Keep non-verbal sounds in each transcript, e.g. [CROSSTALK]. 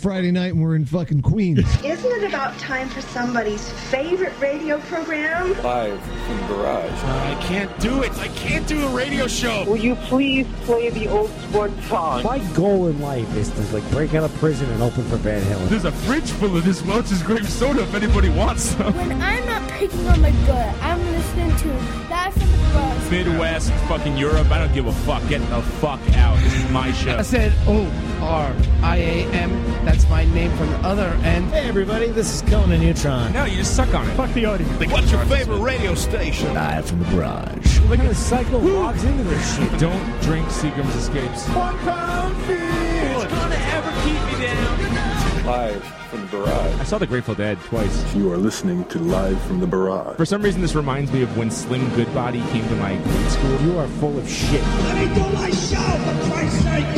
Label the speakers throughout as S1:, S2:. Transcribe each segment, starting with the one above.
S1: Friday night and we're in fucking Queens.
S2: Isn't it about time for somebody's favorite radio program?
S3: Live from the garage.
S4: Uh, I can't do it. I can't do a radio show.
S5: Will you please play the old sports song?
S6: My goal in life is to like break out of prison and open for Van Halen.
S4: There's a fridge full of this Welch's grape soda if anybody wants some.
S7: When I'm not picking on my butt, I'm listening to Live from the Garage.
S4: Midwest, fucking Europe. I don't give a fuck. Get the fuck out. This is my show.
S8: I said O R I A M. That's my name from the other end.
S6: Hey everybody, this is Conan Neutron.
S4: No, you just suck on it. Fuck the audience. what's your favorite radio station?
S6: Live from the garage. Look at the cycle logs into this shit.
S4: Don't drink Seagram's Escapes. One pound feet. It's gonna ever keep me down.
S3: Live from the
S4: I
S3: garage.
S4: saw The Grateful Dead twice.
S9: You are listening to Live from the Barrage.
S4: For some reason, this reminds me of when Slim Goodbody came to my grade school.
S6: You are full of shit.
S4: I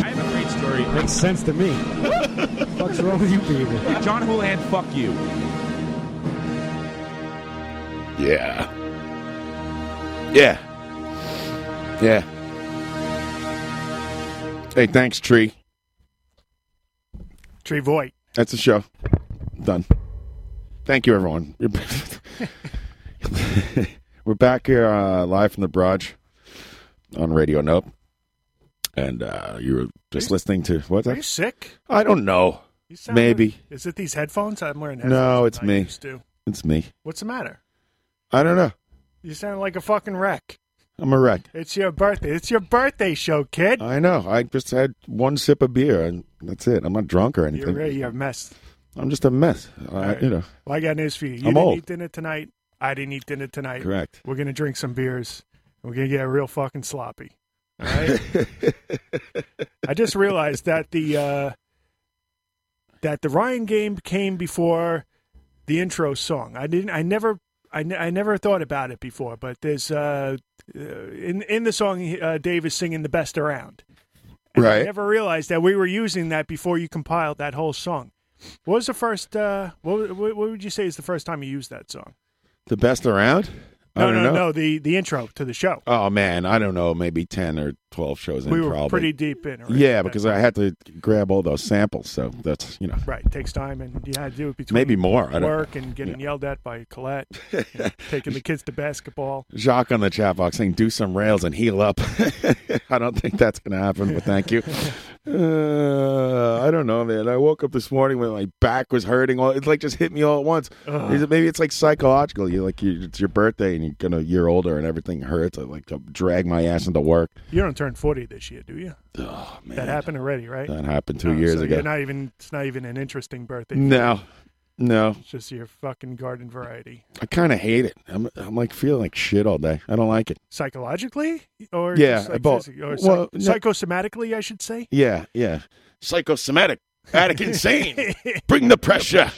S4: have a great story.
S6: Makes sense to me.
S4: [LAUGHS]
S6: What's wrong with you people?
S4: John Houlihan, fuck you.
S10: Yeah. Yeah. Yeah. Hey, thanks, Tree.
S11: Tree Voigt.
S10: That's the show. Done. Thank you, everyone. [LAUGHS] We're back here uh, live from the barrage on Radio Nope. And uh, you were just listening to what's
S11: Are you
S10: that?
S11: sick?
S10: I don't know.
S11: You
S10: Maybe.
S11: Is it these headphones? I'm wearing headphones.
S10: No, it's
S11: than I
S10: me.
S11: used to.
S10: It's me.
S11: What's the matter?
S10: I don't know.
S11: You sound like a fucking wreck.
S10: I'm a wreck.
S11: It's your birthday. It's your birthday show, kid.
S10: I know. I just had one sip of beer, and that's it. I'm not drunk or anything.
S11: You're, you're a mess.
S10: I'm just a mess. I,
S11: right.
S10: You know,
S11: Well, I got news for you. You
S10: I'm
S11: didn't
S10: old.
S11: eat dinner tonight. I didn't eat dinner tonight.
S10: correct.
S11: We're gonna drink some beers. We're gonna get real fucking sloppy. All
S10: [LAUGHS]
S11: right. I just realized that the uh, that the Ryan game came before the intro song. I didn't. I never. I, ne- I never thought about it before. But there's uh, uh, in in the song uh, Dave is singing the best around. And I
S10: Right.
S11: never realized that we were using that before you compiled that whole song. What was the first? Uh, what, what what would you say is the first time you used that song?
S10: The best around? I
S11: No, no,
S10: don't know.
S11: no. The the intro to the show.
S10: Oh man, I don't know. Maybe ten or twelve shows in.
S11: we were
S10: probably.
S11: pretty deep in. Right?
S10: Yeah, because I had to grab all those samples, so that's you know
S11: right takes time, and you had to do it between
S10: maybe more. I don't.
S11: work and getting yelled at by Colette,
S10: [LAUGHS]
S11: taking the kids to basketball.
S10: Jacques on the chat box saying, "Do some rails and heal up." [LAUGHS] I don't think that's going to happen, but thank you. Uh, I don't know, man. I woke up this morning when my back was hurting. All it like just hit me all at once. Is it- Maybe it's like psychological. You like you, it's your birthday and you're gonna you're older and everything hurts. I like to drag my ass into work.
S11: You don't turn forty this year, do you?
S10: Oh man,
S11: That happened already, right?
S10: That happened two
S11: Oh,
S10: years
S11: so
S10: ago.
S11: You're not even. It's not even an interesting birthday.
S10: no, no.
S11: It's just your fucking garden variety.
S10: I kind of hate it. I'm, I'm like feeling like shit all day. I don't like it.
S11: Psychologically, or
S10: Yeah,
S11: just like
S10: about-
S11: physi- or psych-
S10: well, no-
S11: psychosomatically, I should say.
S10: Yeah, yeah. Psychosomatic,
S11: [LAUGHS]
S10: attic insane. Bring the pressure.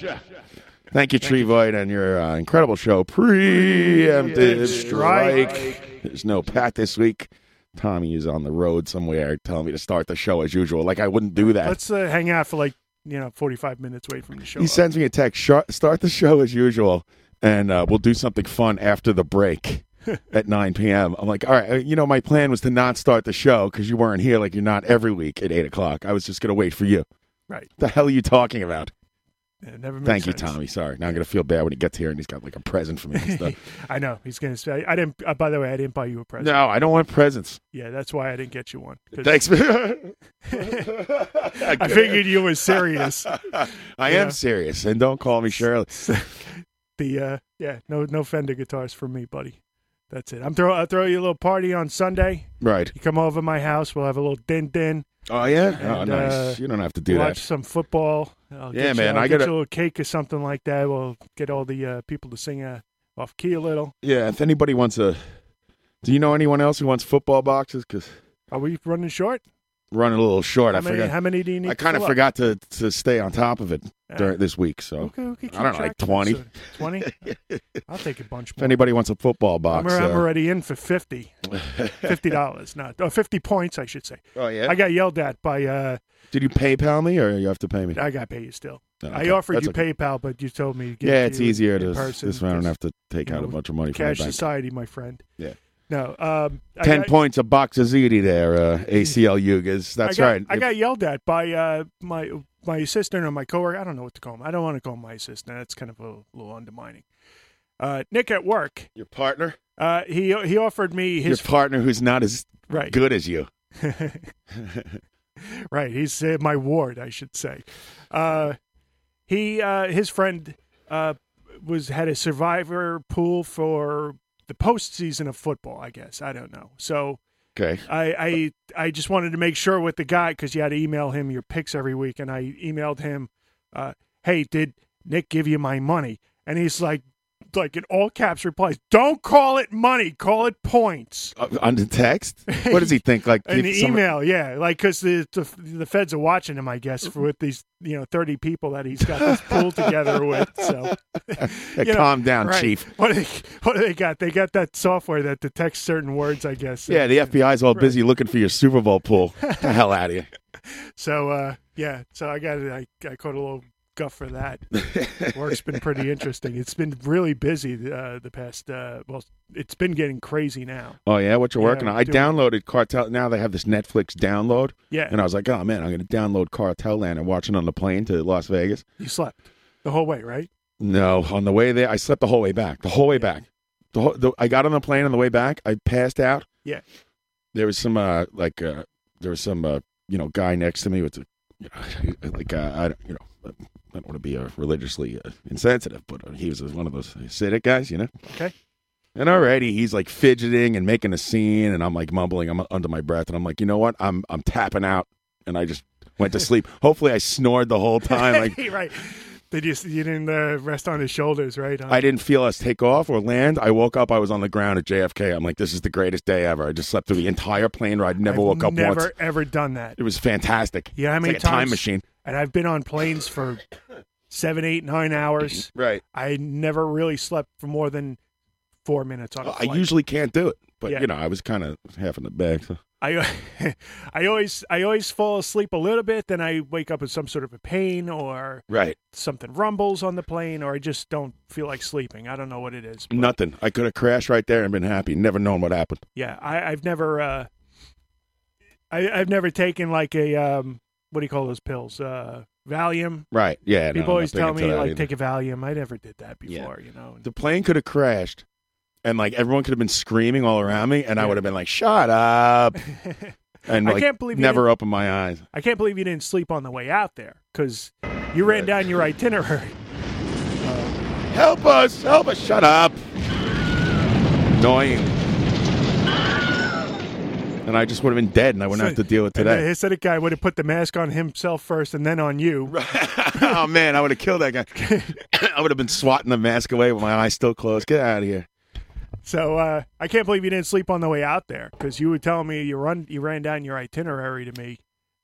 S10: Thank you, Tree Void, and your uh, incredible show, Preemptive
S11: Strike.
S10: Strike. There's no Pat this week. Tommy is on the road somewhere telling me to start the show as usual. Like, I wouldn't do that.
S11: Let's uh, hang out for like you know forty five minutes. Wait for him to show
S10: he
S11: up.
S10: sends me a text "Shar- start the show as usual, and uh, we'll do something fun after the
S11: [LAUGHS]
S10: break at 9 p.m. I'm like, all right, uh, you know, my plan was to not start the show because you weren't here like you're not every week at 8 o'clock. I was just going to wait for you.
S11: right.
S10: The hell are you talking about?
S11: It never. makes
S10: Thank you,
S11: sense.
S10: Tommy. Sorry. Now I'm going to feel bad when he gets here and he's got like a present for me and stuff.
S11: I know he's gonna say. I didn't. Uh, by the way, I didn't buy you a present.
S10: no, I don't want presents.
S11: Yeah, that's why I didn't get you one. 'Cause [LAUGHS]
S10: Thanks. [LAUGHS]
S11: I figured you were serious.
S10: [LAUGHS] I
S11: Yeah.
S10: am serious, and don't call
S11: [LAUGHS]
S10: me Shirley.
S11: the uh, yeah, no, no Fender guitars for me, buddy. That's it. I'm throw. I'll throw you a little party on Sunday.
S10: Right.
S11: You come over to my house. We'll have a little din din.
S10: Oh, yeah? oh,
S11: And,
S10: nice.
S11: uh,
S10: you don't have to do
S11: watch
S10: that.
S11: some football. I'll
S10: Yeah,
S11: get
S10: man,
S11: You, I'll
S10: I
S11: get
S10: gotta-
S11: you a little cake or something like that. We'll get all the uh, people to sing uh, off key a little.
S10: Yeah, if anybody wants a, do you know anyone else who wants football boxes? Because
S11: Are we running short?
S10: running a little short,
S11: How
S10: I
S11: many?
S10: forgot.
S11: How many do you need?
S10: I
S11: to
S10: kind of
S11: fill up?
S10: forgot to to stay on top of it during this week. So
S11: Okay, okay.
S10: I don't know, like 20. [LAUGHS]
S11: Twenty. I'll take a bunch
S10: if
S11: more.
S10: anybody wants a football
S11: I'm,
S10: box,
S11: I'm
S10: uh,
S11: already in for
S10: [LAUGHS]
S11: 50 fifty dollars, not oh, fifty points, I should say.
S10: oh yeah.
S11: I got yelled at by. uh
S10: Did you PayPal me or you have to pay me?
S11: I got to pay you still.
S10: No,
S11: I
S10: okay.
S11: offered
S10: That's
S11: you
S10: okay.
S11: PayPal, but you told me. To give
S10: Yeah,
S11: it
S10: it's
S11: you
S10: easier
S11: in
S10: to
S11: person
S10: this way. I don't
S11: because
S10: have to take
S11: you
S10: out a
S11: know,
S10: bunch of money from my
S11: Cash
S10: bank.
S11: society, my friend.
S10: Yeah.
S11: No. Um. I
S10: Ten
S11: got-
S10: points
S11: [LAUGHS]
S10: uh, a box of ziti there, uh, ACL Yugas. That's
S11: I got,
S10: right.
S11: I got yelled at by uh my my assistant or my coworker. I don't know what to call him. I don't want to call him my assistant. That's kind of a little undermining. Uh, Nick at work.
S10: Your partner.
S11: Uh, he he offered me his
S10: Your partner who's not as
S11: Right.
S10: good as you. [LAUGHS]
S11: [LAUGHS] right. He's uh, my ward, I should say. Uh, he uh, his friend uh, was had a survivor pool for the postseason of football. I guess I don't know. So
S10: Okay.
S11: I I, I just wanted to make sure with the guy because you had to email him your picks every week, and I emailed him, uh, "Hey, did Nick give you my money?" And he's like, like in all caps replies, "Don't call it money, call it points."
S10: Uh, on the text?
S11: [LAUGHS]
S10: What does he think? Like
S11: An
S10: if some-
S11: email, yeah, like because the, the the feds are watching him, I guess,
S10: Mm-hmm.
S11: for with these you know thirty people that he's got this pool together with. So
S10: [LAUGHS] Hey,
S11: [LAUGHS] you know,
S10: calm down,
S11: right.
S10: Chief.
S11: What do they what do they got? They got that software that detects certain words, I guess.
S10: Yeah, the FBI's all busy looking for your Super
S11: [LAUGHS]
S10: Bowl pool. Get the hell out of here.
S11: So uh, yeah, so I got I, I caught a little guff for
S10: [LAUGHS]
S11: that. Work's been pretty interesting. It's been really busy uh, the past. Uh, well, it's been getting crazy now.
S10: Oh yeah, what you're
S11: Yeah,
S10: working on? I
S11: do it.
S10: downloaded Cartel. Now they have this Netflix download.
S11: Yeah.
S10: And I was like, oh man, I'm going to download Cartel Land and watch it on the plane to Las Vegas.
S11: You slept the whole way, right?
S10: No, on the way there, I slept the whole way back. The whole way back. The, whole, the I got on the plane on the way back. I passed out.
S11: Yeah.
S10: There was some uh like uh there was some uh you know guy next to me with a you know, like uh, I don't- you know I don't want to be uh, religiously uh, insensitive, but uh, he was one of those Hasidic guys, you know.
S11: Okay.
S10: And already he's like fidgeting and making a scene, and I'm like mumbling, I'm under my breath, and I'm like, you know what? I'm I'm tapping out, and I just went to sleep. Hopefully, I snored the whole [LAUGHS] time.
S11: [LAUGHS]
S10: Like
S11: right. Did you you didn't uh, rest on his shoulders, right?
S10: I didn't feel us take off or land. I woke up, I was on the ground at JFK. I'm like, this is the greatest day ever. I just slept through the entire plane ride, never
S11: I've
S10: woke up
S11: never
S10: once.
S11: ever done that.
S10: It was fantastic.
S11: Yeah, how
S10: It's
S11: many
S10: like a time
S11: times-
S10: machine.
S11: And I've been on planes for seven, eight, nine hours.
S10: Right.
S11: I never really slept for more than four minutes on a
S10: I
S11: flight.
S10: usually can't do it, but
S11: Yeah.
S10: you know, I was kind of half in the bag. So.
S11: I [LAUGHS] I always I always fall asleep a little bit, then I wake up with some sort of a pain or
S10: Right.
S11: something rumbles on the plane, or I just don't feel like sleeping. I don't know what it is. but-
S10: Nothing. I could have crashed right there and been happy. Never known what happened.
S11: Yeah, I, I've never uh, I I've never taken like a um what do you call those pills? Uh, Valium.
S10: Right. Yeah. no,
S11: People
S10: I'm
S11: always
S10: not big
S11: tell
S10: into
S11: me
S10: that
S11: like
S10: either.
S11: take a Valium. I never did that
S10: Yeah.
S11: before. You know.
S10: the plane could have crashed and like everyone could have been screaming all around me and I
S11: Yeah.
S10: would have been like,
S11: [LAUGHS]
S10: Shut up and
S11: I
S10: like
S11: can't believe you
S10: never opened my eyes.
S11: I can't believe you didn't sleep on the way out there because you ran
S10: Right.
S11: down your itinerary.
S10: Help us, help us, shut up. Annoying. And I just would have been dead and I wouldn't have to deal with
S11: And the
S10: today.
S11: Hasidic guy would have put the mask on himself first and then on you.
S10: [LAUGHS] oh man, I would have killed that guy. [COUGHS] I would have been swatting the mask away with my eyes still closed. Get out of here.
S11: So uh, I can't believe you didn't sleep on the way out there because you were telling me you run you ran down your itinerary to me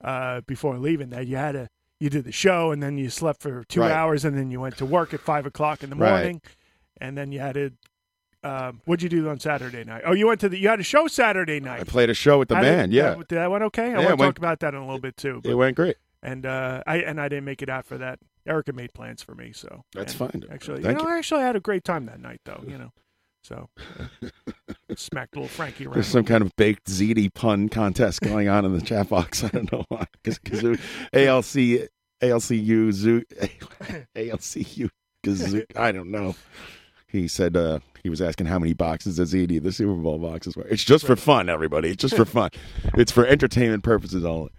S11: uh, before leaving that you had a you did the show and then you slept for two
S10: Right.
S11: hours and then you went to work at five o'clock in the
S10: Right.
S11: morning and then you had a um, what'd you do on Saturday night? Oh, you went to the you had a show Saturday
S10: I
S11: night.
S10: played a show with the
S11: How did-
S10: band, yeah.
S11: that, did that went okay. I
S10: Yeah, it
S11: want to
S10: went-
S11: talk about that in a little bit too.
S10: It
S11: but-
S10: went great.
S11: and uh, I and I didn't make it out for that. Erica made plans for me, so
S10: That's
S11: and
S10: fine.
S11: Actually,
S10: Thank
S11: you know, I actually had a great time that night, though. You know, so [LAUGHS] smacked little Frankie around.
S10: There's some kind of baked ziti pun contest going on in the chat box. [LAUGHS] I don't know why. Because ALC, ALCU, zoo, [LAUGHS] ALCU, kazoo, I don't know. He said uh, he was asking how many boxes of ziti the Super Bowl boxes were. It's just for fun, everybody. It's just for fun. It's for entertainment purposes only.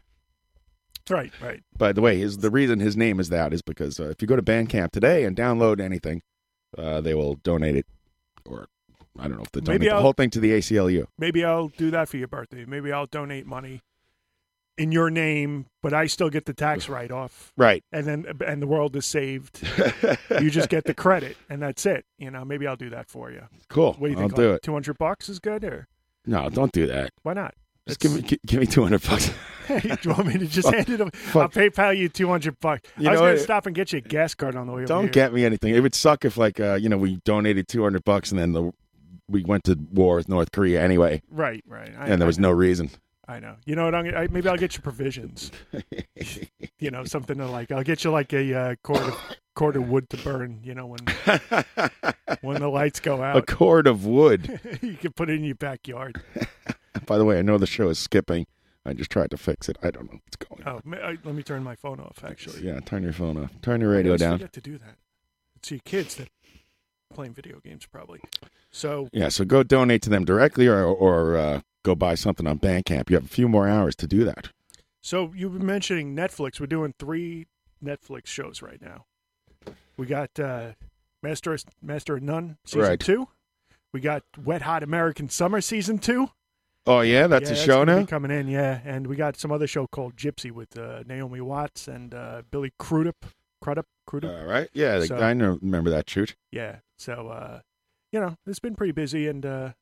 S11: right, right.
S10: By the way, his, the reason his name is that is because uh, if you go to Bandcamp today and download anything, uh, they will donate it, or I don't know if they donate
S11: Maybe
S10: the
S11: I'll-
S10: whole thing to the ACLU.
S11: Maybe I'll do that for your birthday. Maybe I'll donate money in your name, but I still get the tax write off,
S10: Right.
S11: and then and the world is
S10: [LAUGHS]
S11: saved. you just get the credit, and that's it. You know, maybe I'll do that for you.
S10: Cool.
S11: What do you
S10: I'll
S11: think?
S10: do it.
S11: Two hundred bucks is good, or [LAUGHS]
S10: No, don't do that.
S11: why not?
S10: Just
S11: It's-
S10: give me gi- give me two hundred
S11: [LAUGHS]
S10: bucks.
S11: Hey, do you want
S10: [LAUGHS]
S11: me to just hand it over? I'll
S10: Oh, Fuck.
S11: PayPal you two hundred bucks.
S10: You
S11: I was
S10: know
S11: gonna
S10: what?
S11: stop and get you a gas card on the way. over
S10: Don't
S11: here.
S10: get me anything. It would suck if like uh, you know we donated two hundred bucks and then the we went to war with North Korea anyway,
S11: right, right. I,
S10: and there was
S11: I know,
S10: no reason.
S11: I know. You know what? I'm gonna, I, maybe I'll get you provisions. you know, something to like. I'll get you like a uh, cord of cord of wood to burn. You know, when when the lights go
S10: A
S11: out,
S10: cord of wood.
S11: [LAUGHS] you can put it in your backyard.
S10: By the way, I know the show is skipping. I just tried to fix it. I don't know what's going
S11: Oh, ma- I, let me turn my phone off. Actually,
S10: on. Yeah, turn your phone off. Turn your
S11: I
S10: radio
S11: always
S10: down.
S11: Forget to do that. It's your kids that playing video games probably. So
S10: Yeah, so go donate to them directly or, or uh, go buy something on Bandcamp. You have a few more hours to do that.
S11: So you were mentioning Netflix. We're doing three Netflix shows right now. We got uh, Master Master of None season
S10: Right.
S11: two. We got Wet Hot American Summer season two.
S10: Oh, yeah, that's
S11: Yeah,
S10: a show
S11: gonna be
S10: now?
S11: coming in. Yeah, and we got some other show called Gypsy with uh, Naomi Watts and uh, Billy Crudup. Crudup. Crudup.
S10: All right. Yeah,
S11: So-
S10: I know, remember that shoot.
S11: Yeah. So, uh, you know, it's been pretty busy, and uh,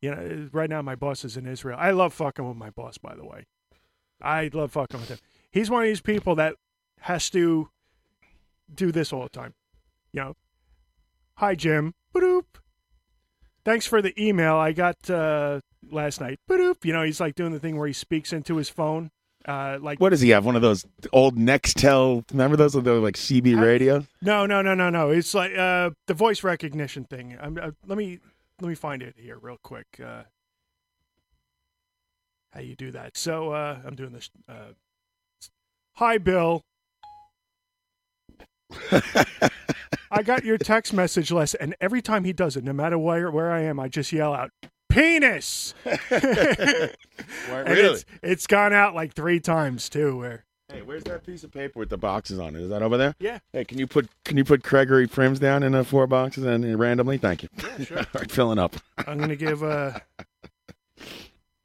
S11: you know, uh, right now my boss is in Israel. I love fucking with my boss, by the way. I love fucking with him. He's one of these people that has to do this all the time. You know, hi Jim. Boop. Thanks for the email I got uh, last night. Boop. You know, he's like doing the thing where he speaks into his phone. Uh, like
S10: What does he have? One of those old Nextel. Remember those? Of the like CB radio.
S11: No, no, no, no, no. It's like uh, the voice recognition thing. I'm, uh, let me let me find it here real quick. Uh, how you do that? So uh, I'm doing this. Uh, Hi, Bill. I got your text message last, and every time he does it, no matter where where I am, I just yell out "penis." [LAUGHS] And it's, it's gone out like three times too. Where
S10: Hey, where's that piece of paper with the boxes on it? Is that over there?
S11: Yeah.
S10: Hey, can you put can you put Gregory Prims down in uh, four boxes and and randomly? Thank you. [LAUGHS] All right, filling up
S11: I'm gonna give uh,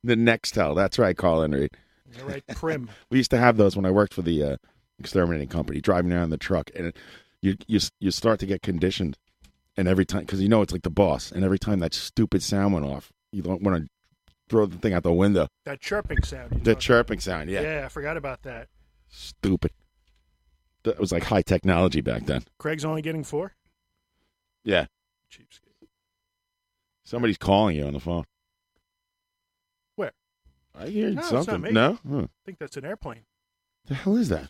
S10: the Nextel. That's right, call in read.
S11: the right prim.
S10: We used to have those when I worked for the uh, exterminating company, driving around in the truck, and it, you you you start to get conditioned, and every time because you know it's like the boss, and every time that stupid sound went off, you don't want to throw the thing out the window.
S11: That chirping sound. you
S10: The
S11: know.
S10: chirping sound, yeah,
S11: I forgot about that.
S10: stupid. That was like high technology back then.
S11: Craig's only getting four.
S10: Yeah,
S11: Cheapskate.
S10: somebody's calling you on the phone.
S11: Where?
S10: I hear
S11: No, it's not
S10: something.
S11: me.
S10: No, Hmm. Huh.
S11: I think that's an airplane.
S10: the hell is that?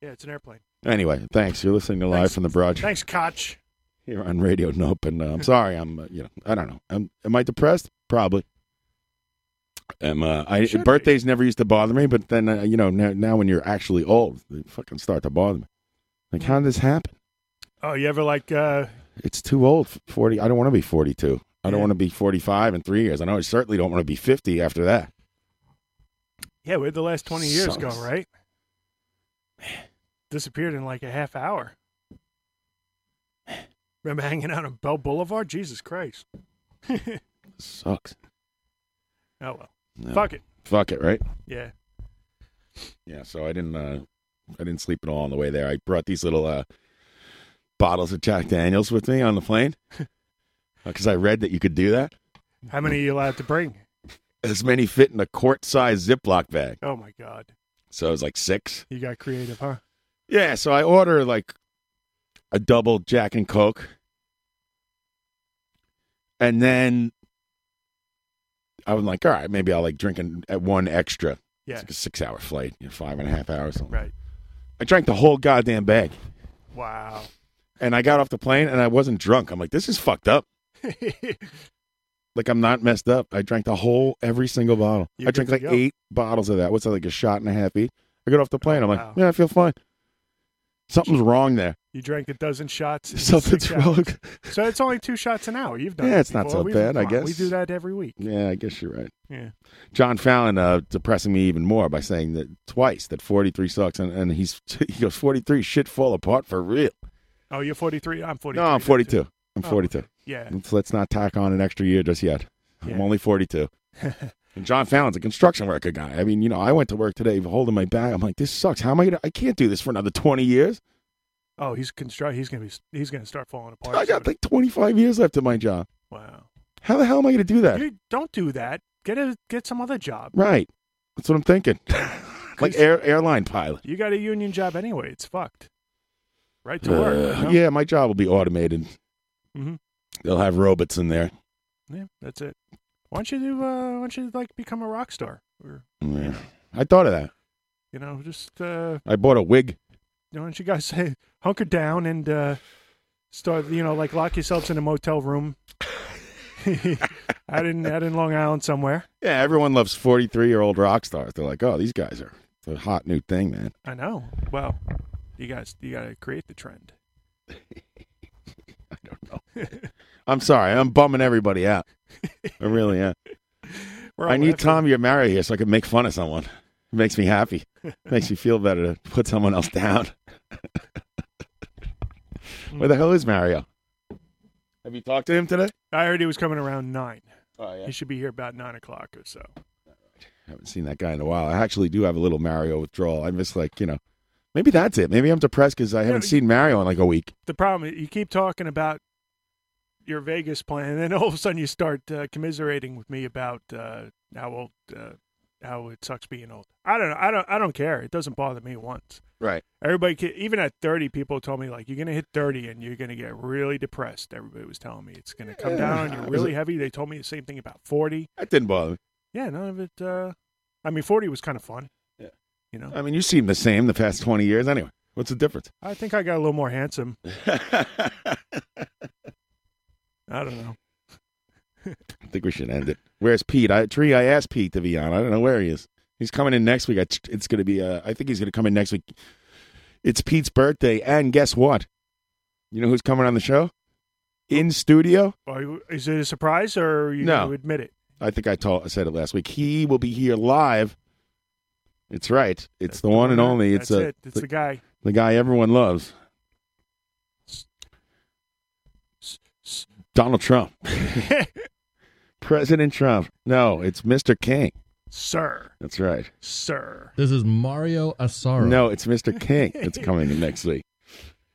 S11: Yeah, it's an airplane.
S10: Anyway, thanks. You're listening to live
S11: Thanks.
S10: from the barrage
S11: Thanks, Koch.
S10: here on Radio Nope, and uh, I'm sorry. I'm uh, you know I don't know. I'm, am I depressed? Probably. Am uh, I?
S11: should be.
S10: Birthdays never used to bother me, but then uh, you know now, now when you're actually old, they fucking start to bother me. Like how did this happen?
S11: Oh, you ever like? uh
S10: It's too old. Forty. I don't want to be forty-two. I don't
S11: Yeah.
S10: want to be forty-five in three years. I know I certainly don't want to be fifty after that.
S11: Yeah, we had the last twenty years go
S10: Sucks.
S11: right. Disappeared in like a half hour. Remember hanging out on Bell Boulevard? Jesus Christ. [LAUGHS] oh
S10: Sucks.
S11: well.
S10: No.
S11: Fuck it.
S10: Fuck it, right?
S11: Yeah.
S10: Yeah. So I didn't. Uh, I didn't sleep at all on the way there. I brought these little uh, bottles of Jack Daniels with me on
S11: [LAUGHS]
S10: the plane because I read that you could do that.
S11: How many are you allowed to bring?
S10: As many fit in a quart-sized Ziploc bag.
S11: Oh my God.
S10: So it was like six.
S11: You got creative, huh?
S10: Yeah. So I order like a double Jack and Coke, and then I was like, all right, maybe I'll like drink an, at one extra.
S11: Yeah.
S10: It's like a six-hour flight, you know, five and a half hours.
S11: Right.
S10: I drank the whole goddamn bag.
S11: Wow. [LAUGHS]
S10: and I got off the plane and I wasn't drunk. I'm like, this is fucked up. Like I'm not messed up. I drank the whole every single bottle.
S11: You're
S10: I drank
S11: good
S10: like
S11: to go. Oh,
S10: eight bottles of that. What's that like a shot and a half each? I get off the plane. I'm like,
S11: wow.
S10: yeah, I feel fine. Something's wrong there.
S11: you drank a dozen shots. in
S10: Something's
S11: six
S10: wrong.
S11: hours. So it's only two shots an hour. You've done
S10: Yeah,
S11: it
S10: it's not
S11: before.
S10: so
S11: We've-
S10: bad, I
S11: come on, We
S10: guess.
S11: do that every week.
S10: Yeah, I guess you're right.
S11: Yeah.
S10: John Fallon uh, depressing me even more by saying that twice that 43 sucks, and, and he's [LAUGHS] he goes 43 shit fall apart for real.
S11: Oh, you're 43. I'm 43.
S10: No, I'm
S11: too.
S10: 42. I'm
S11: Oh,
S10: 42.
S11: Yeah.
S10: Let's, let's not tack on an extra year just yet. I'm
S11: Yeah. [LAUGHS]
S10: only 42. and John Fallon's a construction worker guy. I mean, you know, I went to work today holding my bag. I'm like, this sucks. How am I going to? I can't do this for another 20 years.
S11: Oh, he's construct. He's gonna be. He's gonna start falling apart.
S10: I got
S11: soon.
S10: like 25 years left of my job.
S11: Wow.
S10: How the hell am I going to do that?
S11: You don't do that. Get a get some other job.
S10: Right. That's what
S11: [LAUGHS]
S10: I'm thinking. like air, airline pilot.
S11: You got a union job anyway. It's fucked. Right to work.
S10: Uh,
S11: you know?
S10: Yeah, my job will be automated.
S11: Mhm.
S10: They'll have robots in there.
S11: Yeah, That's it. Why don't you do? Uh, why don't you like become a rock star or
S10: Yeah. I thought of that.
S11: you know just uh,
S10: I bought a wig.
S11: why don't you guys [LAUGHS] say hunker down and uh, start you know like lock yourselves in a motel room [LAUGHS] out in out in Long Island somewhere.
S10: Yeah, everyone loves 43 year old rock stars. They're like, oh, these guys are it's a hot new thing, man.
S11: I know. Well, you guys, you got to create the trend.
S10: I'm sorry. I'm bumming everybody out. I really am.
S11: [LAUGHS] We're all
S10: I need
S11: laughing.
S10: Tom Yamara here so I can make fun of someone. It makes me
S11: [LAUGHS]
S10: happy. makes me feel better to put someone else down.
S11: Mm.
S10: Where the hell is Mario? Have you talked to him today?
S11: I heard he was coming around nine.
S10: Oh yeah.
S11: He should be here about nine o'clock or so.
S10: I haven't seen that guy in a while. I actually do have a little Mario withdrawal. I miss like, you know, maybe that's it. Maybe I'm depressed because I haven't
S11: you-
S10: seen Mario in like a week.
S11: The problem is you keep talking about your Vegas plan, and then all of a sudden you start uh, commiserating with me about uh, how old, uh, how it sucks being old. I don't know. I don't. I don't care. It doesn't bother me once.
S10: Right.
S11: Everybody, ca- even at thirty, people told me like you're gonna hit thirty and you're gonna get really depressed. Everybody was telling me it's gonna come down and
S10: Yeah. [LAUGHS]
S11: you're really heavy. They told me the same thing about forty.
S10: That didn't bother me.
S11: Yeah, none of it. Uh, I mean, forty was kind of fun.
S10: Yeah.
S11: you know.
S10: I mean, you seem the same the past 20 years anyway. What's the difference?
S11: I think I got a little more
S10: [LAUGHS]
S11: handsome. I don't know.
S10: I think we should end it. Where's Pete? I tree. I asked Pete to be on. I don't know where he is. He's coming in next week. I, it's going to be. Uh, I think he's going to come in next week. It's Pete's birthday, and guess what? You know who's coming on the show? In studio.
S11: Are you- Is it a surprise or are you
S10: No.
S11: going to admit it?
S10: I think I told. I said it last week. He will be here live. It's right. It's the one and only. It's
S11: That's
S10: a,
S11: it. It's the, guy.
S10: the guy everyone loves.
S11: [LAUGHS]
S10: Donald Trump. President Trump. No, it's Mr. King.
S11: Sir.
S10: That's right.
S11: Sir.
S12: This is Mario Asaro.
S10: No, it's Mr. King that's coming in next week.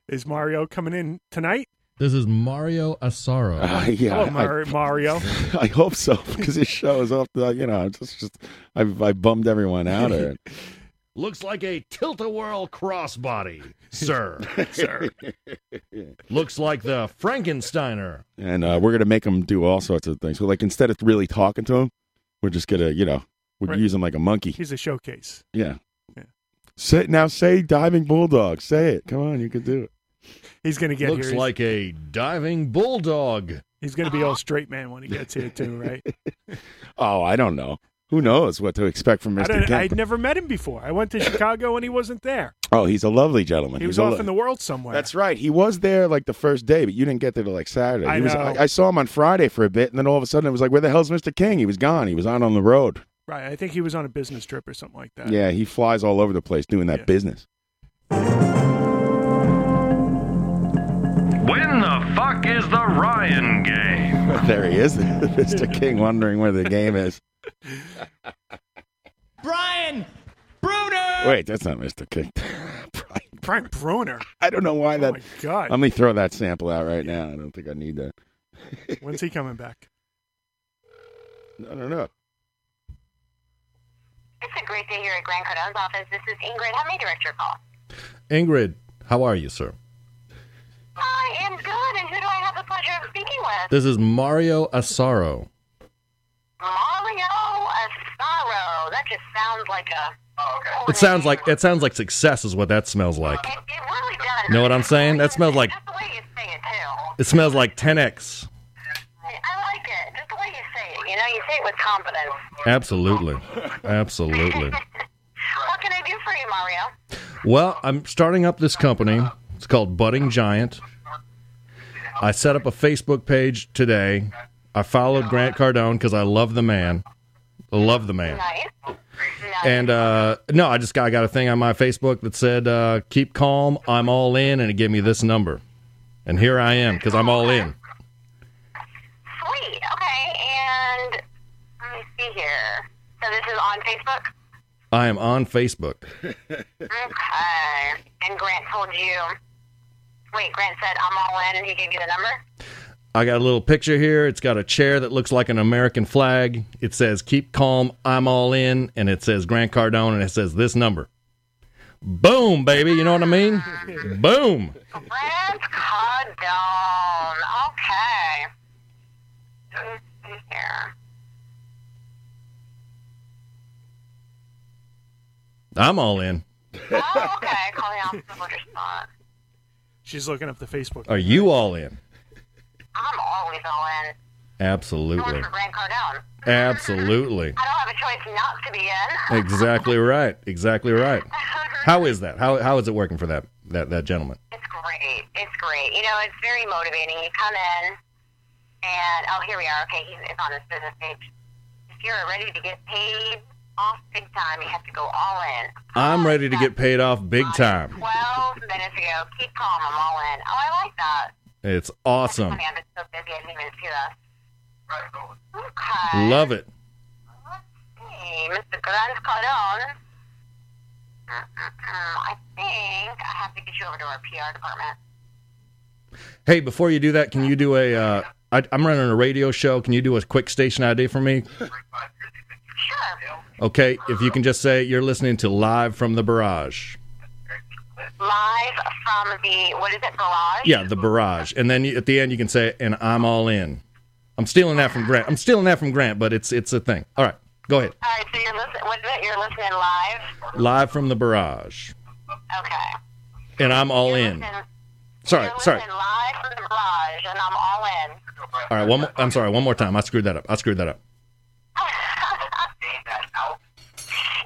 S11: Is Mario coming in tonight?
S12: This is Mario Asaro.
S10: Uh,
S11: Hello,
S10: yeah, I-
S11: Mar-
S10: [LAUGHS]
S11: Mario.
S10: I hope so because his show is off the. You know, it's just, just I, I bummed everyone out. Or,
S12: Looks like a tilt-a-whirl [LAUGHS] crossbody, sir.
S11: Sir.
S12: Looks like the Frankensteiner.
S10: and uh, we're gonna make him do all sorts of things. So, like, instead of really talking to him, we're just gonna, you know, we're
S11: Right.
S10: use him like a monkey.
S11: He's a showcase.
S10: Yeah.
S11: Yeah.
S10: Say now, say diving bulldog. Say it. Come on, you can do it.
S11: He's going to get
S12: Looks
S11: here. He's-
S12: like a diving bulldog.
S11: he's going to be all straight man when he gets here, too,
S10: [LAUGHS]
S11: right?
S10: Oh, I don't know. Who knows what to expect from
S11: I
S10: Mr.
S11: don't,
S10: King?
S11: I'd never met him before. I went to Chicago and he wasn't there.
S10: Oh, he's a lovely gentleman.
S11: He was
S10: He's a
S11: off
S10: lo-
S11: in the world somewhere.
S10: That's right. He was there like the first day, but you didn't get there till like Saturday.
S11: I
S10: he was,
S11: know.
S10: I, I saw him on Friday for a bit, and then all of a sudden it was like, where the hell's Mr. King? He was gone. He was out on the road.
S11: right. I think he was on a business trip or something like that.
S10: yeah, he flies all over the place doing that
S11: Yeah.
S10: business. [LAUGHS]
S13: When the fuck is the Ryan game?
S10: there he is, [LAUGHS] Mr. King, wondering where the game is.
S4: Brian Bruner.
S10: Wait, that's not Mr. King.
S11: Frank Bruner.
S10: I don't know why
S11: Oh,
S10: that.
S11: my God.
S10: Let me throw that sample out right now. I don't think I need that.
S11: [LAUGHS] When's he coming back?
S10: I don't know.
S14: It's a great day here at Grand Cardon's office. This is Ingrid. How may I direct your call?
S12: Ingrid, how are you, sir?
S14: I am good, and who do I have the pleasure of speaking with?
S12: This is Mario Asaro.
S14: Mario Asaro. That just sounds like a. Oh, okay.
S12: It sounds like it sounds like success is what that smells like.
S14: It, it really does.
S12: Know what I'm saying? That smells like
S14: Just the way you say it, too.
S12: it smells like 10x.
S14: I like it. Just the way you say it. You know, you say it with confidence.
S12: Absolutely, absolutely.
S14: [LAUGHS] What can I do for you, Mario?
S12: Well, I'm starting up this company. It's called Budding Giant. I set up a Facebook page today. I followed Grant Cardone because I love the man. I love the man.
S14: Nice.
S12: And uh, no, I just got, I got a thing on my Facebook that said, uh, "Keep calm, I'm all in," and it gave me this number. And here I am because I'm all in.
S14: Sweet. Okay. And let me see here. So this is on Facebook?
S12: I am on Facebook.
S14: Okay. And Grant told you. Wait, Grant said, I'm all in, and he gave you the number?
S12: I got a little picture here. It's got a chair that looks like an American flag. It says, Keep calm, I'm all in. And it says Grant Cardone, and it says this number. Boom, baby. You know what I mean? Boom.
S14: Grant Cardone. Okay. Let me see Here.
S12: I'm all in.
S14: Oh, okay. Call the office of Voters Spot.
S10: [LAUGHS]
S11: She's looking up the Facebook.
S12: Are you all in?
S14: I'm always all in.
S12: Absolutely.
S14: Going for Grant Cardone.
S12: Absolutely.
S14: I don't have a choice not to be in.
S12: Exactly right. Exactly right. How is that? How how is it working for that that that gentleman?
S14: It's great. It's great. You know, it's very motivating. You come in, and oh, here we are. Okay, he's it's on his business page. If you're ready to get paid off big time, you have to go all in.
S12: I'm ready to get paid off big time.
S14: Twelve minutes ago, keep calm. I'm all in. Oh, I like that.
S12: It's awesome.
S14: Funny, I've been so busy, I didn't even see that.
S12: Love it.
S14: Hey, Mr. Grant Cardone. Mm-mm-mm. Um, I think I have to get you over to our PR department.
S12: Hey, before you do that, can you do a? Uh, I, I'm running a radio show. Can you do a quick station ID for me? Okay, if you can just say you're listening to live from the barrage.
S14: Live from the what is it, barrage?
S12: Yeah, the barrage, and then you, at the end you can say, "And I'm all in." I'm stealing that from Grant. I'm stealing that from Grant, but it's it's a thing. All right, go ahead.
S14: All right, so you're listening. What is it? You're listening live.
S12: Live from the barrage,
S14: Okay.
S12: and I'm all
S14: You're
S12: in.
S14: listening-
S12: Sorry,
S14: you're
S12: sorry.
S14: listening live from the barrage, and I'm all in.
S12: All right, one. More, I'm sorry. One more time. I screwed that up. I screwed that up.
S14: [LAUGHS]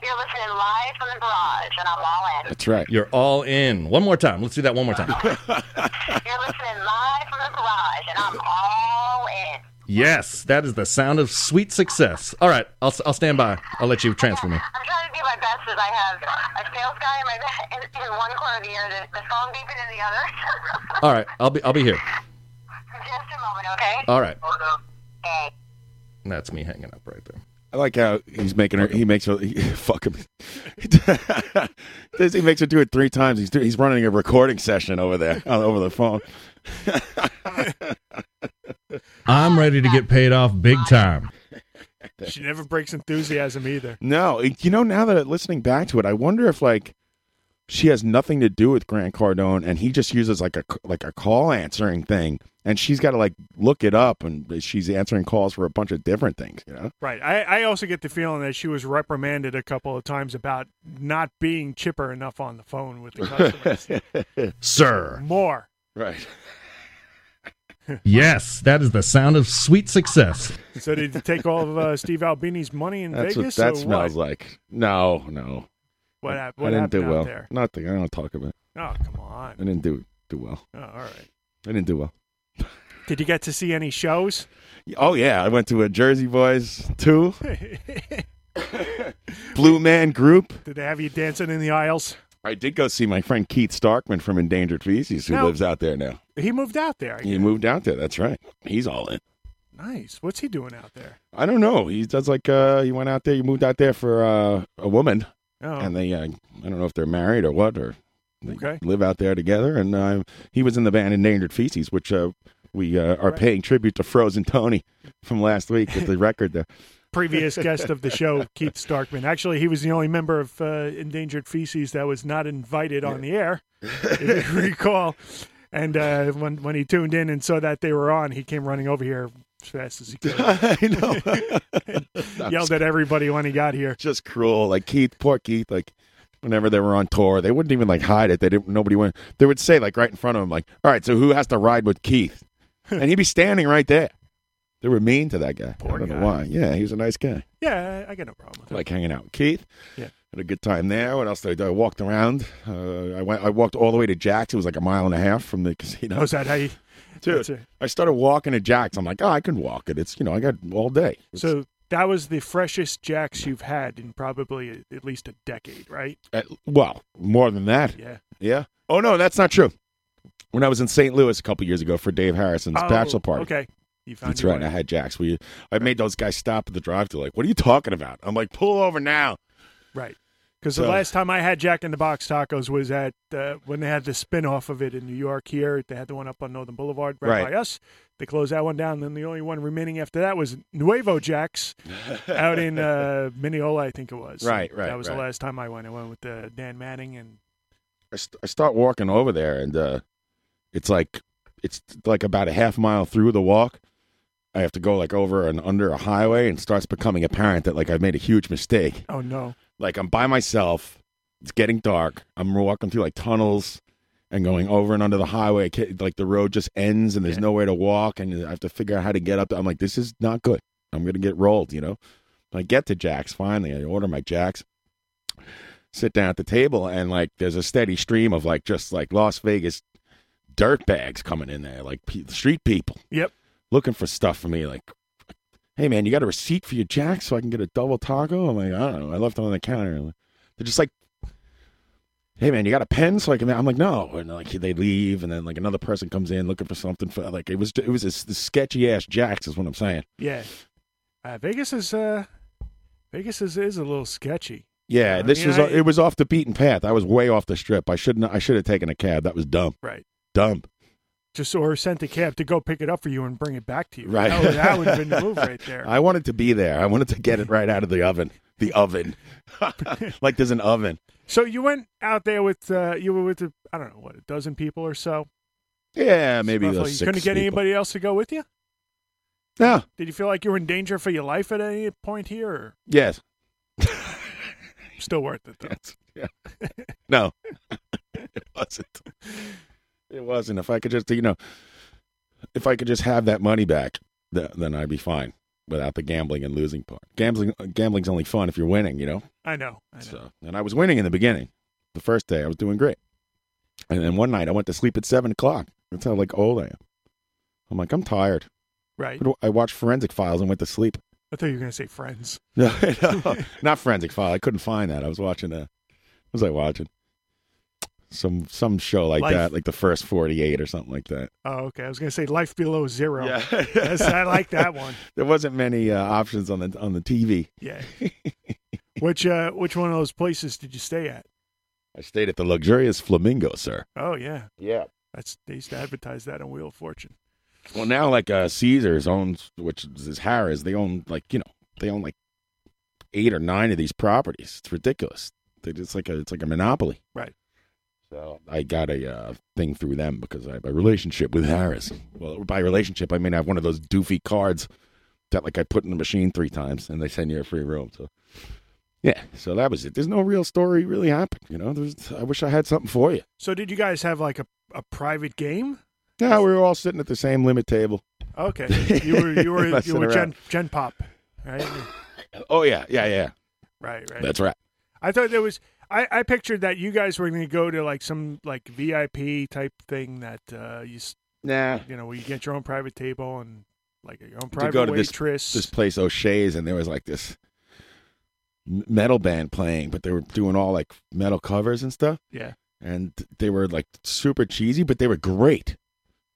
S14: You're listening live from the barrage, and I'm all in.
S12: That's right. You're all in. One more time. Let's do that one
S14: [LAUGHS]
S12: more time.
S14: You're listening live from the barrage, and I'm all in.
S12: yes, that is the sound of sweet success. All right, I'll I'll stand by. I'll let you transfer me.
S14: I'm trying to do my best as I have a sales guy in, my, in, [LAUGHS] in one corner of the ear, the, the phone beeping in the other.
S12: All right, I'll be I'll be here.
S14: Just a moment, okay?
S12: All right.
S14: Okay.
S12: That's me hanging up right there.
S10: I like how he's making her. He makes her he, [LAUGHS] fuck him. he makes her do it three times. He's do, he's running a recording session over there uh, over the phone. [LAUGHS]
S12: I'm ready to get paid off big time.
S11: She never breaks enthusiasm either.
S10: No, you know now that I'm listening back to it, I wonder if like she has nothing to do with Grant Cardone, and he just uses like a like a call answering thing, and she's got to like look it up, and she's answering calls for a bunch of different things. You know,
S11: Right. I, I also get the feeling that she was reprimanded a couple of times about not being chipper enough on the phone with the
S10: [LAUGHS]
S11: customers.
S12: Sir.
S11: More.
S10: Right.
S12: [LAUGHS] Yes, that is the sound of sweet success.
S11: So did you take all of uh, Steve Albini's money in
S10: that's
S11: Vegas?
S10: what that
S11: or
S10: smells like. No, no,
S11: What, hap-
S10: I
S11: what
S10: didn't
S11: happened
S10: do
S11: out
S10: well.
S11: there?
S10: Nothing. I don't want to talk about. it.
S11: Oh, come on.
S10: I didn't do do well.
S11: Oh, all right.
S10: I didn't do well.
S11: Did you get to see any shows? [LAUGHS]
S10: Oh yeah, I went to a Jersey Boys two, Blue Man Group.
S11: Did they have you dancing in the aisles?
S10: I did go see my friend Keith Starkman from Endangered Feces, who
S11: Now-
S10: lives out there now.
S11: He moved out there. I-
S10: He moved out there. That's right. He's all in.
S11: Nice. What's he doing out there?
S10: I don't know. He does like uh, he went out there. He moved out there for uh, a woman,
S11: Oh.
S10: and they uh, I don't know if they're married or what, or they
S11: Okay.
S10: live out there together. And uh, he was in the band Endangered Feces, which uh, we uh, are paying tribute to Frozen Tony from last week with
S11: [LAUGHS]
S10: the record there.
S11: Previous guest of the
S10: [LAUGHS]
S11: show, Keith Starkman. Actually, he was the only member of uh, Endangered Feces that was not invited on the air, if
S10: [LAUGHS]
S11: you recall. And uh, when when he tuned in and saw that they were on, he came running over here as fast as he
S10: [LAUGHS]
S11: could. I know. Yelled at everybody when he got here.
S10: Just cruel, like Keith, poor Keith, like. Whenever they were on tour, they wouldn't even like hide it. They didn't. Nobody went. They would say like right in front of him, like, "All right, so who has to ride
S11: [LAUGHS]
S10: with Keith?" And he'd be standing right there. They were mean to that guy. I don't know why. Yeah, he was a nice guy.
S11: [LAUGHS] Yeah, I I got no problem.
S10: like hanging out with Keith.
S11: Yeah.
S10: Had a good time there. What else did I do? I walked around. Uh, I went. I walked all the way to Jack's. It was like a mile and a half from the casino.
S11: Oh, is that how you? that's
S10: Dude,
S11: it.
S10: I started walking to Jack's. I'm like, oh, I can walk it. It's you know, I got all day. It's
S11: So that was the freshest jacks you've had in probably a- at least a decade, right?
S10: at, well more than that.
S11: Yeah.
S10: Yeah. Oh no, that's not true. When I was in St. Louis a couple years ago for Dave Harrison's
S11: Oh,
S10: bachelor party.
S11: Okay. You found
S10: That's
S11: your
S10: right.
S11: way.
S10: I had Jack's. We I made those guys stop at the drive-thru. Like, what are you talking about? I'm like, pull over now.
S11: Right. Because
S10: So-
S11: the last time I had Jack in the Box tacos was at uh, when they had the spin off of it in New York here. They had the one up on Northern Boulevard right,
S10: Right.
S11: by us. They closed that one down. And then the only one remaining after that was Nuevo
S10: [LAUGHS]
S11: Jack's out in uh, Mineola, I think it was.
S10: Right, right,
S11: That was
S10: right.
S11: the last time I went. I went with uh, Dan Manning and
S10: I, st- I start walking over there and uh it's like it's like about a half mile through the walk i have to go like over and under a highway and it starts becoming apparent that like i've made a huge mistake
S11: oh no.
S10: like i'm by myself it's getting dark i'm walking through like tunnels and going over and under the highway. I can't- Like the road just ends and there's nowhere to walk, and I have to figure out how to get up. I'm like, this is not good. I'm gonna get rolled, you know. I get to Jack's finally. I order my Jack's, sit down at the table, and like there's a steady stream of like just like Las Vegas dirt bags coming in there, like pe- street people.
S11: Yep.
S10: Looking for stuff for me, like hey man, you got a receipt for your jack so I can get a double taco? I'm like, I don't know. I left it on the counter. They're just like, hey man, you got a pen so I can? I'm like, no. And like they leave, and then like another person comes in looking for something for like it was it was this, this sketchy ass jacks is what I'm saying.
S11: Yeah. Uh, Vegas is uh, Vegas is, is a little sketchy.
S10: Yeah,
S11: I
S10: this
S11: mean,
S10: was
S11: I-
S10: it was off the beaten path. I was way off the strip. I shouldn't I should have taken a cab. That was dumb.
S11: Right.
S10: Dumb.
S11: Just or sent a cab to go pick it up for you and bring it back to you.
S10: Right.
S11: That would, that would have been
S10: [LAUGHS]
S11: the move right there.
S10: I wanted to be there. I wanted to get it right out of the oven. The
S11: [LAUGHS]
S10: oven. like there's an oven.
S11: So you went out there with uh, you were with I don't know what a dozen people or so.
S10: Yeah, maybe
S11: Roughly.
S10: those
S11: you couldn't
S10: six
S11: get
S10: people.
S11: anybody else to go with you.
S10: No.
S11: Did you feel like you were in danger for your life at any point here? Or
S10: Yes.
S11: still worth
S10: [LAUGHS]
S11: it though.
S10: No, [LAUGHS] it wasn't. It wasn't. If I could just, you know, if I could just have that money back, th- then I'd be fine without the gambling and losing part. Gambling, uh, gambling's only fun if you're winning, you know.
S11: [LAUGHS] I know.
S10: So, and I was winning in the beginning. The first day, I was doing great, and then one night I went to sleep at seven o'clock. That's how like old I am. I'm like, I'm tired.
S11: Right.
S10: I watched Forensic Files and went to sleep.
S11: I thought you were gonna say friends.
S10: No, no, [LAUGHS] not forensic file. I couldn't find that. I was watching a, what was I watching? Some some show like
S11: Life.
S10: that, like the first forty eight or something like that.
S11: Oh, okay. I was gonna say life below zero. Yeah. I like
S10: [LAUGHS]
S11: that one.
S10: There wasn't many uh, options on the on the TV.
S11: Yeah. which uh, which one of those places did you stay at?
S10: I stayed at the luxurious Flamingo, sir.
S11: Oh yeah.
S10: Yeah.
S11: That's they used to advertise that on Wheel of Fortune.
S10: Well, now like uh, Caesar's owns, which is Harris. They own like you know they own like eight or nine of these properties. It's ridiculous. They just like a it's like a monopoly.
S11: Right.
S10: So I got a uh, thing through them because I have a relationship with Harris. Well, by relationship, I mean I have one of those doofy cards that like I put in the machine three times and they send you a free room. So yeah, so that was it. There's no real story really happened. You know, there's I wish I had something for you.
S11: So did you guys have like a, a private game?
S10: Yeah, we were all sitting at the same limit table. [LAUGHS]
S11: Okay. You were you were you
S10: Messing
S11: were
S10: around.
S11: gen, gen pop, right?
S10: Oh yeah, yeah, yeah.
S11: Right, right.
S10: That's right.
S11: I thought there was I, I pictured that you guys were going to go to like some like VIP type thing that uh you s-
S10: Nah.
S11: you know where you get your own private table and like your own private
S10: to go to this,
S11: waitress.
S10: this place O'Shea's, and there was like this m- metal band playing, but they were doing all like metal covers and stuff.
S11: Yeah.
S10: and they were like super cheesy, but they were great.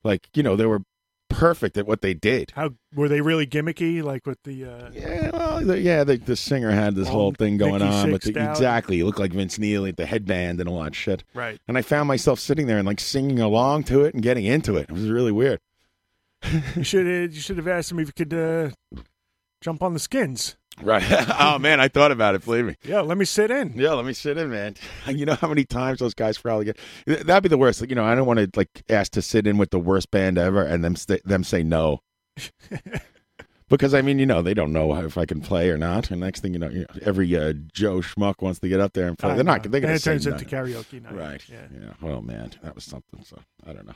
S10: Like you know, they were perfect at what they did.
S11: How were they really gimmicky? Like with the
S10: [LAUGHS]
S11: uh,
S10: yeah, well, Oh, The- yeah, the, the singer had this whole thing going
S11: Mickey
S10: on, but the,
S11: Sixed out.
S10: exactly, he looked like Vince Neil at the headband and all that shit.
S11: Right.
S10: And I found myself sitting there and like singing along to it and getting into it. It was really weird.
S11: you should you should have asked him if you could uh, jump on the skins. [LAUGHS]
S10: Right. [LAUGHS] oh man, I thought about it. Believe me.
S11: Yeah, let me sit in.
S10: Yeah, let me sit in, man. [LAUGHS] You know how many times those guys probably get? Th- That'd be the worst. Like, you know, I don't want to like ask to sit in with the worst band ever, and them st- them say no. Because I mean, you know, they don't know if I can play or not. And next thing you know, you know, every uh, Joe schmuck wants to get up there and play.
S11: I
S10: They're not.
S11: know.
S10: They're
S11: Then
S10: gonna
S11: it
S10: say
S11: turns
S10: no.
S11: into karaoke night.
S10: Right.
S11: Yeah.
S10: Yeah. Well, man, that was something. So I don't know.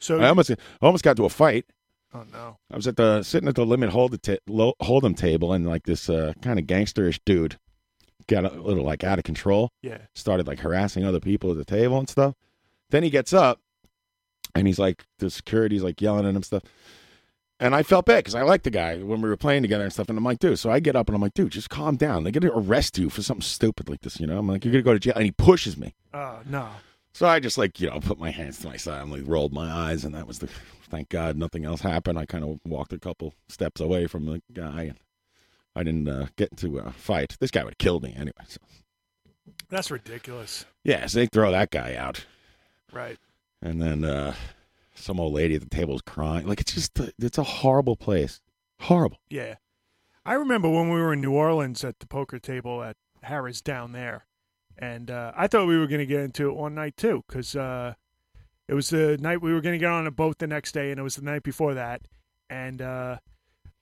S11: So
S10: I almost I almost got to a fight.
S11: Oh no.
S10: I was at the sitting at the limit hold ta- lo- hold'em table, and like this uh, kind of gangsterish dude got a little like out of control.
S11: Yeah.
S10: started like harassing other people at the table and stuff. Then he gets up, and he's like the security's like yelling at him stuff. And I felt bad because I liked the guy when we were playing together and stuff. And I'm like, dude, so I get up and I'm like, dude, just calm down. They're gonna arrest you for something stupid like this, you know? I'm like, you're gonna go to jail. And he pushes me.
S11: Oh no.
S10: So I just like, you know, put my hands to my side and like rolled my eyes, and that was the thank God nothing else happened. I kind of walked a couple steps away from the guy, and I didn't uh, get to uh, fight. This guy would have killed me anyway. So.
S11: That's ridiculous.
S10: Yeah, so they throw that guy out,
S11: Right.
S10: and then uh, some old lady at the table is crying. Like it's just, it's a horrible place. Horrible.
S11: Yeah. I remember when we were in New Orleans at the poker table at Harris down there, and uh, I thought we were going to get into it one night too, because uh, it was the night we were going to get on a boat the next day, and it was the night before that, and uh,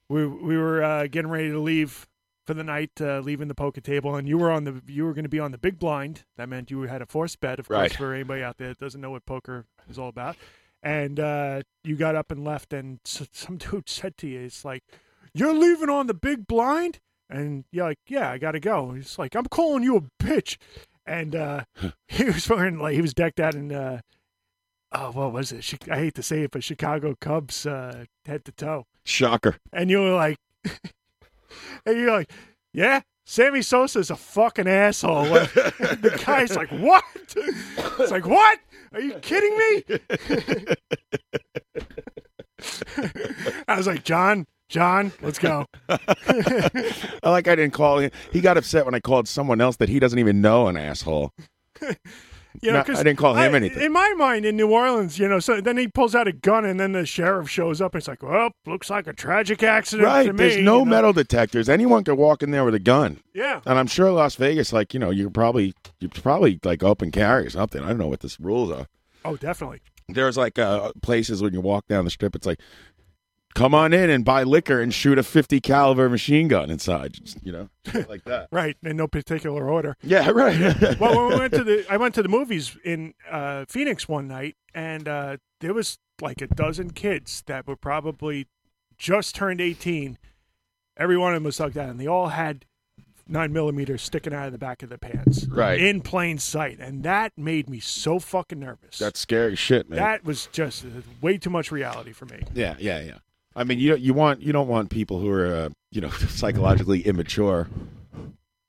S11: we we were uh, getting ready to leave for the night, uh, leaving the poker table, and you were on the you were going to be on the big blind. That meant you had a forced bet, of
S10: Right.
S11: course, for anybody out there that doesn't know what poker is all about. And uh, you got up and left, and s- some [LAUGHS] dude said to you, "It's like you're leaving on the big blind," and you're like, "Yeah, I got to go." He's like, "I'm calling you a bitch," and uh, he was wearing like he was decked out in. Uh, Oh, what was it? Chi- I hate to say it, but Chicago Cubs uh, head to toe
S10: Shocker.
S11: and you were like, [LAUGHS] and you're like, yeah, Sammy Sosa's a fucking asshole. Like, the guy's like, what? It's like, what? Are you kidding me? [LAUGHS] I was like, John, John, let's go. [LAUGHS]
S10: I [LAUGHS] like I didn't call him. He got upset when I called someone else that he doesn't even know an asshole.
S11: You know,
S10: No,
S11: 'cause
S10: I didn't call him
S11: I-
S10: anything.
S11: In my mind, in New Orleans, you know, so then he pulls out a gun, and then the sheriff shows up. And it's like, well, looks like a tragic accident
S10: Right.
S11: to me.
S10: There's
S11: you
S10: no
S11: know?
S10: metal detectors. Anyone could walk in there with a gun.
S11: Yeah.
S10: And I'm sure Las Vegas, like, you know, you could probably you could probably like open carry or something. I don't know what the rules are.
S11: Oh, definitely.
S10: There's like uh, places when you walk down the strip, it's like, come on in and buy liquor and shoot a 50 caliber machine gun inside. Just, you know. like that.
S11: [LAUGHS] Right, in no particular order.
S10: Yeah, [LAUGHS] right.
S11: [LAUGHS] well, when we went to the I went to the movies in uh, Phoenix one night, and uh, there was like a dozen kids that were probably just turned eighteen. Every one of them was like that, and they all had nine millimeters sticking out of the back of their pants,
S10: Right.
S11: in plain sight, and that made me so fucking nervous.
S10: That's scary shit, man.
S11: That was just uh, way too much reality for me.
S10: Yeah, yeah, yeah. I mean, you you want you don't want people who are uh, you know [LAUGHS] psychologically immature.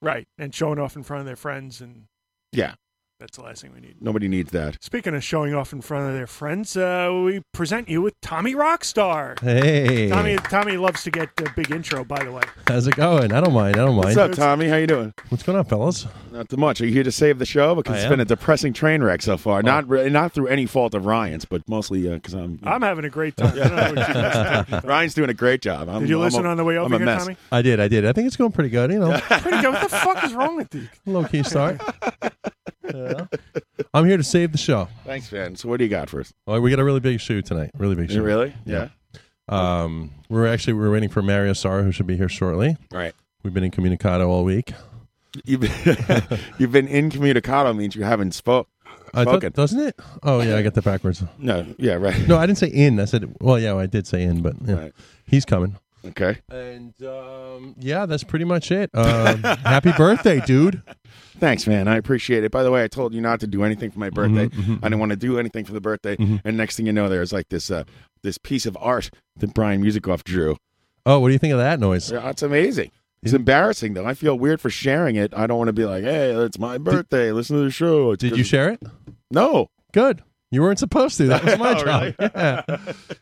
S11: Right, and showing off in front of their friends, and
S10: Yeah,
S11: that's the last thing we need.
S10: nobody needs that.
S11: Speaking of showing off in front of their friends, uh, we present you with Tommy Rockstar.
S15: Hey.
S11: Tommy! Tommy loves to get a big intro. By the way,
S15: How's it going? I don't mind. I don't mind.
S10: What's up, Tommy? How you doing?
S15: What's going on, fellas?
S10: Not too much. Are you here to save the show? Because
S15: I
S10: it's
S15: am. Oh.
S10: been a depressing train wreck so far. Not re- not through any fault of Ryan's, but mostly
S15: [LAUGHS]
S10: because I'm. [LAUGHS]
S11: I'm having a great time. I don't know what you guys are talking about.
S10: Ryan's doing a great job. I'm,
S11: Did you
S10: I'm
S11: listen
S10: a-
S11: on the way over
S10: I'm a
S11: here,
S10: mess.
S11: Tommy?
S15: I did. I did. I think it's going pretty good. You know,
S11: Pretty good. What the fuck is wrong with you?
S15: low key start.
S5: [LAUGHS]
S15: I'm here to save the show.
S10: Thanks, man. So what do you got for us?
S15: Oh, we got a really big shoe tonight. Really big
S10: Yeah,
S15: shoe.
S10: really? Yeah.
S15: Um, we're actually we're waiting for Mario Sara, who should be here shortly.
S10: Right.
S15: We've been in communicado all week.
S10: You've [LAUGHS] been, you've been incommunicado means you haven't spoke.
S15: I thought-
S10: Spoken.
S15: doesn't it? Oh yeah, I got that backwards.
S10: no. Yeah. Right.
S15: No, I didn't say in. I said well, yeah, I did say in, but yeah. he's coming.
S10: Okay.
S15: And um, yeah, that's pretty much it. Um, [LAUGHS] happy birthday, dude.
S10: Thanks, man. I appreciate it. By the way, I told you not to do anything for my birthday.
S15: mhm.
S10: I didn't want to do anything for the birthday.
S15: Mhm.
S10: And next thing you know, there's like this uh, this piece of art that Brian Musikoff drew.
S15: Oh, what do you think of that noise?
S10: Yeah, It's amazing. It's embarrassing though. I feel weird for sharing it. I don't want to be like, "Hey, it's my birthday. Listen to the show." Did
S15: you share it?
S10: No.
S15: Good. You weren't supposed to. That was my
S10: [LAUGHS] Oh,
S15: job.
S10: really?
S15: Yeah.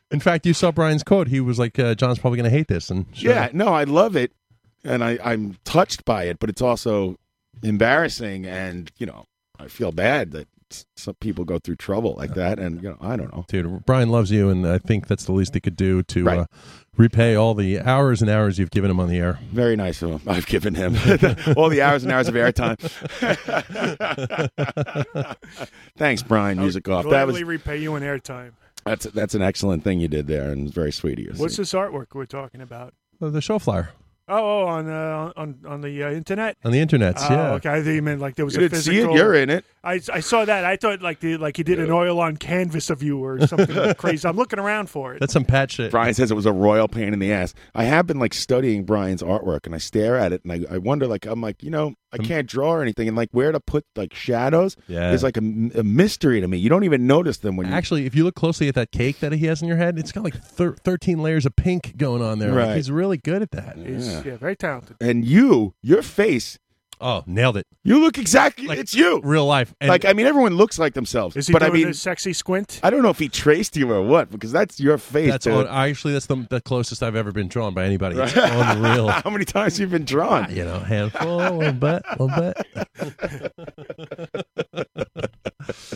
S15: In fact, you saw Brian's quote. He was like, uh, "John's probably going to hate this." And sure.
S10: Yeah, no, I love it, and I, I'm touched by it, but it's also embarrassing, and you know, I feel bad that s- some people go through trouble like that, and you know, I don't know.
S15: dude, Brian loves you, and I think that's the least he could do to uh, repay all the hours and hours you've given him on the air.
S10: Very nice of him. [LAUGHS] I've given him [LAUGHS] all the hours and hours of airtime. [LAUGHS] Thanks, Brian [LAUGHS] Music Off. That
S11: Gladly
S10: was
S11: repay you in airtime.
S10: that's that's an excellent thing you did there, and it's very sweet of you.
S11: What's this artwork we're talking about?
S15: Uh, the show flyer
S11: Oh, oh on uh, on on the uh, internet.
S15: on the internet.
S11: Oh,
S15: yeah.
S11: okay. I think you meant like there was
S10: You
S11: a
S10: didn't see it?
S11: physical.
S10: You're in it.
S11: I, I saw that. I thought like the, like he did an oil on canvas of you or
S10: [LAUGHS]
S11: something crazy. I'm looking around for it.
S15: That's some pat shit.
S10: Brian says it was a royal pain in the ass. I have been like studying Brian's artwork, and I stare at it, and I, I wonder, like, I'm like, you know, I can't draw or anything, and like where to put like shadows.
S15: Yeah.
S10: is like a, m- a mystery to me. You don't even notice them when
S15: [LAUGHS]
S10: you
S15: Actually, if you look closely at that cake that he has in your head, it's got like thir- 13 layers of pink going on there. Like,
S10: Right.
S15: he's really good at that.
S11: He's yeah, very talented.
S10: and you, your face.
S15: Oh, nailed it.
S10: You look exactly. it's you.
S15: Real life. And-
S10: like I mean, everyone looks like themselves.
S11: Is he
S10: but
S11: doing
S10: I mean,
S11: a sexy squint?
S10: I don't know if he traced you or what, because that's your face.
S15: That's
S10: dude.
S15: un- actually that's the, the closest I've ever been drawn by anybody. It's
S10: [LAUGHS]
S15: unreal.
S10: How many times you've been drawn?
S15: You know, handful, a little bit, a little bit.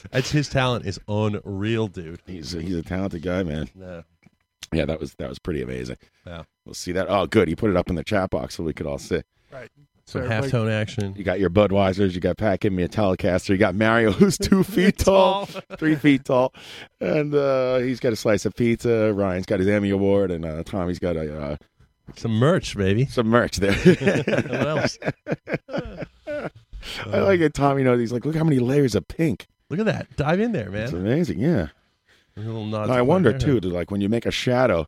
S15: That's his talent is unreal, dude.
S10: He's a, he's a talented guy, man.
S15: Yeah.
S10: Yeah, that was that was pretty amazing.
S15: Yeah.
S10: We'll see that. Oh, good. He put it up in the chat box so we could all see.
S11: Right.
S15: Some halftone action.
S10: You got your Budweisers. You got Pat giving me a Telecaster. You got
S15: [LAUGHS]
S10: Mario, who's two feet tall, three feet tall, and uh, he's got a slice of pizza. Ryan's got his Emmy award, and uh, Tommy's got a uh,
S15: Some merch, baby.
S10: Some merch there.
S15: [LAUGHS] what else?
S10: [LAUGHS] I like it. Tommy knows. He's like, look how many layers of pink.
S15: Look at that. Dive in there, [LAUGHS]
S10: It's
S15: man.
S10: amazing. Yeah.
S15: Little nods
S10: I
S15: of my
S10: wonder
S15: hair.
S10: too. To like when you make a shadow.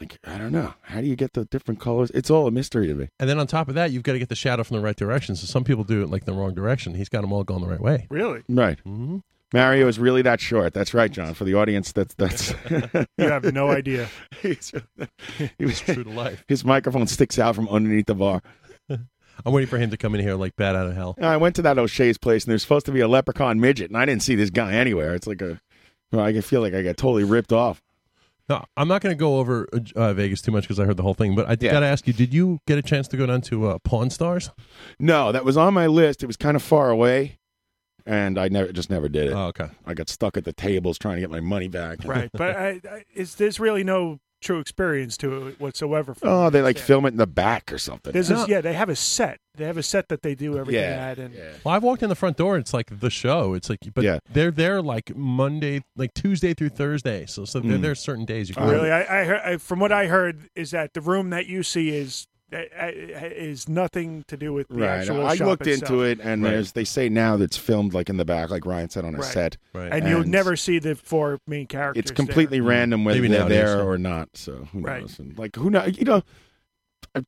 S10: Like I don't know. How do you get the different colors? It's all a mystery to me.
S15: And then on top of that, you've got to get the shadow from the right direction. So some people do it like the wrong direction. He's got them all going the right way.
S11: Really?
S10: Right.
S15: Mm-hmm.
S10: Mario is really that short. That's right, John. For the audience,
S15: [LAUGHS]
S10: that's that's. [LAUGHS]
S11: You have no idea.
S10: He was
S15: true to life.
S10: His microphone sticks out from underneath the bar.
S15: I'm waiting for him to come in here like bat out of hell.
S10: I went to that O'Shea's place, and there's supposed to be a leprechaun midget, and I didn't see this guy anywhere. It's like a, well, I can feel like I got totally ripped off.
S15: No, I'm not going to go over uh, Vegas too much because I heard the whole thing. But I
S10: Yeah.
S15: got to ask you: Did you get a chance to go down to uh, Pawn Stars?
S10: No, that was on my list. It was kind of far away, and I never just never did it. Oh,
S15: okay.
S10: I got stuck at the tables trying to get my money back.
S11: right. But I, I, is, there's really no true experience to it whatsoever. For
S10: oh, they
S11: this,
S10: like
S11: yeah.
S10: film it in the back or something.
S11: There's this, yeah, they have a set. They have a set that they do everything
S10: Yeah,
S11: at, and
S15: Well, I've walked in the front door. It's like the show. It's like, but they're there like Monday, like Tuesday through Thursday. So, so they're
S11: Mm.
S15: there certain days. You
S10: Um,
S11: really, I, I, heard, I from what I heard is that the room that you see is uh, uh, is nothing to do with the
S10: Right.
S11: actual
S10: I
S11: shop
S10: looked
S11: itself.
S10: into it, and there's they say now that it's filmed like in the back, like Ryan said on a
S11: Right.
S10: set.
S11: and, you'll never see the four main characters.
S10: it's completely
S11: there.
S10: random whether
S15: Mm-hmm. Maybe
S10: they're
S15: nowadays,
S10: there
S15: yeah.
S10: or not. So who
S11: Right.
S10: knows? And like who know? You know,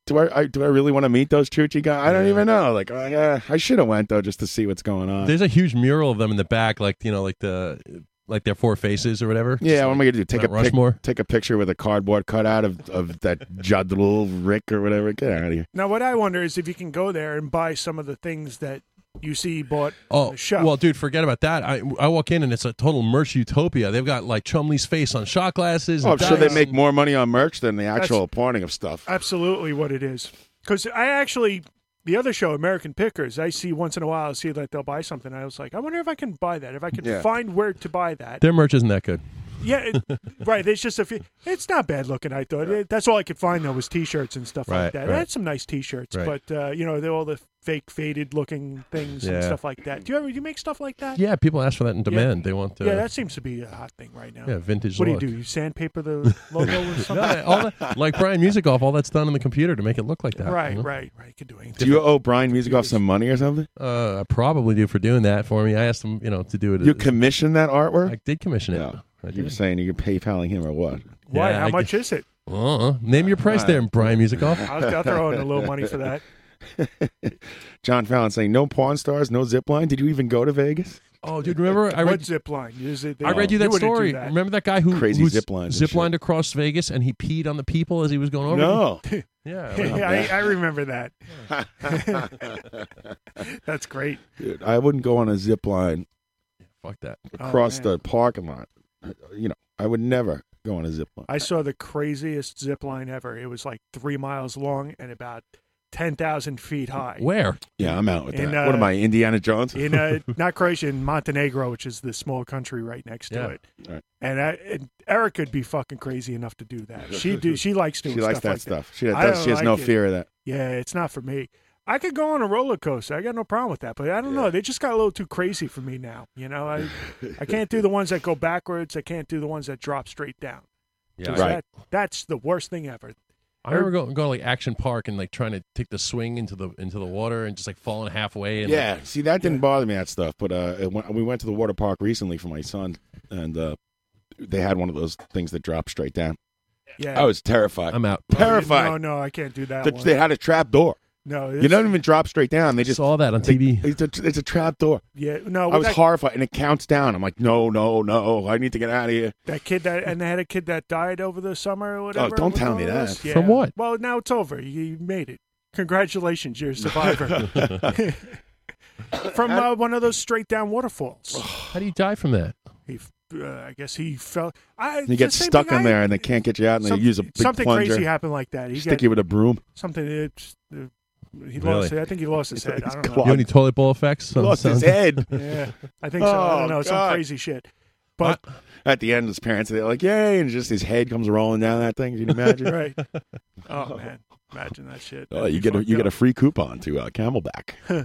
S10: do I, I do I really want to meet those Chuchi guys? I don't even know. Like I, uh, I should have went though just to see what's going on.
S15: There's a huge mural of them in the back, like you know, like the like their four faces or whatever.
S10: yeah, what am I gonna do? Take a
S15: Mount
S10: pic-
S15: Rushmore?
S10: take a picture with a cardboard cutout of of that Jadul Rick or whatever. Get out of here.
S11: Now, what I wonder is if you can go there and buy some of the things that you see bought on
S15: Oh
S11: the shop.
S15: well, dude, forget about that. I I walk in and it's a total merch utopia. They've got like Chumley's face on shot glasses.
S10: Oh,
S15: and
S10: I'm sure they
S15: dice.
S10: make more money on merch than the actual appointing of stuff.
S11: absolutely what it is. Because I actually, the other show, American Pickers, I see once in a while, I see that they'll buy something. I was like, I wonder if I can buy that, if I can
S15: Yeah.
S11: find where to buy that.
S15: Their merch isn't that
S11: [LAUGHS]
S15: good. [LAUGHS]
S11: yeah, it, right. It's just a few. It's not bad looking, I thought. It- that's all I could find, though, was t shirts and stuff
S15: Right,
S11: like that.
S15: right.
S11: I had some nice t shirts,
S15: Right.
S11: but, uh, you know, they're all the fake, faded looking things
S15: Yeah.
S11: and stuff like that. Do you ever do you make stuff like that?
S15: Yeah, people ask for that in
S11: Yeah.
S15: demand. They want to. [LAUGHS]
S11: Yeah, that seems to be a hot thing right now.
S15: Yeah, vintage
S11: What
S15: look.
S11: do you do? You sandpaper the logo or something?
S15: [LAUGHS] No, that- all that, like Brian Music off, all that's done on the computer to make it look like that.
S11: right,
S15: you know?
S11: right, right. You can do anything.
S10: Do you owe Brian Music off some money or something?
S15: Uh, I probably do for doing that for me. I asked him, you know, to do it.
S10: You commissioned that artwork? I
S15: did commission it.
S10: You were saying you could PayPaling him or what?
S11: Why?
S15: Yeah,
S11: How
S15: I
S11: much is it?
S15: Uh-uh. Name your price there, Brian Music off.
S11: I'll, I'll throw in a little money for that.
S10: [LAUGHS] John Fallon saying no pawn stars, no zip line. Did you even go to Vegas?
S15: Oh, dude, remember I
S11: what
S15: read.
S11: zip line? Is it- they-
S15: I read you that
S11: wouldn't do
S15: story.
S11: that.
S15: Remember that guy who
S10: Crazy
S15: who
S10: zip lines and
S15: ziplined across Vegas and he peed on the people as he was going over.
S10: No.
S15: [LAUGHS] yeah,
S11: [LAUGHS] Yeah, I, I remember that. [LAUGHS] That's great.
S10: Dude, I wouldn't go on a zip line.
S15: Fuck that.
S10: Across
S11: Oh,
S10: the parking lot. You know, I would never go on a zip line.
S11: I saw the craziest zip line ever. It was like three miles long and about ten thousand feet high.
S15: Where?
S10: Yeah, I'm out with
S11: In,
S10: that. what am
S11: uh,
S10: I, Indiana Jones?
S15: [LAUGHS]
S11: in
S10: [LAUGHS]
S11: uh, not Croatia, in Montenegro, which is the small country right next
S10: Yeah.
S11: to it.
S10: Right.
S11: And, I, and Erica would be fucking crazy enough to do that. She do. She likes doing.
S10: She likes
S11: stuff
S10: that
S11: like
S10: stuff. She does-
S11: I don't
S10: she has no
S11: it.
S10: fear of that.
S11: Yeah, it's not for me. I could go on a roller coaster. I got no problem with that. But I don't know. They just got a little too crazy for me now. You know, I I can't do the ones that go backwards. I can't do the ones that drop straight down.
S15: Yeah,
S11: So
S15: I-
S11: that- that's the worst thing ever.
S15: I remember going, going to like Action Park and like trying to take the swing into the into the water and just like falling halfway. And
S10: Yeah, see, that didn't bother me, that stuff. But uh, it went- we went to the water park recently for my son, and uh, they had one of those things that dropped straight down.
S11: Yeah.
S10: I was terrified.
S15: I'm out.
S10: Terrified.
S11: No, no, I can't do that.
S10: The-
S11: one.
S10: they had a trap door.
S11: No,
S10: you
S11: it's-
S10: don't even drop straight down. They just
S15: saw that on TV.
S10: It's a, it's a trap door.
S11: Yeah, no,
S10: I was
S11: that-
S10: horrified, and it counts down. I'm like, no, no, no, I need to get out of here.
S11: That kid that and they had a kid that died over the summer or whatever.
S10: Oh, don't
S11: with
S10: tell
S11: all
S10: me
S11: this.
S10: that. From what?
S11: Well, now it's over. You, you made it. Congratulations, you're a
S10: [LAUGHS]
S11: survivor. [LAUGHS] from uh, one of those straight down waterfalls. [SIGHS]
S15: How do you die from that?
S11: He, uh, I guess he fell. I, it's
S10: You get
S11: the same
S10: stuck
S11: thing
S10: in
S11: I-
S10: there, and they can't get you out, and
S11: Some-
S10: they use a big
S11: something
S10: plunger.
S11: crazy happened like that. He
S10: stick
S11: got-
S10: you with a broom.
S11: Something. It's, uh, he
S15: Really?
S11: lost. it. I think he lost
S10: [LAUGHS]
S11: his head. I don't
S15: You
S11: know.
S15: have any toilet bowl effects?
S10: Lost
S15: [LAUGHS]
S10: his head.
S11: Yeah, I think so. I
S10: Oh,
S11: don't know.
S10: God.
S11: Some crazy shit. But
S10: At the end, his parents they're like, "Yay!" and just his head comes rolling down that thing. Can you imagine?
S11: right.
S10: [LAUGHS]
S11: Oh man, imagine that shit.
S10: Oh, you get a, you get a free coupon to uh, Camelback.
S15: Do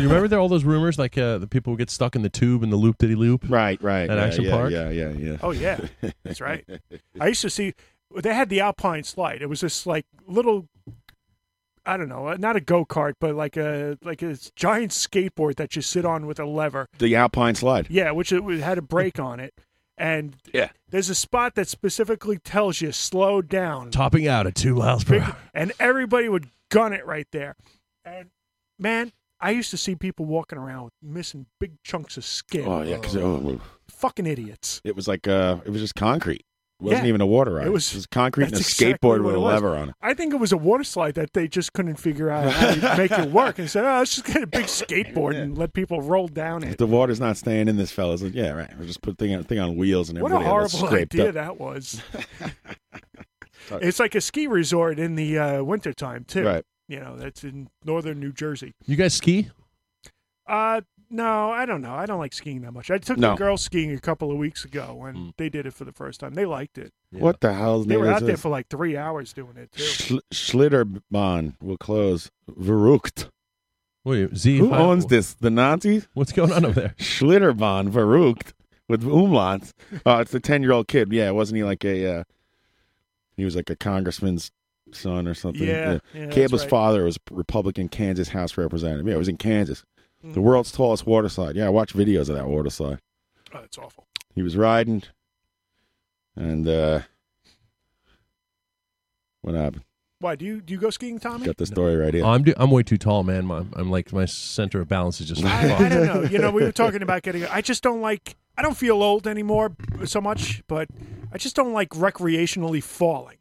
S15: you remember there all those rumors like uh, the people who get stuck in the tube and the loop diddy loop?
S10: Right, right.
S15: At
S10: yeah,
S15: Action
S10: yeah,
S15: Park.
S10: Yeah, yeah, yeah.
S11: Oh yeah, that's right. I used to see they had the Alpine slide. It was this like little, I don't know, not a go kart, but like a like a giant skateboard that you sit on with a lever.
S10: The Alpine slide.
S11: Yeah, which it it had a brake on it, and
S10: Yeah.
S11: there's a spot that specifically tells you slow down,
S15: Topping out at two miles per hour.
S11: and everybody would gun it right there. And man, I used to see people walking around with missing big chunks of skin.
S10: Oh yeah, because
S11: fucking idiots.
S10: it was like uh, it was just concrete. It wasn't
S11: Yeah.
S10: even a water ride.
S11: It was-
S10: concrete and a
S11: That's exactly
S10: skateboard
S11: what
S10: with
S11: it
S10: a
S11: was.
S10: lever on it.
S11: I think it was a water slide that they just couldn't figure out how to make
S10: [LAUGHS]
S11: it work, and said, "Oh, let's just get a big skateboard and let people roll down it."
S10: If the water's not staying in this, fellas. Like, yeah, right. We'll just put thing on thing on wheels and
S11: What a
S10: everybody else
S11: horrible
S10: scraped
S11: idea
S10: up.
S11: that was!
S10: [LAUGHS] Sorry.
S11: it's like a ski resort in the uh, wintertime too.
S10: Right.
S11: You know, that's in northern New Jersey.
S15: You guys ski?
S11: Uh, no, I don't know. I don't like skiing that much. I took
S10: No. Mm.
S11: the girls skiing a couple of weeks ago, and they did it for the first time. They liked it.
S10: What the hell?
S11: They were out there for like three hours doing it.
S10: Schl- Schlitterbahn will close. Verrucht.
S15: Wait, Z
S10: Who
S15: five-
S10: owns this? The Nazis?
S15: What's going on
S10: [LAUGHS]
S15: over there?
S10: Schlitterbahn Verrucht with umlauts. Oh, it's the ten-year-old kid. Yeah, wasn't he like a? Uh, he was like a congressman's son or something.
S11: Yeah, yeah, that's
S10: Cable's
S11: right.
S10: father was Republican Kansas House representative. Yeah, it was in Kansas.
S11: Mm-hmm.
S10: The world's tallest water slide. Yeah, I watch videos of that water slide.
S11: Oh, it's awful.
S10: He was riding, and uh what happened?
S11: Why do you do you go skiing, Tommy?
S10: Got the story right here.
S15: I'm do- I'm way too tall, man. My, I'm like my center of balance
S10: [LAUGHS]
S15: is just.
S11: I don't know. You
S15: [LAUGHS]
S11: know, we were talking about getting. I just don't like. I don't feel old anymore so much, but I just don't like recreationally falling.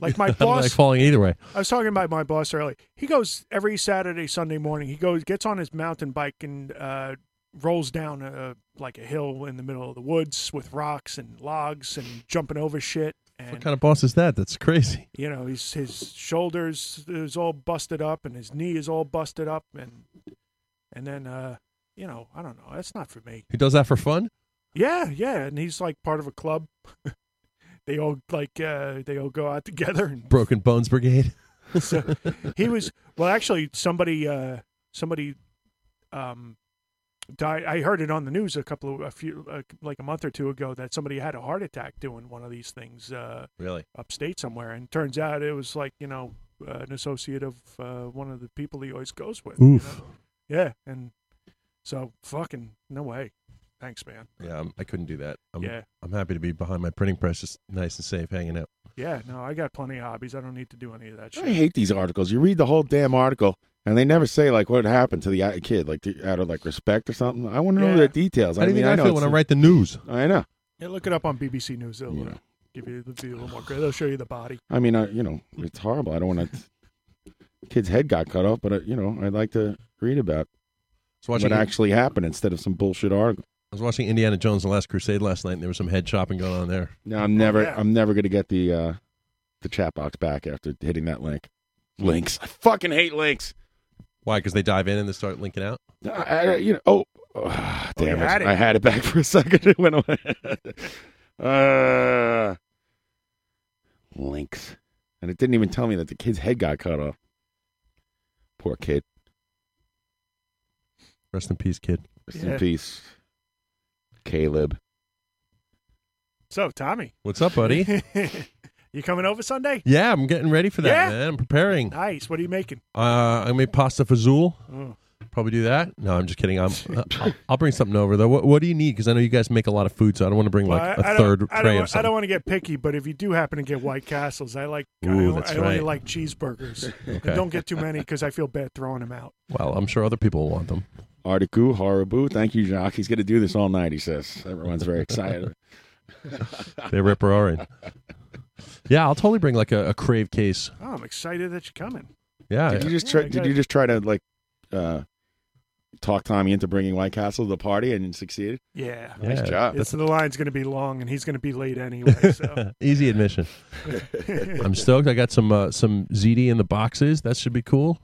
S11: Like
S15: [LAUGHS]
S11: my
S15: I don't like
S11: boss,
S15: falling either way.
S11: I was talking about my boss earlier. He goes every Saturday, Sunday morning. He goes, gets on his mountain bike and uh, rolls down a, like a hill in the middle of the woods with rocks and logs and jumping over shit.
S15: What kind of boss is that? That's crazy.
S11: You know, he's, his shoulders is all busted up and his knee is all busted up, and and then uh, you know, I don't know. That's not for me.
S15: Who does that for fun?
S11: Yeah, yeah, and he's like part of a club. [LAUGHS] they all like uh they all go out [LAUGHS] together and
S15: Broken Bones Brigade. [LAUGHS]
S11: so he was well actually somebody uh somebody um died I heard it on the news a couple of a few uh, like a month or two ago that somebody had a heart attack doing one of these things uh
S15: Really?
S11: upstate somewhere and turns out it was like, you know, uh, an associate of uh, one of the people he always goes with. you
S15: Oof.
S11: know? Yeah, and so fucking no way. Thanks, man.
S15: Yeah, I'm, I couldn't do that. I'm,
S11: Yeah.
S15: I'm happy to be behind my printing press, just nice and safe, hanging out.
S11: Yeah, no, I got plenty of hobbies. I don't need to do any of that shit.
S10: I hate these articles. You read the whole damn article, and they never say like what happened to the uh, kid, like the, out of like respect or something. I want to know the details.
S15: How do you
S10: mean,
S15: think I,
S10: know
S15: feel when I
S10: it's-
S15: write the news?
S10: I know.
S11: Yeah, look it up on BBC News. They'll uh, give you they'll give you a little more credit. They'll show you the body.
S10: I mean, I, you know, it's horrible. I don't want to. [LAUGHS] Kid's head got cut off, but uh, you know, I'd like to read about
S15: So watching
S10: what
S15: it-
S10: actually happened instead of some bullshit article.
S15: I was watching Indiana Jones: and The Last Crusade last night, and there was some head chopping going on there.
S10: No, I'm never,
S15: yeah.
S10: I'm never gonna get the uh the chat box back after hitting that link. Links. I fucking hate links.
S15: Why? Because they dive in and they start linking out.
S10: Uh, I, I- you know, oh, ah,
S15: Oh, you
S10: damn it.
S15: had it.
S10: I had it back [LAUGHS] for a second. It
S15: [LAUGHS]
S10: went away. [LAUGHS] uh, links. And it didn't even tell me that the kid's head got cut off. Poor kid.
S15: Rest in peace, kid.
S10: Rest
S11: Yeah.
S10: in peace. Caleb.
S11: So, Tommy,
S15: What's up,
S10: [LAUGHS]
S15: buddy?
S11: [LAUGHS] you coming over Sunday?
S15: yeah, I'm getting ready for that,
S11: Yeah.
S15: man. I'm preparing.
S11: Nice. What are you making?
S15: Uh, I made pasta fazool.
S11: Mm.
S15: Probably do that. No, I'm just kidding.
S10: [LAUGHS]
S15: I'm. uh, I'll, I'll bring something over though. What, what do you need? Because I know you guys make a lot of food, so I don't want to bring like
S11: Well, I- I
S15: a
S11: don't-
S15: third
S11: I
S15: tray
S11: don't,
S15: of
S11: I
S15: something.
S11: don't want to get picky, but if you do happen to get White Castles, I like I,
S15: Ooh,
S11: o-
S15: that's
S11: I only
S15: right. [LAUGHS]
S11: like cheeseburgers. And
S15: Okay.
S11: don't get too many because I feel bad throwing them out.
S15: Well, I'm sure other people will want them.
S10: Artiku Harabu. Thank you, Jacques. He's going to do this all night, he says. Everyone's very excited.
S15: They rip
S10: [LAUGHS]
S15: roaring. yeah, I'll totally bring like a, a crave case.
S11: Oh, I'm excited that you're coming.
S15: Yeah.
S10: Did you just
S11: Yeah,
S10: try,
S11: I
S10: did
S11: got
S10: you
S11: it.
S10: just try to like uh talk Tommy into bringing White Castle to the party and you succeeded?
S11: Yeah.
S10: Nice Yeah. job.
S11: It's- the line's going to be long, and he's going to be late
S15: [LAUGHS]
S11: anyway. So.
S15: Easy
S11: [LAUGHS]
S15: admission. I'm stoked. I got some uh, some ZD in the boxes. That should be cool.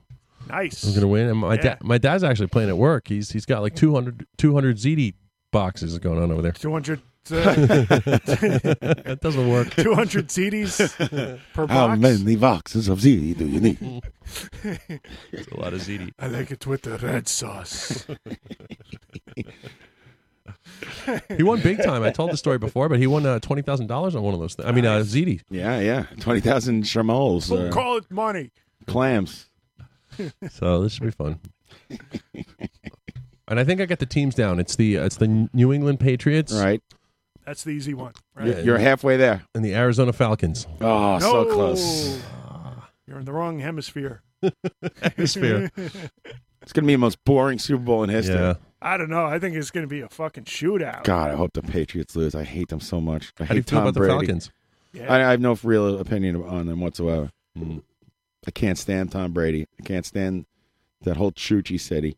S11: Nice.
S15: I'm gonna win. And my
S11: Yeah.
S15: dad, my dad's actually playing at work. He's he's got like 200, 200 ZD boxes going on over there.
S11: 200.
S15: [LAUGHS] That doesn't
S11: [LAUGHS]
S15: work. Oh, [LAUGHS]
S11: 200 CDs per
S10: How
S11: box.
S10: many boxes of CD do you need?
S11: [LAUGHS]
S15: It's a lot of ZD. [LAUGHS]
S11: I like it with the red sauce.
S15: He won big time. I told the story before, but he won uh, twenty thousand dollars on one of those. things. I mean, uh, ZD.
S10: Yeah, yeah, twenty thousand chamols,
S11: Don't
S10: or
S11: call it money. [LAUGHS]
S10: clams.
S15: So this should be fun. and I think I got the teams down. It's the it's the New England Patriots,
S10: right?
S11: That's the easy one. Right?
S10: You're- You're halfway there.
S15: And the Arizona Falcons.
S10: Oh, so
S11: No. Ah.
S10: close.
S11: You're in the
S15: [LAUGHS]
S11: wrong hemisphere.
S10: Hemisphere. It's gonna be the most boring Super Bowl in history.
S11: [LAUGHS] I don't know. I think it's going to be a fucking shootout.
S10: God, I hope the Patriots lose. I hate them so much. I hate
S15: How do you feel
S10: Tom
S15: about the
S10: Brady.
S15: Falcons?
S11: Yeah.
S10: I, I have no real opinion on them whatsoever.
S15: Mm.
S10: I can't stand Tom Brady. I can't stand that whole Chuchi city.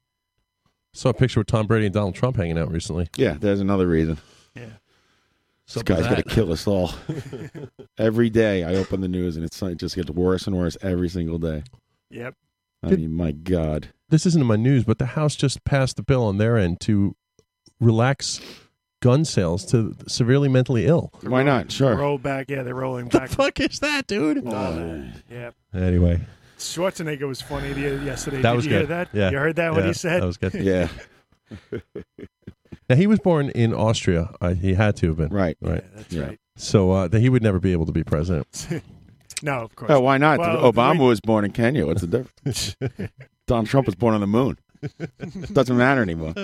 S15: Saw a picture with Tom Brady and Donald Trump hanging out recently.
S10: Yeah, there's another reason.
S11: Yeah.
S10: This
S15: Something
S10: guy's
S15: like
S10: gonna
S15: that.
S10: kill
S11: [LAUGHS]
S10: us all. every day I open the news and it's it just gets worse and worse every single day.
S11: Yep.
S10: I
S15: Did-
S10: mean, my God.
S15: This isn't in my news, but the House just passed the bill on their end to relax gun sales to severely mentally ill.
S10: Why not? Sure.
S11: Roll back. Yeah, they're rolling back. The
S15: fuck is that, dude?
S11: Yeah.
S15: Anyway,
S11: Schwarzenegger was funny the- yesterday.
S15: That
S11: Did
S15: was
S11: you hear
S15: good.
S11: that?
S15: Yeah.
S11: You heard that, what
S15: Yeah,
S11: he said?
S15: that was
S11: [LAUGHS]
S15: good.
S10: Yeah.
S15: now he was born in Austria. I, he had to have been right, right.
S11: that's Yeah. right.
S15: So uh, that he would never be able to be president.
S11: [LAUGHS] no, of course.
S10: Oh, why not?
S11: Well,
S10: Obama
S11: we-
S10: was born in Kenya. What's the
S11: [LAUGHS]
S10: difference? Donald Trump was born on the moon. Doesn't
S11: [LAUGHS]
S10: matter anymore.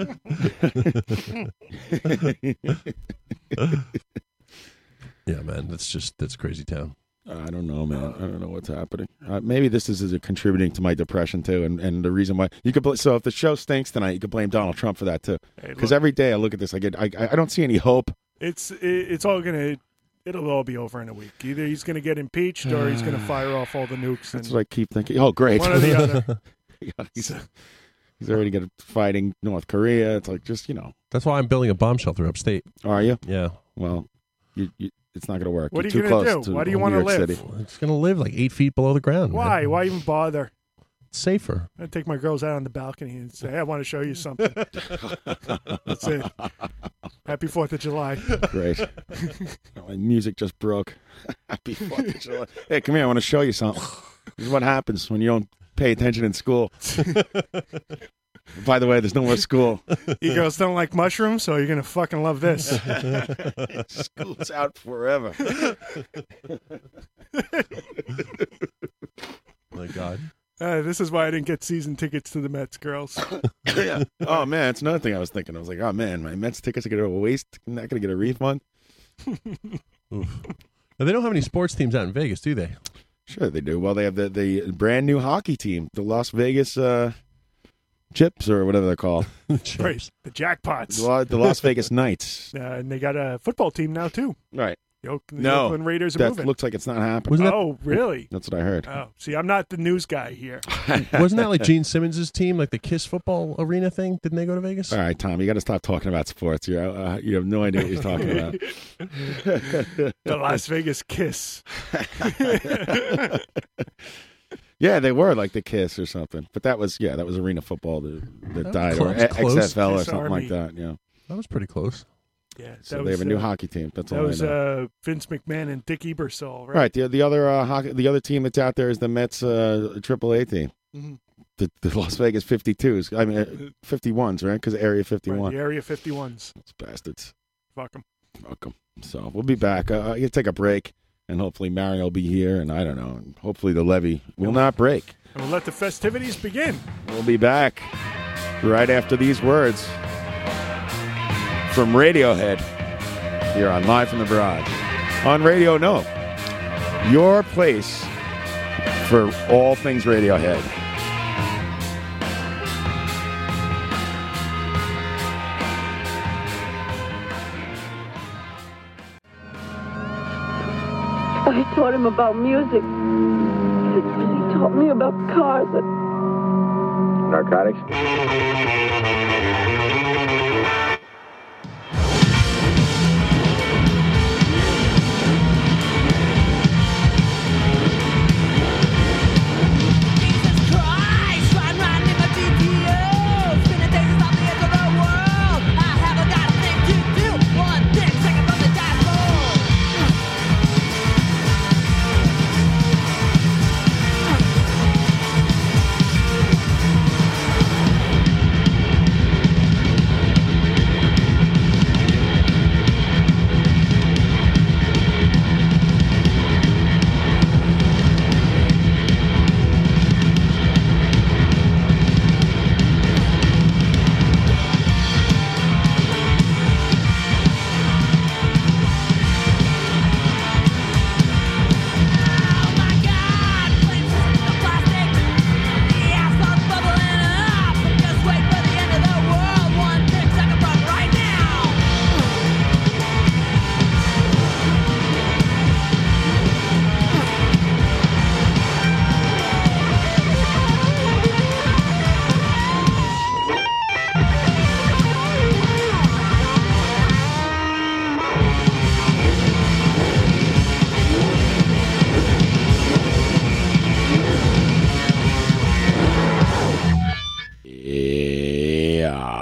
S15: [LAUGHS] yeah, man, that's just that's crazy town.
S10: I don't know, man. I don't know what's happening. Uh, maybe this is, is contributing to my depression too, and, and the reason why you could. Bl- so if the show stinks tonight, you could blame Donald Trump for that too.
S11: Hey,
S10: Because
S11: look.
S10: every day I look at this, I get I, I I don't see any hope.
S11: It's it, it's all going to. It'll all be over in a week. Either he's going to get impeached or
S15: [SIGHS]
S11: he's going to fire off all the nukes.
S10: That's
S11: And
S10: what I keep thinking. Oh, great!
S11: One or
S10: [LAUGHS]
S11: the other.
S10: Yeah, he's, he's already gonna fighting North Korea. It's like just you know,
S15: That's why I'm building a bomb shelter upstate.
S10: are you?
S15: Yeah.
S10: Well, you, you it's not gonna work.
S11: What are you
S10: You're too
S11: gonna
S10: close
S11: do?
S10: To
S11: Why do you
S10: New
S11: wanna
S10: York
S11: live?
S10: City.
S15: It's gonna live like eight feet below the ground. man.
S10: [LAUGHS]
S11: why? Why even bother?
S15: It's safer.
S11: I take my girls out on the balcony and say, "Hey, "I want to show you
S10: [LAUGHS]
S11: something." That's it. Happy Fourth of July.
S10: Great. Oh, my music just broke. [LAUGHS]
S15: [LAUGHS]
S10: Happy Fourth of July. Hey, come here. I want to show you something. This is what happens when you don't pay attention in school. By the way, there's no more school.
S11: [LAUGHS] You girls don't like mushrooms, so you're gonna fucking love this.
S10: [LAUGHS] School's
S5: [LAUGHS]
S10: out forever.
S15: [LAUGHS] My God.
S11: [LAUGHS] Uh, this is why I didn't get season tickets to the Mets, girls.
S10: [LAUGHS] yeah. Oh man, it's another thing I was thinking. I was like, oh man, my Mets tickets are gonna waste. I'm not gonna get a refund.
S15: Now, they don't have any sports teams out in Vegas, do they?
S10: Sure, they do. Well, they have the, the brand new hockey team, the Las Vegas uh, Chips or whatever
S15: [LAUGHS]
S10: they're called,
S11: Right, the jackpots.
S10: the, La- the Las Vegas Knights.
S11: Uh, and they got a football team now too.
S10: Right.
S11: The, Oak- the
S10: no,
S11: Oakland Raiders are
S10: that
S11: moving.
S10: looks like it's not happening.
S15: Wasn't that-
S11: oh, really?
S10: That's what I heard.
S11: Oh, see, I'm not the news guy
S10: [LAUGHS]
S11: here.
S15: Wasn't that like Gene Simmons' team, like the Kiss football arena thing? Didn't they go to Vegas?
S10: All right, Tom, you got to stop talking about sports. You uh, you have no idea what you're talking about.
S11: [LAUGHS]
S10: [LAUGHS]
S11: the Las Vegas
S10: [LAUGHS]
S11: Kiss.
S10: Yeah, they were like the Kiss or something, but that was yeah, that was arena football that, that
S15: That
S10: died
S15: was
S10: or
S15: close, close.
S10: XFL or
S11: Kiss
S10: something
S11: Army.
S10: like that. Yeah,
S15: That was pretty close.
S11: Yeah,
S10: so
S11: that
S10: they
S11: was,
S10: have a new
S11: uh,
S10: hockey team. That's
S11: that
S10: all
S11: was
S10: I know.
S11: uh, Vince McMahon and Dick Ebersol, right?
S10: Right. The the other uh, hockey, the other team that's out there is the Mets uh, AAA team.
S15: Mm-hmm.
S11: Mhm.
S10: The, the Las Vegas 52s. I mean, uh, 51s, right? Because Area 51.
S11: The Area 51s.
S10: Those bastards.
S11: Fuck them.
S10: Welcome. So we'll be back. Uh, you take a break, and hopefully Mario will be here, and I don't know. And hopefully the levy will not break.
S11: And we'll let the festivities begin.
S10: We'll be back right after these words from Radiohead. Here on Live from the Barrage. On Radio No, your place for all things Radiohead.
S16: I taught him about music. He taught me about cars.
S17: Narcotics?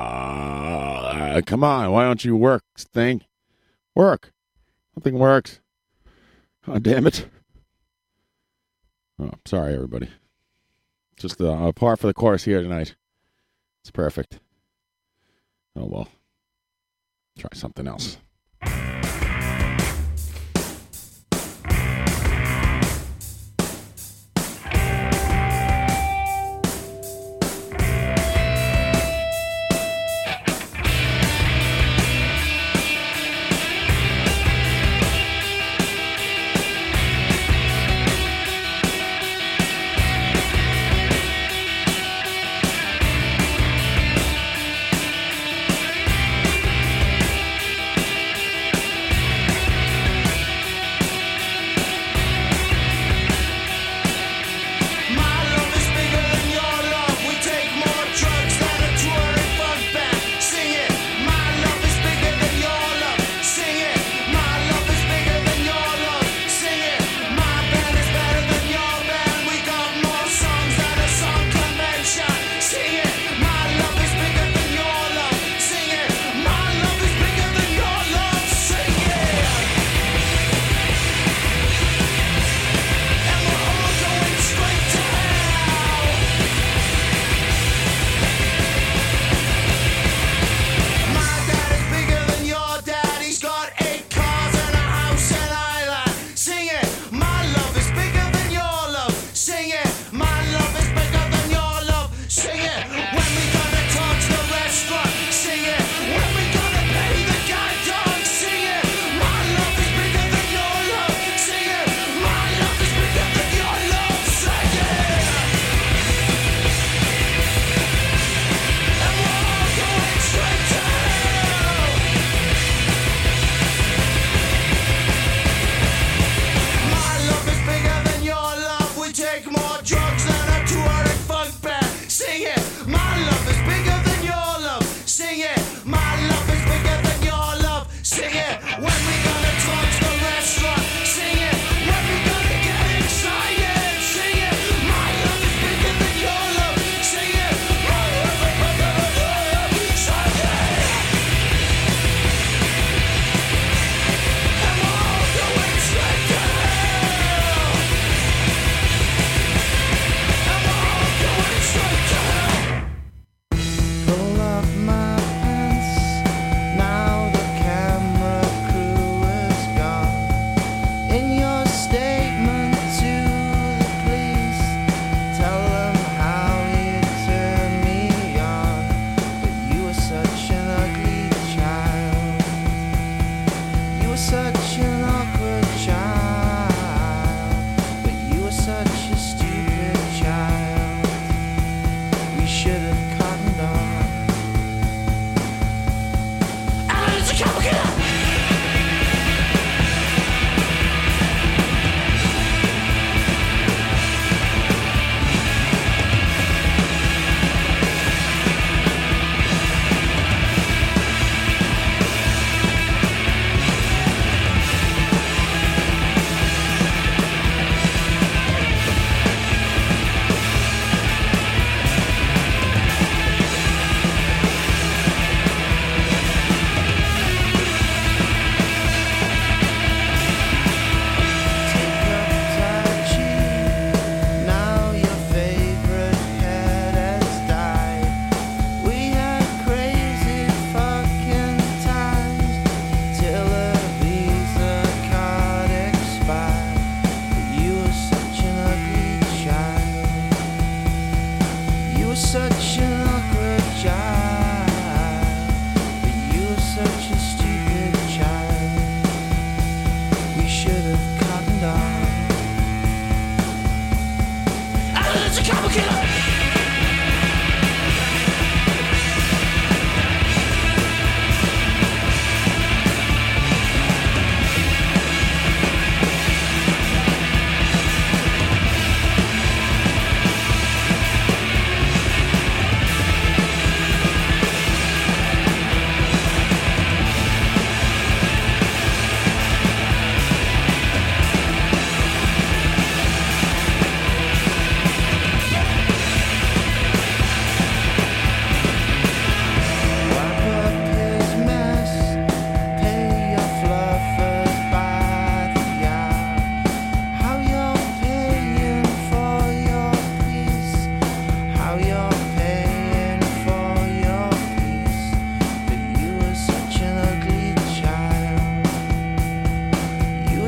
S10: Uh, come on, why don't you work, thing? Work. Nothing works. Oh, damn it. Oh, sorry, everybody. Just uh, a par for the course here tonight. It's perfect. Oh, well. Try something else.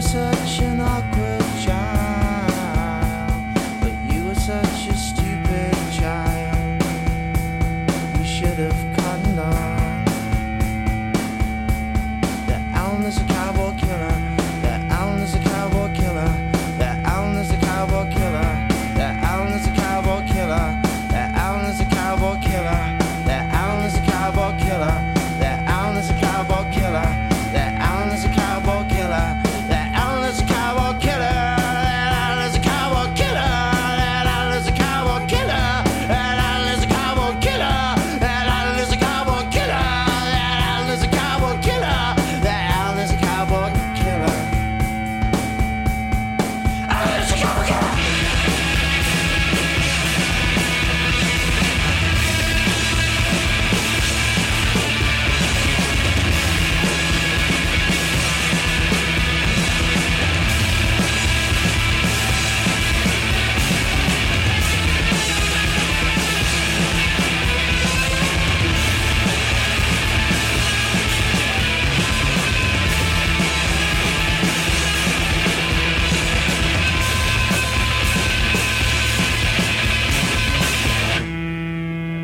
S17: such an awkward child. But you were such a stupid child. You should have gotten on. That Alan is a cowboy killer. That Alan is a cowboy killer. That Alan is a cowboy killer. That Alan is a cowboy killer. That Alan is a cowboy killer. That Alan is a cowboy killer. That Alan is a cowboy killer. That Alan is a cowboy killer. That Alan is a cowboy killer. That Alan is a cowboy killer. That Alan is a cowboy killer. That Alan is a cowboy killer. That Alan is a cowboy killer. That Alan is a cowboy killer. That Alan is a cowboy killer. Alan is a cowboy killer.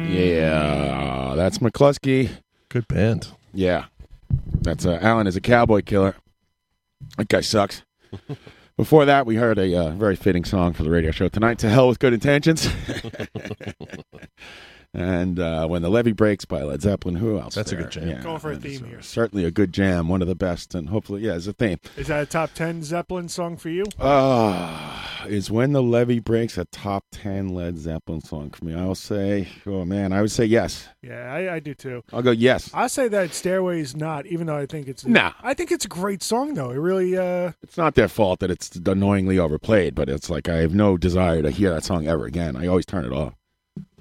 S10: Yeah, that's McCluskey.
S15: Good band.
S10: Yeah, that's uh, Alan is a cowboy killer. That
S15: [LAUGHS]
S10: guy sucks. Before that, we heard a uh, very fitting song for the radio show tonight. To hell with good intentions. and uh, when the levee breaks by Led Zeppelin. Who else?
S15: That's a
S10: there?
S15: good jam.
S10: Yeah,
S11: Going for a
S10: that is,
S11: theme
S10: uh,
S11: here.
S10: Certainly a good jam. One of the best, and hopefully, yeah, it's a theme.
S11: Is that a top 10 Zeppelin song for you?
S10: Ah, is when the levee breaks a top ten Led Zeppelin song for me. I'll say, oh man, I would say yes.
S11: Yeah, I, I do too.
S10: I'll go yes.
S11: I say that Stairway is not, even though I think it's.
S10: Nah.
S11: I think it's a great song, though. It really. uh
S10: It's not their fault that it's annoyingly overplayed, but it's like I have no desire to hear that song ever again. I always turn it off.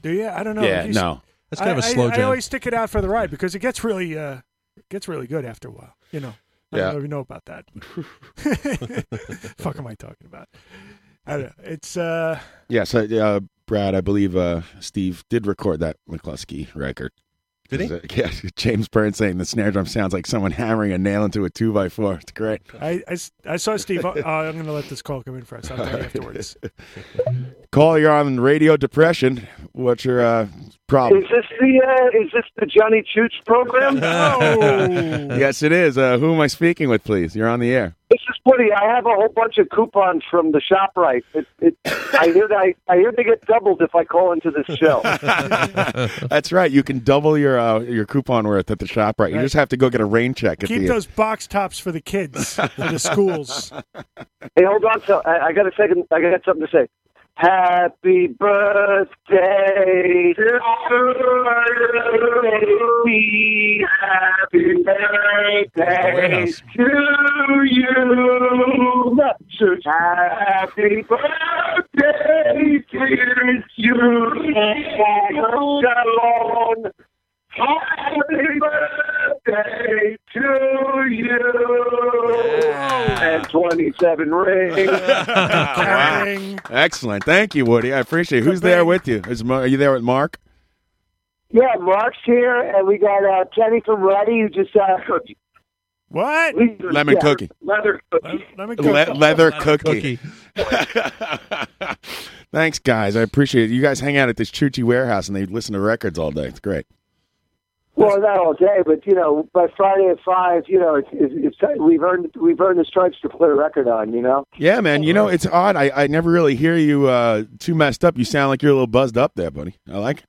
S11: Do you? I don't know.
S10: Yeah,
S11: You s-
S10: no. That's kind
S11: I-
S10: of a
S11: I-
S10: slow
S11: I
S10: jam.
S11: always stick it out for the ride because it gets really, uh it gets really good after a while. You know. I don't
S10: Yeah.
S11: know if you know about
S10: [LAUGHS]
S11: that. Fuck am I talking about? I don't know. It's uh
S10: Yeah, so uh, Brad, I believe uh, Steve did record that McCluskey record.
S15: Did
S10: he? [LAUGHS] yeah, James Burns saying the snare drum sounds like someone hammering a nail into a two by four. It's great.
S11: I, I s- I saw Steve. Uh, I'm going to let this call come in first. I'll tell you
S10: [LAUGHS]
S11: afterwards.
S10: Call you're on radio depression. What's your uh, problem?
S5: Is this the uh, is this the Johnny Chooch program? no.
S10: yes, it is. Uh, who am I speaking with, please? You're on the air.
S5: This is Woody. I have a whole bunch of coupons from the ShopRite. It, it, I hear that I, I hear they get doubled if I call into this show.
S10: That's right. You can double your uh, your coupon worth at the shop, right? You
S11: Right.
S10: just have to go get a rain check. At
S11: Keep
S10: the,
S11: those box tops for the kids, for the
S10: [LAUGHS]
S11: schools.
S5: Hey, hold on. So I, I got a second. I got something to say. Happy birthday to you. Happy birthday to you. Just Happy birthday to you. Shalom. Happy birthday to you. And 27 rings.
S10: Wow. Excellent. Thank you, Woody. I appreciate it. Who's there with you? Is Mar- are you there with Mark?
S5: Yeah, Mark's here, and we got uh, Kenny from Ready who just uh, cookie.
S11: What?
S10: Lemon cookie.
S5: Leather cookie.
S11: Lemon
S10: Le- leather cookie. [LAUGHS] Thanks, guys. I appreciate it. You guys hang out at this Chuchi warehouse and they listen to records all day. It's great.
S5: Well, not all day, but you know, by Friday at five, you know, it's, it's, it's we've earned we've earned the stripes to put a record on. You know,
S10: Yeah, man. You know, it's odd. I, I never really hear you uh, too messed up. You sound like you're a little buzzed up there, buddy. I like it.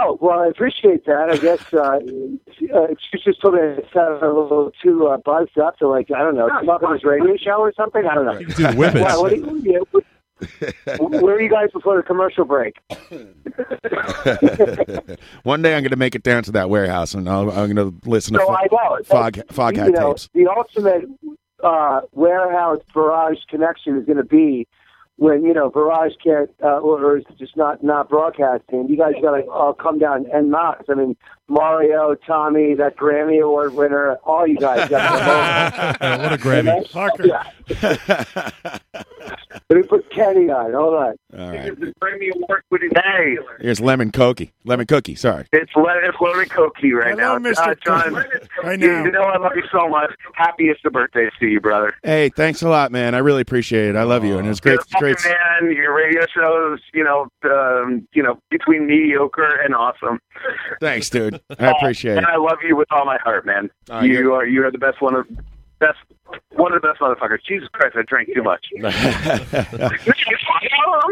S5: Oh, well, I appreciate that. I guess uh, uh, she just told me I sounded a little too uh, buzzed up to, like, I don't know, come up on his radio show or something. I don't know.
S15: do whippets.
S5: Wow, what do you- yeah,
S10: [LAUGHS]
S5: what- where are you guys before the commercial break?
S10: [LAUGHS] One day I'm going to make it down to that warehouse and I'll, I'm going to listen to
S5: No,
S10: fo-
S5: I know.
S10: Fog, fog
S5: you
S10: Hat
S5: know,
S10: tapes.
S5: The ultimate uh, warehouse barrage connection is going to be when you know barrage can't uh, or or is just not not broadcasting. You guys got to all come down and knock. I mean, Mario, Tommy, that Grammy Award winner, all you guys.
S11: [LAUGHS]
S5: Got to come over.
S15: what a Grammy.
S10: [LAUGHS]
S5: Parker. But we put Kenny on. Hold on.
S10: All right.
S18: Hey,
S10: Here's lemon cookie. Lemon cookie. Sorry.
S18: it's Lemon, it's Lemon Cookie right now. Uh, John,
S10: [LAUGHS]
S18: You, you know I love you so much. Happiest of birthdays to you, brother.
S10: Hey, thanks a lot, man. I really appreciate it. I love you, and it was
S18: You're
S10: great.
S18: a
S10: Great.
S18: fucking man. Your radio shows, you know, um, you know, between mediocre and awesome. [LAUGHS]
S10: Thanks, dude. I appreciate it.
S18: And I love you with all my heart, man.
S10: right,
S18: you
S10: good.
S18: are you are the best one of best one of the best motherfuckers. Jesus Christ, I drank too
S10: [LAUGHS]
S18: much. I'm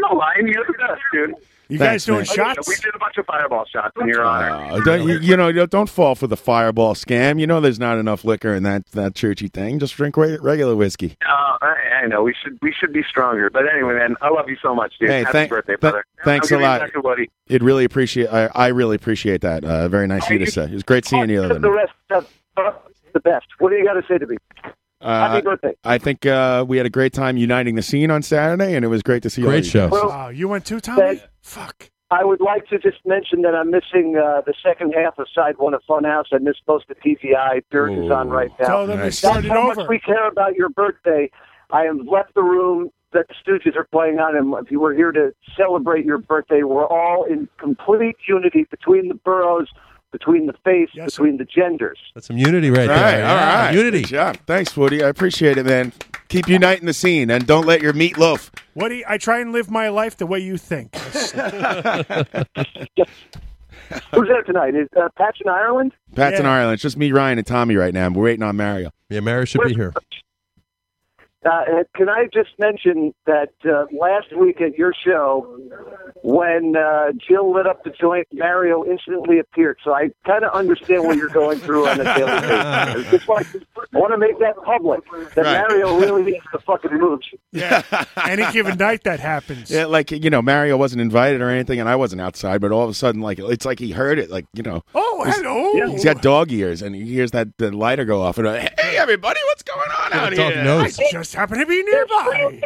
S18: not lying. You're the best, dude. Oh,
S10: You Thanks, guys doing man. shots?
S18: We did a bunch of fireball shots in your honor.
S10: [LAUGHS] Oh, don't, you, you know, you don't fall for the fireball scam. You know, there's not enough liquor in that that churchy thing. Just drink re- regular whiskey.
S18: Uh, I, I know we should we should be stronger, but anyway, man, I love you so much, dude.
S10: Hey,
S18: Happy
S10: thank-
S18: birthday,
S10: th-
S18: brother.
S10: thanks
S18: I'm
S10: a
S18: giving it
S10: lot.
S18: back to Woody.
S10: It really appreciate. I, I really appreciate that. Uh, very nice of you to say. It was great seeing you. the other
S5: The
S10: night.
S5: rest of the best. What do you got to say to me?
S10: Uh,
S5: Happy birthday.
S10: I think uh, we had a great time uniting the scene on Saturday, and it was great to see all you. guys.
S11: Wow, you went two times. Fuck.
S5: I would like to just mention that I'm missing uh, the second half of Side One of Funhouse. I missed most of TVI. Dirt is on right now.
S11: Tell them to
S5: That's
S11: start it
S5: how
S11: over.
S5: much we care about your birthday. I have left the room that the Stooges are playing on, and if you were here to celebrate your birthday, we're all in complete unity between the boroughs, between the faiths, between the genders.
S10: That's some unity right,
S5: there.
S10: All
S5: Yeah,
S10: right, unity. Good job. Thanks, Woody. I appreciate it, man. Keep uniting the scene, and don't let your meatloaf.
S11: What do you, I try and live my life the way you think.
S10: [LAUGHS]
S11: That's-
S5: Who's there tonight? Is uh, Patch in Ireland?
S10: Pat's in Ireland. It's just me, Ryan, and Tommy right now. We're waiting on Mario. Yeah, Mario should be here.
S5: Uh, and can I just mention that uh, last week at your show, when uh, Jill lit up the joint, Mario instantly appeared. So I kind of understand what you're going through on a daily basis. It's just like, I want to make that public that
S10: Right.
S5: Mario really needs to fucking move.
S11: Yeah. Any given night that happens.
S10: Yeah, like you know, Mario wasn't invited or anything, and I wasn't outside. But all of a sudden, like it's like he heard it. Like you know,
S11: Oh,
S10: he's-
S11: hello.
S10: He's got dog ears, and he hears that the lighter go off, and uh, hey, everybody, what's going on out
S11: dog
S10: here?
S11: knows. I just happen to be nearby.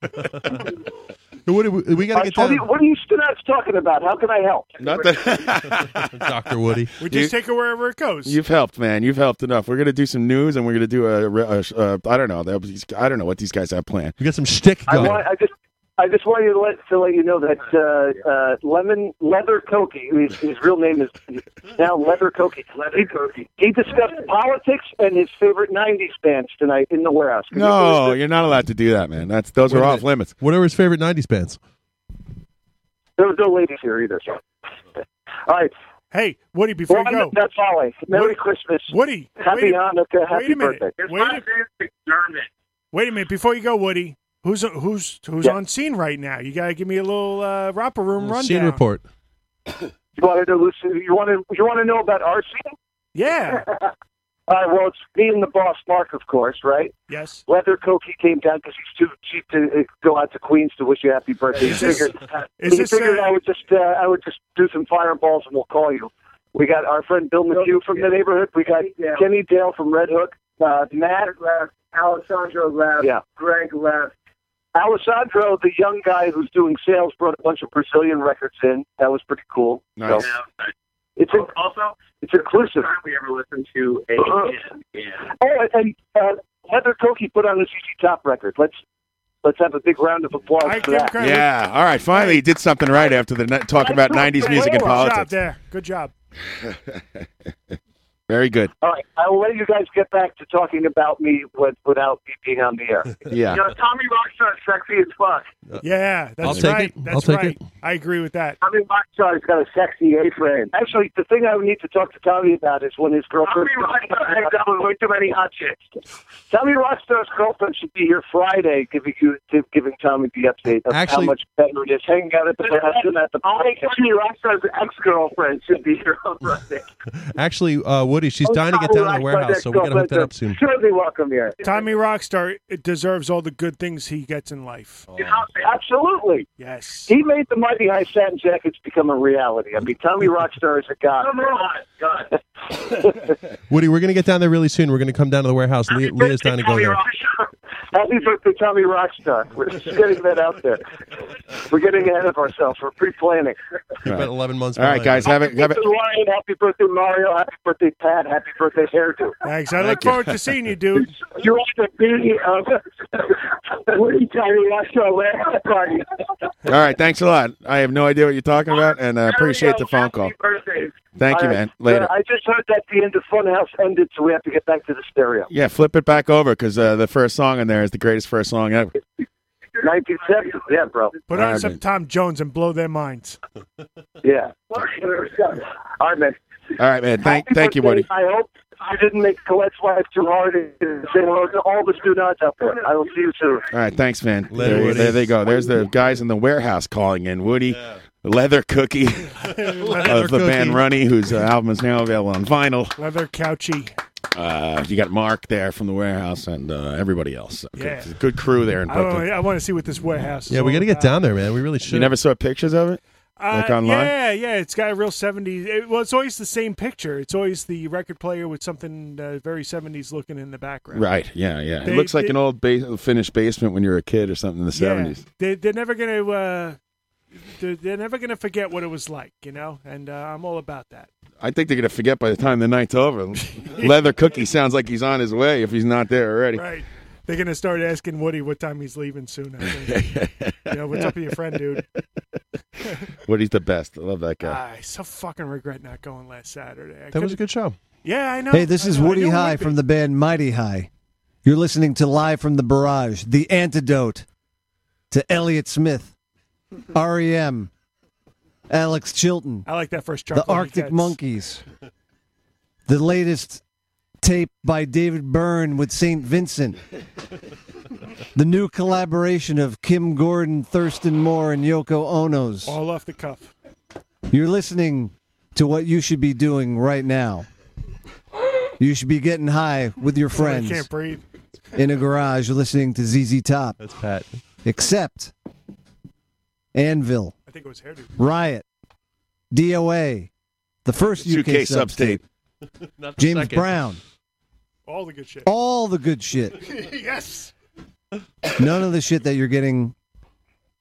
S15: What do we, we got to get
S5: Uh, what, are you,
S15: that,
S5: what are you stood out talking about? How can I help?
S10: Nothing.
S15: Doctor Woody.
S11: We just take her wherever it goes.
S10: You've helped, man. You've helped enough. We're gonna do some news, and we're gonna do a, re- a, sh- uh, I don't know. There'll be- I don't know what these guys have planned.
S15: We got some shtick
S5: I want. I just. I just want you to let to let you know that uh, uh, Lemon Leather Cokie, who his, his real name is now Leather Cokie. Leather Cokie. He discussed politics and his favorite '90s bands tonight in the warehouse.
S10: No, you're not allowed to do that, man. That's those
S15: Wait
S10: are
S15: a
S10: off
S15: minute.
S10: limits.
S15: What are his favorite '90s bands?
S5: There was no ladies here either. So. All right.
S11: Hey, Woody, before
S5: Ron,
S11: you go.
S5: that's all. I- Merry
S11: Woody-
S5: Christmas.
S11: Woody.
S5: Happy
S11: wait a-
S5: Hanukkah. Happy
S11: wait a minute.
S5: birthday.
S11: Wait a, wait a minute. Before you go, Woody, who's who's who's on scene right now? You got to give me a little uh, romper room rundown.
S15: Scene report.
S5: You want to know? Lucy, You want to? You want to know about our scene? [LAUGHS]
S11: Yeah.
S5: All right. Well, it's me and the boss, Mark, of course, right?
S11: Yes.
S5: Leather Cokie came down because he's too cheap to uh, go out to Queens to wish you happy birthday.
S11: [LAUGHS] Is
S5: he
S11: this-
S5: figured,
S11: is
S5: he
S11: this,
S5: figured
S11: uh,
S5: I would just uh, I would just do some fireballs and we'll call you. We got our friend Bill McHugh from the neighborhood. We got Kenny Dale from Red Hook. Uh, Matt left. Alessandro left. Yeah. Greg left. Alessandro, the young guy who's doing sales, brought a bunch of Brazilian records in. That was pretty cool.
S18: Nice.
S5: So, it's in-
S18: Also,
S5: it's inclusive. Uh-huh.
S18: we ever listened to a
S5: Oh, and uh, Heather Cokie put on the ZZ Top record. Let's let's have a big round of applause for that.
S10: Yeah. All right. Finally, he did something right after the ni- talk about '90s music
S11: Good
S10: and
S11: job
S10: politics.
S11: there. Good job.
S10: [LAUGHS] Very good.
S5: All right, I will let you guys get back to talking about me with, without me being on the air.
S10: [LAUGHS] Yeah.
S18: Yo, Tommy Rockstar's sexy as fuck.
S11: Yeah, that's
S5: I'll take
S11: right.
S5: it. I'll
S11: That's
S5: take
S11: right.
S5: it.
S11: I agree with that.
S5: Tommy Rockstar's got a sexy A frame. Actually, the thing I would need to talk to Tommy about is when his girlfriend.
S18: Tommy Rockstar hangs out
S5: [LAUGHS]
S18: with way too many hot chicks.
S5: Tommy Rockstar's girlfriend should be here Friday, giving you giving Tommy the update of
S18: Actually-
S5: how much better it is hanging out at the and at the.
S18: Only Tommy Rockstar's ex-girlfriend should be here on Friday.
S15: [LAUGHS] Actually, uh, Woody, she's
S5: Oh,
S15: dying to get
S5: Tommy
S15: down to
S5: Rockstar's
S15: the warehouse, so we got to hook that up soon.
S5: ex-girlfriend should be welcome here.
S11: Tommy Rockstar deserves all the good things he gets in life.
S5: Absolutely.
S11: Yes.
S5: He made the Mighty High Satin Jackets become a reality. I mean, Tommy Rockstar is a god.
S18: Come on, God.
S15: Woody, we're going to get down there really soon. We're going to come down to the warehouse. Leah, Leah's dying to go there.
S5: Happy birthday, Tommy Rockstar. We're just getting that out there. We're getting ahead of ourselves. We're pre-planning.
S15: You've been 11 months
S10: All right,
S15: behind.
S10: guys, have it. Have it.
S5: Happy birthday, Ryan. Happy birthday, Mario. Happy birthday, Pat. Happy birthday, Hairdo.
S11: Thanks. I look forward to seeing
S5: [LAUGHS]
S11: you, dude.
S5: You're on the beat of Woody Tommy Rockstar last party.
S10: All right, thanks a lot. I have no idea what you're talking about, and I appreciate the phone call.
S5: Birthdays.
S10: Thank you,
S5: All right.
S10: man. Later.
S5: Uh, I just heard that the end of Funhouse ended, so we have to get back to the stereo.
S10: Yeah, flip it back over because uh, the first song in there is the greatest first song ever.
S5: 1970. Yeah, bro.
S11: Put
S10: All
S11: on
S10: right,
S11: some
S10: man.
S11: Tom Jones and blow their minds.
S5: Yeah. All right, man.
S10: All right, man. Thank,
S5: Happy
S10: thank you,
S5: birthday.
S10: buddy.
S5: I hope I didn't make Colette's wife too hard and say hello to all the students out there. I will see you soon.
S10: All right, thanks, man.
S15: Later,
S10: there,
S15: Woody.
S10: there they go. There's the guys in the warehouse calling in. Woody, Leather
S15: [LAUGHS]
S10: Cookie of the band Runny, whose uh, album is now available on vinyl.
S11: Leather couchy.
S10: Uh, you got Mark there from the warehouse and uh, everybody else. Good-
S11: Yeah. Oh,
S10: Good, crew there in
S11: I,
S10: Brooklyn.
S11: wanna- I want to see what this warehouse. is
S15: Yeah, we
S11: all
S15: got to get
S11: about.
S15: down there, man. We really should.
S10: You never saw pictures of it? like online?
S11: Uh, Yeah, yeah. It's got a real 70s. It, well, it's always the same picture. It's always the record player with something uh, very 70s looking in the background.
S10: Right. Yeah. Yeah.
S11: They-
S10: it looks like
S11: they-
S10: an old ba- finished basement when you were a kid or something in the
S11: Yeah.
S10: seventies.
S11: They, they're never going to. Uh, they're, they're never going to forget what it was like, you know? And uh, I'm all about that.
S10: I think they're gonna forget by the time the
S11: [LAUGHS]
S10: night's over. Leather Cookie sounds like he's on his way if he's not there already.
S11: Right. They're going to start asking Woody what time he's leaving soon. I think.
S1: [LAUGHS]
S11: you know, what's up with your friend, dude?
S10: Woody's the best. I love that guy.
S11: Ah, I so fucking regret not going last Saturday. I
S15: That was a
S11: could've-
S15: good show.
S11: Yeah, I know.
S1: Hey, this
S11: I
S1: is
S11: know. I knew
S1: Woody
S11: it would
S1: High
S11: be.
S1: from the band Mighty High. You're listening to Live from the Barrage, the antidote to Elliott Smith, REM, Alex Chilton,
S11: uh, I like that first chart.
S1: the Arctic Monkeys, the latest tape by David Byrne with St. Vincent,
S11: [LAUGHS]
S1: the new collaboration of Kim Gordon, Thurston Moore, and Yoko Ono's.
S11: All off the cuff.
S1: You're listening to what you should be doing right now. You should be getting high with your
S11: I can't
S1: friends
S11: breathe.
S1: in a garage listening to ZZ Top.
S15: That's Pat.
S1: Except Anvil,
S11: I think it was hairdo.
S1: Riot, DOA, the first
S10: The 2K
S1: UK, substate,
S15: [LAUGHS] Not the
S1: James
S15: second.
S1: Brown,
S11: All the good shit.
S1: all the good shit.
S11: [LAUGHS] yes.
S1: None of the shit that you're getting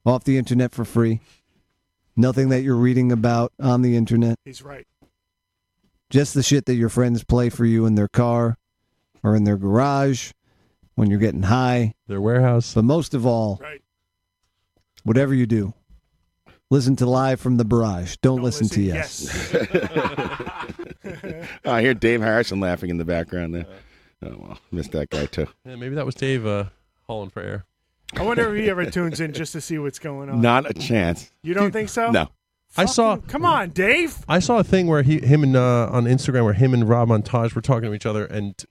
S1: off the internet for free. Nothing that you're reading about on the internet.
S11: He's right.
S1: just the shit that your friends play for you in their car or in their garage when you're getting high.
S15: Their warehouse.
S1: But most of all,
S11: Right.
S1: whatever you do, listen to Live from the Barrage. Don't, listen, to yes.
S10: [LAUGHS]
S1: [LAUGHS]
S10: Oh, I hear Dave Harrison laughing in the background there.
S11: Uh-huh.
S10: Oh well, missed that guy too.
S15: Yeah, maybe that was Dave uh, hauling for air.
S11: I wonder if he ever
S10: [LAUGHS]
S11: tunes in just to see what's going on.
S10: Not a chance.
S11: You don't think so?
S10: No.
S15: I saw
S11: Come on, Dave.
S15: I saw a thing where he him and uh, on Instagram where him and Rob Montage were talking to each other and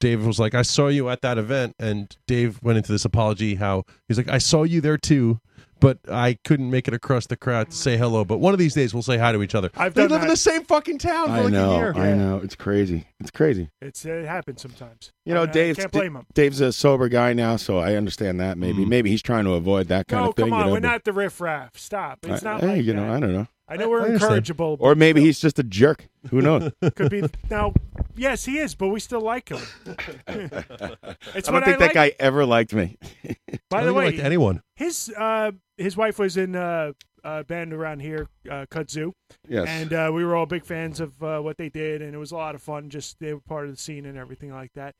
S15: Dave was like, I saw you at that event and Dave went into this apology how he's like, I saw you there too, but I couldn't make it across the crowd to say hello. But one of these days we'll say hi to each other.
S11: I've
S15: they
S11: done
S15: live in
S11: that.
S15: the same fucking town for
S10: I
S15: like a
S10: know.
S15: year.
S10: Oh, I know. It's crazy. It's crazy.
S11: It's it happens sometimes.
S10: You know,
S11: And I
S10: Dave's
S11: Can't blame him. Mm-hmm.
S10: Dave's a sober guy now, so I understand that. Maybe, maybe he's trying to avoid that kind
S11: No,
S10: of thing.
S11: come
S10: you
S11: on.
S10: know,
S11: We're
S10: but-
S11: not the riffraff. Stop. It's
S10: I-
S11: not
S10: hey,
S11: like
S10: you
S11: that.
S10: know, I don't know.
S11: I know we're
S15: understand.
S11: incorrigible.
S10: Or maybe he's just a jerk.
S11: [LAUGHS]
S10: Who knows?
S11: could
S10: [LAUGHS]
S11: be now. Yes, he is, but we still
S15: [LAUGHS]
S11: like him. it's
S10: I
S11: what
S10: don't think
S11: I
S10: that
S11: like.
S10: guy ever liked me.
S11: By
S15: I
S11: the
S15: don't think I
S11: way,
S15: liked anyone.
S11: his uh, his wife was in uh, a band around here, uh, Kudzu.
S10: Yes.
S11: And uh, we were all big fans of uh, what they did, and it was a lot of fun. Just they were part of the scene and everything like that.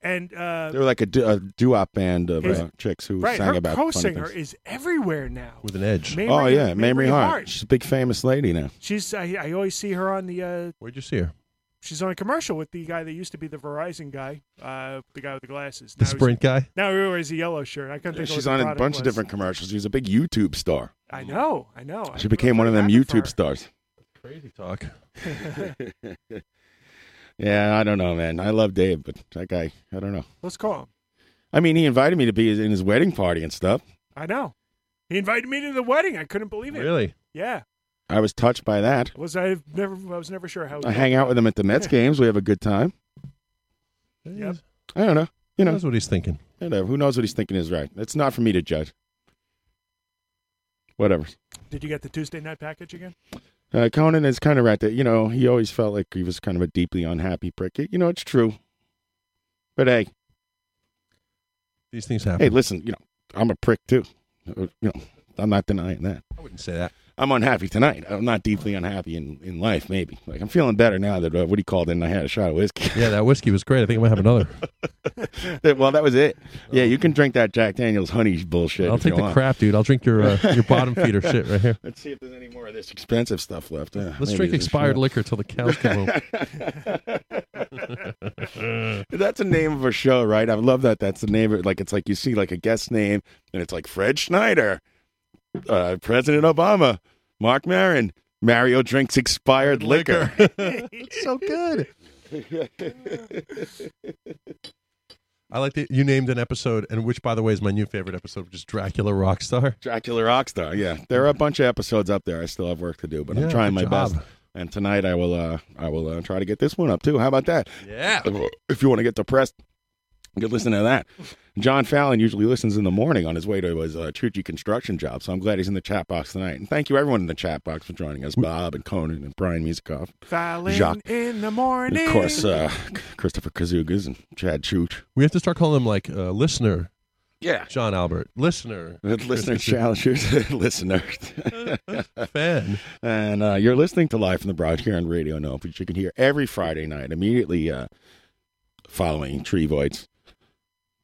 S11: And uh,
S10: they were like a, du- a doo-wop band of
S11: His-
S10: uh, chicks who
S11: right,
S10: sang
S11: her
S10: about funny
S11: co-singer
S10: things.
S11: is everywhere now.
S15: With an edge.
S11: Mamrie-
S10: oh yeah,
S11: Mamrie
S10: Mamrie Hart.
S11: Hart.
S10: She's a big famous lady now.
S11: She's I, I always see her on the uh,
S15: Where'd you see her?
S11: she's on a commercial with the guy that used to be the Verizon guy, uh, the guy with the glasses.
S15: The
S11: Now he's-
S15: Sprint guy?
S11: Now he wears a yellow shirt. I couldn't think. of
S10: She's
S11: what
S10: on
S11: the
S10: a
S11: product
S10: bunch of
S11: was.
S10: different commercials. She's a big YouTube star.
S11: I know, I know.
S10: She became one of them YouTube stars. [LAUGHS]
S15: Crazy
S11: [LAUGHS]
S15: talk.
S10: Yeah, I don't know, man. I love Dave, but that guy, I don't know.
S11: Let's call him.
S10: I mean, he invited me to be in his wedding party and stuff.
S11: I know. He invited me to the wedding. I couldn't believe it.
S15: Really?
S11: Yeah.
S10: I was touched by that.
S11: Was I never? I was never sure how.
S10: I hang out with him at the Mets games. We have a good time.
S11: Yep.
S10: I don't know. You know,
S15: That's what he's thinking.
S10: whatever. Who knows what he's thinking is right? It's not for me to judge. Whatever.
S11: Did you get the Tuesday night package again?
S10: Uh, Conan is kind of right there. You know, he always felt like he was kind of a deeply unhappy prick. You know, it's true. But hey,
S15: These things happen.
S10: Hey, listen, you know, I'm a prick too. Uh, You know, I'm not denying that. I
S15: wouldn't say that.
S10: I'm unhappy tonight. I'm not deeply unhappy in, in life, maybe. Like, I'm feeling better now that uh, Woody called in and I had a shot of whiskey.
S15: Yeah, that whiskey was great. I think I'm gonna have another.
S10: well, [LAUGHS] that was it. Yeah, you can drink that Jack Daniels honey bullshit.
S15: Oh. I'll
S10: if
S15: take
S10: you
S15: the
S10: want.
S15: crap, dude. I'll drink your uh, your bottom feeder shit right
S10: [LAUGHS]
S15: here.
S10: Let's see if there's any more of this expensive stuff left. Yeah,
S15: Let's
S10: maybe
S15: drink
S10: there's
S15: expired
S10: more.
S15: liquor till the cows come
S10: [LAUGHS]
S15: home.
S10: That's the name of a show, right? I love that. That's the name. Of, like it's like you see like a guest name, and it's like Fred Schneider, uh, President Obama, Mark Maron. Mario drinks expired liquor.
S15: it's so good. I like that you named an episode, and which, by the way, is my new favorite episode, which is Dracula Rockstar.
S10: Dracula Rockstar. Yeah, [LAUGHS] there are a bunch of episodes up there. I still have work to do, but
S15: Yeah,
S10: I'm trying my
S15: good
S10: best.
S15: job.
S10: And tonight I will. Uh, I will uh, try to get this one up too. How about that?
S15: Yeah.
S10: If you want to get depressed, you can listen to that. John Fallon usually listens in the morning on his way to his uh, Chuchi construction job, so I'm glad he's in the chat box tonight. And thank you everyone in the chat box for joining us, Bob and Conan and Brian Musikoff,
S11: Fallon
S10: Jacques,
S11: in the
S10: and
S11: morning.
S10: of course uh, Christopher Kazugas and Chad Chooch.
S15: We have to start calling him like uh, listener.
S10: Yeah.
S15: John Albert, listener.
S10: [LAUGHS]
S15: [LAUGHS]
S10: Listener
S15: Christopher-
S10: [LAUGHS] challengers, listeners,
S15: fan,
S10: and uh, you're listening to live from the broad here on Radio No, which you can hear every Friday night immediately uh, following Tree Voids.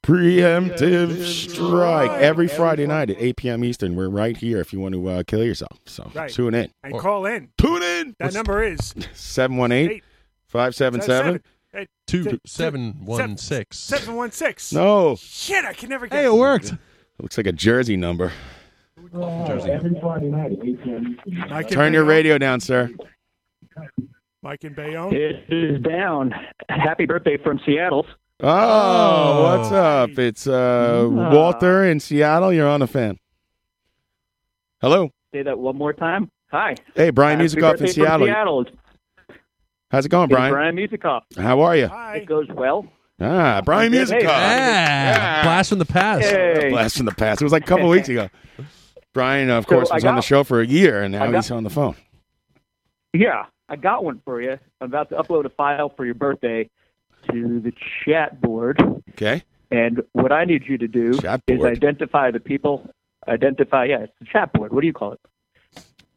S10: Preemptive strike every Friday night at 8 p.m. Eastern. We're right here if you want to uh, kill yourself. So
S11: Right.
S10: tune in.
S11: And call in.
S10: Tune in.
S11: That number is
S10: 718 577
S15: two seven one [LAUGHS] six.
S11: seven one six.
S10: No.
S11: Shit, I can never get.
S10: Looks like a Jersey number.
S11: Every Friday night at 8 p.m. Mike
S10: Turn
S11: and
S10: your
S11: Bayonne.
S10: radio down, sir.
S11: Mike and Bayonne.
S19: It is down. Happy birthday from Seattle.
S10: Oh, what's up? It's uh,
S19: Ah.
S10: Walter in Seattle. You're on a fan. Hello.
S19: Say that one more time. Hi.
S10: Hey, Brian
S19: Happy
S10: Musikoff in
S19: birthday from
S10: Seattle.
S19: Seattle.
S10: How's it going,
S19: Hey,
S10: Brian?
S19: Brian Musikoff.
S10: How are you?
S19: It goes well.
S10: Ah, Brian
S19: Hey,
S10: Musikoff.
S19: Brian. Yeah.
S15: Blast from the past.
S19: Hey.
S10: Blast from the past. It was like
S19: [LAUGHS]
S10: a couple weeks ago. Brian, of
S19: So
S10: course,
S19: I
S10: was on the
S19: got-
S10: show for a year, and now
S19: I got-
S10: he's on the phone.
S19: Yeah, I got one for you. I'm about to upload a file for your birthday to the chat board.
S10: Okay.
S19: And what I need you to do is
S10: board.
S19: identify the people. Identify, yeah, it's the chat board. What do you call it?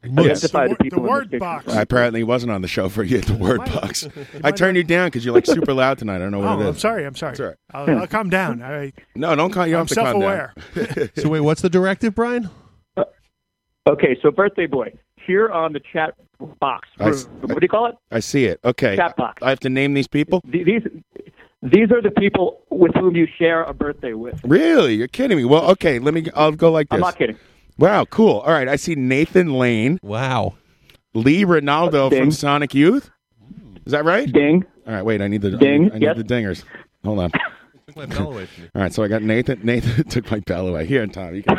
S10: Yes.
S19: Identify the, people. in
S11: word
S19: picture.
S11: box.
S10: I apparently wasn't on the show for you at the word box. I turned you down because you're like super loud tonight. I don't know what
S11: Oh,
S10: it
S11: I'm
S10: is.
S11: sorry. I'm sorry.
S10: all right.
S11: I'll, I'll calm
S10: [LAUGHS]
S11: down. All right.
S10: No, don't call. You don't
S11: I'm
S10: have to calm down. [LAUGHS]
S11: self-aware.
S15: So wait, what's the directive, Brian?
S19: Okay, so birthday boy here on the chat box.
S10: I s-
S19: what do you call it?
S10: I see it. Okay.
S19: Chat box.
S10: I have to name these people.
S19: These these are the people with whom you share a birthday with.
S10: Really? You're kidding me? Well, okay. Let me. I'll go like this.
S19: I'm not kidding.
S10: Wow. Cool. All right. I see Nathan Lane.
S15: Wow.
S10: Lee Ronaldo
S19: Ding.
S10: from Sonic Youth. Is that right?
S19: Ding.
S10: All right. Wait. I need the
S19: Ding,
S10: I need, I
S19: yes.
S10: need the dingers.
S19: [LAUGHS]
S10: Hold on.
S15: Took my bell away from
S10: All right. So I got Nathan. Nathan [LAUGHS] took my bell away. Here, Tom.
S19: [LAUGHS]
S10: You can.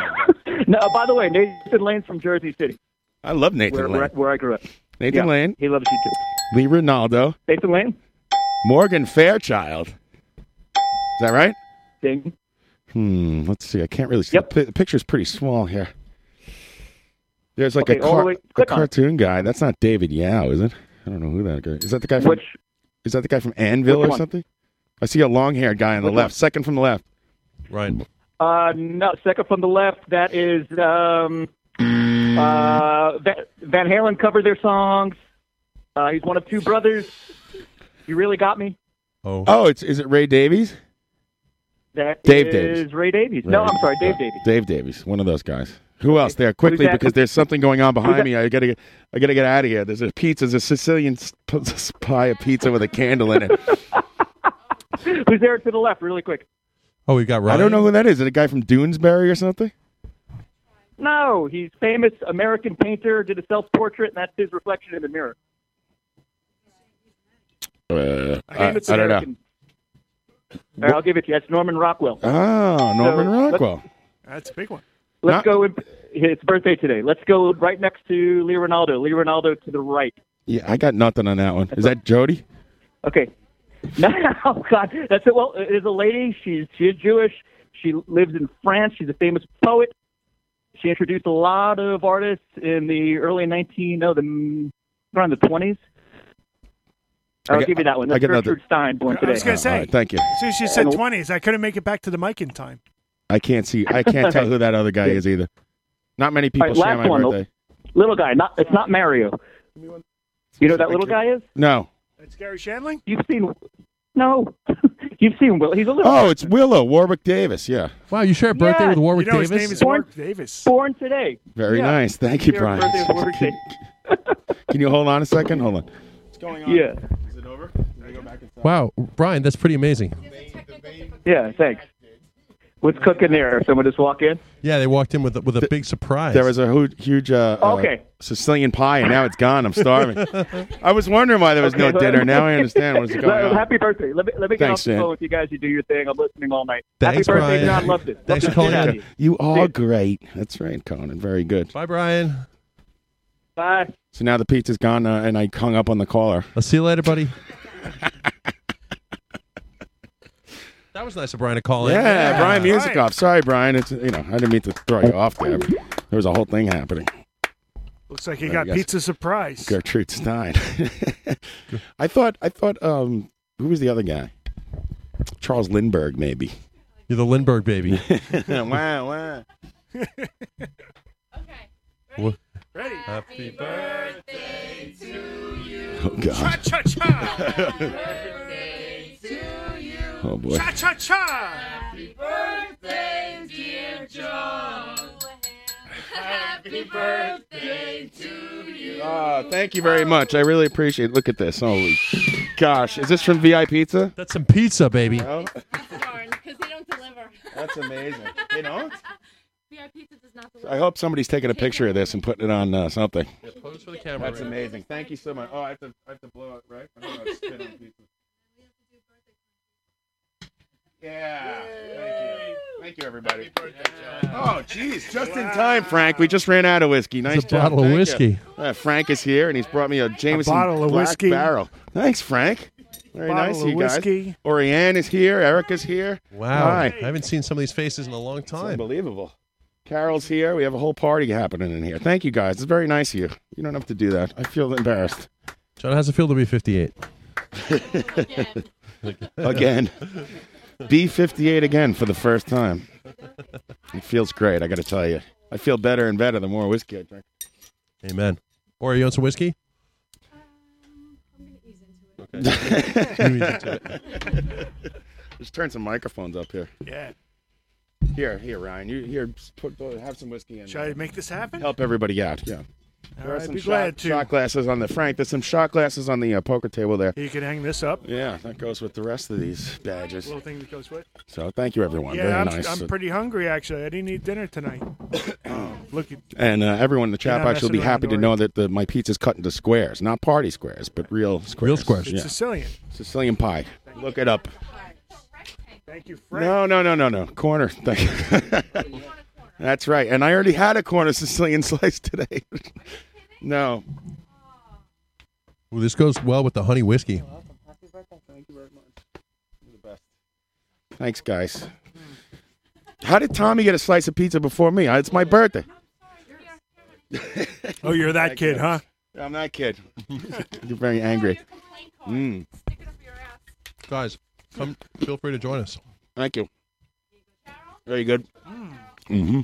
S19: No, uh, by the way, Nathan Lane's from Jersey City,
S10: I love Nathan
S19: where,
S10: Lane.
S19: where, where I grew up.
S10: Nathan
S19: Yeah,
S10: Lane.
S19: He loves you too.
S10: Lee Ronaldo.
S19: Nathan Lane.
S10: Morgan Fairchild. Is that right?
S19: Ding.
S10: Hmm. Let's see. I can't really see. The, pi- the picture's pretty small here. There's like
S19: Okay,
S10: a,
S19: all the
S10: car-
S19: way-
S10: a
S19: click on it.
S10: cartoon guy. That's not David Yao, is it? I don't know who that guy is. That the guy from
S19: Which-
S10: is that the guy from Anvil
S19: Which
S10: or
S19: one?
S10: something? I see a long-haired guy on the
S19: Which
S10: left,
S19: one?
S10: second from the left.
S15: Right.
S19: Uh, no, second from the left. That is um, uh, Va- Van Halen covered their songs. Uh, he's one of two brothers. You really got me.
S15: Oh.
S10: Oh, it's is it Ray Davies?
S19: That
S10: Dave
S19: is
S10: Davies.
S19: Ray Davies. No,
S10: Ray-
S19: I'm sorry, Dave
S10: uh,
S19: Davies.
S10: Dave Davies, one of those [LAUGHS] guys. Who else there quickly
S19: that?
S10: because there's something going on
S19: Who's
S10: behind
S19: that?
S10: me. I gotta get, I gotta get out of here. There's a pizza, there's a Sicilian sp- [LAUGHS] pie of pizza with a candle in it.
S19: Who's there to the left, really quick?
S15: [LAUGHS] Oh, we got
S10: I
S15: Ryan.
S10: don't know who that is. Is it a guy from Doonesbury or something?
S19: No, he's famous American painter. Did a self portrait, and that's his reflection in the mirror.
S10: Uh,
S19: I think it's American. All right, I'll give it to you. That's Norman Rockwell.
S10: Oh, Norman
S19: So, let's-
S10: Rockwell.
S11: That's a big one.
S19: Let's go. With, it's birthday today. Let's go right next to Lee Ronaldo. Lee Ronaldo to the right.
S10: Yeah, I got nothing on that one. Is that Jody?
S19: Okay. [LAUGHS] No, oh God, that's it. Well, it is a lady. She's she's Jewish. She lives in France. She's a famous poet. She introduced a lot of artists in the early 19, no, the around the 20s.
S10: I
S19: I'll
S10: get-
S19: Oh, give you that one.
S10: I
S19: That's
S10: get another-
S19: Gertrude Stein born
S11: I
S19: today.
S11: was gonna say.
S10: All right, thank you.
S11: As soon as you said
S19: And-
S11: twenties, I couldn't make it back to the mic in time.
S10: I can't see. I can't tell who that other guy is
S19: [LAUGHS]
S10: either. Not many people
S19: All right,
S10: share my
S19: last one.
S10: birthday.
S19: Little guy, not it's not Mario. You know who that little guy is?
S10: No.
S11: That's Gary Shandling.
S19: You've seen? No, [LAUGHS] you've seen Will. He's a little.
S10: Oh, it's Willow Warwick Davis. Yeah.
S15: Wow, you share a birthday with Warwick Davis?
S19: born, Davis. Born today.
S10: Very
S19: Yeah.
S10: nice. Thank you,
S19: Share a
S10: Brian.
S19: birthday with Warwick Davis.
S10: [LAUGHS]
S19: [LAUGHS]
S10: Can you hold on a second? Hold on.
S19: Yeah.
S15: Wow, Brian, that's pretty amazing.
S19: Yeah. Thanks. What's cooking there? Someone just walk in.
S15: Yeah, they walked in with a, with a big surprise.
S10: There was a hu- huge uh, uh,
S19: Okay.
S10: Sicilian pie, and now it's gone.
S19: [LAUGHS]
S10: I'm starving. I was wondering why there was no
S19: Okay.
S10: dinner. Now I understand
S19: [LAUGHS]
S10: what's going
S19: Well,
S10: on.
S19: Happy birthday. Let me, let me get
S10: Thanks,
S19: off the
S10: Dan.
S19: phone with you guys. You do your thing. I'm listening all night.
S10: Thanks,
S19: Happy birthday,
S10: Brian.
S19: John. Loved it. Loved
S10: Thanks
S19: to
S10: for calling.
S19: chat.
S10: in. You are great. That's right, Conan. Very good.
S15: Bye, Brian.
S19: Bye.
S10: So now the pizza's gone, uh, and I hung up on the caller.
S15: I'll see you later, buddy. That was nice of Brian to call in.
S10: Yeah, Brian Musikoff. Sorry, Brian. It's you know I didn't mean to throw you off there. But there was a whole thing happening.
S11: Looks like he
S10: I
S11: got
S10: guess.
S11: pizza surprise.
S10: Gertrude Stein. [LAUGHS] I thought I thought um who was the other guy? Charles Lindbergh, maybe.
S15: You're the Lindbergh
S10: [LAUGHS]
S15: baby.
S10: wow, wow.
S15: Wha-
S11: Ready? Happy
S4: birthday to you.
S10: Oh, God.
S4: Cha-cha-cha. birthday to you.
S10: Oh, boy.
S4: Cha-cha-cha. Happy birthday, dear John. Happy birthday to you.
S10: Ah, thank you very much. I really appreciate it. Look at this. Holy gosh. Is this from VI Pizza?
S15: That's some pizza, baby.
S10: No?
S20: because they don't deliver.
S10: That's amazing.
S20: [LAUGHS]
S10: You know?
S20: VIP pizza does not deliver.
S10: I hope somebody's taking a picture of this and putting it on uh, something.
S15: pose for the
S10: camera. That's amazing. Thank you so much. Oh, I have to, I have to blow it, right? I'm gonna spit on pizza. Yeah. Thank you. Thank you, everybody. Oh, jeez, just in time, Frank. We just ran out of whiskey. Nice job.
S15: bottle of
S10: Thank you.
S15: whiskey.
S10: Uh, Frank is here, and he's brought me a Jameson
S11: bottle of
S10: Black
S11: whiskey.
S10: Barrel. Thanks, Frank. Very
S11: Bottle
S10: nice,
S11: of
S10: of you guys.
S11: whiskey.
S10: Oriane is here. Erica's here.
S15: Wow.
S10: Hi.
S15: I haven't seen some of these faces in a long
S10: It's
S15: time.
S10: unbelievable. Carol's here. We have a whole party happening in here. Thank you, guys. It's very nice of you. You don't have to do that. I feel embarrassed.
S15: John, how's it feel to be 58?
S10: [LAUGHS] again. B58 again for the first time. It feels great, I got to tell you. I feel better and better the more whiskey I drink.
S15: Amen. Or you want some whiskey?
S10: [LAUGHS] Just turn some microphones up here.
S11: Yeah.
S10: Here, here, Ryan. You here? just Put, have some whiskey in.
S11: Should I make this happen?
S10: Help everybody out. Yeah.
S11: All right,
S10: some
S11: be
S10: shot,
S11: glad to.
S10: shot glasses on the Frank. There's some shot glasses on the uh, poker table there.
S11: You can hang this up.
S10: Yeah, that goes with the rest of these badges.
S11: Little thing that goes with.
S10: So thank you, everyone.
S11: yeah,
S10: Very
S11: I'm,
S10: nice.
S11: I'm pretty hungry actually. I didn't eat dinner
S10: [COUGHS]
S11: tonight. Look, at-
S10: And uh, everyone in the
S11: You're
S10: chat
S11: not
S10: box will
S11: messing
S10: be
S11: around,
S10: happy to
S11: Dory.
S10: know that the, my pizza's cut into squares, not party squares, but real squares. Real squares.
S11: it's Sicilian.
S10: Sicilian pie. Look it up.
S11: Thank you, Frank.
S10: No, no, no, no, no. Corner. [LAUGHS] Thank you. That's right. And I already had a corner Sicilian [LAUGHS] slice today. no.
S15: Ooh, this goes well with the honey whiskey.
S10: Thanks, guys. How did Tommy get a slice of pizza before me? Uh, It's my birthday.
S11: Oh, you're that kid, huh? Oh,
S10: I'm that
S11: [LAUGHS]
S10: kid. You're very angry. Mm.
S15: Guys, come. Feel free to join us.
S10: Thank you. Very good. Mm-hmm.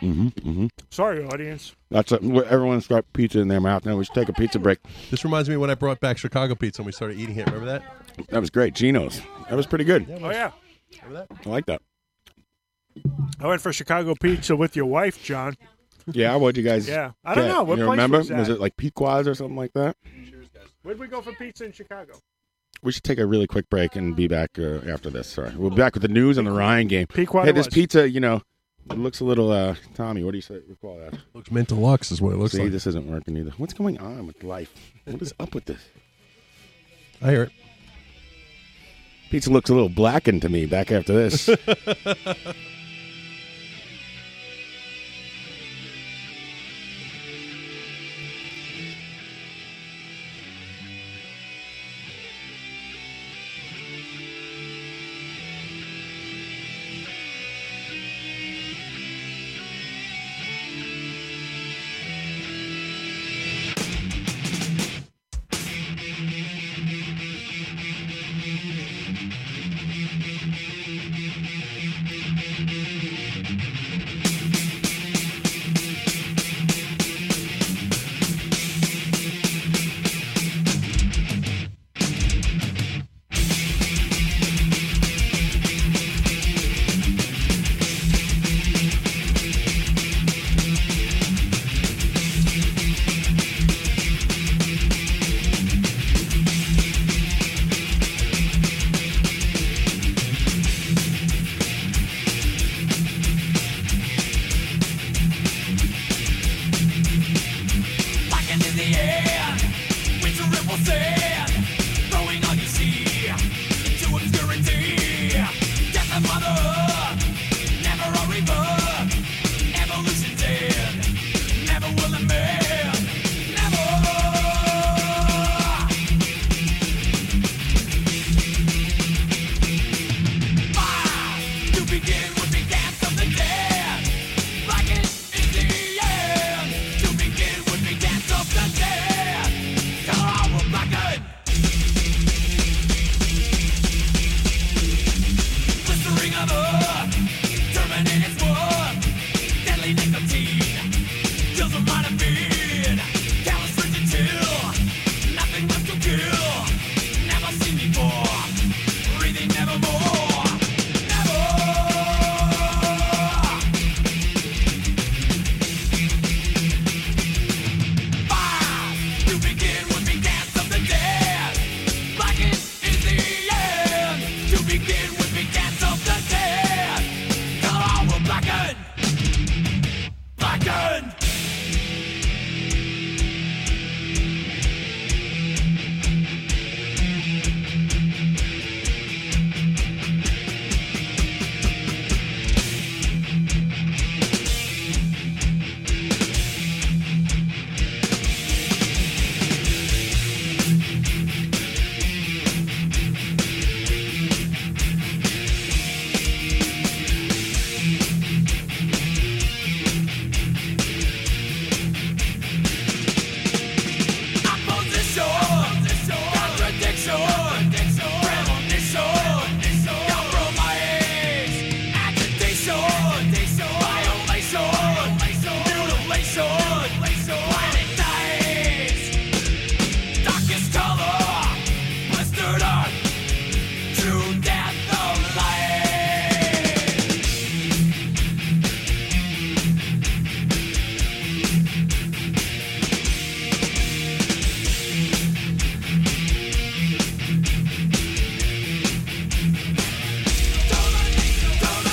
S10: Mm-hmm. Mm-hmm.
S11: Sorry, audience.
S10: That's it. Everyone's got pizza in their mouth. Now we should take a pizza break.
S15: This reminds me when I brought back Chicago pizza and we started eating it. Remember that?
S10: That was great. Geno's. That was pretty good.
S11: Oh yeah,
S10: I like that.
S11: I went for Chicago pizza with your wife, John.
S10: Yeah, what'd you guys?
S11: Yeah. I don't
S10: get?
S11: know. What
S10: you
S11: place
S10: remember?
S11: was that?
S10: it like Pequod's or something like that?
S11: Where'd we go for pizza in Chicago?
S10: We should take a really quick break and be back uh, after this. Sorry, we'll be back with the news and the Ryan game.
S11: Pequod
S10: Hey, this
S11: was.
S10: pizza, you know, it looks a little. uh Tommy, what do you say? You call that?
S15: Looks mint deluxe is what it looks
S10: See,
S15: like.
S10: this isn't working either. What's going on with life? What is up with this?
S15: I hear it.
S10: Pizza looks a little blackened to me. Back after this. [LAUGHS]
S4: Ah! Turn on to death the light.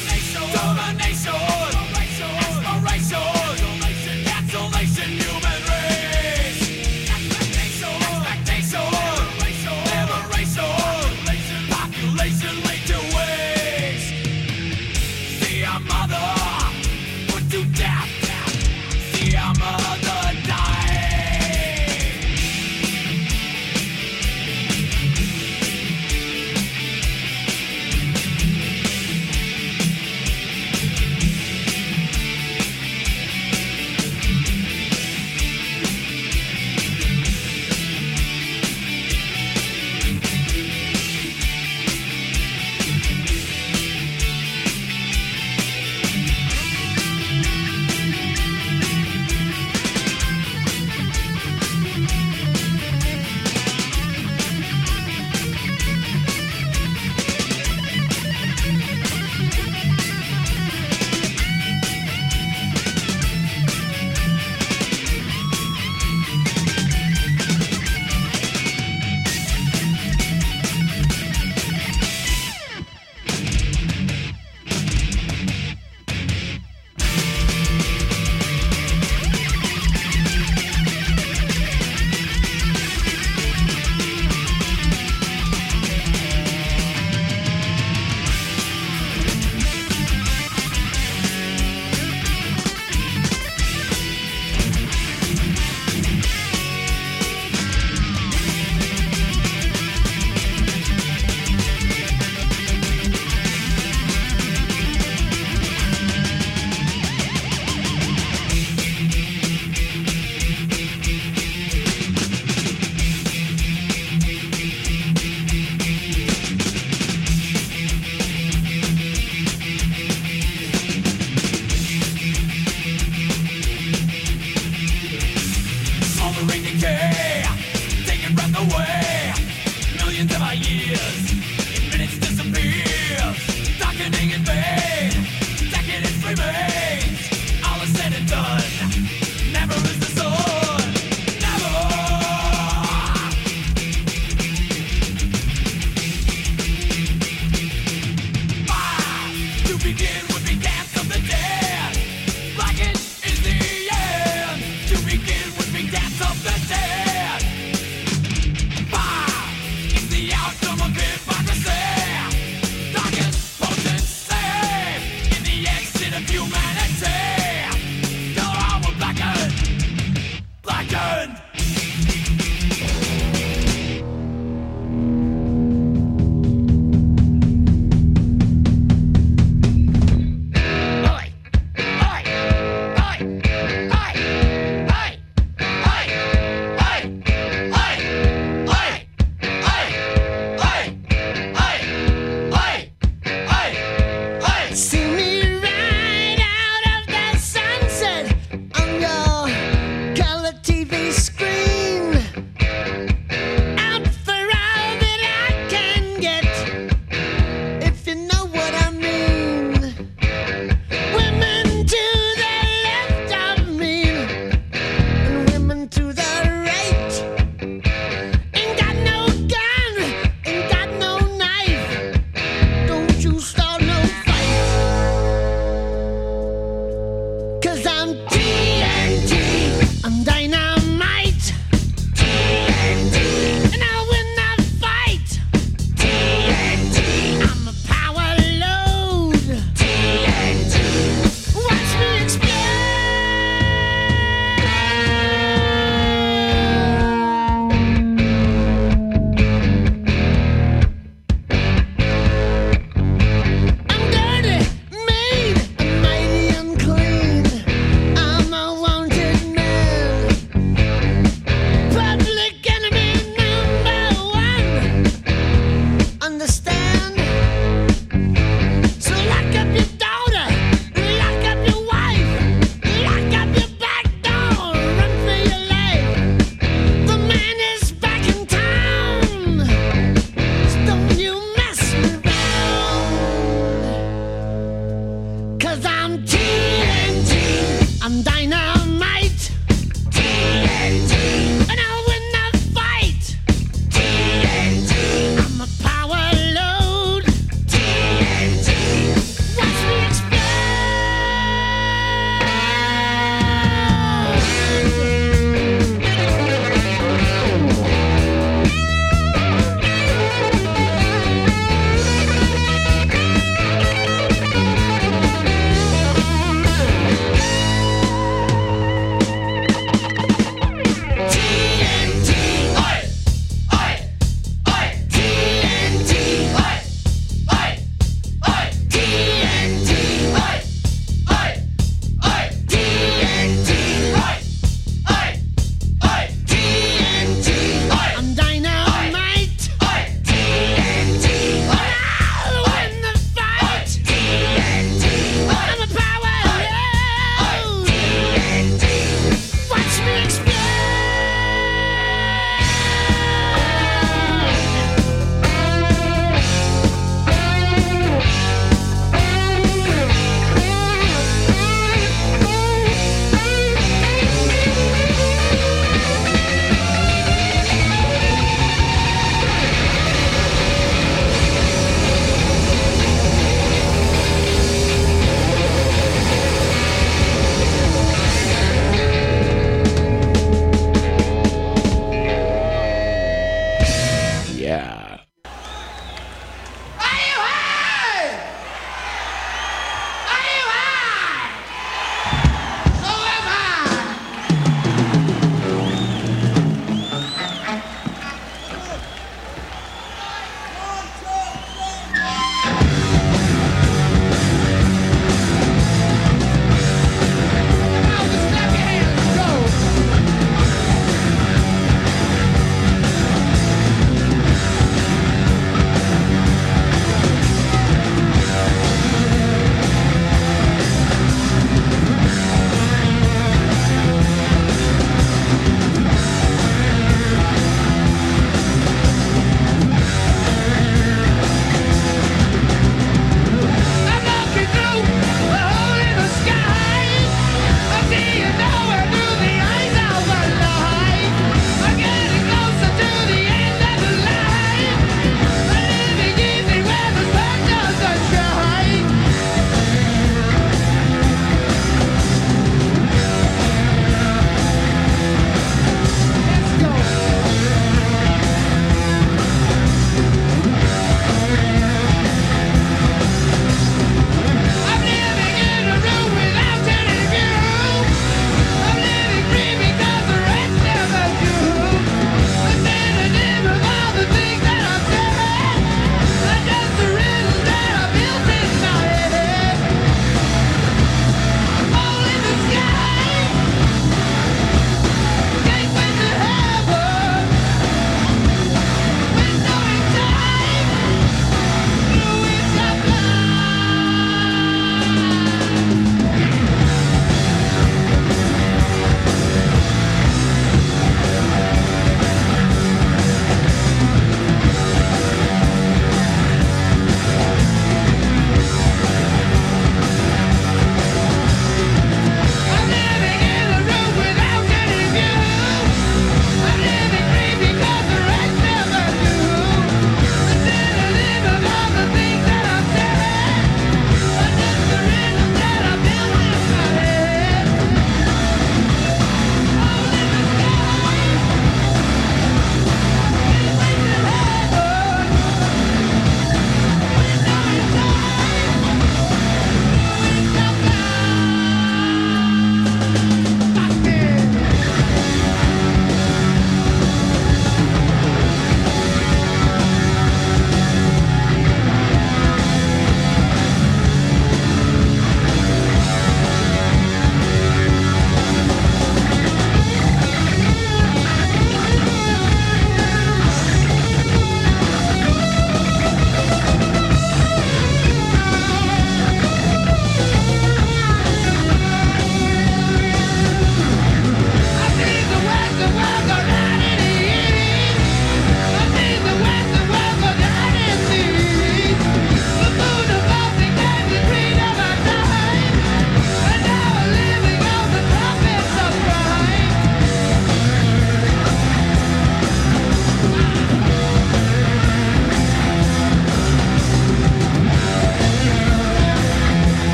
S4: Domination, exploration, cancellation, human race. Expectation, expectation, liberation, population laid to waste. See our mother put to death. See our mother die. Smothering decay, taking breath away. Millions of our years, in minutes disappears. Darkening in vain, decadence remains. All is said and done, never is the sun. Never! To begin would be dance of the dead. Like it is the end. To begin would be dance of the dead. Fire is the outcome of hypocrisy. Darkest potency in the exit of humanity. Your arm will blacken, blacken. Hey!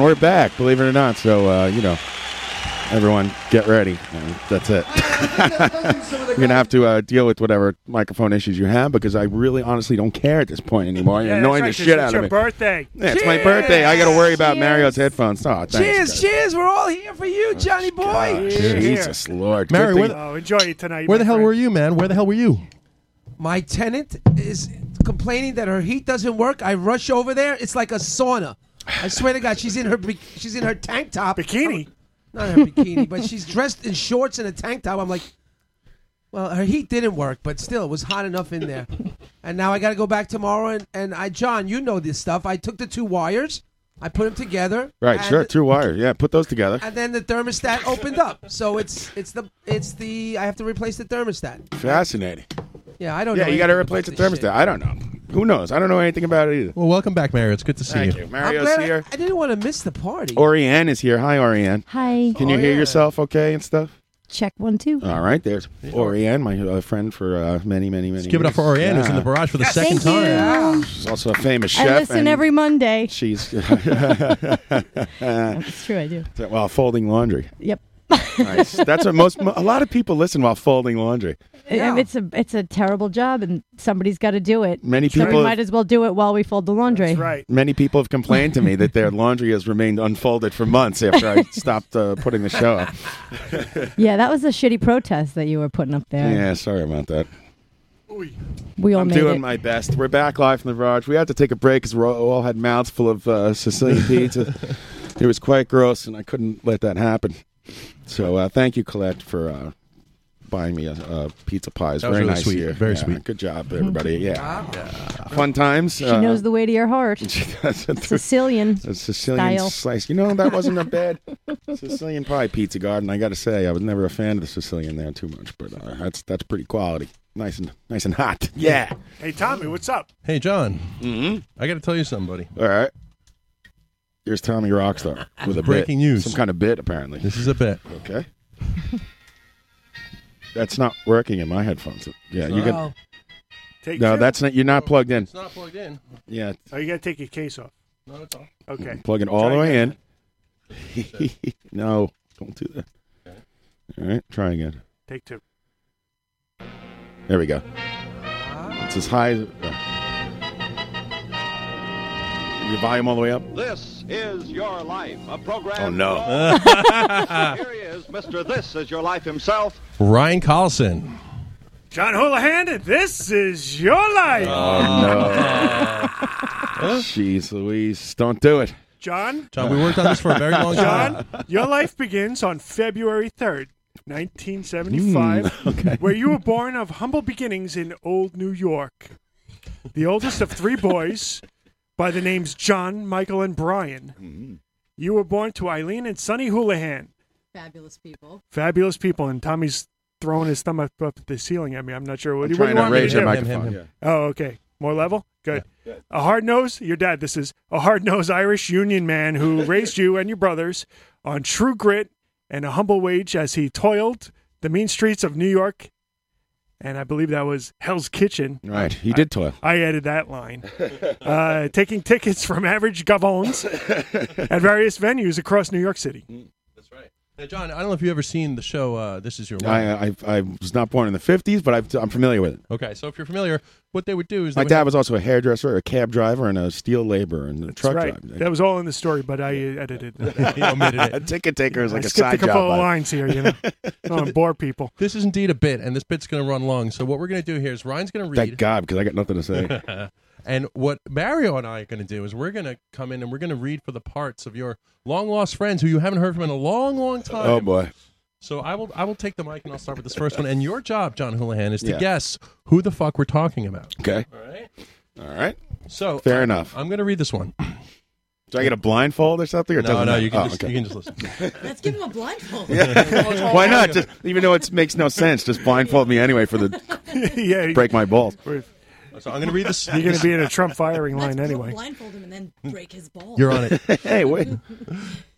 S10: we're back, believe it or not. So, uh, you know, everyone, get ready. Uh, that's it. [LAUGHS] You're going to have to uh, deal with whatever microphone issues you have because I really honestly don't care at this point anymore. You're
S11: Yeah, that's
S10: annoying
S11: right,
S10: the
S11: 'cause
S10: shit out
S11: it's
S10: of
S11: your
S10: me.
S11: birthday.
S10: Yeah, it's my birthday. I got to worry about Mario's headphones. Oh, thanks.
S11: Cheers, cheers. We're all here for you,
S10: Johnny boy. Jesus Lord. Good
S15: Mary,
S10: thing-
S15: where the-
S11: Oh, enjoy it tonight.
S15: Where the hell were you, man? Where the hell were you?
S21: My tenant is complaining that her heat doesn't work. I rush over there. It's like a sauna. I swear to God, she's in her bi- she's in her tank top bikini. Not her bikini, but she's dressed in shorts and a tank top. I'm like, well, her heat didn't work, but still, it was hot enough in there. And now I got to go back tomorrow. And, and I, John, you know this stuff. I took the two wires, I put them together.
S10: Right,
S21: and
S10: sure. Two wires. Yeah, put those together.
S21: and then the thermostat opened up. So it's it's the it's the I have to replace the thermostat.
S10: Fascinating.
S21: Yeah, I don't
S10: Yeah,
S21: know.
S10: you got to
S21: anything
S10: replace the
S21: about
S10: thermostat.
S21: this shit.
S10: I don't know. Who knows? I don't know anything about it either.
S15: Well, welcome back, Mario. It's good to see
S10: Thank
S15: you.
S10: you.
S21: I'm
S10: Mario's
S21: glad
S10: here.
S21: I, I didn't want to miss the party.
S10: Oriane is here. Hi, Oriane.
S22: Hi.
S10: Can you hear yourself okay and stuff?
S22: Check one, two.
S10: All right, there's Oriane, my uh, friend for uh, many, many, many.
S15: Let's give it up for
S10: years.
S15: Oriane, who's in the barrage for the Yes. second Thank time. you.
S10: She's also a famous
S22: I
S10: chef.
S22: listen
S10: and
S22: every Monday. [LAUGHS]
S10: She's [LAUGHS] that's
S22: true. I do.
S10: While folding laundry.
S22: Yep.
S10: Nice. That's what most. A lot of people listen while folding laundry.
S22: And- and It's a it's a terrible job, and somebody's got to do it.
S10: Many
S22: So
S10: people-
S22: we might as well do it while we fold the laundry. right.
S10: Many people have complained to me that their laundry has remained unfolded for months after
S22: [LAUGHS]
S10: I stopped uh, putting the show up.
S22: [LAUGHS] Yeah, that was a shitty protest that you were putting up there.
S10: Yeah, sorry about that.
S22: We all
S10: I'm
S22: made
S10: doing
S22: it.
S10: my best. We're back live from the barrage. We had to take a break because we all had mouths full of
S22: [LAUGHS]
S10: uh, Sicilian pizza. it was quite gross, and I couldn't let that happen. So uh, thank you, Colette, for uh, buying me a, a pizza pie. It's
S15: That was
S10: very
S15: really
S10: nice
S15: sweet.
S10: here.
S15: Very
S10: Yeah,
S15: sweet.
S10: Good job, everybody. Yeah. Fun times. uh,
S22: she knows
S10: [LAUGHS]
S22: the way to your heart. Sicilian.
S10: a Sicilian
S22: style.
S10: slice. You know that
S22: [LAUGHS]
S10: wasn't a bad Sicilian pie pizza garden. I got to say, I was never a fan of the Sicilian there too much, but uh, that's that's pretty quality. Nice and nice and hot. Yeah.
S11: Hey, Tommy, what's up?
S15: Hey, John. Mm-hmm. I got to tell you something, buddy.
S10: All right. Here's
S15: [LAUGHS]
S10: Tommy Rockstar with a bit.
S15: Breaking news.
S10: Some kind of bit, apparently.
S15: This is a bit.
S10: Okay. That's not working in my headphones. Yeah, you
S11: Oh.
S10: can.
S11: Take
S10: No,
S11: two.
S10: that's not. You're not plugged in.
S15: not plugged in.
S10: Yeah,
S11: Oh, you got to take your case off. No, it's off. Okay.
S10: plug it all the way in. [LAUGHS] no, don't do that. All right, try again.
S11: Take two.
S10: There we go. It's as high as. Your volume all the way up.
S23: This is Your Life, a program.
S10: Oh, no.
S23: Here he is, Mr. This Is Your Life himself.
S15: [LAUGHS] Ryan Collison.
S11: John Houlihan, this is your life.
S10: Oh, no. Jeez Louise, don't do it.
S11: John?
S15: John, we worked on this for a very
S10: [LAUGHS]
S15: long
S11: John,
S15: time.
S10: Uh,
S11: your life begins on February 3rd, 1975,
S10: Mm, okay.
S11: where you were born of humble beginnings in old New York. The oldest of three boys by the names John, Michael, and
S10: Mm.
S11: Brian. You were born to Eileen and Sonny Houlihan.
S20: Fabulous people.
S11: Fabulous people, and Tommy's throwing his thumb up, up at the ceiling at me. I'm not sure what
S10: I'm
S11: do you- what do you
S10: trying to
S11: want me
S10: raise
S11: to
S10: your
S11: do?
S10: microphone, yeah.
S11: Oh, okay. More level? Good. A hard nose, your dad, this is a hard nosed Irish union man who
S10: [LAUGHS]
S11: raised you and your brothers on true grit and a humble wage as he toiled the mean streets of New York. And I believe that was Hell's Kitchen.
S10: Right, he did toil.
S11: I added that
S10: [LAUGHS]
S11: line. Uh, taking tickets from average gavons at various venues across New York City.
S15: Now, John, I don't know if you've ever seen the show uh, This Is Your Life.
S10: I, I I was not born in the fifties, but I've, I'm familiar with it.
S15: Okay, so if you're familiar, what they would do is they
S10: My
S15: would
S10: dad
S15: have-
S10: was also a hairdresser, a cab driver, and a steel laborer, and a
S11: That's
S10: truck eh?
S11: right.
S10: driver.
S11: That was all in the story, but I uh, edited it.
S10: [LAUGHS]
S15: He omitted it.
S10: Ticket taker is
S11: I
S10: like a
S11: skipped
S10: side
S11: a couple of
S10: job. I-
S11: lines
S15: [LAUGHS]
S11: here, you know. I don't wanna bore people.
S15: This is indeed a bit, and this bit's going to run long. So what we're going to do here is Ryan's going to
S10: Thank
S15: read,
S10: God, because I got nothing
S15: [LAUGHS]
S10: to [LAUGHS] say.
S15: and what Mario and I are going to do is we're going to come in and we're going to read for the parts of your long lost friends who you haven't heard from in a long, long time.
S10: oh boy.
S15: So I will I will take the mic and I'll start with this first one. And your job, John Houlihan, is to
S10: Yeah.
S15: guess who the fuck we're talking about.
S10: Okay.
S15: All
S10: right. All right.
S15: So
S10: Fair
S15: I-
S10: enough.
S15: I'm going to read this one.
S10: Do I get a blindfold or something? Or
S15: No,
S10: doesn't
S15: no,
S10: matter?
S15: you can
S10: Oh,
S15: just-
S10: okay.
S15: you can just listen.
S24: Let's give him a blindfold.
S15: [LAUGHS]
S10: [LAUGHS] Yeah. Why not? Just even though it makes no sense, just blindfold me anyway for the
S15: [LAUGHS]
S11: yeah,
S10: break my balls.
S15: So I'm going to read this.
S11: You're going to be in a Trump firing line anyway.
S24: Blindfold him and then break his balls.
S15: Oh. You're on it.
S10: [LAUGHS] hey, wait.
S15: [LAUGHS]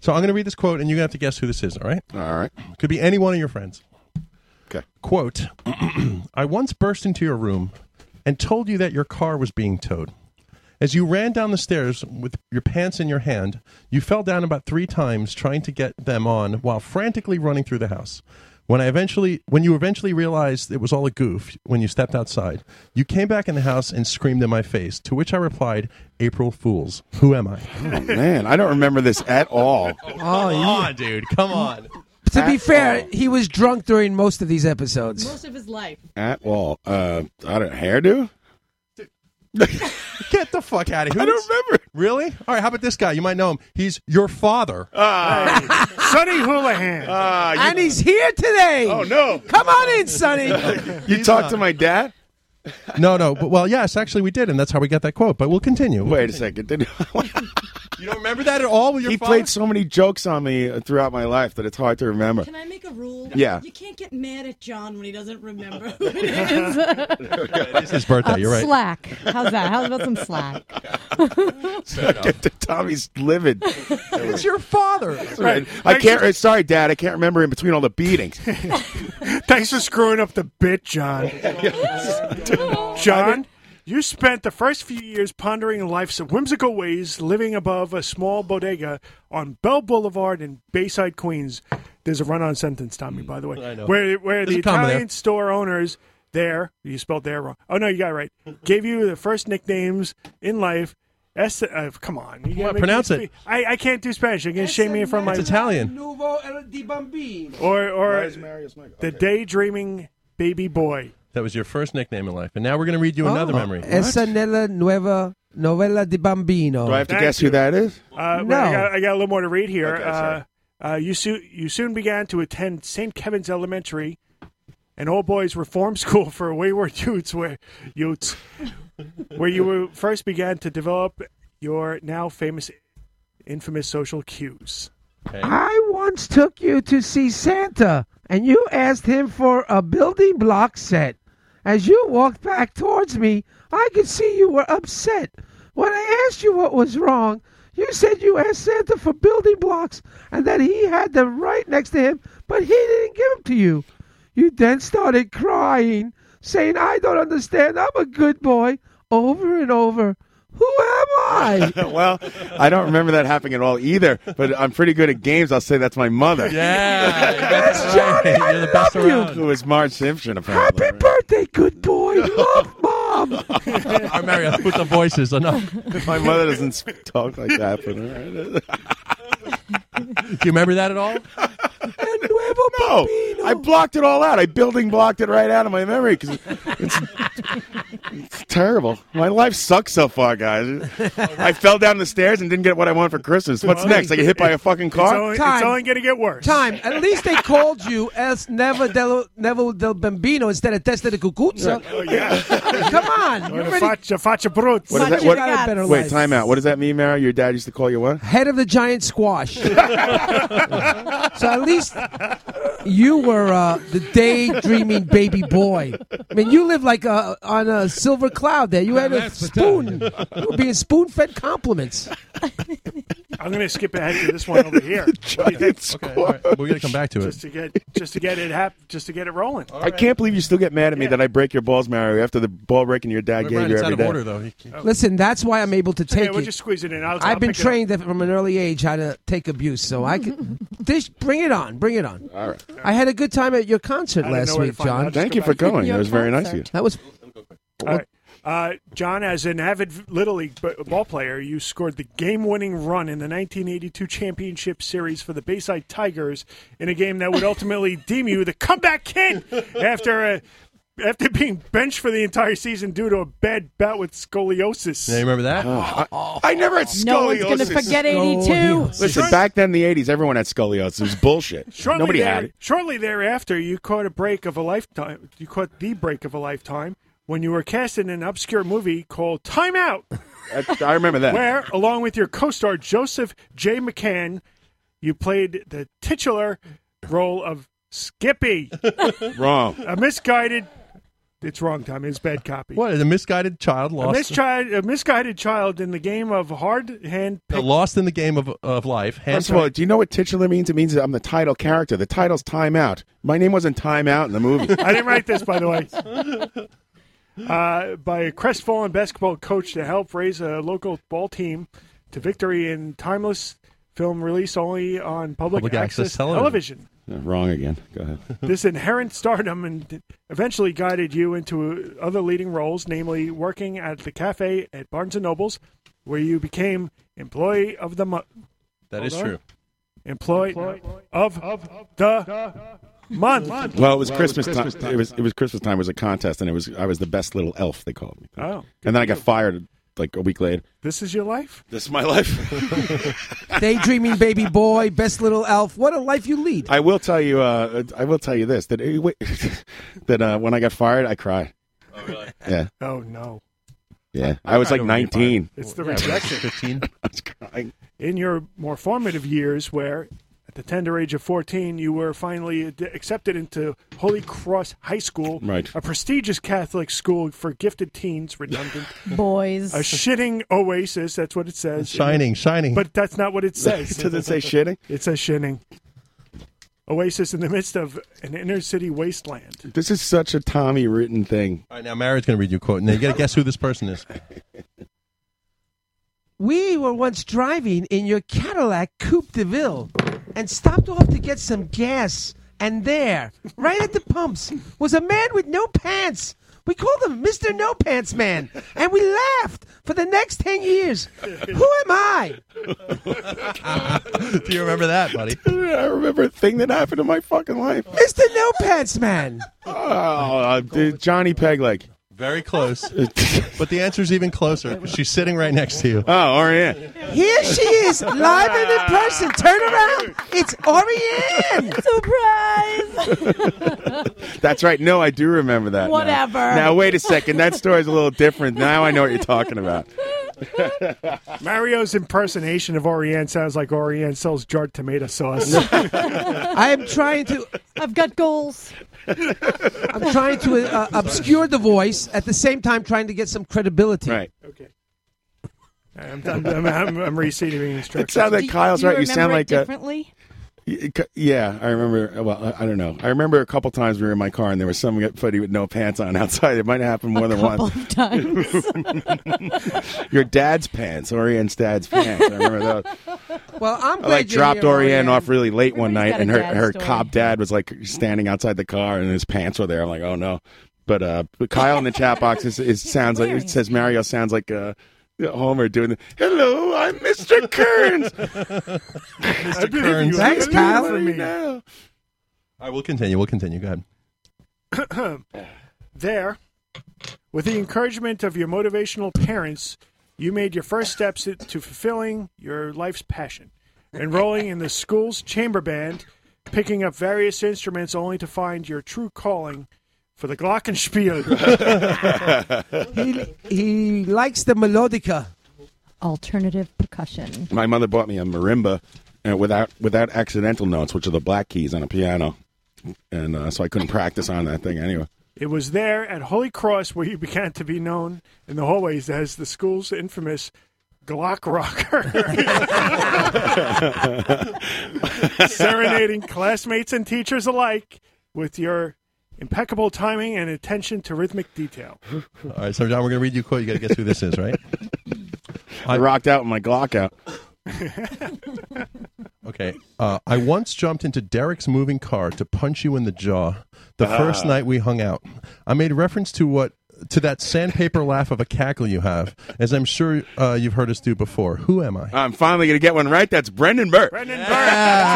S15: So I'm going to read this quote, and you're going to have to guess who this is. All right.
S10: All right.
S15: Could be any one of your friends.
S10: Okay.
S15: Quote: [CLEARS THROAT] I once burst into your room and told you that your car was being towed. As you ran down the stairs with your pants in your hand, you fell down about three times trying to get them on while frantically running through the house. When I eventually, when you eventually realized it was all a goof, when you stepped outside, you came back in the house and screamed in my face. To which I replied, "April Fools, who am I?"
S10: Oh, man, I don't remember this at all.
S15: Oh, come on, dude, come on.
S21: To be fair, he was drunk during most of these episodes.
S24: Most of his life.
S10: At all. Uh, I don't hairdo.
S15: Get the fuck out of here. I don't remember. Really? All right, how about this guy? You might know him. He's your father.
S11: Sonny Houlihan.
S21: and he's here today. Oh
S10: Ah, no!
S21: Come on in, Sonny.
S10: [LAUGHS] you talked to my dad?
S15: No, no. But, well, yes, actually, we did, and that's how we got that quote. But we'll continue.
S10: Wait a second. Did,
S15: you don't remember that at all? With your
S10: he played so many jokes on me uh, throughout my life that it's hard to remember.
S24: Can I make a rule?
S10: Yeah.
S24: You can't get mad at John when he doesn't remember who it is.
S15: It's his birthday.
S22: Uh,
S15: you're right.
S22: Slack. How's that? How about some slack?
S10: [LAUGHS] Get to [LAUGHS] Tommy's
S15: [LAUGHS]
S10: livid.
S15: It's your father.
S10: Right. I can't. uh, Sorry, Dad. I can't remember in between all the
S15: [LAUGHS]
S10: beatings.
S11: Thanks for screwing up the bit, John. John, you spent the first few years pondering life's whimsical ways, living above a small bodega on Bell Boulevard in Bayside, Queens. There's a run-on sentence, Tommy. By the way,
S15: Mm, I know.
S11: where where
S15: There's
S11: the
S15: a comma there.
S11: Italian store owners there you spelled there wrong. Oh no, you got it right. Gave you the first nicknames in life. Es- uh, come on, you gotta
S15: on,
S11: make me
S15: pronounce it.
S11: speak- I, I can't do Spanish. You're gonna shame me in front of my
S15: It's Italian.
S21: Nuovo El Di Bambino.
S11: or or the daydreaming baby boy.
S15: That was your first nickname in life, and now we're going to read you another
S11: Oh,
S15: memory.
S21: Oh, Essa nella nuova novella di bambino.
S10: Do I have to
S11: Thank
S10: guess
S11: you.
S10: who that is?
S11: Uh,
S21: No.
S11: well, I, got, I got a little more to read here.
S10: Okay,
S11: uh,
S10: sorry.
S11: uh, you, soo- you soon began to attend St. Kevin's Elementary, an all boys reform [LAUGHS] school for wayward youths, where youths, where you were, first began to develop your now famous, infamous social cues.
S21: I once took you to see Santa, and you asked him for a building block set. As you walked back towards me, I could see you were upset. When I asked you what was wrong, you said you asked Santa for building blocks and that he had them right next to him, but he didn't give them to you. You then started crying, saying, I don't understand. I'm a good boy, over and over. Who am I?
S10: well, I don't remember that happening at all either. But I'm pretty good at games. I'll say that's my mother. [LAUGHS]
S15: Yeah, that's
S21: Johnny,
S15: right. You're the best
S21: love you.
S15: around.
S10: Who is Marge Simpson? Apparently.
S21: Happy birthday, good
S10: [LAUGHS]
S21: boy. Love, Mom.
S15: All right, Mary, let's put the voices. Enough.
S10: [LAUGHS] My mother doesn't sp- talk like that. But, all right.
S15: Do you remember that at all?
S10: No, I blocked it all out. I building blocked it right out of my memory because it's, it's terrible. My life sucks so far, guys. I fell down the stairs and didn't get what I want for Christmas. What's next? I get hit by a fucking
S11: It's
S10: car.
S11: only, it's
S21: Time.
S11: only going to get worse.
S21: Time. At least they called you as Neville Del, Neville del Bambino instead of Testa de Cucuzza. [LAUGHS] Come on.
S11: Oh, Or
S21: You're
S11: the
S21: ready.
S11: faccia, faccia brutes.
S10: What is that?
S21: You
S10: What,
S21: got a better
S10: wait,
S21: life.
S10: time out. What does that mean, Mara? Your dad used to call you what?
S21: Head of the giant
S11: [LAUGHS]
S21: squash. so at least you were uh, the daydreaming baby boy. I mean, you lived like uh, on a silver cloud there. You had a spoon. You were being spoon fed compliments.
S11: I'm going to skip ahead to this one over here.
S15: Okay, all right. We're going to come back to
S11: just
S15: it.
S11: to get just to get it hap- just to get it rolling.
S10: I can't believe you still get mad at me that I break your balls, Mario, after the ball breaking your dad
S15: Brian,
S10: gave you
S15: it's out
S10: every
S15: of
S10: day.
S15: order, though. You can't-
S21: Listen, that's why I'm able to
S11: Okay,
S21: take
S11: Oh. we'll
S21: it.
S11: just squeeze it in. I'll, I'll
S21: I've been
S11: pick it up.
S21: trained from an early age how to take abuse, so I
S11: [LAUGHS]
S21: can. Dish, bring it on, bring it on.
S10: All right.
S21: I had a good time at your concert
S11: I didn't know
S21: last
S11: where
S21: week,
S11: to find
S21: John.
S11: out.
S10: Thank you for
S21: Your
S10: going. That was very nice of you.
S21: That was
S11: All right. Uh, John, as an avid Little League b- ball player, you scored the game-winning run in the 1982 championship series for the Bayside Tigers in a game that would ultimately deem you the comeback kid after a, after being benched for the entire season due to a bad bout with scoliosis.
S15: Yeah, you remember that?
S11: Oh.
S10: I never had scoliosis.
S22: No one's going to forget 82.
S10: Listen, back then in the 80s, everyone had scoliosis. It was
S11: [LAUGHS]
S10: bullshit.
S11: Shortly
S10: Nobody
S11: there-
S10: had it.
S11: Shortly thereafter, you caught a break of a lifetime. You caught the break of a lifetime when you were cast in an obscure movie called Time Out,
S10: That's- I remember that.
S11: where, along with your co-star Joseph J. McCann, you played the titular role of Skippy,
S10: [LAUGHS] Wrong.
S11: a misguided. It's wrong, Tom. It's bad copy.
S15: What? A misguided child
S11: A,
S15: lost.
S11: mischild, a misguided child in the game of hard hand. [LAUGHS]
S15: uh, lost in the game of, of life. Hand
S10: First of all, do you know what titular means? It means that I'm the title character.
S11: [LAUGHS]
S10: The title's Time Out. My name wasn't Time Out in the movie.
S11: I didn't write this, by the way. uh, by a crestfallen basketball coach to help raise a local ball team to victory in timeless film release only on public,
S10: Public access television.
S11: television.
S10: [LAUGHS] Uh, Wrong again. Go ahead.
S11: [LAUGHS] this inherent stardom and eventually guided you into other leading roles, namely working at the cafe at Barnes and Nobles, where you became employee of the month.
S15: That
S11: Hold
S15: is
S11: on.
S15: true.
S11: Employee, of, the, month.
S10: Well, it was Christmas time. It was it was Christmas time. It was a contest, and it was I was the best little elf. They called me,
S11: Oh,
S10: and then I got fired like a week later.
S11: This is your life?
S10: This is
S11: [LAUGHS]
S10: my life.
S21: [LAUGHS] Daydreaming baby boy, best little elf. What a life you lead.
S10: I will tell you. Uh, I will tell you this that eh, wait, [LAUGHS] that uh, when I got fired, I cried. Oh really? [LAUGHS] Yeah,
S11: Oh, no.
S10: yeah. I, was like nineteen.
S11: It's the rejection.
S15: 15.
S10: [LAUGHS] I was crying.
S11: in your more formative years, where at the tender age of 14, you were finally ad- accepted into Holy Cross High School,
S10: Right.
S11: a prestigious Catholic school for gifted teens,
S15: [LAUGHS]
S11: redundant.
S22: Boys.
S11: A shitting oasis, that's what it says.
S15: Shining, shining.
S11: But that's not what it
S10: [LAUGHS]
S11: says.
S15: Does it say shitting?
S11: It says shitting. Oasis in the midst of an inner city wasteland.
S10: This is such a Tommy written thing.
S15: All right, now Mary's going to read you a quote, and then you got to guess who this person
S10: [LAUGHS]
S15: is. [LAUGHS]
S21: We were once driving in your Cadillac Coupe de Ville and stopped off to get some gas. And there, right at the pumps, was a man with no pants. We called him Mr. No Pants Man, and we laughed for the next 10 years. Who am I?
S15: Do you remember that, buddy?
S10: I remember a thing that happened in my fucking life.
S21: Mr. No Pants Man.
S10: Oh, uh, dude, Johnny Pegleg.
S15: Very
S10: [LAUGHS]
S15: close. but the answer's even closer. She's sitting right next to you.
S10: Oh, Oriane.
S21: Here she is, live and in person. Turn around. It's E Oriane.
S22: Surprise.
S10: That's right. No, I do remember that. now.
S22: Whatever.
S10: Now, wait a second. That story's a little different. Now I know what you're talking about.
S11: [LAUGHS] Mario's impersonation of Oriane sounds like Oriane sells jarred tomato sauce.
S21: [LAUGHS] I am trying to.
S22: I've got goals.
S21: I'm trying to uh, obscure the voice at the same time trying to get some credibility.
S10: Right.
S11: Okay. [LAUGHS] I'm, I'm, I'm, I'm, I'm receiving
S10: It
S11: instructions.
S10: sounds like Kyle's right. You sound like a.
S22: differently.
S10: Y- c- Yeah, I remember. Well, I- I don't know. I remember a couple times we were in my car and there was somebody with no pants on outside. It might have happened more than
S22: couple
S10: once.
S22: of times.
S10: Your dad's pants, Orien's dad's pants. I remember those.
S21: [LAUGHS] Well, I'm
S10: I
S21: glad
S10: like
S21: you're
S10: dropped
S21: here, E
S10: Oriane off really late one night,
S21: got a
S10: and her
S21: dad
S10: her
S21: story.
S10: cop dad was like standing outside the car, and his pants were there. I'm like, oh no. But uh, but Kyle in the chat box
S21: [LAUGHS]
S10: is, is sounds like it says Mario sounds like uh, Homer doing the hello, I'm Mr. Kearns.
S15: Mr.
S10: believe
S15: Kearns.
S10: you. Thanks, I believe Kyle.
S15: All
S10: in you
S15: right, we'll continue. We'll continue. Go ahead.
S11: [COUGHS] there, with the encouragement of your motivational parents, you made your first steps to fulfilling your life's passion, enrolling in the school's chamber band, picking up various instruments only to find your true calling for the [LAUGHS]
S10: [LAUGHS]
S11: Glockenspiel.
S21: [LAUGHS] He, he likes the melodica.
S22: Alternative percussion.
S10: My mother bought me a marimba uh, without without accidental notes, which are the black keys on a piano, and uh, so I couldn't practice on that thing anyway.
S11: It was there at Holy Cross where you began to be known in the hallways as the school's infamous Glock
S10: [LAUGHS]
S11: Rocker, serenading classmates and teachers alike with your impeccable timing and attention to rhythmic detail.
S15: All right, so John, we're going to read you a quote. You got to guess who this is, right?
S10: I rocked out with my Glock out.
S15: Okay. Uh, I once jumped into Derek's moving car to punch you in the jaw the
S10: Ah.
S15: first night we hung out. I made reference to what to that sandpaper laugh of a cackle you have, as I'm sure uh, you've heard us do before. Who am I?
S10: I'm finally going to get one right. That's Brendan Ah. Burr.
S11: Brendan Burr,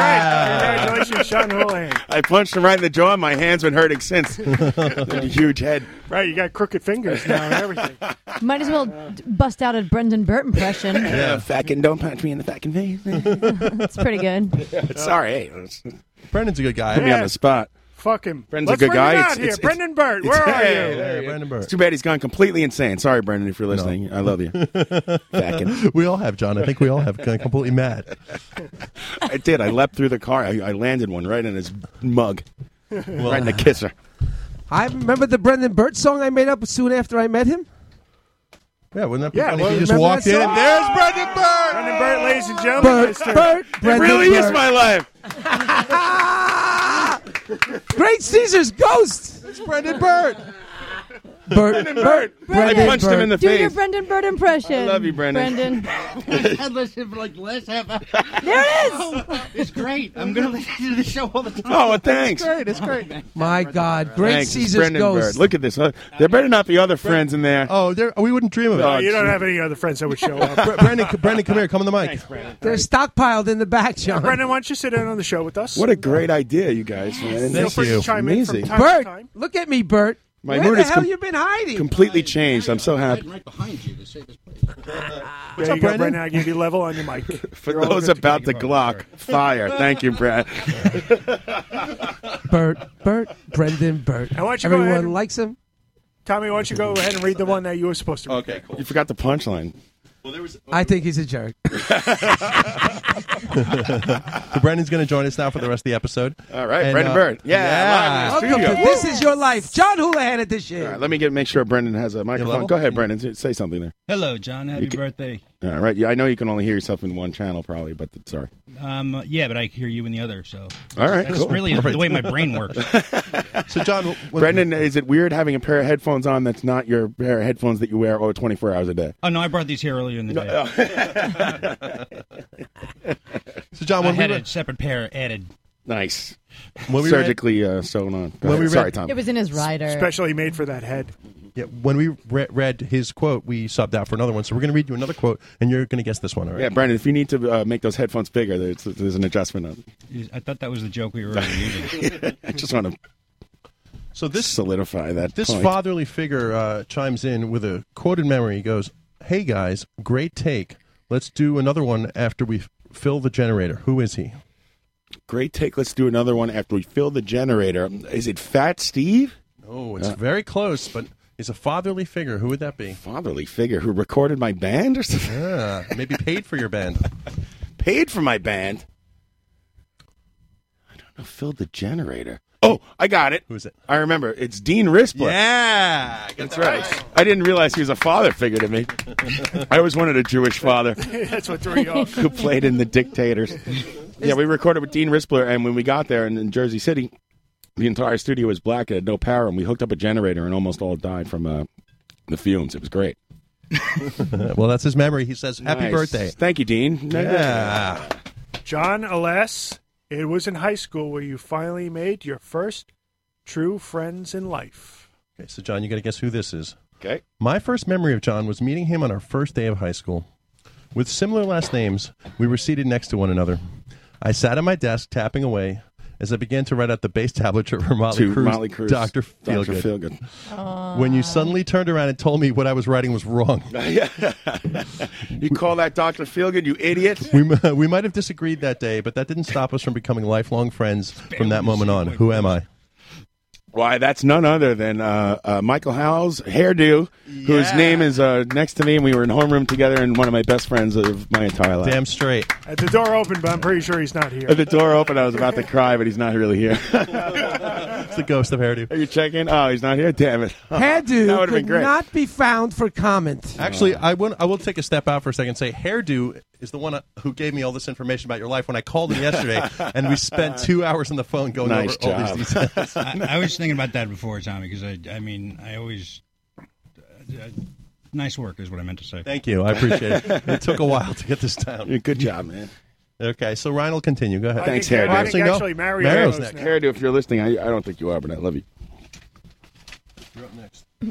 S11: that's right. Congratulations, Sean Houlihan.
S10: I punched him right in the jaw, and my hands been
S15: [LAUGHS]
S10: hurting since. That huge head.
S11: Right, you got crooked fingers now
S10: [LAUGHS]
S11: and everything.
S22: [LAUGHS] Might as well d- bust out a Brendan Burt impression.
S10: fucking don't punch me in the fucking face.
S22: [LAUGHS] It's pretty
S10: [LAUGHS]
S22: good.
S10: Sorry.
S15: Brendan's a good guy.
S10: Put me on
S11: Yeah.
S10: the spot.
S11: Fuck him.
S10: Brendan's
S11: Let's
S10: a good
S11: bring
S10: guy.
S11: Him out
S10: It's-
S11: here.
S10: it's- it's-
S11: Brendan Burt, where
S10: it's-
S11: are
S10: Hey,
S11: you?
S10: there you
S15: Brendan
S10: It's too bad he's gone completely insane. Sorry, Brendan, if you're listening. I
S15: [LAUGHS]
S10: love you. [LAUGHS] Fucking.
S15: we all have, John. I think we all have gone completely mad.
S10: I did. I leapt through the car. I, I landed one right in his mug,
S15: Well-
S10: right in the kisser.
S21: I remember the Brendan Burt song I made up soon after I met him.
S15: Yeah, wouldn't that be
S21: Yeah,
S15: funny
S21: well,
S15: if you just
S21: remember
S15: walked
S21: that
S15: in
S21: song?
S15: and there's Brendan Burr.
S11: Brendan Burr, ladies and gentlemen.
S21: Burt,
S11: Mr.
S21: Burt, Brendan
S10: really is
S21: Burr.
S10: my life.
S21: Great Caesar's ghost.
S15: It's Brendan Burt.
S21: Bert, Bert,
S10: I punched him in the
S22: Do
S10: face.
S22: your Brendan Bird impression.
S10: I love you, Brendan.
S22: Brendan.
S10: [LAUGHS]
S2: I listened for like the last half hour.
S22: There it
S2: is. it's great. I'm gonna [LAUGHS] listen to the show all the time.
S10: Oh, well, thanks.
S2: It's great. It's great.
S21: My God, great
S10: Thanks,
S21: Caesar's
S10: Brendan
S21: ghost.
S10: Bird. Look at this. Uh, there better not be other friends in there.
S15: Oh, there we wouldn't dream
S11: No, you don't have any other friends that would
S10: [LAUGHS]
S11: show up.
S15: Brendan, Brendan, come here. Come on the mic.
S21: They're stockpiled in the back, John.
S11: Brendan, why don't you sit in on the show with us?
S10: What a great idea, you guys. Man.
S11: Feel free to chime in from
S10: Amazing.
S11: time
S21: Bert, look at me, Bert.
S10: My
S21: Where
S10: mood
S21: the
S10: is
S21: hell
S10: com-
S21: you been hiding?
S10: completely changed. I'm so happy.
S11: There
S10: up,
S11: you go,
S10: Brendan?
S11: Brendan. I gave you level on your mic.
S10: [LAUGHS] For those about the Glock, fire. Thank you, Brad.
S21: Bert, Bert, Brendan, Bert.
S11: Now, why don't you
S21: Everyone
S11: go ahead and,
S21: likes him.
S11: Tommy, why don't you go ahead and read the one that you were supposed to read? Okay,
S10: You forgot the punchline.
S21: I think he's a
S15: [LAUGHS]
S21: jerk.
S10: [LAUGHS]
S15: so Brendan's going to join us now for the rest of the episode. uh,
S10: All right, Brendan Bird. Yeah, live in the
S21: Welcome to
S10: studio.
S21: This Is Your Life. John Houlihan at this
S10: All
S21: year.
S10: right, let me get make sure Brendan has a microphone.
S2: level?
S10: Go ahead, Brendan. Say something there.
S2: Hello, John. Happy
S10: You ca-
S2: birthday.
S10: All right. Yeah, I know you can only hear yourself in one channel, probably, but th- sorry.
S2: Um, yeah, but I hear you in the other. So
S10: All right,
S2: that's
S10: cool.
S2: really
S10: All right.
S2: the way my brain
S10: [LAUGHS]
S2: works.
S15: so, John,
S10: Brendan, is it weird having a pair of headphones on that's not your pair of headphones that you wear over 24 hours a day?
S2: Oh no, I brought these here earlier in the day.
S10: [LAUGHS]
S15: so, John, when
S2: I
S15: we
S2: had
S15: were-
S2: a separate pair added.
S10: Nice.
S15: When we read-
S10: Surgically uh, sewn on. Go ahead. sorry, Tom.
S22: It was in his rider.
S11: Specially made for that head. [LAUGHS]
S15: Yeah, when we re- read his quote, we subbed out for another one. So we're going to read you another quote, and you're going to guess this one. All right.
S10: Yeah, Brendan, if you need to uh, make those headphones bigger, there's, there's an adjustment. On.
S2: I thought that was the joke we were already using.
S10: [LAUGHS] I just want to
S15: so this
S10: solidify that.
S15: This
S10: point.
S15: fatherly figure uh, chimes in with a quoted memory. He goes, "Hey guys, great take. Let's do another one after we f- fill the generator. Who is he?
S10: Great take. Let's do another one after we fill the generator. Is it Fat Steve?
S15: Oh,
S10: Uh.
S15: it's very close, but he's a fatherly figure. Who would that be?
S10: Fatherly figure who recorded my band or something?
S15: Yeah, maybe paid for your band.
S10: [LAUGHS] paid for my band? I don't know. Filled the generator. Oh, I got it.
S15: Who's it?
S10: I remember. It's Dean Rispley.
S15: Yeah,
S10: that's right. I didn't realize he was a father figure to me. I always wanted a Jewish father.
S11: That's what threw you off.
S10: [LAUGHS] who
S21: [LAUGHS]
S10: played in the Dictators. yeah, we recorded with Dean Rispler, and when we got there in, in Jersey City, the entire studio was black. It had no power, and we hooked up a generator, and almost all died from uh, the fumes. It was great.
S15: [LAUGHS] well, that's his memory. He says, "Happy
S10: Nice.
S15: birthday."
S10: Thank you, Dean.
S15: Yeah.
S11: John, alas, it was in high school where you finally made your first true friends in life.
S15: Okay, so John, you got to guess who this is.
S10: Okay.
S15: My first memory of John was meeting him on our first day of high school. With similar last names, we were seated next to one another. I sat at my desk tapping away as I began to write out the base tablature for Motley
S10: To
S15: Crue's
S10: Motley Crue's
S15: Dr.
S10: Dr.
S15: Feelgood.
S10: Feelgood.
S15: When you suddenly turned around and told me what I was writing was wrong.
S10: [LAUGHS] you call that Dr. Feelgood, you idiot?
S15: We, m- we might have disagreed that day, but that didn't stop us from becoming lifelong friends from that moment on. Who am I?
S10: Why, that's none other than uh, uh, Michael Howell's hairdo, whose name is uh, next to me, and we were in homeroom together, and one of my best friends of my entire life.
S15: Damn straight.
S11: Uh, the door opened, but I'm pretty sure he's not here.
S10: At the door opened, I was about to cry, but he's not really here.
S15: [LAUGHS] It's the ghost of hairdo.
S10: Are you checking? Oh, he's not here. Damn it!
S21: Hairdo
S10: that would have
S21: could
S10: been great.
S21: not be found for comment.
S15: Actually, I will, I will take a step out for a second and say Hairdo is the one uh, who gave me all this information about your life when I called him
S10: [LAUGHS]
S15: yesterday, and
S23: [LAUGHS]
S15: we spent two hours on the phone going
S10: Nice
S15: over all
S10: job.
S15: these
S10: [LAUGHS]
S15: details.
S2: I, I was thinking about that before, Tommy, because I, I mean, I always. I, I- nice work is what I meant to say.
S15: Thank you. I appreciate it. It took a while to get this down.
S10: Good job, man.
S15: Okay, so Ryan will continue. Go ahead.
S10: Thanks, Hairdo.
S15: Actually, no. Mario's next.
S10: Hairdo, if you're listening, I, I don't think you are, but I love you.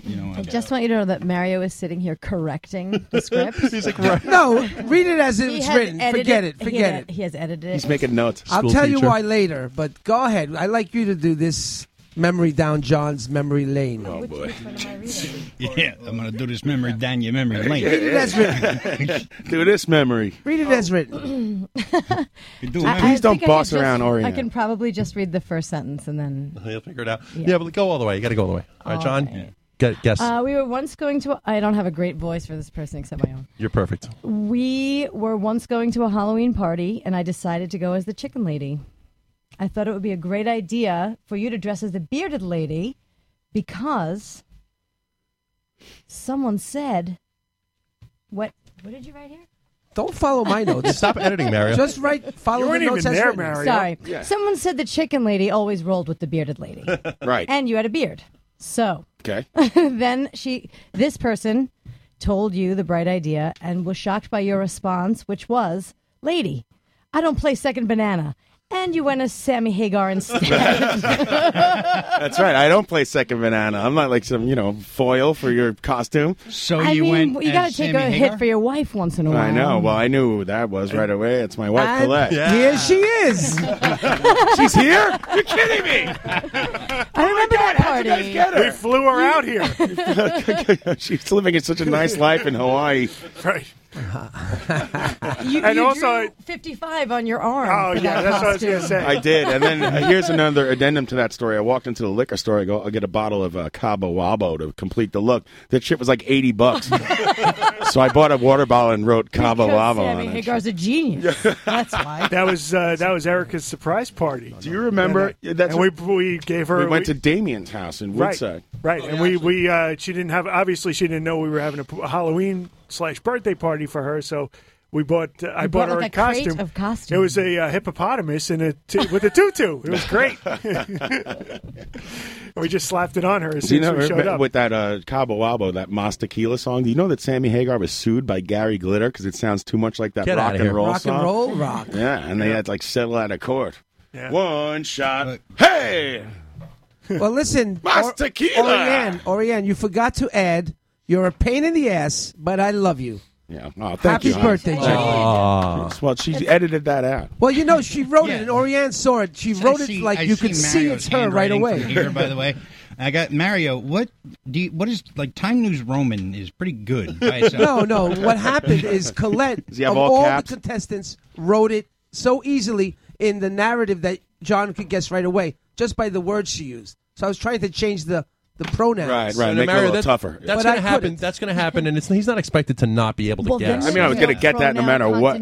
S2: You know,
S22: I just want you to know that Mario is sitting here correcting the script.
S15: He's like, right.
S21: No, read it as
S22: He
S21: it's
S22: has
S21: written.
S22: edited-
S21: Forget it.
S22: he
S21: Forget
S22: had-
S21: it.
S22: He has edited it.
S10: He's making notes.
S21: I'll tell you why later, but go ahead. I like you to do this memory down John's memory lane.
S10: Oh boy.
S2: yeah, I'm going to do this memory down your memory lane.
S21: Read it as
S2: [LAUGHS]
S10: Do this memory.
S21: Read it as written.
S22: [CLEARS THROAT]
S10: Please
S22: think
S10: don't
S22: I
S10: boss
S22: could just-
S10: around, Orion.
S22: I can probably just read the first sentence and then
S15: He'll figure it out. Yeah, but go all the way. You got to go all the way. All right, John. Get, guess.
S22: Oh, Uh, we were once going to. I don't have a great voice for this person except my own.
S15: You're perfect.
S22: We were once going to a Halloween party, and I decided to go as the chicken lady. I thought it would be a great idea for you to dress as the bearded lady because someone said, "What? What did you write here?"
S21: Don't follow my notes.
S15: [LAUGHS] Stop editing, Mario.
S21: Just write. Follow You weren't the even notes as there, written. Mario.
S22: Sorry.
S21: Yeah.
S22: Someone said the chicken lady always rolled with the bearded lady.
S10: Right.
S22: And you had a beard. So
S10: [LAUGHS] Okay.
S22: [LAUGHS] then she, this person, told you the bright idea and was shocked by your response, which was, "Lady, I don't play second banana." And you went as Sammy Hagar instead.
S10: That's right. I don't play second banana. I'm not like some, you know, foil for your costume.
S22: [LAUGHS]
S10: So
S22: I mean, you got to take a hit for your wife once in a while.
S10: I know. Well, I knew who that was right away. It's my wife,
S22: And
S10: Colette.
S21: Here she is.
S22: [LAUGHS]
S10: She's here? You're
S21: kidding
S10: me. Oh
S22: I remember that party.
S10: get her?
S11: We flew her out here.
S10: [LAUGHS] She's living in such a nice life in Hawaii.
S11: Right. [LAUGHS]
S22: You,
S11: And
S22: you
S11: also
S22: drew
S11: I-
S22: 55 on your arm.
S11: Oh,
S22: for that
S11: yeah, that's what I was gonna
S22: costume.
S11: say. [LAUGHS]
S10: I did. And then uh, here's another addendum to that story. I walked into the liquor store. I go, I'll get a bottle of uh, Cabo Wabo to complete the look. That shit was like
S22: [LAUGHS]
S10: 80 bucks. so I bought a water bottle and wrote Cabo
S22: Because
S10: Wabo
S22: Sammy
S10: on it.
S22: Hagar's a
S10: [LAUGHS]
S22: genius. That's why.
S11: That was uh, that was Erica's surprise party. Do
S10: you remember- that's
S11: and we we gave her.
S10: we went to Damien's house in
S11: right,
S10: Woodside.
S22: Oh,
S11: right, and we we uh, she didn't have obviously she didn't know we were having a p- Halloween slash birthday party for her, so we bought uh, I
S22: You bought,
S11: bought, her
S22: like,
S11: a,
S22: a crate
S11: costume.
S22: of costumes.
S11: It was a uh, hippopotamus in a t- with a tutu. It
S22: [LAUGHS]
S11: was great. And we just slapped it on her as
S10: Do you
S11: soon
S10: know
S11: as we showed up.
S10: with that uh, Cabo Wabo, that Mas Tequila song? Do you know that Sammy Hagar was sued by Gary Glitter because it sounds too much like that
S11: Get
S10: rock
S11: outta
S10: and
S11: here.
S10: roll
S11: Rock and
S10: song?
S11: roll rock.
S10: Yeah, and they had to, like settle out of court. One shot. Hey,
S21: Well, listen,
S10: [LAUGHS] Mas
S21: Or-
S10: tequila.
S21: Oriane, Oriane, you forgot to add. You're a pain in the ass, but I love you.
S10: Yeah. Oh, thank
S21: Happy
S10: you. honey.
S21: birthday,
S10: Thank
S21: Jack.
S10: you. Well, she edited that out.
S21: Well, you know,
S2: [LAUGHS]
S21: she wrote it, and Oriane saw it. She wrote it like
S2: I
S21: you could see
S2: Mario's
S21: it's her right
S2: handwriting
S21: away.
S2: from Here, by
S21: [LAUGHS]
S2: the way, I got Mario. What do you, what is like? Time News Roman is pretty
S21: [LAUGHS]
S2: good. By
S21: no,
S2: itself.
S21: no. What happened is Colette,
S2: Does he have
S21: of
S2: all
S21: all
S2: caps?
S21: the contestants, wrote it so easily in the narrative that John could guess right away just by the words she used. So I was trying to change the, the pronouns.
S10: Right,
S15: So
S10: right.
S15: no
S10: Make it a
S15: matter-
S10: little
S15: that-
S10: tougher.
S21: But
S15: That's going
S21: I
S15: to happen.
S21: couldn't.
S15: That's going to happen, and it's, he's not expected to not be able to
S21: Well,
S15: guess.
S21: then I mean, I was
S10: gonna get that no matter what.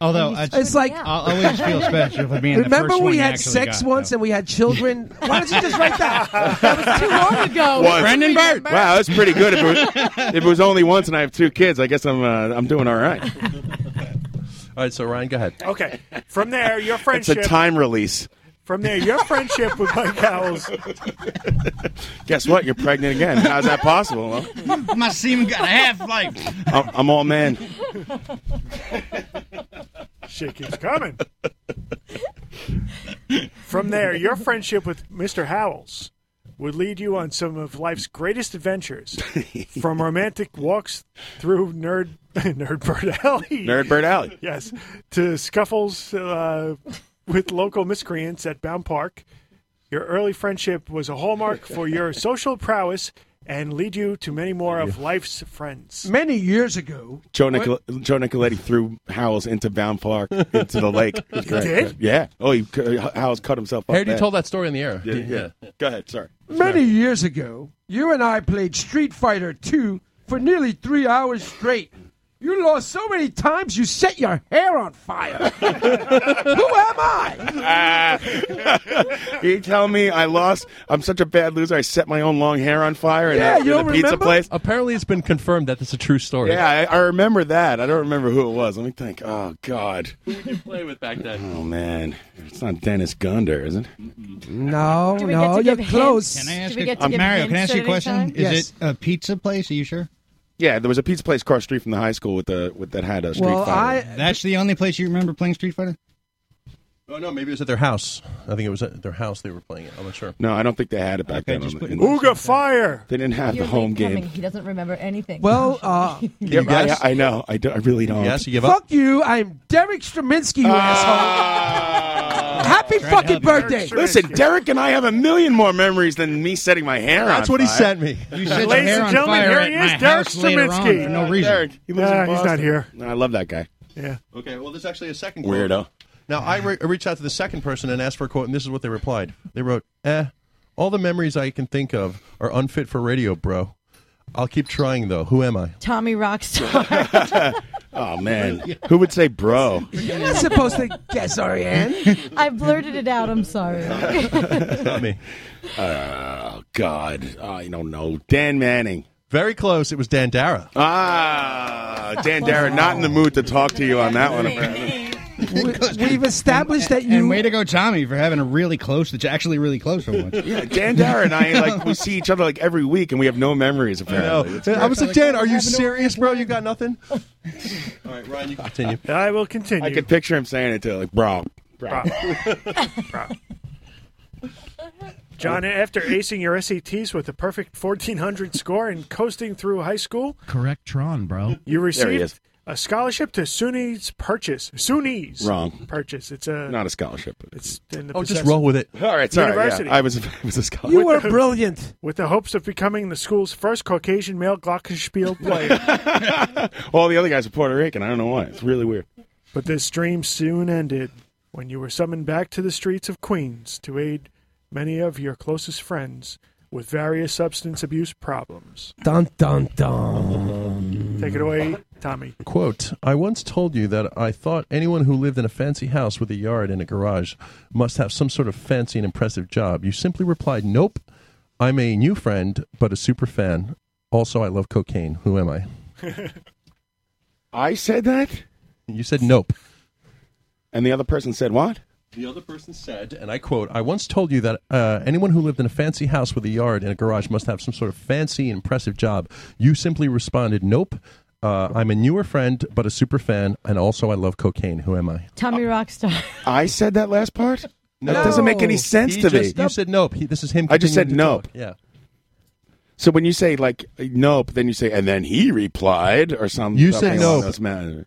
S2: Although I,
S21: It's like
S2: I'll
S21: [LAUGHS]
S2: always feel special if I'm being the
S21: Remember
S2: first
S21: we
S2: one you
S21: had
S2: actually
S21: sex
S2: got,
S21: once and we had
S2: [LAUGHS]
S21: children. Why don't you just write that?
S11: Oh,
S10: Once.
S2: Brendan Burt.
S10: Wow, that's pretty good. If it, was, [LAUGHS] if it was only once, and I have two kids, I guess I'm uh, I'm doing all right.
S15: All right, so Ryan, go ahead.
S11: okay, from there your
S10: It's a
S11: friendship.
S10: time release.
S11: From there your friendship with Mike
S10: [LAUGHS]
S11: Howells.
S10: Guess what? You're pregnant again. How's that possible? Well,
S2: [LAUGHS] My semen got a half life.
S10: I'm, I'm all man.
S11: Shit keeps coming. From there, your friendship with Mr. Howells would lead you on some of life's greatest adventures, from romantic walks through nerd [LAUGHS] nerd bird alley,
S10: Nerd Bird Alley.
S11: yes, to scuffles uh, with local miscreants at Bound Park. Your early friendship was a hallmark for your social prowess and lead you to many more of life's friends.
S21: Many years ago,
S10: Joe, Nicol- Joe Nicoletti threw Howells into Bound Park, into the
S15: [LAUGHS]
S10: lake. It was
S21: He
S10: great.
S21: did?
S10: Yeah. Oh, he, Howells cut himself up.
S15: Harry, you
S10: bad.
S15: told that story in the air.
S10: Yeah, yeah. Go ahead. Sorry.
S21: Many years ago, you and I played Street Fighter 2 for nearly three hours straight. You lost so many times you set your hair on
S2: [LAUGHS]
S21: fire. Who am I?
S10: Ah. [LAUGHS] you tell me I lost. I'm such a bad loser. I set my own long hair on fire in,
S15: Yeah,
S10: a-
S15: you
S10: in a
S15: don't
S10: pizza
S15: remember?
S10: place.
S15: Apparently, it's been confirmed that it's a true story.
S10: Yeah, I, I remember that. I don't remember who it was. Let me think. Oh God.
S3: you play with back then?
S10: Oh man, it's not Dennis Gunder, is it?
S21: No,
S2: we get
S21: no, [LAUGHS] you're
S2: to give hints?
S21: close.
S2: Can I ask a- um, Mario? Can I ask you a question? Is
S21: Yes.
S2: it a pizza place? Are you sure?
S10: Yeah, there was a pizza place across the street from the high school with the with that had a street fighter.
S2: that's the only place you remember playing Street Fighter.
S15: Oh no, maybe it was at their house. I think it was at their house they were playing it. I'm not sure.
S10: no, I don't think they had it back then. on the- in-
S11: Ooga fire!
S10: they didn't have the home
S22: Coming,
S10: game.
S22: He doesn't remember anything.
S21: Well, uh,
S10: Yeah,
S21: You
S10: I-
S21: guess?
S10: I, know. I, do, I really don't.
S15: Yes, you give
S21: fuck you. I'm Derek Straminsky, you
S2: Ah.
S21: asshole. Happy fucking birthday.
S10: Listen, Derek and I have a million more memories than me setting my hair on
S15: That's what he
S10: fire.
S15: sent me.
S2: You set your hair on fire at my house later on for no reason.
S10: Derek, he lives in Boston. I love that guy.
S11: Yeah.
S15: Okay. Well, there's actually a second
S10: Weirdo.
S15: Now I re- I reached out to the second person and asked for a quote, and this is what they replied. They wrote, "Eh, all the memories I can think of are unfit for radio, bro. I'll keep trying though. Who am I?"
S22: [LAUGHS] Tommy Rockstar.
S11: [LAUGHS]
S10: Oh man, who would say bro?
S21: You're not supposed to guess, Ariane.
S22: [LAUGHS] I blurted it out. I'm sorry. [LAUGHS]
S15: [LAUGHS] Not me.
S10: Oh God, I don't know. Dan Manning.
S15: Very close. It was Dan Dara. [LAUGHS]
S11: [LAUGHS]
S10: Ah, Dan Darrett, not in the mood to talk to you on that one. apparently.
S2: [LAUGHS]
S21: We've established that you.
S2: And way to go, Tommy, for having a really close, that's actually really close for once.
S10: yeah, Dan Dara and I like we see each other like every week, and we have no memories apparently. It's
S15: I
S10: great.
S15: was like, Dan, are you serious, bro? You got nothing?
S10: All right, Ryan, you continue.
S11: I will continue.
S10: I could picture him saying it too, like, bro.
S11: Bro. Bro. [LAUGHS] John, after acing your SATs with a perfect 1400 score and coasting through high school,
S3: Correct Tron,
S10: [LAUGHS]
S3: bro.
S11: you received a scholarship to SUNY's Purchase. SUNY's
S10: Wrong.
S11: Purchase. It's a
S10: Not a scholarship.
S11: It's in the
S15: Oh, just
S11: possession-
S15: roll with it.
S10: All right, sorry.
S11: University.
S10: Yeah, I was [LAUGHS] I was a scholar.
S11: With the-
S21: brilliant.
S11: With the hopes of becoming the school's first Caucasian male
S10: [LAUGHS]
S11: glockenspiel player.
S10: [LAUGHS] All the other guys are Puerto Rican. I don't know why. It's really weird.
S11: But this dream soon ended when you were summoned back to the streets of Queens to aid many of your closest friends with various substance abuse problems.
S21: [LAUGHS] Dun dun dun.
S11: Take it away, Tommy.
S15: Quote, I once told you that I thought anyone who lived in a fancy house with a yard and a garage must have some sort of fancy and impressive job. You simply replied, Nope, I'm a new friend, but a super fan. Also, I love cocaine. Who am I?
S10: I said that,
S15: You said nope.
S10: and the other person said what?
S15: The other person said, and I quote, I once told you that uh, anyone who lived in a fancy house with a yard and a garage must have some sort of fancy and impressive job. You simply responded, Nope, uh, I'm a newer friend, but a super fan, and also I love cocaine. Who am I?
S22: Tommy Rockstar.
S10: I said that last part. That doesn't make any sense
S15: He
S10: to
S15: just-
S10: me.
S15: You said nope. He, this is him.
S10: I just said
S15: continuing to talk.
S10: nope.
S15: Yeah.
S10: So when you say like nope, then you say and then he replied or something.
S15: You said nope.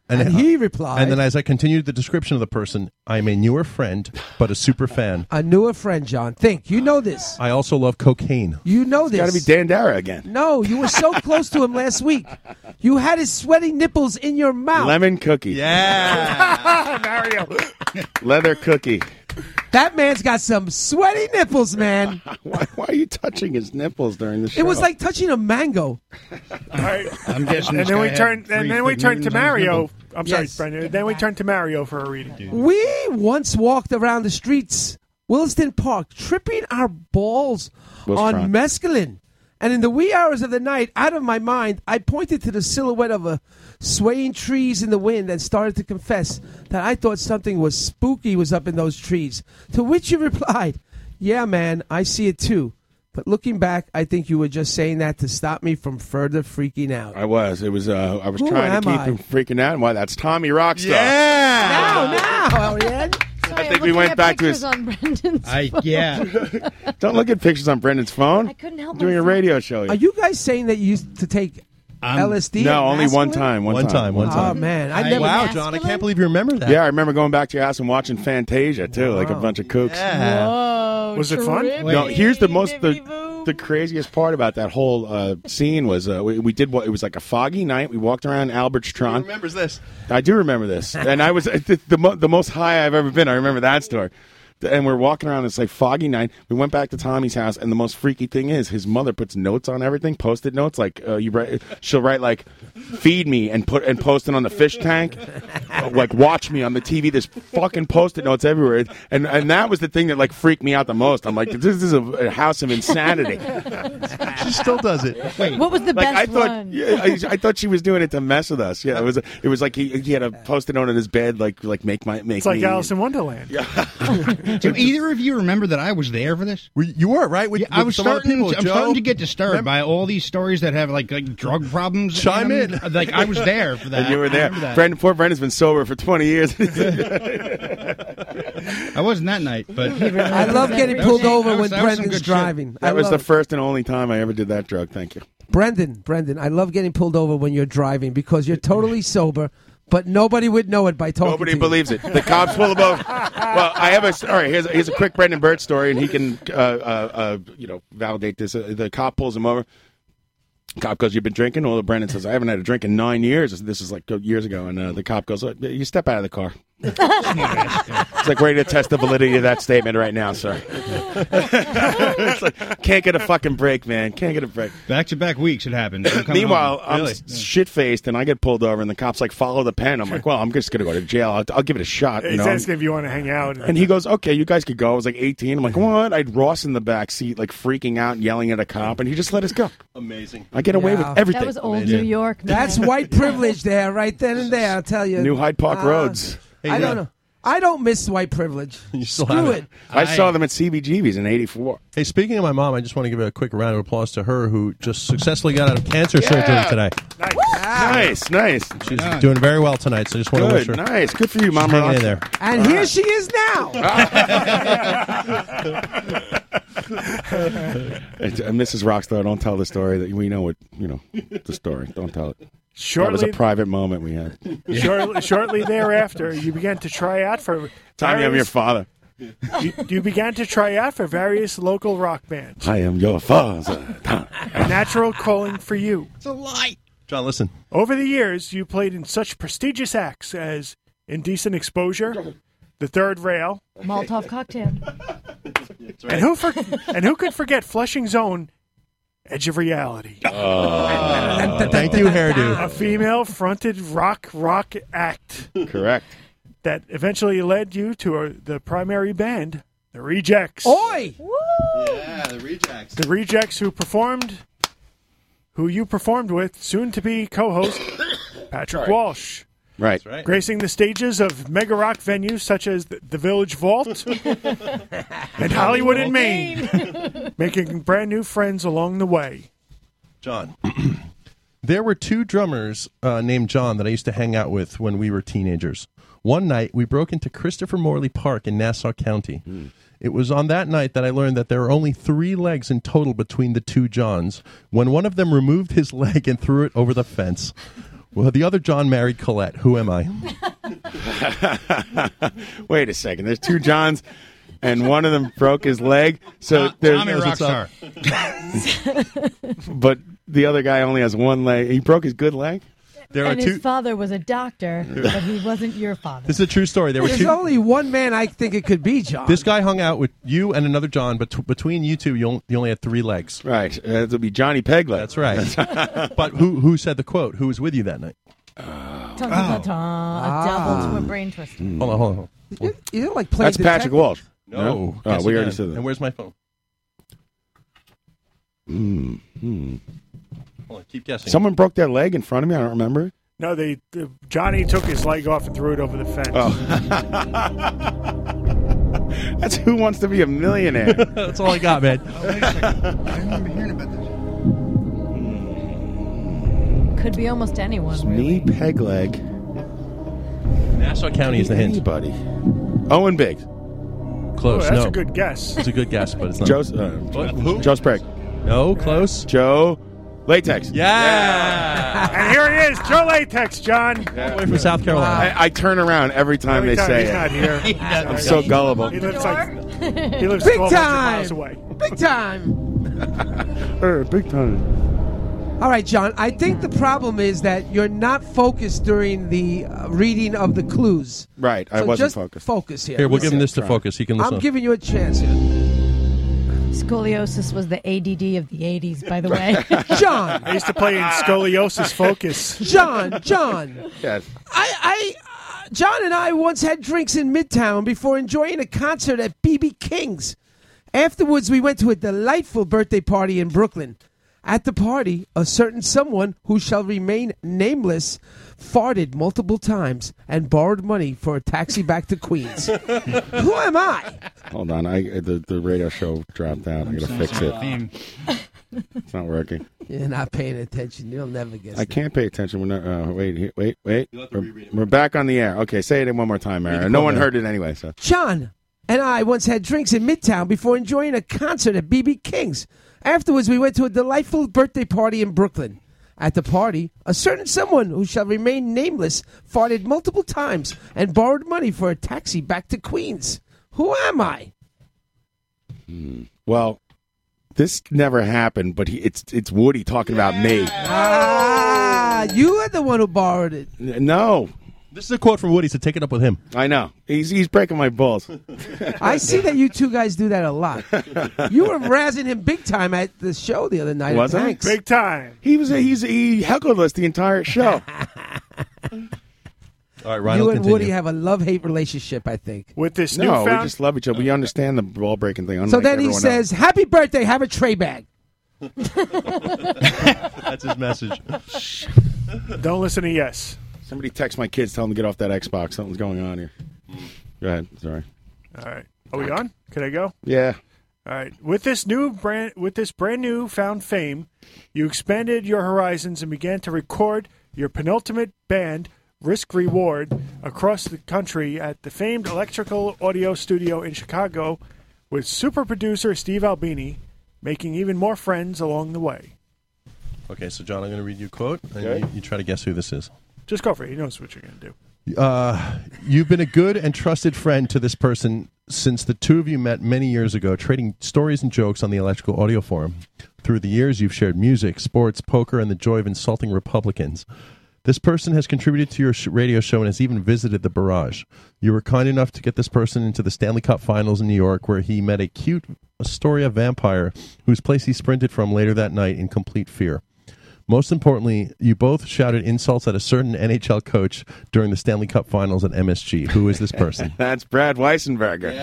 S10: And,
S21: he replied.
S15: And then as I continued the description of the person, I'm a newer friend, but a super fan.
S21: I knew a friend, John. Think you know this.
S15: I also love cocaine.
S21: You know this.
S15: gotta be
S10: Dan Dara again.
S21: No, you were so close to him last week. You had his sweaty nipples in your mouth.
S10: Lemon cookie. Yeah.
S11: Mario.
S10: [LAUGHS] Leather cookie. [LAUGHS]
S21: That man's got some sweaty nipples, man.
S10: why, why are you touching his nipples during the show?
S21: It was like touching a mango.
S11: All right.
S10: I'm guessing
S11: And
S10: this
S11: then
S10: guy
S11: we
S10: had
S11: turn.
S10: three
S11: And then we
S10: foot
S11: turn to
S10: newtons on his
S11: Mario.
S10: nipple.
S11: I'm
S21: Yes.
S11: sorry, Brendan. Then we turn to Mario for a reading.
S21: We once walked around the streets, Williston Park, tripping our balls
S10: Will's
S21: on
S10: front.
S21: mescaline. And in the wee hours of the night, out of my mind, I pointed to the silhouette of a swaying trees in the wind and started to confess that I thought something was spooky was up in those trees. To which you replied, Yeah, man, I see it too. But looking back, I think you were just saying that to stop me from further freaking out.
S10: [LAUGHS] I was. It was. Uh, I was
S21: Who
S10: trying to
S21: am
S10: keep
S21: I?
S10: him freaking out. Why? That's Tommy Rockstar.
S21: Now, now, Ariel.
S10: I think we went back to his.
S22: on Brendan's. phone.
S10: [LAUGHS] Don't look at pictures on Brendan's phone. I
S22: couldn't help
S10: Doing a
S21: myself.
S10: radio show.
S21: Are you guys saying that you used to take LSD?
S10: Oh, No,
S21: and
S10: only one
S21: masculine?
S10: time. One,
S15: One time, one
S21: time. Oh, man, I I- never-
S15: wow, John, I can't believe you remember that.
S10: Yeah, I remember going back to your house and watching Fantasia too, like a bunch of kooks.
S15: Yeah.
S21: Whoa,
S10: Oh, was it fun? No, here's the most the, the craziest part about that whole uh, scene was uh, we, we did what it was like a foggy night. We walked around Albertstron.
S15: remembers this?
S10: I do remember this, and I was uh, the, the, mo- the most high I've ever been. I remember that story. And we're walking around. It's like foggy night. We went back to Tommy's house, and the most freaky thing is his mother puts notes on everything, post-it notes. Like uh, you write, she'll write like "feed me" and put and post it on the fish tank, Uh, like "watch me" on the TV. There's fucking post-it notes everywhere, and and that was the thing that like freaked me out the most. I'm like, this is a, a house
S2: [LAUGHS]
S10: of insanity.
S22: [LAUGHS]
S15: she still does it.
S22: What was the
S10: Like,
S22: best
S10: I thought,
S22: one?
S10: Yeah, I, I thought she was doing it to mess with us. Yeah, it was. It was like he, he had a post-it note on his bed, like like make my make
S11: It's like
S10: me.
S11: Alice in Wonderland.
S2: [LAUGHS] Do either of you remember that I was there for this?
S15: You were right. With,
S2: I was
S15: some other
S2: starting.
S15: people,
S2: I'm
S15: Joe.
S2: starting to get disturbed by all these stories that have like like drug problems.
S15: Chime
S2: in. them. Like I was there for that.
S10: [LAUGHS] And you were
S2: I
S10: there.
S2: remember that.
S10: Brendan, poor Brendan's been sober for
S2: [LAUGHS]
S10: twenty years. [LAUGHS]
S2: I wasn't that night, but
S21: I love getting
S2: That was-
S21: pulled over
S2: that
S21: when
S2: was- that was some
S21: Brendan's
S2: good shit.
S21: driving. I
S10: that was
S21: love
S10: the
S21: it.
S10: first and only time I ever did that drug. Thank you.
S21: Brendan, Brendan, I love getting pulled over when you're driving because you're totally sober, but nobody would know it by talking.
S10: Nobody
S21: to you.
S10: believes it. The cops pull him over. Well, I have a. All right, here's, here's a quick Brendan Burt story, and he can, uh, uh, uh, you know, validate this. Uh, the cop pulls him over. Cop goes, "You've been drinking." Well, Brendan says, "I haven't had a drink in nine years." This is like years ago, and uh, the cop goes, "Look, "You step out of the car." it's like ready to test the validity of that statement right now, sir. it's like, can't get a fucking break, man. Can't get a break.
S2: Back to back weeks it happened. I'm coming
S10: Meanwhile,
S2: home.
S10: I'm
S2: Really?
S10: shit faced and I get pulled over, and the cops like follow the pen. I'm like, well, I'm just gonna go to jail. I'll, I'll give it a shot. You
S11: He's
S10: know?
S11: asking if you want to hang out.
S10: And he goes, okay, you guys could go. I was like 18. I'm like, what? I'd Ross in the back seat, like freaking out, and yelling at a cop, and he just let us go.
S15: Amazing.
S10: I get away
S21: Yeah.
S10: with everything. [LAUGHS]
S21: That's white privilege there, right then and there. I'll tell you.
S10: New Hyde Park
S21: Uh,
S10: roads.
S21: I don't know. I don't miss white privilege.
S15: You still
S21: Screw
S15: have
S21: it.
S10: I saw them at CBGB's in '84.
S15: Hey, speaking of my mom, I just want to give a quick round of applause to her who just successfully got out of cancer
S10: Yeah.
S15: surgery today.
S21: Ah.
S10: Nice, nice.
S15: She's doing very well tonight, so I just want to
S10: Good,
S15: wish her.
S10: nice. Good for you,
S15: She's
S10: Mama
S15: Hanging in
S10: Roxy.
S15: there.
S21: And here she is
S10: [LAUGHS]
S21: now.
S10: It's- uh, Mrs. Rockstar, don't tell the story. That we know it. You know the story. Don't tell it. that was a
S11: Shortly-
S10: private moment we had.
S11: shortly, shortly thereafter, you began to try out for.
S10: Tommy, I'm your
S11: various-
S10: father.
S11: you, you began to try out for various local rock bands.
S10: I am your father. [LAUGHS]
S11: A natural calling for you. It's
S2: a lie.
S15: John, listen.
S11: Over the years, you played in such prestigious acts as Indecent Exposure, The Third Rail,
S22: Molotov cocktail.
S11: and who for, and who could forget Flushing's own Edge of Reality?
S10: Uh,
S15: Uh, Thank you, hairdo.
S11: A female-fronted rock rock act
S10: Correct.
S11: that eventually led you to uh, the primary band, The Rejects.
S21: Oi!
S4: Yeah, the rejects.
S11: The Rejects, who performed, who you performed with, soon to be co
S15: [COUGHS]
S11: host Patrick
S10: Sorry.
S11: Walsh.
S10: Right.
S11: Gracing the stages of mega rock venues such as the, the
S15: [LAUGHS]
S11: Village Vault and Hollywood in Maine, [LAUGHS] making brand new friends along the way.
S15: John. There were two drummers uh, named John that I used to hang out with when we were teenagers. One night, we broke into Christopher Morley Park in Nassau County.
S10: Hmm.
S15: It was on that night that I learned that there were only three legs in total between the two Johns when one of them removed his [LAUGHS] leg and threw it over the fence. Well, the other John married Colette. Who am I?
S10: Wait a second. There's two Johns, and one of them broke his leg. So there's
S2: Tommy
S10: there's-
S2: Rockstar.
S10: But the other guy only has one leg. He broke his good leg. There
S22: and his father was a doctor, but he wasn't your
S21: [LAUGHS]
S22: father.
S15: This is a true story. There were
S21: There's
S15: two.
S21: only one man I think it
S10: [LAUGHS]
S21: could be, John.
S15: This guy hung out with you and another John, but t- between you two, you only, you only had three legs.
S10: Right. Uh, It'll be Johnny Pegler.
S15: That's
S10: [LAUGHS]
S15: right. but who who said the quote? Who was with you that night?
S22: Dun, dun, dun,
S21: Oh.
S22: dun. A double to a brain twist.
S15: Hold on, hold on. Hold on.
S21: Ah. You know, [LAUGHS] like play
S10: That's Patrick Walsh.
S15: No.
S10: Oh,
S15: Yes,
S10: we
S15: you
S10: already
S15: can.
S10: said that.
S15: And where's my phone?
S10: Mm, mm.
S15: Hold on, keep guessing.
S10: Someone broke their leg in front of me. I don't remember. it.
S11: No, they the, Johnny took his leg off and threw it over the fence.
S10: Oh. That's who wants to be a
S15: [LAUGHS]
S10: millionaire.
S15: That's all I got,
S10: [LAUGHS]
S15: man.
S22: Could be almost anyone.
S10: Me, peg leg.
S15: Nassau County is the hint.
S10: Anybody. Owen Biggs.
S15: Close.
S10: Oh, that's
S15: no.
S10: a good guess.
S15: It's a good guess, but it's not.
S10: Joe's, uh, Joe Sprague.
S15: No, close.
S10: Joe Latex.
S15: Yeah.
S11: [LAUGHS] and here he is, Joe Latex, John.
S15: Away from South Carolina.
S10: I, I turn around every time
S11: Every
S10: they
S11: time
S10: say
S11: he's
S10: it.
S11: not
S10: [LAUGHS]
S11: here.
S10: I'm so gullible.
S11: He lives like he lives
S21: Big
S11: 1,200 miles
S21: time!
S11: away.
S21: Big time.
S10: big time.
S21: All right, John. I think the problem is that you're not focused during the uh, reading of the clues.
S10: Right, I
S21: So
S10: wasn't
S21: just
S10: focused.
S21: Focus here.
S15: Here, we'll give him this to
S10: Try.
S15: focus. He can listen.
S21: I'm giving you a chance here.
S22: Scoliosis was the ADD of the 80s, by the way.
S21: [LAUGHS] John.
S11: I used to play in Scoliosis Focus.
S21: John, John.
S10: Yes.
S21: I, I, uh, John and I once had drinks in Midtown before enjoying a concert at BB King's. Afterwards, we went to a delightful birthday party in Brooklyn. At the party, a certain someone who shall remain nameless farted multiple times and borrowed money for a taxi back to Queens. who am I?
S10: Hold on. I the, the radio show dropped out. I gotta fix it. It's not working.
S21: You're not paying attention. You'll never guess.
S10: I
S21: it.
S10: can't pay attention. We're not, uh, wait, here- wait, wait. We're, we're back on the air. Okay, say it one more time, Aaron. No one heard it anyway. So
S21: John and I once had drinks in Midtown before enjoying a concert at BB King's. Afterwards, we went to a delightful birthday party in Brooklyn. At the party, a certain someone who shall remain nameless farted multiple times and borrowed money for a taxi back to Queens. Who am I?
S10: Well, this never happened, but he, it's it's Woody talking about me.
S21: Ah, you are the one who borrowed it.
S10: N- No,
S15: this is a quote from Woody, so take it up with him.
S10: I know he's he's breaking
S15: [LAUGHS]
S10: my balls.
S21: I see that you [LAUGHS] two guys do that a lot.
S10: [LAUGHS]
S21: You were razzing him big time at the show the other night. at
S10: Was I?
S21: Tank's.
S10: Big
S11: time.
S10: He was he's he heckled us the entire show.
S15: All right,
S10: Ryan,
S21: [LAUGHS] You
S10: will
S21: and
S10: continue.
S21: Woody have a love hate relationship, I think.
S11: With this
S10: no, we just love each other. We understand the ball breaking thing.
S21: So
S10: unlike
S21: then he [LAUGHS]
S10: everyone
S21: says, "Happy birthday! Have a tray bag."
S15: That's his message.
S11: [LAUGHS] Don't listen to yes.
S15: Mm.
S10: else. somebody text my kids, tell them to get off that Xbox. Something's going on here. Go ahead. Sorry.
S11: All right. Are we on? Can I go?
S10: Yeah.
S11: All right. With this new brand, with this brand new found fame, you expanded your horizons and began to record your penultimate band, Risk Reward, across the country at the famed Electrical Audio Studio in Chicago, with super producer Steve Albini, making even more friends along the way.
S15: Okay, so John, I'm going to read you a quote, and
S11: Okay.
S15: you, you try to guess who this is.
S11: Just go for it. He knows what you're going to do.
S15: Uh, you've been a good and trusted friend to this person since the two of you met many years ago, trading stories and jokes on the Electrical Audio Forum. Through the years, you've shared music, sports, poker, and the joy of insulting Republicans. This person has contributed to your sh- radio show and has even visited the barrage. You were kind enough to get this person into the Stanley Cup Finals in New York, where he met a cute Astoria vampire whose place he sprinted from later that night in complete fear. Most importantly, you both shouted insults at a certain NHL coach during the Stanley Cup Finals at MSG. Who is this
S10: [LAUGHS]
S15: person?
S10: That's Brad Weissenberger.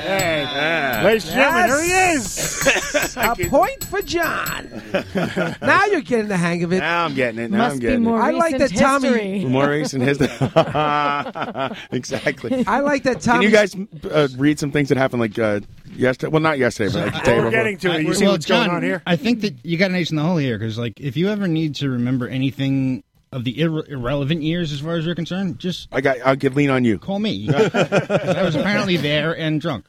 S11: Ladies and gentlemen,
S21: Yes.
S11: here he
S21: [LAUGHS]
S11: is.
S21: a point for John.
S10: [LAUGHS]
S21: now you're getting the hang of it.
S10: Now I'm getting it. Now I'm getting it.
S21: I like that Tommy.
S10: [LAUGHS] More
S2: [LAUGHS]
S10: recent history. exactly.
S21: I like that
S10: Can
S21: Tommy.
S10: you guys uh, read some things that happened like uh, yesterday? Well, not yesterday, but like the day before.
S2: I- well, John, I think that you got an ace in the hole here because, like, if you ever need to remember anything of the irre- irrelevant years as far as you're concerned, just
S10: I got. I'll get lean on you.
S2: Call
S10: [LAUGHS]
S2: me. 'Cause I was apparently there and drunk.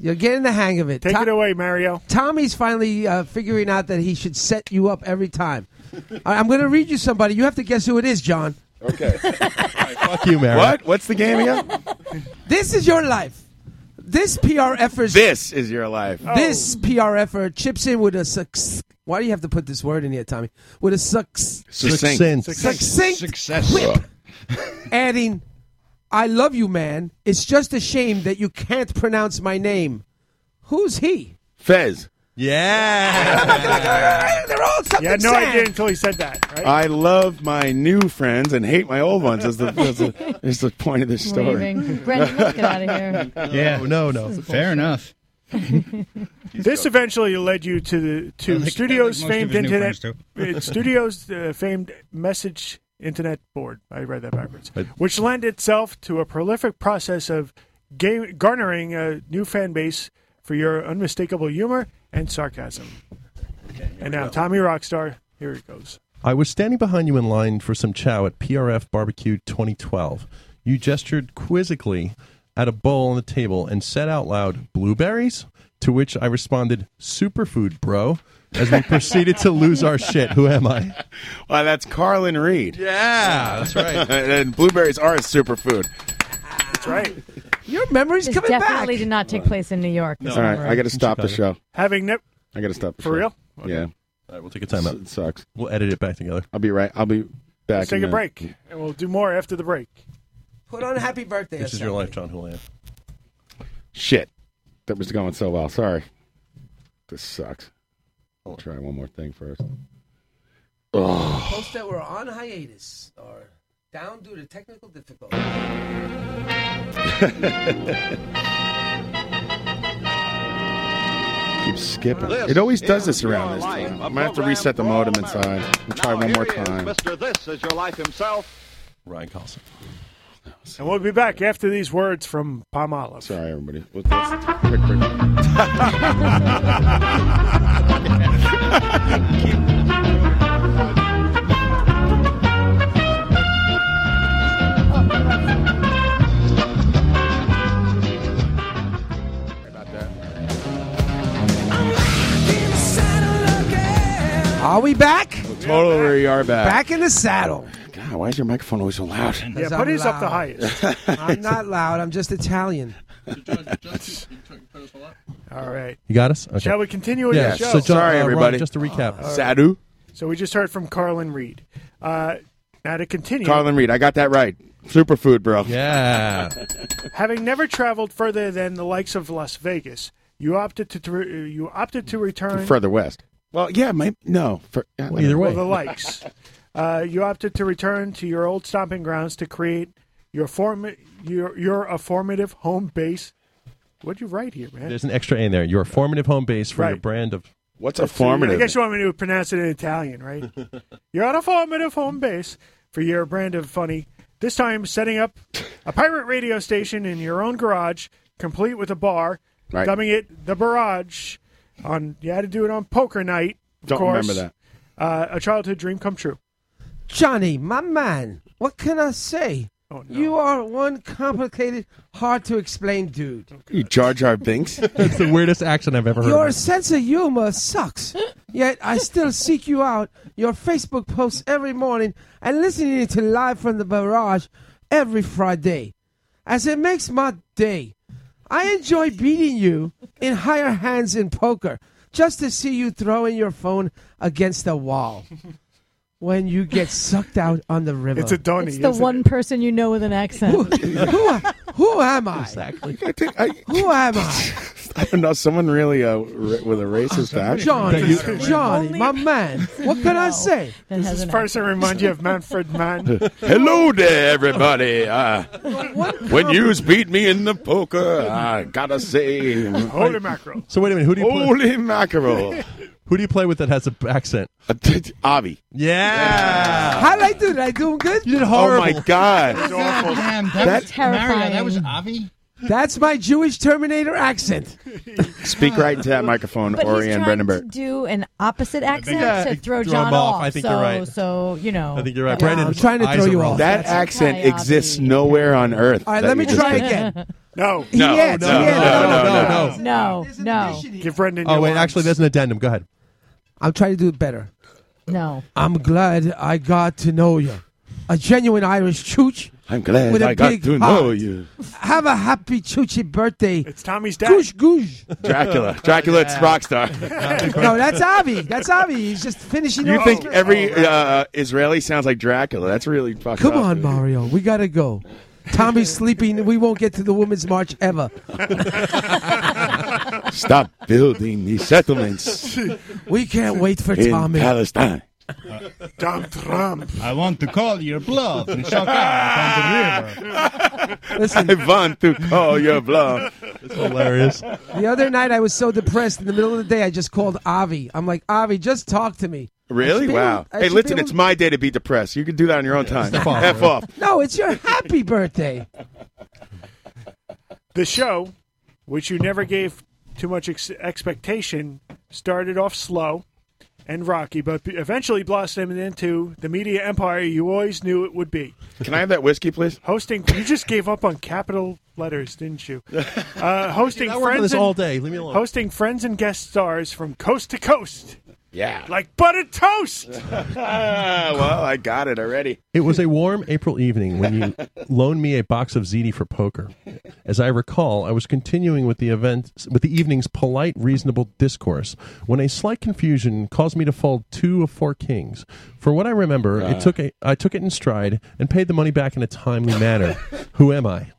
S21: You're getting the hang of it. Take it
S11: away, Mario.
S21: Tommy's finally uh, figuring out that he should set you up every time. I- I'm going to read you somebody. You have to guess who it is,
S10: [LAUGHS]
S21: John.
S10: [LAUGHS] Okay.
S15: Fuck you, Mary.
S10: What? What's the game again?
S21: This is your life. This PRFer.
S10: This is your life.
S21: This PRFer chips in with a succ Why do you have to put this word in here, Tommy? With a succ
S15: Succinct.
S21: succinct, whip. adding, "I love you, man. It's just a shame that you can't pronounce my name." Who's he?
S10: Fez.
S11: Oh.
S15: Yeah.
S21: They're all something.
S11: You had no
S21: sad.
S11: idea until he said that, right?
S10: I love my new friends and hate my old ones. Is the is the, is the point of this story?
S11: Brendan,
S10: [LAUGHS]
S11: let's get out of here.
S2: Yeah.
S15: No, no.
S2: Fair enough.
S11: This eventually led you to the to
S2: I like- I like
S11: studios
S2: most of
S11: famed
S2: his new
S11: internet
S2: friends, too.
S11: [LAUGHS] uh, studios uh, famed message internet board. I read that backwards, which lent itself to a prolific process of ga- garnering a new fan base for your unmistakable humor and sarcasm. and now Tommy Rockstar, here it goes.
S15: I was standing behind you in line for some chow at PRF Barbecue 2012. You gestured quizzically at a bowl on the table and said out loud, blueberries? To which I responded, superfood, bro, as we proceeded to lose our shit. Who am I?
S10: Wow, that's Carlin Reed.
S15: Yeah, that's right.
S10: [LAUGHS] and blueberries are a superfood.
S11: That's right.
S21: Your memory's
S22: this
S21: coming back.
S22: definitely did not take place in New York. this
S10: All right,
S22: summer.
S10: I got to stop the show.
S11: Having nip
S10: I got to stop. The
S11: For
S10: show.
S11: real?
S10: Yeah.
S15: All right, we'll take a timeout.
S10: It sucks.
S15: We'll edit it back together.
S10: I'll be right. I'll be back.
S11: Let's take
S10: in
S11: a break, and we'll do more after the break.
S21: Put on Happy Birthday.
S15: This is your life, John Julian.
S10: Shit, that was going so well. Sorry, this sucks.
S15: Oh.
S10: I'll try one more thing first. Oh,
S21: Post that we're on hiatus or down due to technical difficulties.
S10: keep skipping.
S23: This
S10: It always does
S23: is
S10: this around
S23: your
S10: this
S23: life,
S10: time. I'm
S23: a
S10: gonna have to
S23: program
S10: reset the modem inside and try one
S23: Here
S10: more
S23: he is,
S10: time.
S23: Mr. This is your life himself.
S15: Ryan Carlson.
S11: And we'll be back after these words from Palm Olive.
S10: Sorry, everybody. Let's- let's take a quick break.
S21: Are we back?
S10: Totally, we are back.
S21: Back in the saddle.
S10: God, why is your microphone always so loud?
S11: Yeah,
S21: 'Cause
S11: put
S21: I'm
S11: his up the
S21: loud.
S11: highest.
S21: [LAUGHS] I'm not loud. I'm just Italian.
S11: All right.
S15: You got us? Okay.
S11: Shall we continue with
S15: yeah,
S11: the show?
S15: So John,
S10: Sorry,
S15: uh, Ron,
S10: everybody.
S15: just to recap.
S11: All right.
S10: Sadu,
S11: So we just heard from Carlin Reed. Uh, now to continue.
S10: Carlin Reed. I got that right. Superfood, bro.
S15: Yeah.
S11: Having never traveled further than the likes of Las Vegas, you opted to, to you opted to return
S10: Further west. Well, yeah, maybe no. For, yeah, whatever.
S11: Well, the likes. uh, you opted to return to your old stomping grounds to create your form your your a formative home base. What'd you write here, man?
S15: There's an extra A in there. Your formative home base for your
S11: Right.
S15: brand of.
S10: What's
S11: That's- I guess you want me to pronounce it in Italian, right? You're on a formative home base for your brand of funny. This time, setting up A pirate radio station in your own garage, complete with a bar,
S10: Right.
S11: dubbing it the Barrage. On you had to do it on poker night. Of
S10: Don't
S11: course.
S10: remember that.
S11: Uh, a childhood dream come true.
S21: Johnny, my man, what can I say?
S11: Oh,
S21: You are one complicated, hard to explain dude.
S10: You Jar
S15: [LAUGHS]
S10: Jar Binks?
S15: That's the weirdest accent I've ever heard.
S21: Your sense of humor sucks. Yet I still seek you out. Your Facebook posts every morning and listening to live from the barrage every Friday, as it makes my day. I enjoy beating you in higher hands in poker, just to see you throwing your phone against the wall when you get sucked out on the river.
S11: It's a dunny,
S22: It's the one person you know with an accent.
S21: Who am I?
S15: Exactly.
S21: Who am I?
S10: [LAUGHS] I don't know. Someone really uh, r- with a
S11: Oh,
S10: racist accent.
S21: Johnny, Johnny, my man. What can I say?
S11: Does this person remind you of Manfred
S10: [LAUGHS]
S11: Mann?
S10: Hello there, everybody. Uh, when you beat me in the poker, I gotta say,
S11: holy mackerel!
S15: So wait a minute. Who do you play?
S10: Holy mackerel!
S15: [LAUGHS]
S10: Uh,
S15: Who do you play with that has an accent?
S10: Avi.
S15: Yeah.
S21: How did I do? Did I do good? You
S15: did horrible.
S10: Oh my god!
S2: Damn, that,
S10: That's
S2: was terrifying.
S21: terrifying.
S2: that was Avi.
S21: That's my Jewish Terminator accent.
S10: Speak right into that microphone,
S22: But
S10: Ori
S22: he's
S10: and
S22: trying
S10: Brandenburg.
S22: to do an opposite accent yeah, to throw throw John
S15: him off.
S22: off.
S15: I think
S22: so,
S15: you're right.
S22: So you know,
S15: I think you're right,
S22: Yeah.
S15: Brandon.
S21: I'm trying to
S15: eyes
S21: throw
S15: are
S21: you
S15: wrong.
S21: off.
S10: That accent exists nowhere on earth.
S21: All right,
S10: that
S21: let me
S10: you just
S21: try
S10: did.
S21: again.
S11: No.
S10: No,
S21: Yes,
S10: no,
S21: yes.
S10: no, no, no,
S15: no.
S22: no, no,
S11: Give Brendan.
S15: Oh
S11: your
S15: wait,
S11: lines.
S15: actually, there's an addendum. Go ahead.
S21: I'm trying to do it better.
S22: no.
S21: I'm glad I got to know you. A genuine Irish chooch.
S10: I'm glad
S21: With a
S10: I got
S21: big
S10: to
S21: heart.
S10: know you,
S21: Have a happy choochy birthday. It's
S11: Tommy's dad.
S21: Goosh goosh. [LAUGHS]
S10: Dracula. Dracula, it's rockstar.
S21: no, that's Avi. That's Avi. He's just finishing.
S10: You
S21: off.
S10: think every uh, Israeli sounds like Dracula? That's really fucked
S21: Come
S10: up.
S21: on, Mario. We gotta go. Tommy's sleeping. We won't get to the Women's March ever.
S10: Stop building these settlements
S21: [LAUGHS] We can't wait for
S10: in
S21: Tommy.
S10: Palestine.
S11: Dumb Trump.
S2: I want to call your bluff and shout out from the river.
S10: [LAUGHS] I want to call your bluff. It's
S15: hilarious.
S21: The other night, I was so depressed. In the middle of the day, I just called Avi. I'm like, Avi, just talk to me.
S10: Really?
S21: I should be
S10: Wow.
S21: able- I
S10: hey,
S21: should be
S10: listen,
S21: able-
S10: it's my day to be depressed. You can do that on your own time.
S15: Step off,
S10: F
S15: bro.
S10: off.
S21: No, it's your happy birthday.
S11: [LAUGHS] The show, which you never gave too much ex- expectation, started off slow and rocky, but eventually blossomed into the media empire you always knew it would be.
S10: Can I have that whiskey, please?
S11: Hosting, you just gave up on capital letters, didn't
S10: [LAUGHS]
S11: you? Uh, hosting
S15: I work on
S11: friends
S15: this
S11: and-
S15: all day. Leave me alone.
S11: Hosting friends and guest stars from coast to coast,
S10: Yeah.
S11: like buttered toast.
S10: [LAUGHS] Ah, well, I got it already.
S15: It was a warm April evening when you loaned me a box of ziti for poker. As I recall, I was continuing with the event with the evening's polite, reasonable discourse when a slight confusion caused me to fold two of four kings. For what I remember, it took a, I took it in stride and paid the money back in a timely manner. Who am I?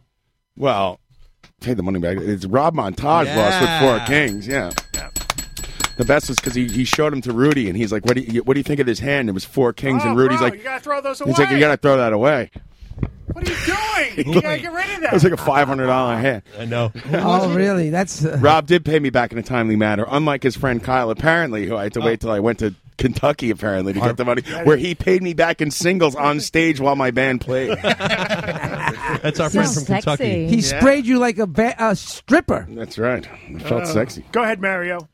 S10: Well, pay the money back. It's Rob Montage lost with four kings. Yeah. The best was because he, he showed him to Rudy, and he's like, "What do you what do you think of this hand?" It was four kings,
S11: Oh,
S10: and Rudy's
S11: wow,
S10: like,
S11: you gotta throw those away.
S10: "He's like, you gotta throw that away."
S11: What are you
S10: [LAUGHS]
S11: doing? You gotta get rid of
S10: It
S11: that.
S10: was like a five hundred dollar hand.
S15: I know.
S21: [LAUGHS] Oh, really? That's uh,
S10: Rob did pay me back in a timely manner, unlike his friend Kyle, apparently, who I
S11: Oh.
S10: had to wait till I went to Kentucky, apparently, to get the money, where he paid me back in singles on stage while my band played.
S21: [LAUGHS]
S15: That's our friend from
S21: Sounds
S15: Kentucky.
S21: he sprayed you like a, ba- a stripper.
S10: That's right. I felt
S11: Uh,
S10: sexy.
S11: Go ahead, Mario.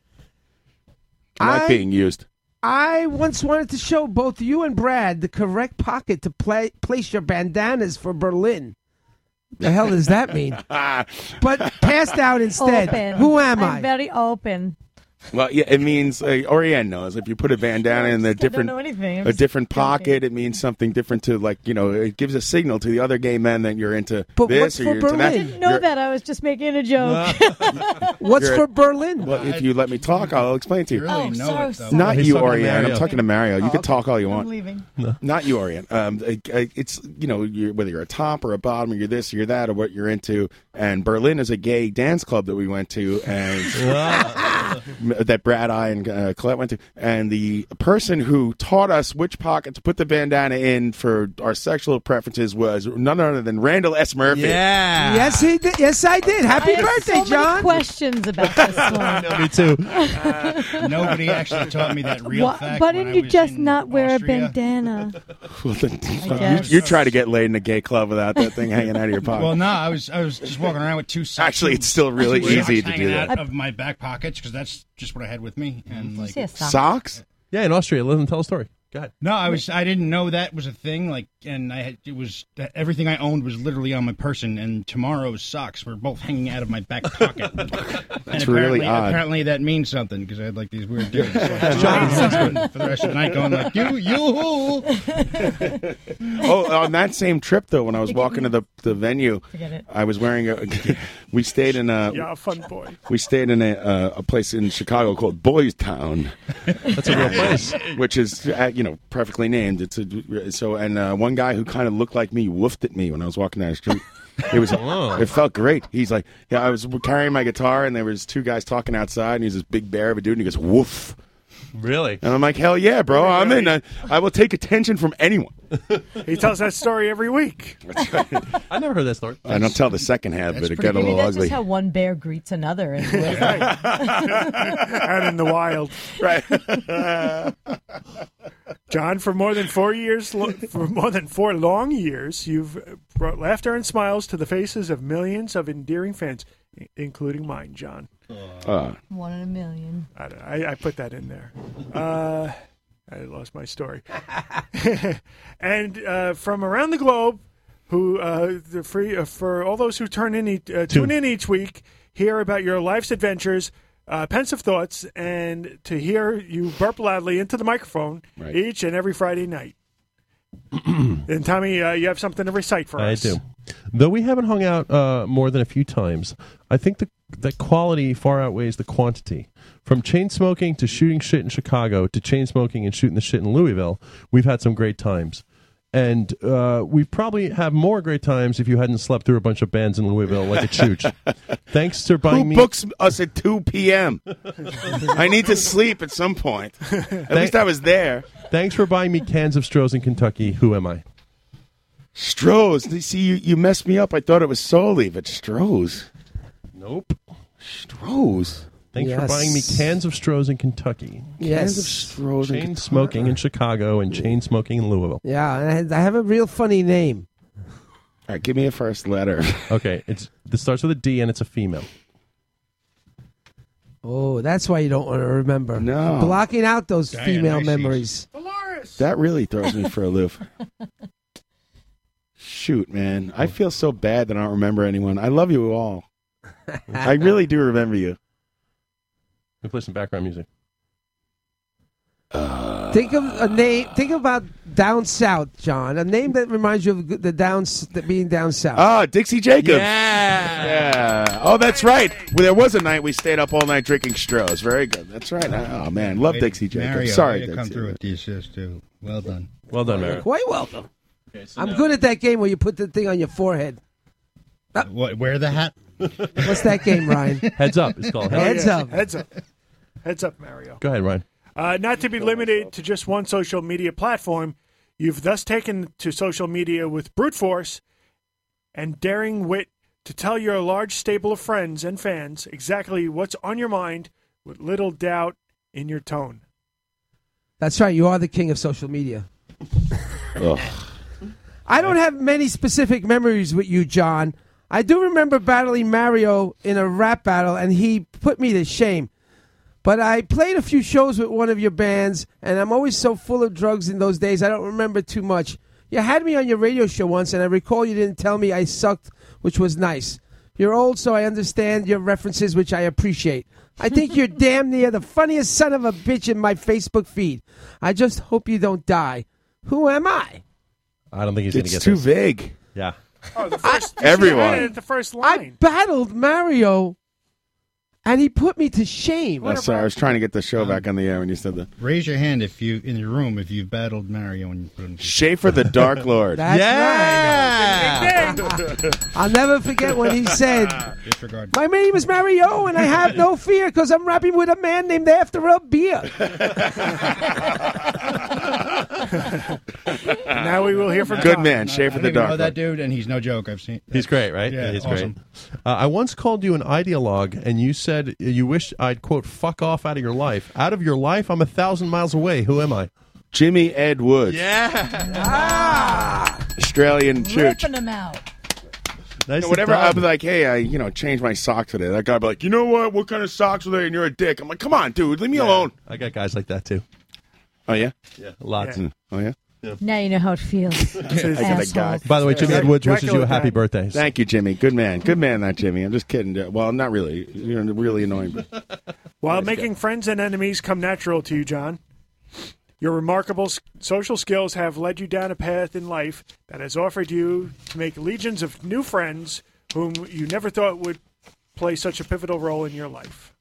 S10: I like
S21: I-
S10: being used.
S21: I once wanted to show both you and Brad the correct pocket to pla place your bandanas for Berlin. The hell does that mean? but passed
S22: [LAUGHS]
S21: out instead.
S22: Open.
S21: Who am
S22: I'm
S21: I?
S22: very open.
S10: [LAUGHS] Well, yeah, it means uh, Oriane knows if you put a bandana in a different
S22: know anything. I'm
S10: a
S22: just
S10: different pocket, it means something different to like you know it gives a signal to the other gay men that you're into
S21: But
S10: this
S21: what's for
S10: or you're into
S21: Berlin?
S10: that.
S22: I didn't know
S10: You're-
S22: that. I was just making a joke.
S21: What's
S10: you're-
S21: for Berlin?
S10: Well, if you let me talk, I'll explain to you.
S22: oh, so sorry.
S10: Not
S15: He's
S10: you,
S15: talking to
S10: Oriane. I'm
S15: Mario. Oh,
S10: talking to Mario. You can talk all you want.
S22: I'm leaving.
S10: Not you, Orion. Um, I- I- it's you know you're, whether you're a top or a bottom, or you're this, or
S15: [LAUGHS]
S10: you're that, or what you're into. And Berlin is a gay dance club that we went to, and [LAUGHS] that Brad, I, and uh, Colette went to, and the person who taught us which pocket to put the bandana in for our sexual preferences was none other than Randall S. Murphy.
S21: Yes, he did. Yes, I did. Happy
S22: I have
S21: birthday,
S22: so many
S21: John.
S22: questions about this one.
S15: Me too.
S2: Nobody actually taught me that real
S22: Why,
S2: fact.
S22: why
S2: when
S22: didn't
S2: I
S22: you
S2: was
S22: just
S2: in-
S22: not wear a bandana?
S10: [LAUGHS] Well, then- you,
S2: guess.
S10: you try to get laid in a gay club without that thing hanging out of your pocket.
S2: Well, no, I was I was just walking around with two socks.
S10: Actually, it's still really
S2: two socks
S10: easy to
S2: hanging
S10: do
S2: out
S10: that.
S2: of my back pockets because that's just what I had with me. And like
S15: say a sock? Socks? Yeah, in Austria. Let them tell a story. Go ahead.
S2: No, I was I didn't know that was a thing. Like, and I had it was everything I owned was literally on my person, and tomorrow's socks were both hanging out of my back
S10: [LAUGHS]
S2: pocket. That's and
S10: That's
S2: apparently,
S10: really odd.
S2: Apparently, that means something because I had like these weird things.
S10: John.
S2: for the rest of the night, going like you, you.
S10: oh, on that same trip though, when I was walking to the the venue,
S11: Forget it.
S10: I was wearing a. [LAUGHS] we stayed in a.
S11: Yeah, fun boy.
S10: We stayed in a, uh, a place in Chicago called Boys Town. That's a real place, which is uh, you know perfectly named. It's a, so and uh, one guy who kind of looked like me woofed at me when I was walking down the street. It was it felt great. He's like, yeah, I was carrying my guitar and there was two guys talking outside and he's this big bear of a dude and he goes woof.
S15: Really?
S10: And I'm like, hell yeah, bro! I'm in. I, I will take attention from [LAUGHS] anyone.
S11: He tells that story everry week.
S15: [LAUGHS] I never heard that story.
S10: I don't tell the second half, but it got a
S3: Maybe
S10: little
S3: that's
S10: ugly.
S3: just how one bear greets another. And
S11: Out in the wild.
S10: Right.
S11: [LAUGHS] John, for more than four years, lo- for more than four long years, you've brought laughter and smiles to the faces of millions of endearing fans, i- including mine, John.
S10: Uh,
S3: One in a million.
S11: I, don't- I, I put that in there. Uh, I lost my story. [LAUGHS] and uh, from around the globe, who uh, the free uh, for all those who turn in each, uh, tune in each week, hear about your life's adventures, uh, pensive thoughts, and to hear you burp loudly into the microphone
S10: Right.
S11: each and every
S15: [CLEARS THROAT]
S11: Friday night. and Tommy, uh, you have something to recite for
S15: I
S11: us.
S15: do. Though we haven't hung out uh, more than a few times, I think the the quality far outweighs the quantity. From chain smoking to shooting shit in Chicago to chain smoking and shooting the shit in Louisville, we've had some great times. And uh, we probably have more great times if you hadn't slept through a bunch of bands in Louisville like a
S10: [LAUGHS]
S15: chooch. Thanks for buying
S10: Who
S15: me.
S10: books [LAUGHS] us at 2 p.m.? I need to sleep at some point. At least I was there.
S15: Thanks for buying me cans of Strohs in Kentucky. Who am I?
S10: Strohs. You Oh, See, you, you messed me up. I thought it was Soli, but Strohs.
S15: Nope.
S10: Strohs.
S15: Thanks for buying me cans of Strohs in Kentucky.
S10: Cans
S21: Yes.
S10: of Strohs. and
S15: Chain
S10: guitar.
S15: smoking in Chicago and chain smoking in Louisville.
S21: Yeah, and I I have a real funny name.
S10: All right, give me a first letter. [LAUGHS]
S15: Okay, it's this starts with a D and it's a female.
S21: Oh, that's why you don't want to remember.
S10: No.
S21: Blocking out those
S10: Dionysus.
S21: female memories.
S10: That really throws me for a loop. Shoot, man. I feel so bad that I don't remember anyone. I love you all. I really do remember you.
S15: We play some background music.
S21: think of a name. Think about down south, John. A name that reminds you of the down, s- the being down south.
S10: Ah, Dixie Jacobs.
S21: Yeah.
S10: Yeah. Oh, that's right. Well, there was a night we stayed up all night drinking Strohs. Very good. That's right. Oh, man. Love
S2: Way to-
S10: Dixie Jacobs.
S2: Mario,
S10: Sorry,
S2: way to
S10: Dixie.
S2: come through with the assist too. Well done.
S15: Well done,
S21: [LAUGHS]
S15: Mario.
S21: Quite welcome.
S2: so
S21: I'm
S2: now-
S21: good at that game where you put the thing on your forehead.
S2: Uh, What, wear the hat.
S21: What's [LAUGHS] that game, [LAUGHS] Ryan?
S15: Heads up. It's called
S21: Heads
S11: Oh, Yeah,
S21: up.
S11: Heads up. Heads up, Mario.
S15: Go ahead, Ryan.
S11: Uh, not to be limited to just one social media platform, you've thus taken to social media with brute force and daring wit to tell your large stable of friends and fans exactly what's on your mind with little doubt in your tone.
S21: That's right. You are the king of social media.
S10: Ugh.
S21: I don't have many specific memories with you, John. I do remember battling Mario in a rap battle, and he put me to shame. But I played a few shows with one of your bands, and I'm always so full of drugs in those days, I don't remember too much. You had me on your radio show once, and I recall you didn't tell me I sucked, which was nice. You're old, so I understand your references, which I appreciate. I think you're damn near the funniest son of a bitch in my Facebook feed. I just hope you don't die. Who am I?
S15: I don't think he's going
S10: It's
S15: to get
S10: too
S15: this.
S10: vague.
S15: Yeah.
S21: [LAUGHS]
S11: Oh, the first,
S10: Everyone.
S11: The first line.
S21: battled Mario and he put me to shame.
S10: Oh,
S11: [LAUGHS]
S10: sorry, I was trying to get the show back on the air when you said that.
S2: Raise your hand if you in your room if you've battled Mario and you put him.
S10: Schaefer the
S15: [LAUGHS]
S10: Dark Lord.
S21: yeah. [LAUGHS] I'll never forget when
S11: [LAUGHS]
S21: he said,
S2: Disregard.
S21: "My name is Mario, and I have no fear because I'm rapping with a man named after a
S10: [LAUGHS]
S21: beer."
S11: now we will hear from
S10: Good
S11: Don.
S10: man, Schaefer
S2: I
S10: the
S2: don't even
S10: Dark
S2: know
S10: Lord.
S2: that dude, and he's no joke. I've seen.
S15: He's great, right?
S2: Yeah,
S15: he's
S2: awesome.
S15: great. Uh, I once called you an ideologue, and you said you wish I'd quote "fuck off" out of your life. Out of your life, I'm a thousand miles away. Who am I?
S10: Jimmy Ed Woods. Ah. Australian church.
S3: Ripping them out.
S15: Nice
S10: Whatever
S15: done.
S10: I'd be like, hey, I you know changed my sock today. That guy'd be like, you know what? What kind of socks are they? And you're a dick. I'm like, come on, dude, leave me alone.
S15: I got guys like that too.
S10: Oh yeah,
S15: yeah, lots.
S10: Mm. Oh yeah.
S22: Now you know how it
S10: [LAUGHS]
S22: feels. Asshole.
S15: By the way, Jimmy
S10: Jack-
S15: Ed Woods
S10: Jack
S15: wishes you a happy
S10: O'Brien.
S15: birthday.
S10: Thank you, Jimmy. Good man. Good man, that Jimmy. I'm just kidding. Well, not really. You're really annoying. but-
S11: While making friends and enemies come natural to you, John, your remarkable s- social skills have led you down a path in life that has offered you to make legions of new friends whom you never thought would play such a pivotal role in your life.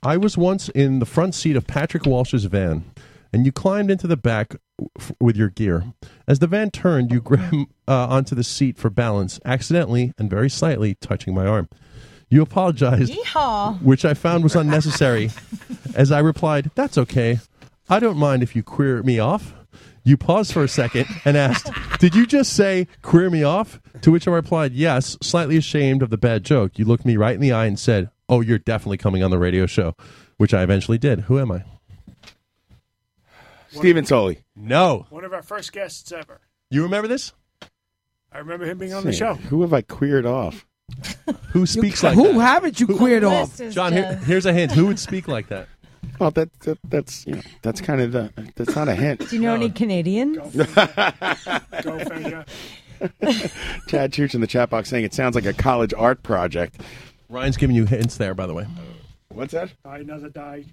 S15: I was once in the front seat of Patrick Walsh's van, and you climbed into the back w- f- with your gear. As the van turned, you grabbed uh, onto the seat for balance, accidentally and very slightly touching my arm. You apologized,
S3: Yeehaw.
S15: which I found was unnecessary, as I replied, That's okay. I don't mind if you queer me off. You paused for a second and asked, Did you just say queer me off? To which I replied, Yes, slightly ashamed of the bad joke. You looked me right in the eye and said, Oh, you're definitely coming on the radio show, which I eventually did. Who am I?
S10: Steven Tully. Oh.
S15: No.
S11: One of our first guests ever.
S15: You remember this?
S11: I remember him being on the
S10: Say,
S11: show.
S10: Who have I queered off?
S15: Who speaks like
S21: Who
S15: that?
S21: haven't you queered off?
S15: John, here-
S22: uh,
S15: here's a hint. Who would speak like that?
S10: Well, that, that that's you know, that's kind of the, that's not a hint.
S22: [LAUGHS]
S10: [LAUGHS]
S22: Do you know any Canadians?
S10: Chad Chooch in the chat box saying it sounds like a college art project.
S15: Ryan's giving you hints there, by the way.
S10: What's that?
S11: Die another die.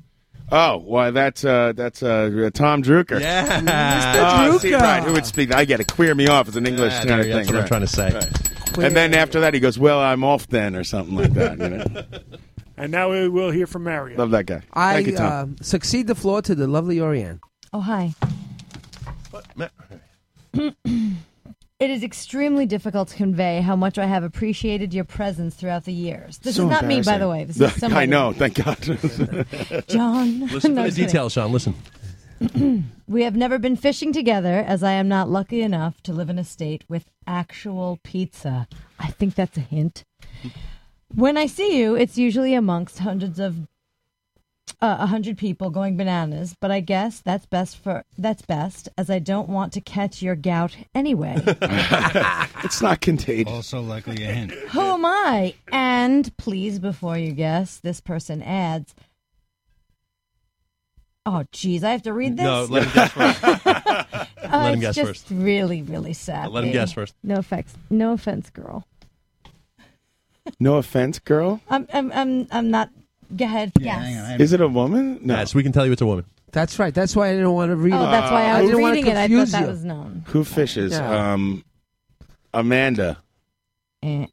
S10: Oh, why that's uh, that's uh, Tom Drucker.
S15: Yeah,
S11: Mr.
S10: see,
S11: Drucker.
S10: right, who would speak? I get it. Queer me off as an English
S15: Yeah,
S10: kind
S15: there
S10: of
S15: you
S10: thing.
S15: go. That's what I'm
S10: right,
S15: trying to say.
S10: right. And then after that, he goes, "Well, I'm off then," or something like that. You know?
S11: And now we will hear from Mario.
S10: Love that guy.
S21: I
S10: Thank you, Tom.
S21: um, succeed the floor to the lovely Oriane.
S22: Oh,
S10: [CLEARS THROAT]
S22: hi. It is extremely difficult to convey how much I have appreciated your presence throughout the years. [LAUGHS] This
S10: So
S22: is not me, by the
S10: embarrassing.
S22: way. This is somebody.
S10: [LAUGHS] I know. Thank [LAUGHS]
S22: [LAUGHS]
S10: God.
S22: John. [LAUGHS]
S15: Listen
S22: No, I'm
S15: to the
S22: kidding.
S15: details, Sean. Listen.
S22: [CLEARS THROAT] we have never been fishing together, as I am not lucky enough to live in a state with actual pizza. I think that's a hint. When I see you, it's usually amongst hundreds of uh, a hundred people going bananas, but I guess that's best for that's best, as I don't want to catch your gout anyway.
S21: [LAUGHS]
S10: it's not contagious.
S2: Also likely a hint.
S22: Who am I? And please, before you guess, this person adds. Oh, geez, I have to read this.
S15: No, let him
S22: [LAUGHS]
S15: guess first.
S22: Oh,
S15: Let him
S22: it's
S15: guess
S22: just
S15: first.
S22: Really, really sad.
S15: Let him guess first.
S22: No offense, no offense, girl.
S10: no offense, girl.
S22: I'm, I'm, I'm, I'm not. Go ahead. guess.
S10: Is it a woman? No.
S15: Yes, we can tell you it's a woman.
S21: That's right. That's why I didn't want to read.
S22: Oh, that's why I was
S21: didn't want to
S22: reading it. I thought
S21: confuse
S22: that
S21: you.
S22: was known.
S10: Who fishes?
S21: Yeah.
S10: Um, Amanda.
S22: Eh.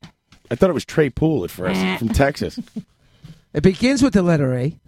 S10: I thought it was Trey Poole at first
S22: Eh.
S10: from Texas,
S21: [LAUGHS] It begins with the letter A.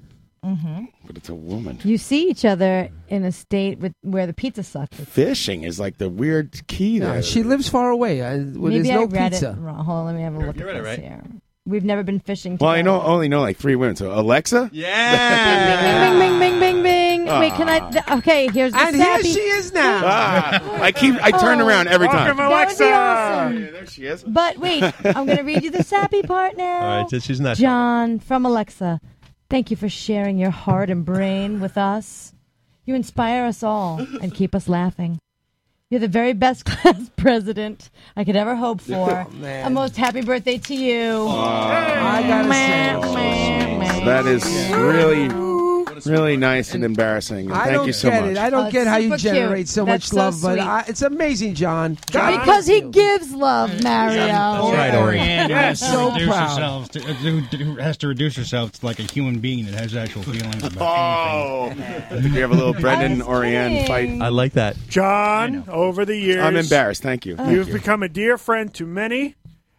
S22: hmm
S10: but it's a woman.
S22: You see each other in a state with where the pizza sucks.
S10: Fishing is like the weird key
S21: Yeah,
S10: there.
S21: she lives far away. I, well, there's
S22: Maybe I
S21: no
S22: read
S21: pizza.
S22: it wrong. Hold on, let me have a look.
S15: you
S22: at
S15: read it,
S22: this
S15: right?
S22: Here. We've never been fishing.
S10: well,
S22: together.
S10: I know only know like three women. So [LAUGHS] Alexa.
S22: Bing, bing, bing, bing, bing. Wait, can I? th- okay, here's the
S21: And here
S22: sappy-
S21: she is now.
S10: Ah, I keep I turn
S21: Oh.
S10: around every time.
S22: That would be awesome.
S10: there she is.
S22: But wait, I'm going to read you the sappy part now.
S15: All right, so she's not.
S22: John from Alexa, thank you for sharing your heart and brain with us. You inspire us all and keep us laughing. You're the very best [LAUGHS] class president I could ever hope for.
S21: Oh, man.
S22: A most happy birthday to you.
S21: I gotta say,
S10: That is really, really nice and embarrassing. And
S21: I
S10: thank
S21: don't
S10: you so
S21: get
S10: much.
S21: it. I don't
S22: Oh,
S21: get how you
S22: super cute.
S21: generate so much
S22: That's so
S21: love, but
S22: sweet.
S21: I, it's amazing, John. God,
S22: because he gives love, Mario.
S15: right, Ori.
S2: And
S21: Yes.
S2: has to
S21: So
S2: reduce
S21: proud.
S2: herself to- uh, who- who has to reduce herself to like a human being that has actual feelings about
S10: Oh, we have a little Brendan Oriane fight.
S15: I like that.
S11: John, over the years,
S10: I'm embarrassed. Thank you. Thank
S11: You've
S10: you.
S11: become a dear friend to many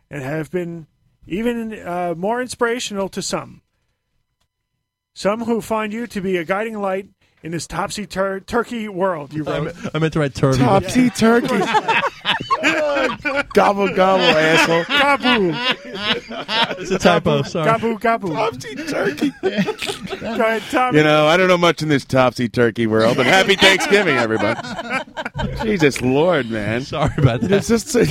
S11: and have been even uh, more inspirational to some. Some who find you to be a guiding light in this topsy tur- turkey world. You
S15: I, me-
S11: wrote.
S15: I meant to write turkey. but- [LAUGHS]
S11: [LAUGHS]
S10: Topsy turkey. gobble gobble, asshole.
S11: Gabu.
S15: It's a typo, sorry.
S11: Gabu gabu.
S10: Topsy turkey.
S11: Go ahead, Tommy.
S10: You know, I don't know much in this topsy turkey world, but happy
S11: [LAUGHS]
S10: Thanksgiving, everybody. Jesus Lord, man.
S15: Sorry about that.
S10: It's just [LAUGHS] is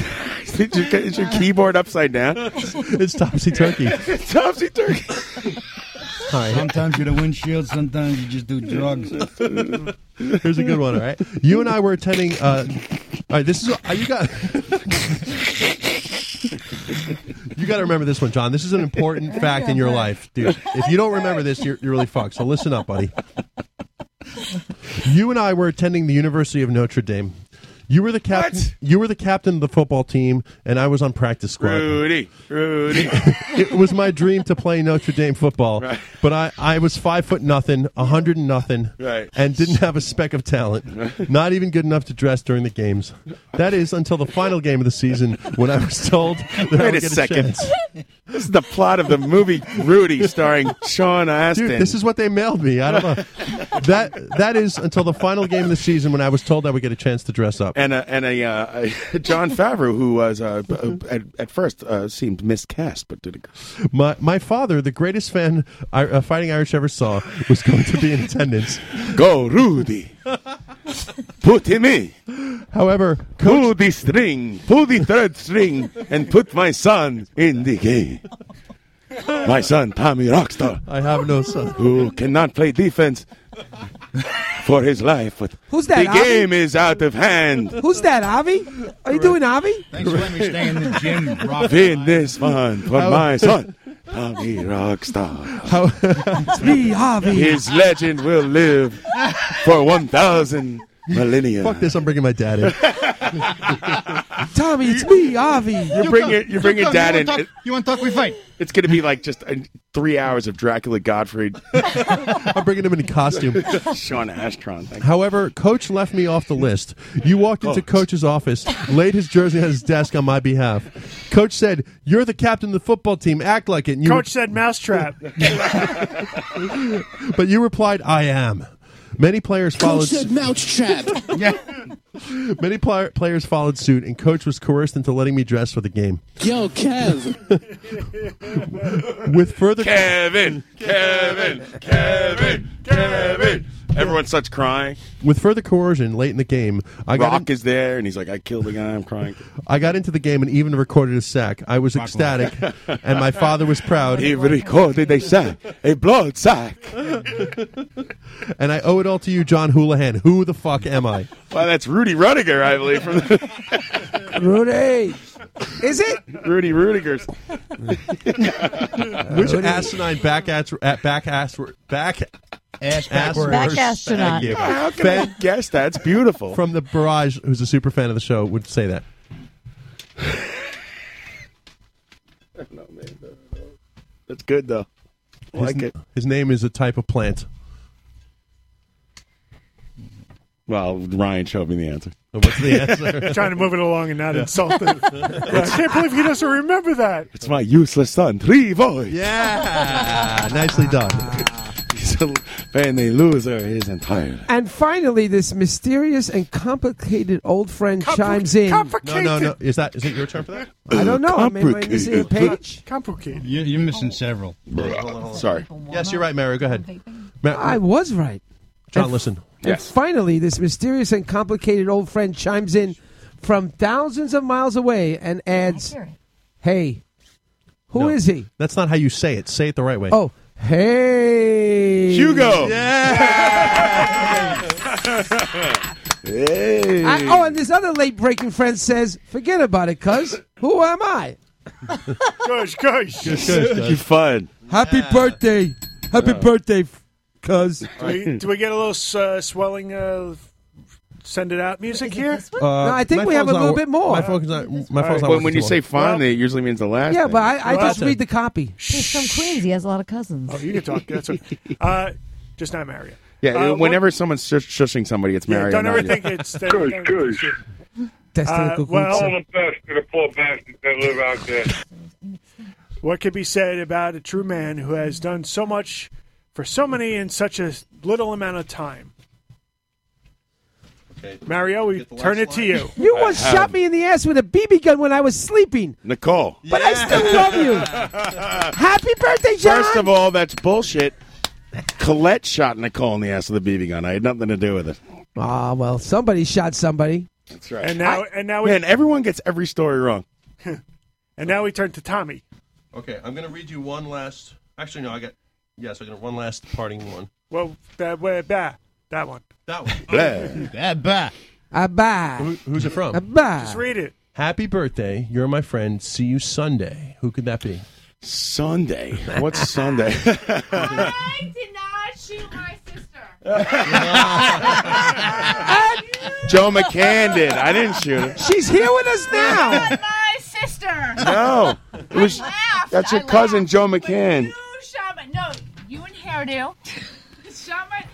S10: your, is your keyboard upside down?
S15: It's
S21: [LAUGHS]
S15: topsy turkey.
S10: it's topsy turkey.
S6: Sometimes you're the windshield, sometimes you just do drugs.
S15: Here's a good one. All right, you and I were attending. Uh, all right, this is uh, you got. [LAUGHS] you got to remember this one, John. This is an important fact in your life, dude. If you don't remember this, you're, you're really fucked. So listen up, buddy. You and I were attending the University of Notre Dame. You were the captain. You were the captain of the football team, and I was on practice squad.
S10: Rudy,
S15: [LAUGHS]
S10: Rudy.
S15: it was my dream to play Notre Dame football, but I, I was five foot nothing, a hundred and nothing,
S10: Right.
S15: and didn't have a speck of talent. Not even good enough to dress during the games. That is until the final game of the season when I was told that I
S10: Wait
S15: would
S10: a
S15: get a
S10: second.
S15: chance.
S10: This is the plot of the movie Rudy, starring Sean Astin.
S15: Dude, this is what they mailed me. I don't know. that that is until the final game of the season when I was told I would get a chance to dress up.
S10: and a, and a, uh, [LAUGHS] a John Favreau who was uh, b- at, at first uh, seemed miscast, but did a
S15: My my father, the greatest fan I, uh, Fighting Irish ever saw, was going to be in attendance. [LAUGHS]
S10: Go Rudy, put him in.
S15: However,
S10: pull the string, pull the third string, and put my son in the game. My son Tommy Rockstar.
S15: I have no son
S10: who cannot play defense for his life. But
S21: Who's that,
S10: The
S21: Avi?
S10: game is out of hand.
S21: Who's that, Avi? Are you doing Avi?
S6: Thanks for letting me stay in the gym, Rob.
S10: Win this one for
S6: How-
S10: my son, Tommy Rockstar.
S15: How-
S10: His legend will live for 1,000 millennia.
S15: Fuck this! I'm bringing my dad in.
S11: [LAUGHS]
S21: Tommy, it's me, Avi.
S10: You bring it. You bring your dad in. It-
S2: You want to talk? We fight.
S10: It's going to be like just uh, three hours of Dracula Godfrey,
S15: [LAUGHS] I'm bringing him in a costume.
S10: Sean Astron. Thank
S15: However, Coach left me off the list. You walked into Coach's office, laid his jersey on his desk on my behalf. Coach said, "You're the captain of the football team. Act like it." And you
S11: Coach said
S10: [LAUGHS]
S11: mousetrap.
S15: but you replied, "I am." Many players followed.
S11: [LAUGHS] mousetrap. yeah.
S15: many pl- players followed suit, and Coach was coerced into letting me dress for the game.
S4: Yo, Kev.
S15: With further,
S10: Kevin, Kevin, Kevin, Kevin. Everyone's such crying.
S15: with further coercion, late in the game, I got
S10: Rock is there, and he's like, "I killed a guy. I'm crying."
S15: I got into the game and even recorded a sack. I was ecstatic, [LAUGHS] and my father was proud.
S10: He recorded a sack, a blood sack.
S15: And I owe it all to you, John Houlihan. Who the fuck am
S10: [LAUGHS]
S15: I?
S10: Well, that's Rudy Rudiger, I believe. From
S15: Rudy.
S21: Is it?
S10: Rudy Rudiger's.
S15: Which asinine back ass at back ass back
S6: ass
S15: backwards.
S22: Back astronaut.
S15: Thank you.
S22: How
S10: can I
S15: Fan
S10: guess that's beautiful.
S15: from the barrage, who's a super fan of the show, would say that.
S10: That's good though. I like
S15: his,
S10: it.
S15: His name is a type of plant.
S10: Well, Ryan showed me the answer.
S15: What's the answer?
S11: Trying to move it along and not insult it. [LAUGHS] I can't believe he doesn't remember that.
S10: It's my useless son, Trivoy.
S15: Yeah, nicely done.
S10: [LAUGHS] He's a, and a loser his entire life.
S21: And finally, this mysterious and complicated old friend chimes in.
S15: No, no, no. Is that is it your turn for that?
S11: Uh,
S21: I don't know. Am I am I missing a page?
S11: Complicated.
S2: You, you're missing several.
S10: Sorry.
S15: Yes, you're right, Mario. Go ahead. Ma-
S21: I was right.
S15: John, listen.
S21: And finally, this mysterious and complicated old friend chimes in from thousands of miles away and adds, "Hey, who is he?"
S15: That's not how you say it. Say it the right way.
S21: Oh, hey,
S15: Hugo.
S10: Hey.
S21: I, oh, and this other late breaking friend says, "Forget about it, cuz. Who am I?
S11: Gosh, [LAUGHS] gosh.
S10: You fun.
S21: Happy birthday, happy
S10: Yeah.
S21: birthday, cuz."
S11: Do we, do we get a little uh, swelling? Uh, send it out music here.
S15: Uh,
S21: No, I think
S15: my
S21: we have a
S15: phone's
S21: little
S15: not-
S21: bit more.
S15: My phone's not. My
S10: All right.
S15: phone's not
S10: When, when
S15: working
S10: you
S15: too
S10: say
S15: well.
S10: finally, it usually means the last.
S21: Yeah,
S10: thing.
S21: but I, I
S11: Well,
S21: just
S11: then.
S21: read the copy.
S22: There's some Queens. He has a lot of cousins.
S11: Oh, you can talk. That's
S22: [LAUGHS]
S11: okay. Uh, just not Mario.
S10: Yeah,
S11: Uh,
S10: whenever someone's shush- shushing somebody, it's Mario.
S11: don't
S10: not
S11: ever
S10: you.
S11: think it's that- Good, that- good.
S21: That's
S11: Uh,
S21: the
S11: well-
S7: all the best to the poor bastards that live out there.
S11: What could be said about a true man who has done so much for so many in such a little amount of time? Mario, we turn it to you.
S21: [LAUGHS] You once shot me in the ass with a BB gun when I was sleeping.
S10: Nicole.
S21: But I still love you. Happy birthday, John.
S10: First of all, that's bullshit. Colette shot Nicole in the ass with a BB gun. I had nothing to do with it.
S21: Ah, well, somebody shot somebody.
S10: That's right.
S11: And now, and now, we,
S10: Man, everyone gets every story wrong.
S11: and now we turn to Tommy.
S7: Okay, I'm going to read you one last. Actually, no, I got. Yes, I got one last parting one.
S11: Well, that way, that that one.
S7: That one.
S21: Abba. Abba.
S15: Who, who's it from?
S11: Just read it.
S15: Happy birthday. You're my friend. See you Sunday. Who could that be?
S10: Sunday. What's Sunday? [LAUGHS]
S20: I did not shoot my
S10: [LAUGHS] Joe McCann did. I didn't shoot him.
S21: She's here with us now.
S20: sister. My sister.
S10: No, it was. That's your cousin Joe McCann.
S20: You shot my. No, you and Hairdo. [LAUGHS] shot my.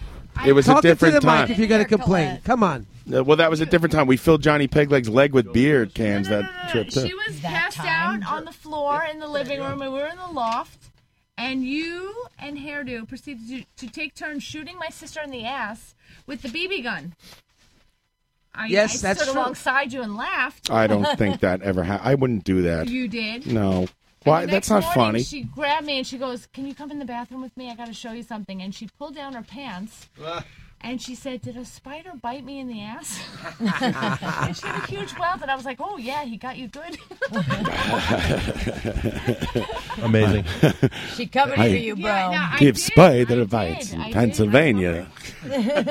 S10: It was a
S21: Talk
S10: different
S21: into the
S10: time.
S21: mic if you're going to complain. Come on.
S10: Uh, Well, that was a different time. We filled Johnny Pegleg's leg with beer cans that trip too.
S20: She was passed out on the floor in the living room, and we were in the loft. And you and Hairdo proceeded to, to take turns shooting my sister in the ass with the BB gun. I,
S10: Yes,
S20: I
S10: that's
S20: stood
S10: true.
S20: alongside you and laughed.
S10: I don't think that ever happened. I wouldn't do that.
S20: You did.
S10: No. Why?
S20: And [LAUGHS] the
S10: That's
S20: next
S10: not
S20: morning,
S10: funny.
S20: She grabbed me and she goes, "Can you come in the bathroom with me? I got to show you something." And she pulled down her pants. And she said, "Did a spider bite me in the
S10: [LAUGHS]
S20: ass?" [LAUGHS] and she had a huge welt, and I was like, "Oh yeah, he got you
S10: [LAUGHS]
S20: good."
S10: [LAUGHS]
S15: Amazing.
S20: She covered
S10: I
S20: it for you, bro. Yeah, no, I
S10: give
S20: did,
S10: spider bites in
S20: I did.
S10: Pennsylvania.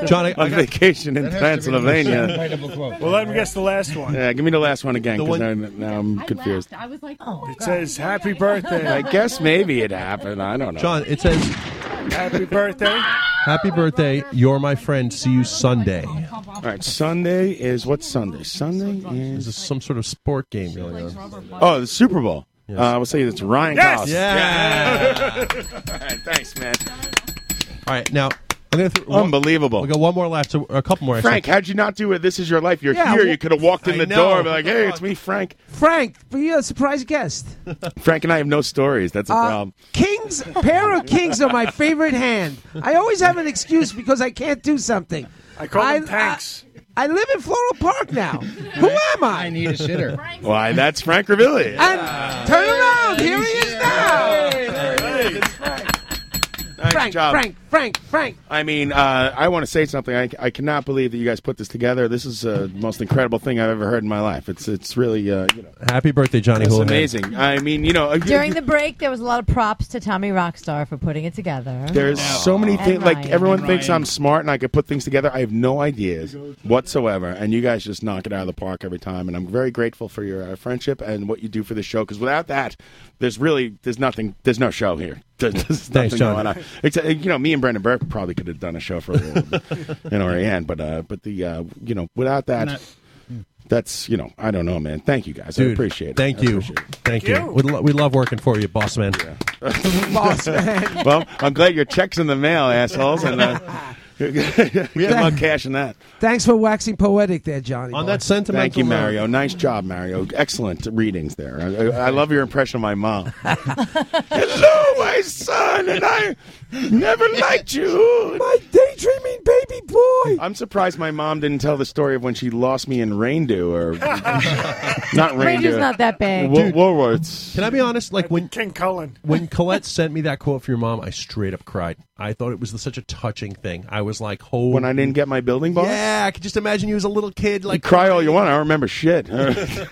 S11: John, I- I
S10: on
S11: got-
S10: vacation in
S11: That has to be the most
S10: Pennsylvania.
S11: incredible quote. Well, let me guess the last one.
S10: Yeah, give me the last one again
S11: The
S10: because
S11: one-
S10: now, now I'm confused.
S20: I was like, "Oh,
S11: it says happy birthday.
S10: I guess maybe it happened. I don't know.
S15: John, it says
S11: happy birthday.
S15: Happy birthday. You're my friend. See you Sunday.
S10: All right, Sunday is what's Sunday? Sunday is
S15: some sort of sport game going on.
S10: Oh, the Super Bowl. Uh, I will say it's Ryan
S15: Yes!
S10: Gosling.
S15: Yeah.
S10: [LAUGHS] All right, thanks, man.
S15: All right, now I'm gonna throw
S10: unbelievable.
S15: We got one more left, so a couple more. actually.
S10: Frank, how'd you not do it? This is your life. You're
S15: Yeah,
S10: [LAUGHS] here.
S15: wh-
S10: you could have walked in
S15: I
S10: the
S15: know.
S10: door and be like, hey, it's me, Frank.
S21: Frank, but you're a surprise
S10: [LAUGHS]
S21: guest.
S10: Frank and I have no stories. That's a
S21: Uh,
S10: problem.
S21: Kings, pair of kings are my favorite hand. I always have an excuse because I can't do something. I
S11: call them
S21: tanks. I, live in Floral Park now. Who am I? I
S2: need a sitter.
S10: Why, that's Frank Ravilli.
S21: And turn around. Here he is now.
S10: Nice
S21: Frank,
S10: job.
S21: Frank, Frank, Frank.
S10: I mean, uh, I want to say something. I, I cannot believe that you guys put this together. This is uh, the most incredible thing I've ever heard in my life. It's it's really uh, you know,
S15: Happy birthday, Johnny
S10: it's
S15: Houlihan.
S10: amazing. Uh, I mean, you know,
S22: During the break, there was a lot of props to Tommy Rockstar for putting it together.
S10: There's so many
S22: And
S10: things. Like
S22: Ryan.
S10: everyone thinks I'm smart and I could put things together. I have no ideas whatsoever, and you guys just knock it out of the park every time. And I'm very grateful for your uh, friendship and what you do for the show. Because without that, there's really there's nothing. There's no show here. [LAUGHS] There's, there's nothing
S15: John.
S10: going on. Except, you know, me and Brendan Burke probably could have done a show for a little
S15: [LAUGHS]
S10: bit, you know, or Ann, but uh, but the uh, you know, without that.
S15: Not-
S10: that's you know I don't know man. Thank you guys. I
S15: Dude,
S10: appreciate it.
S15: Thank
S10: I
S15: you.
S10: appreciate it.
S15: Thank you. We, lo- we love working for you, boss man.
S21: Boss man.
S10: well, I'm glad your check's in the mail, assholes, and uh, [LAUGHS] good luck cashing that.
S21: Thanks for waxing poetic there, Johnny. boy.
S10: Thank you, Mario. Nice job, Mario. Excellent readings there. I, I, I love your impression of my mom. Hello, my son, and I never liked you. My
S21: daydreaming baby boy.
S10: I'm surprised my mom didn't tell the story of when she lost me in Reindew,
S15: [LAUGHS]
S10: or not
S21: Reindu's
S10: Reindew.
S21: not that bad.
S10: Wo-
S15: Dude.
S10: Woolworths.
S15: Can I be honest? Like when
S11: King Cullen,
S15: when Colette [LAUGHS] sent me that quote for your mom, I straight up cried. I thought it was such a touching thing. I was like, "Holy!"
S10: When I didn't get my building bonus.
S15: yeah, I could just imagine you as a little kid,
S10: You
S15: like
S10: cry all you want. I don't
S15: [LAUGHS]
S10: remember shit. [LAUGHS]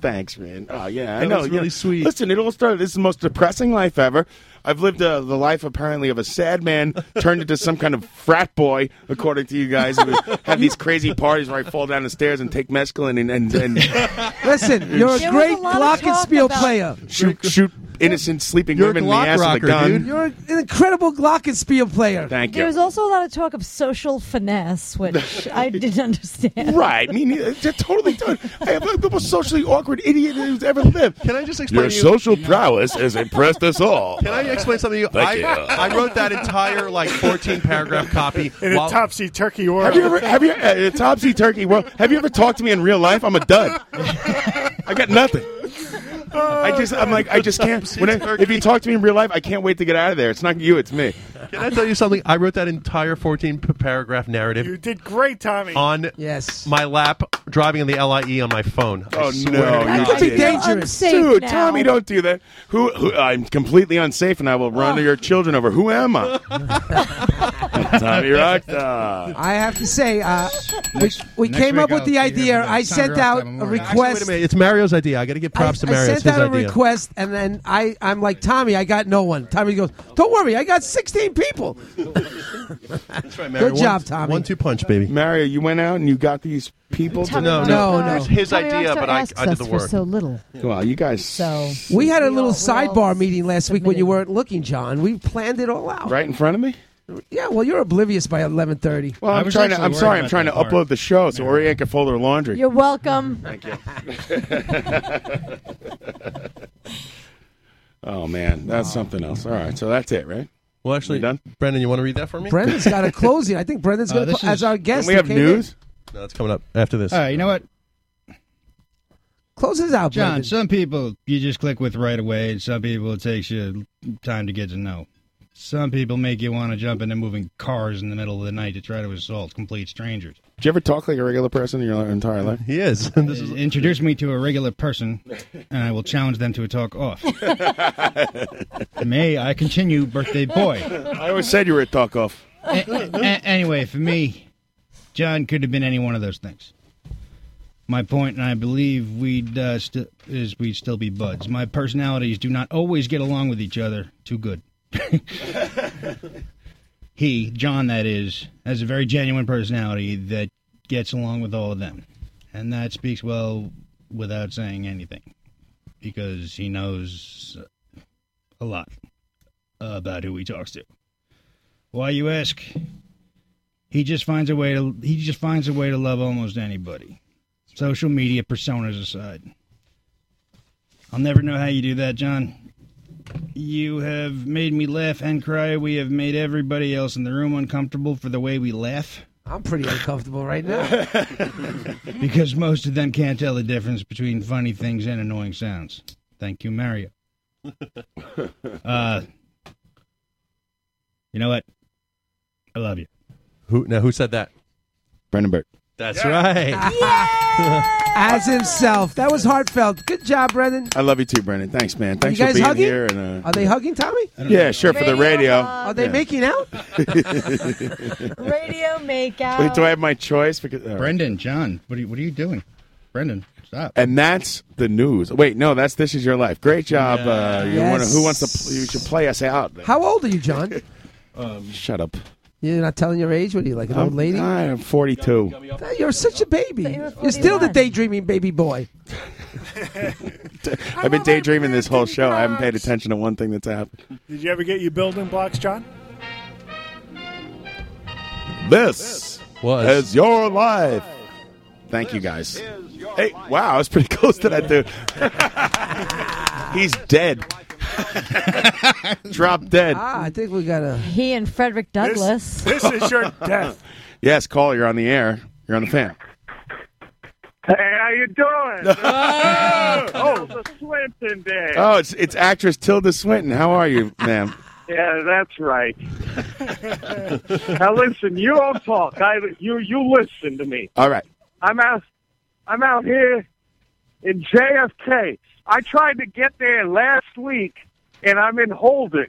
S10: Thanks, man. Oh yeah, I
S15: That
S10: know.
S15: was
S10: you know,
S15: really sweet.
S10: Listen, it all started. This is the most depressing life ever. I've lived uh, the life apparently of a sad man [LAUGHS] turned into some kind of frat boy, according to you guys. Who
S15: [LAUGHS]
S10: have these crazy parties where I fall down the stairs and take mescaline and and, and
S15: [LAUGHS]
S21: Listen, you're a
S10: There was
S21: great a lot of glockenspiel talk about- player.
S10: shoot shoot innocent sleeping women in the ass with a gun.
S21: You're an incredible glockenspiel player.
S10: Thank
S22: There
S10: you.
S22: was also a lot of talk of social finesse,
S10: [LAUGHS]
S22: which I didn't understand.
S10: Right, I mean, it's just totally. Dude, [LAUGHS] I am like the most socially awkward idiot who's ever lived.
S15: Can I just explain to you-
S10: prowess has impressed
S15: [LAUGHS]
S10: us all.
S15: Can I explain something to you?
S10: Thank
S15: I,
S10: you.
S15: I wrote that entire like 14 paragraph
S10: [LAUGHS]
S15: copy.
S11: in
S15: while-
S11: a topsy turkey world.
S10: Have you ever, have you, uh,
S15: [LAUGHS]
S10: it's topsy turkey. Well, have you ever talked to me in real life? I'm a dud. I got nothing. I just, I'm like, I just can't. When I- if you talk to me in real life, I can't wait to get out of there. It's not you, it's me.
S15: Can I tell you something? I wrote that entire 14 p- paragraph narrative
S11: You did great, Tommy.
S15: on
S21: yes
S15: my lap driving in the LIE on my phone. I
S10: Oh
S15: swear
S10: no,
S15: to God.
S10: you did. dude. Tommy, don't do that. Who, who? I'm completely unsafe, and I will
S21: Oh.
S10: run your children over. Who
S21: [LAUGHS]
S10: am I? Tommy uh, Rockstar.
S21: I have to say,
S10: [LAUGHS]
S21: uh, we, we
S15: next
S21: came up
S15: week
S21: with the
S15: I'll be here
S21: idea.
S15: with
S21: I
S15: Sandra
S21: sent
S15: Rock
S21: out
S15: Diamond
S21: a
S15: Morning. Actually, wait
S21: request.
S15: a minute. It's Mario's idea. I got to give props to
S21: I
S15: Mario.
S21: sent
S15: It's his
S21: out a
S15: idea.
S21: request, and then I, I'm like, Tommy, I got no one. Tommy goes, Don't worry, I got 16 people.
S15: That's right,
S21: Good job, Tommy.
S15: One two punch, baby.
S10: Mario, you went out and you got these people.
S21: Tommy No, no, Rockstar- no.
S10: It's his
S21: Tommy
S10: idea,
S21: Rockstar
S10: but I,
S21: asks
S10: I did
S21: us
S10: the
S21: for
S10: work.
S21: so little.
S10: Well, you guys.
S21: We had a little sidebar meeting last week when you weren't looking, John. We planned it all out.
S10: Right in front of me.
S21: Yeah, well, you're oblivious by 11:30.
S10: Well, I'm trying to. I'm sorry. I'm trying to upload the show so Oriane can fold her laundry.
S21: You're welcome.
S10: Thank you. oh man, that's something else. All right, so that's it, right?
S15: Well, actually,
S10: done.
S15: Brendan, you want to read that for me?
S21: Brendan's got
S10: [LAUGHS]
S21: a closing. I think Brendan's
S15: Uh,
S21: going to
S15: this
S21: close as
S15: is-
S21: our guest. who came in.
S15: No, it's coming up after this.
S2: All right, you know what?
S21: Close this out,
S2: John.
S21: Brendan.
S2: Some people you just click with right away, and some people it takes you time to get to know. Some people make you want to jump into moving cars in the middle of the night to try to assault complete strangers.
S10: Did you ever talk like a regular person in your entire life?
S15: He is. [LAUGHS]
S21: [LAUGHS]
S2: Introduce
S10: [LAUGHS]
S2: me to a regular person, and I will challenge them to a talk off. May I continue, birthday boy?
S10: [LAUGHS] I always said you were a talk off.
S2: [LAUGHS] A- anyway, for me, John could have been any one of those things. My point, and I believe we'd uh, st- is we'd still be buds. My personalities do not always get along with each other too good. [LAUGHS] he, John, that is, has a very genuine personality that gets along with all of them, and that speaks well without saying anything, because he knows a lot about who he talks to. Why you ask? He just finds a way to he just finds a way to love almost anybody. Social media personas aside. I'll never know how you do that, John. You have made me laugh and cry. We have made everybody else in the room uncomfortable for the way we laugh
S21: I'm pretty uncomfortable right
S10: [LAUGHS]
S21: now.
S2: because most of them can't tell the difference between funny things and annoying sounds. Thank you, Mario. Uh, you know what? I love you.
S15: [LAUGHS] Who now? Who said that?
S10: Brendan Burke.
S21: [LAUGHS]
S15: That's right. [LAUGHS]
S21: As himself. That was heartfelt. Good job, Brendan.
S10: I love you too, Brendan. Thanks, man. Thanks
S21: you
S10: for
S21: guys
S10: being
S21: hugging?
S10: here. And uh,
S21: Are they hugging Tommy?
S10: yeah, sure for the radio.
S21: Are they
S10: Yeah. [LAUGHS]
S21: making out?
S3: Radio makeout.
S10: Wait, do I have my choice? Because all right.
S2: Brendan, John, what are you, what are you doing? Brendan, stop.
S10: And that's the news. Wait, no, that's this is your life. Great job. Uh, you
S21: Yes.
S10: wanna, who wants to? Pl- you should play us out.
S21: How old are you, John?
S15: [LAUGHS]
S10: Shut up.
S21: You're not telling your age? What are you, like an Um,
S15: Um,
S21: old
S10: I'm-
S21: lady? [LAUGHS]
S10: I am 42.
S21: You're such a baby. You're still the [LAUGHS] daydreaming baby boy.
S10: I've been daydreaming this whole show. I haven't paid attention to one thing that's happened.
S11: Did you ever get your building blocks, John?
S10: This was is your life. Thank you guys. Hey, wow, I was pretty close to that dude. [LAUGHS] He's dead. Drop dead.
S21: Ah, I think we got a.
S22: He and Frederick Douglass.
S11: This is
S10: [LAUGHS]
S11: your death.
S10: Yes, call. You're on the air. You're on the fan.
S8: Hey, how you
S11: [LAUGHS]
S8: doing? oh, Swinton Day.
S10: Oh, it's it's actress Tilda Swinton. How are you, ma'am?
S8: Yeah, that's
S10: [LAUGHS]
S8: right. now listen, you don't talk. I, you you listen to me.
S10: All right.
S8: I'm out. I'm out here in JFK. I tried to get there last week, and I'm in holding.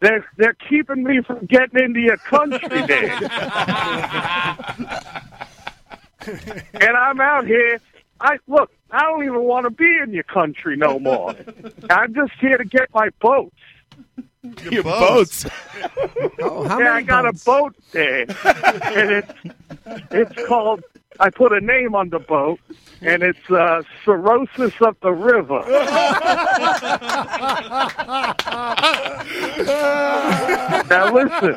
S8: They're they're keeping me from getting into your
S10: [LAUGHS]
S8: country, Dave. and I'm out here. I look. I don't even want to be in your country no more. I'm just here to get my boat.
S10: Your, boats.
S21: Oh,
S8: yeah, I got a boat there, and it's it's called. I put a name on the boat, and it's uh, cirrhosis of the river. now listen,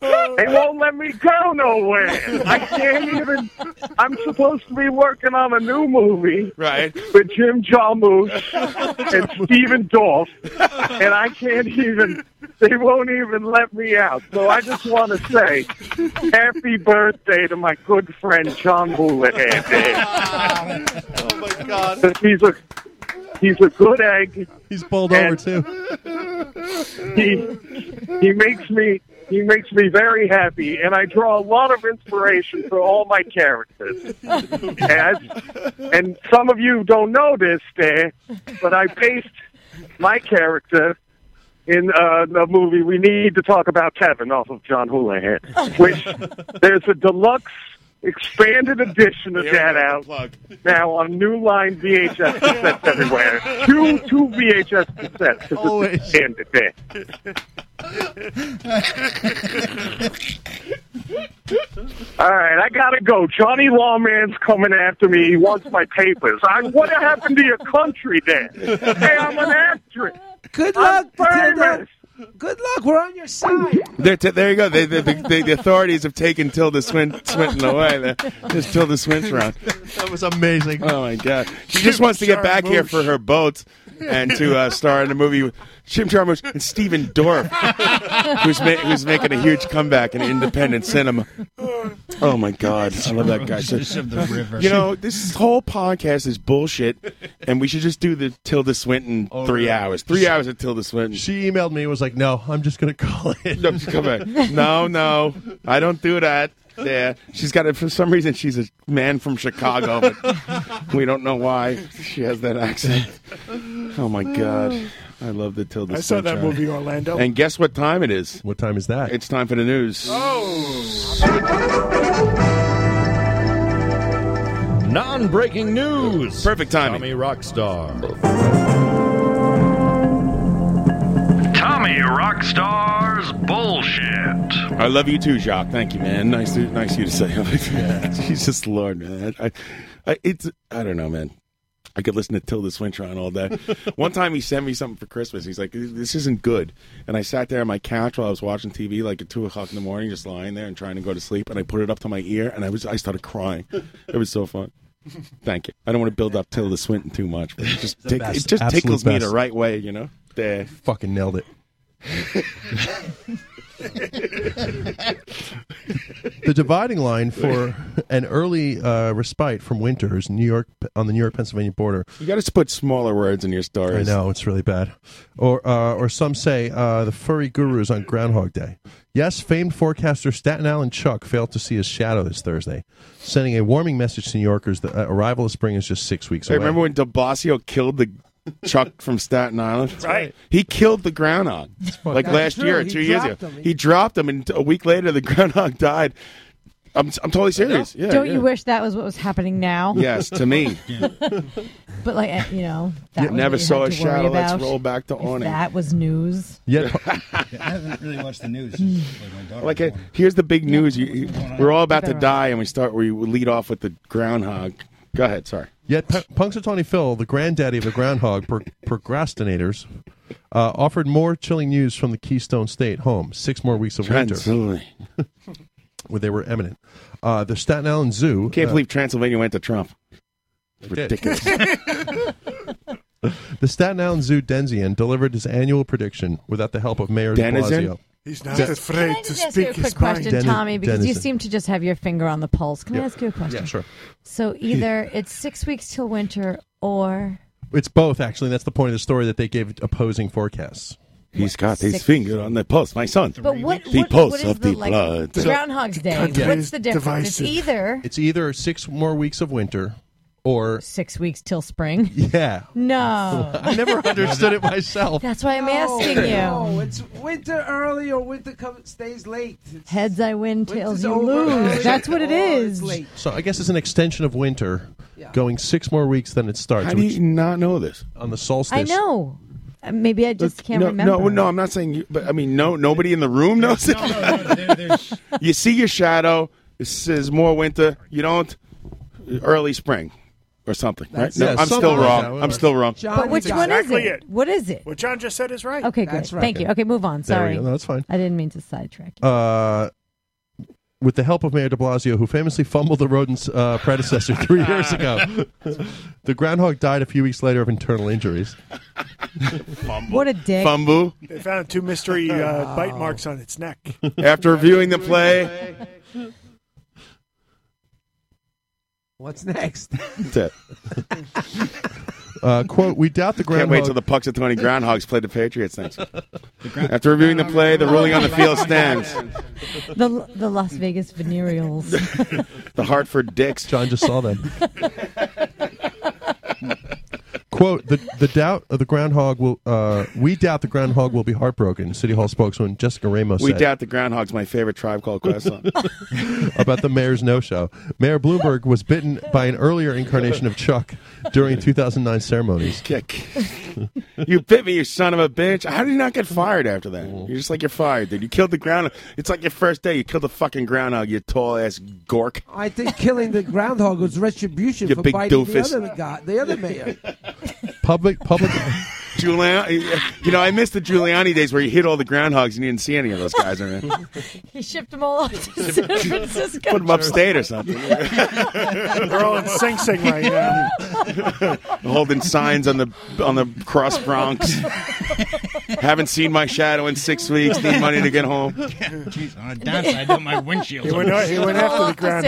S8: they won't let me go nowhere. I can't even. I'm supposed to be working on a new movie,
S10: right?
S8: With Jim Jarmusch and Steven Dorff, and I can't even. They won't even let me out. So I just want to say happy birthday to my good friend John
S15: [LAUGHS]
S8: Houlihan. [LAUGHS]
S21: [LAUGHS]
S10: [LAUGHS]
S4: oh my God.
S8: He's a he's a good egg.
S15: He's bowled over too.
S8: He he makes me he makes me very happy, and I draw a lot of inspiration for all my characters. And, and some of you don't know this, there, but I based my character in uh, the movie We Need to Talk About Kevin off of John Houlihan, which there's a deluxe expanded edition of that out now on new line VHS cassettes everywhere. Two two VHS cassettes 'cause
S4: Always.
S8: it's expanded there. All right, I gotta go. Johnny Lawman's coming after me. He wants my papers. I, what happened to your country, Dan? Hey, I'm an actress.
S21: Good luck, Tilda. Good luck. We're on your side.
S10: They're t- there you go. They, they, they, they, the authorities have taken Tilda Swin- Swinton away. They're- Just Tilda Swinton around.
S15: That was amazing.
S10: Oh my god! She just wants to get back here for her boats and to uh, star in a movie with Jim Jarmusch and Steven Dorff, who's ma- who's making a huge comeback in independent cinema. Oh my god! I love that guy. So-
S2: Cirrhosis of the river.
S10: You know, Oh, this whole podcast
S15: [LAUGHS]
S10: is bullshit, and we should just do the Tilda Swinton three hours. Three hours of Tilda Swinton.
S15: Oh, She emailed me. Was like, no, I'm just gonna call it.
S10: No, just come back. No, no, I don't do that. Yeah, she's got it. For some reason, she's a man from Chicago, but we don't know why she has that accent. Oh my god, I love the Tilda.
S11: I saw that
S10: Swinton.
S11: movie, Orlando.
S10: And guess what time it is?
S15: What time is that?
S10: It's time for the news.
S9: Non-breaking news. Perfect timing. Tommy Rockstar.
S12: Tommy Rockstar's bullshit.
S10: I love you too, Jacques. Thank you, man. Nice, to, nice of you to say. [LAUGHS] Jesus Lord, man. I, I, it's I don't know, man. I could listen to Tilda Swinton all day. One time he sent me something for Christmas. He's like, "This isn't good," and I sat there on my couch while I was watching TV, like at two o'clock in the morning, just lying there and trying to go to sleep. And I put it up to my ear, and I was I started crying. It was so fun. Thank you. I don't want to build up Tilda Swinton too much, but it just
S15: The
S10: tick-
S15: best.
S10: it just
S15: Absolute
S10: tickles me
S15: best.
S10: the right way, you know. There.
S15: Fucking nailed it.
S10: [LAUGHS]
S15: the dividing line for an early uh, respite from winter is New York on the New York Pennsylvania border.
S10: You got to put smaller words in your
S15: I
S10: stories.
S15: know it's really bad, or uh, or some say uh, the furry gurus on Groundhog Day. Yes, famed forecaster Staten Island Chuck failed to see his shadow this Thursday, sending a warming message to New Yorkers that uh, arrival of spring is just six weeks
S10: Hey,
S15: away.
S10: remember when De Blasio killed the Chuck from Staten Island?
S15: right.
S10: He killed the groundhog like
S15: That's
S10: last
S15: true.
S10: year, or
S15: He
S10: two years
S15: dropped
S10: ago.
S15: him.
S10: He dropped him, and a week later, the [LAUGHS] groundhog died. I'm, I'm totally serious. Yeah,
S22: Don't
S10: yeah.
S22: you wish that was what was happening now?
S10: Yes,
S15: [LAUGHS]
S10: to me.
S22: [LAUGHS] but like eh, you know, that
S10: You
S22: was
S10: never
S22: what
S10: saw
S22: had
S10: a
S22: to worry
S10: shadow. Let's
S22: about.
S10: roll back to
S22: If
S10: awning.
S22: That was news.
S15: Yet,
S2: I haven't really watched the news. Like my daughter.
S10: [LAUGHS] like, uh, here's the big news. You, you- we're all about to die, and we start. We lead off with the groundhog. Go ahead. Sorry.
S15: Yet P- Punxsutawney Phil, the granddaddy of the groundhog pro- procrastinators, uh, offered more chilling news from the Keystone State home. Six more weeks of winter. [LAUGHS] where they were eminent. Uh, the Staten Island Zoo.
S10: Can't
S15: uh,
S10: believe Transylvania went to Trump. It's
S15: did.
S10: ridiculous.
S15: [LAUGHS] The Staten Island Zoo Denzian delivered his annual prediction without the help of Mayor de
S10: Denizen?
S15: Blasio.
S11: He's not
S15: Den-
S11: afraid
S22: Can I
S11: to
S22: just ask you
S11: speak
S22: a
S11: his
S22: quick
S11: mind.
S22: question,
S15: Deni-
S22: Tommy? Because you
S15: Denizen.
S22: seem to just have your finger on the pulse. Can I
S15: Yeah.
S22: ask you a question?
S15: Yeah, sure.
S22: So either it's six weeks till winter, or
S15: It's both, actually. That's the point of the story that they gave opposing forecasts.
S10: He's got his
S22: Six-
S10: finger on the pulse, my son.
S22: but what?
S10: The
S22: what,
S10: pulse
S22: what is
S10: of
S22: the,
S10: the
S22: like,
S10: blood.
S22: Groundhog's Day.
S15: Yeah.
S22: What's the difference? It's
S15: [LAUGHS]
S22: either
S15: It's either six more weeks of winter or
S22: six weeks till spring.
S15: Yeah.
S22: No.
S15: [LAUGHS] I never understood it myself.
S22: That's why I'm asking you.
S21: No, it's winter early or winter come, stays late. It's
S22: Heads I win,
S21: Winter's
S22: tails you
S21: over.
S22: lose. That's what it is.
S15: So I guess it's an extension of winter, going six more weeks than it starts.
S10: How do you not know this?
S15: On the solstice.
S22: I know. Uh, Maybe I just can't
S10: no,
S22: remember.
S10: No, no, I'm not saying you, but I mean, no, nobody in the room knows it. [LAUGHS] you see your shadow. It says more winter. You don't early spring or something.
S11: That's
S10: right?
S11: it.
S10: No, I'm
S11: Something
S10: still
S11: like
S10: wrong.
S11: that.
S10: I'm still wrong.
S22: but which one
S11: exactly
S22: is it?
S11: it.
S22: What is it?
S11: What John just said is right.
S22: Okay, good. Thank you. Okay, move on.
S15: There we
S22: Sorry.
S15: go. No, that's fine.
S22: I didn't mean to sidetrack.
S15: Uh, with the help of Mayor de Blasio, who famously fumbled the rodent's uh, predecessor three years ago. the groundhog died a few weeks later of internal injuries.
S21: What a dick.
S10: Fumble.
S11: They found two mystery uh,
S22: [LAUGHS]
S11: bite marks on its neck.
S10: After reviewing the play,
S21: What's next?
S10: That's it.
S15: Uh, quote, we doubt the
S10: Can't wait
S15: groundhog...
S10: till the Pucks and Tony Groundhogs play the Patriots next. After reviewing the play, the ruling on
S22: [LAUGHS]
S11: [LAUGHS]
S10: the field stands.
S22: The, the Las Vegas
S11: [LAUGHS]
S22: venereals.
S10: The Hartford Dicks.
S15: John just saw that. Quote, the, the doubt of the groundhog will... Uh, we doubt the groundhog will be heartbroken, City Hall spokesman Jessica Ramos
S10: We
S15: said.
S10: doubt the Groundhog's my favorite Tribe Called Quest song.
S15: about the mayor's no-show. Mayor Bloomberg was bitten by an earlier incarnation of Chuck during 2009 ceremonies.
S10: Kick. you bit me, you son of a bitch. How did you not get fired after that?
S15: Mm-hmm.
S10: You're just like, you're fired, dude. You killed the groundhog. It's like your first day. You killed the fucking groundhog, you tall
S15: [LAUGHS]
S10: ass gork.
S21: I think killing the groundhog was retribution
S10: You
S21: for
S10: big
S21: biting
S10: doofus.
S21: the other guy, the other
S10: [LAUGHS]
S21: mayor.
S15: Public, public.
S10: Giuliani, you know, I miss the Giuliani days where you hit all the groundhogs and you didn't see any of those guys. Or anything.
S22: he shipped them all off to San Francisco.
S10: Put them upstate or
S11: [LAUGHS]
S10: something.
S11: They're all in Sing Sing right now.
S10: Holding signs on the on the cross
S15: [LAUGHS]
S10: Bronx. Haven't seen my shadow in six weeks. Need money to get home.
S2: [LAUGHS] Jeez,
S10: [LAUGHS]
S2: on a downside, I my windshield.
S10: He went out- he went
S2: [LAUGHS]
S22: All
S10: after the
S22: off to San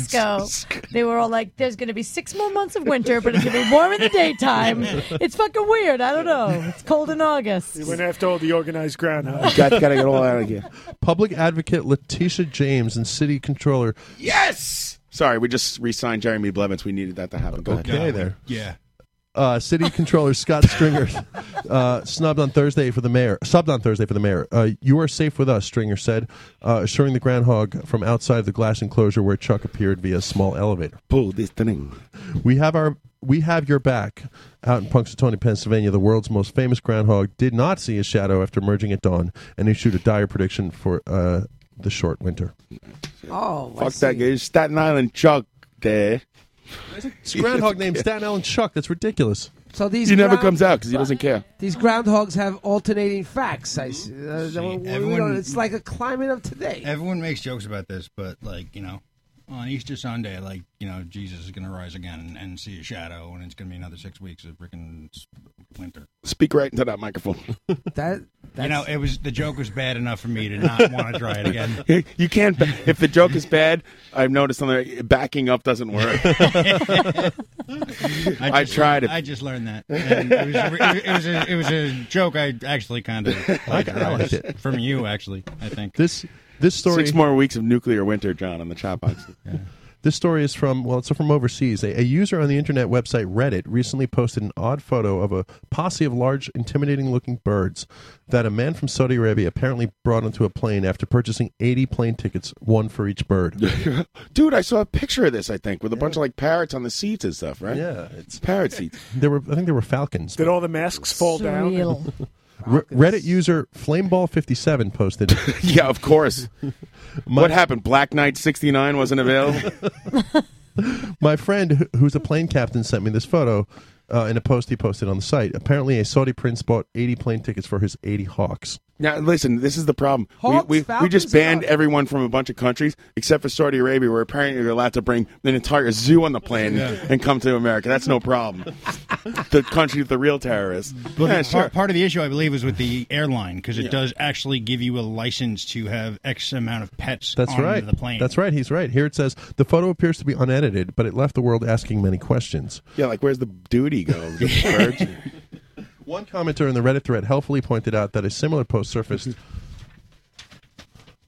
S10: groundhogs.
S22: Francisco.
S11: [LAUGHS]
S22: They were all like, "There's going to be six more months of winter, but it's going to be warm in the
S11: [LAUGHS]
S22: daytime. It's fucking weird. I don't know. It's cold in August."
S11: They went after all the organized groundhogs.
S10: Got,
S11: [LAUGHS]
S10: gotta get all out of here.
S15: Public advocate Letitia James and city controller.
S10: Yes. Sorry, we just re-signed Jeremy Blevins. We needed that to happen. Go ahead.
S15: Okay, there.
S2: Yeah.
S15: Uh, city controller Scott
S10: [LAUGHS]
S15: Stringer uh, snubbed on Thursday for the mayor. Subbed on Thursday for the mayor. Uh, you are safe with us, Stringer said, uh, assuring the groundhog from outside the glass enclosure where Chuck appeared via small elevator.
S10: Pull this thing.
S15: We have our we have your back. Out in Punxsutawney, Pennsylvania, the world's most famous groundhog did not see his shadow after emerging at dawn, and issued a dire prediction for uh, the short winter.
S21: Oh, I
S10: Fuck that guy. Staten Island Chuck there.
S15: It's a groundhog named Staten Island Chuck. That's ridiculous.
S21: So Oh, these
S10: He never
S21: ground-
S10: comes out because he doesn't care.
S21: These groundhogs have alternating facts. I see. Uh, we don't-
S2: everyone-
S21: it's like a climate of today.
S2: Everyone makes jokes about this, but like you know, on Easter Sunday, like you know, Jesus is going to rise again and, and see a shadow, and it's going to be another six weeks of freaking s- winter.
S10: Speak right into
S15: [LAUGHS]
S10: that microphone.
S21: That
S2: you know, it was the joke was bad enough for me to not want to try it
S10: [LAUGHS]
S2: again.
S10: you can't. ba- If the joke is bad, I've noticed something. Backing up
S2: [LAUGHS]
S10: doesn't work. I
S2: just
S10: tried it.
S2: learned- I just learned that. And it, was a, re- it, was a, it was a joke I actually
S10: [LAUGHS]
S2: kind of
S15: liked it.
S2: from you, actually. I think
S15: This this story
S10: Six more weeks of nuclear winter, John, on the
S2: [LAUGHS]
S10: chat box.
S15: This story is from well, it's from overseas. A, a user on the internet website Reddit recently posted an odd photo of a posse of large, intimidating-looking birds that a man from Saudi Arabia apparently brought onto a plane after purchasing 80 plane tickets, one for each
S10: [LAUGHS]
S15: bird.
S10: Dude, I saw a picture of this. I think with a bunch of like parrots on the seats and stuff, right?
S15: Yeah, it's
S10: parrot seats.
S15: There were, I think, there were falcons.
S11: Did all the masks fall down?
S21: Surreal.
S15: Re- Reddit user Flameball57 posted.
S10: [LAUGHS] yeah, of course. what happened? Black Knight sixty nine wasn't available.
S15: My friend, wh- who's a plane captain, sent me this photo uh, in a post he posted on the site. Apparently, a Saudi prince bought 80 plane tickets for his 80 hawks.
S10: [LAUGHS] Now listen, this is the problem.
S15: Hawks,
S10: we, we, we
S15: falcons,
S10: just banned everyone from a bunch of countries except for Saudi Arabia, where apparently they're allowed to bring an entire zoo on the plane
S2: Yeah.
S10: and come to America. That's no [LAUGHS] problem. the country of the real terrorists.
S2: But
S10: yeah,
S2: part,
S10: sure.
S2: part of the issue, I believe, is with the airline because it
S10: Yeah.
S2: does actually give you a license to have X amount of pets
S15: That's
S2: on
S15: right.
S2: the plane.
S15: That's right. He's right. Here it says the photo appears to be unedited, but it left the world asking many questions.
S10: Yeah, like where's the duty [LAUGHS] go? The birds?
S15: One commenter in the Reddit thread helpfully pointed out that a similar post
S2: [LAUGHS]
S15: surfaced on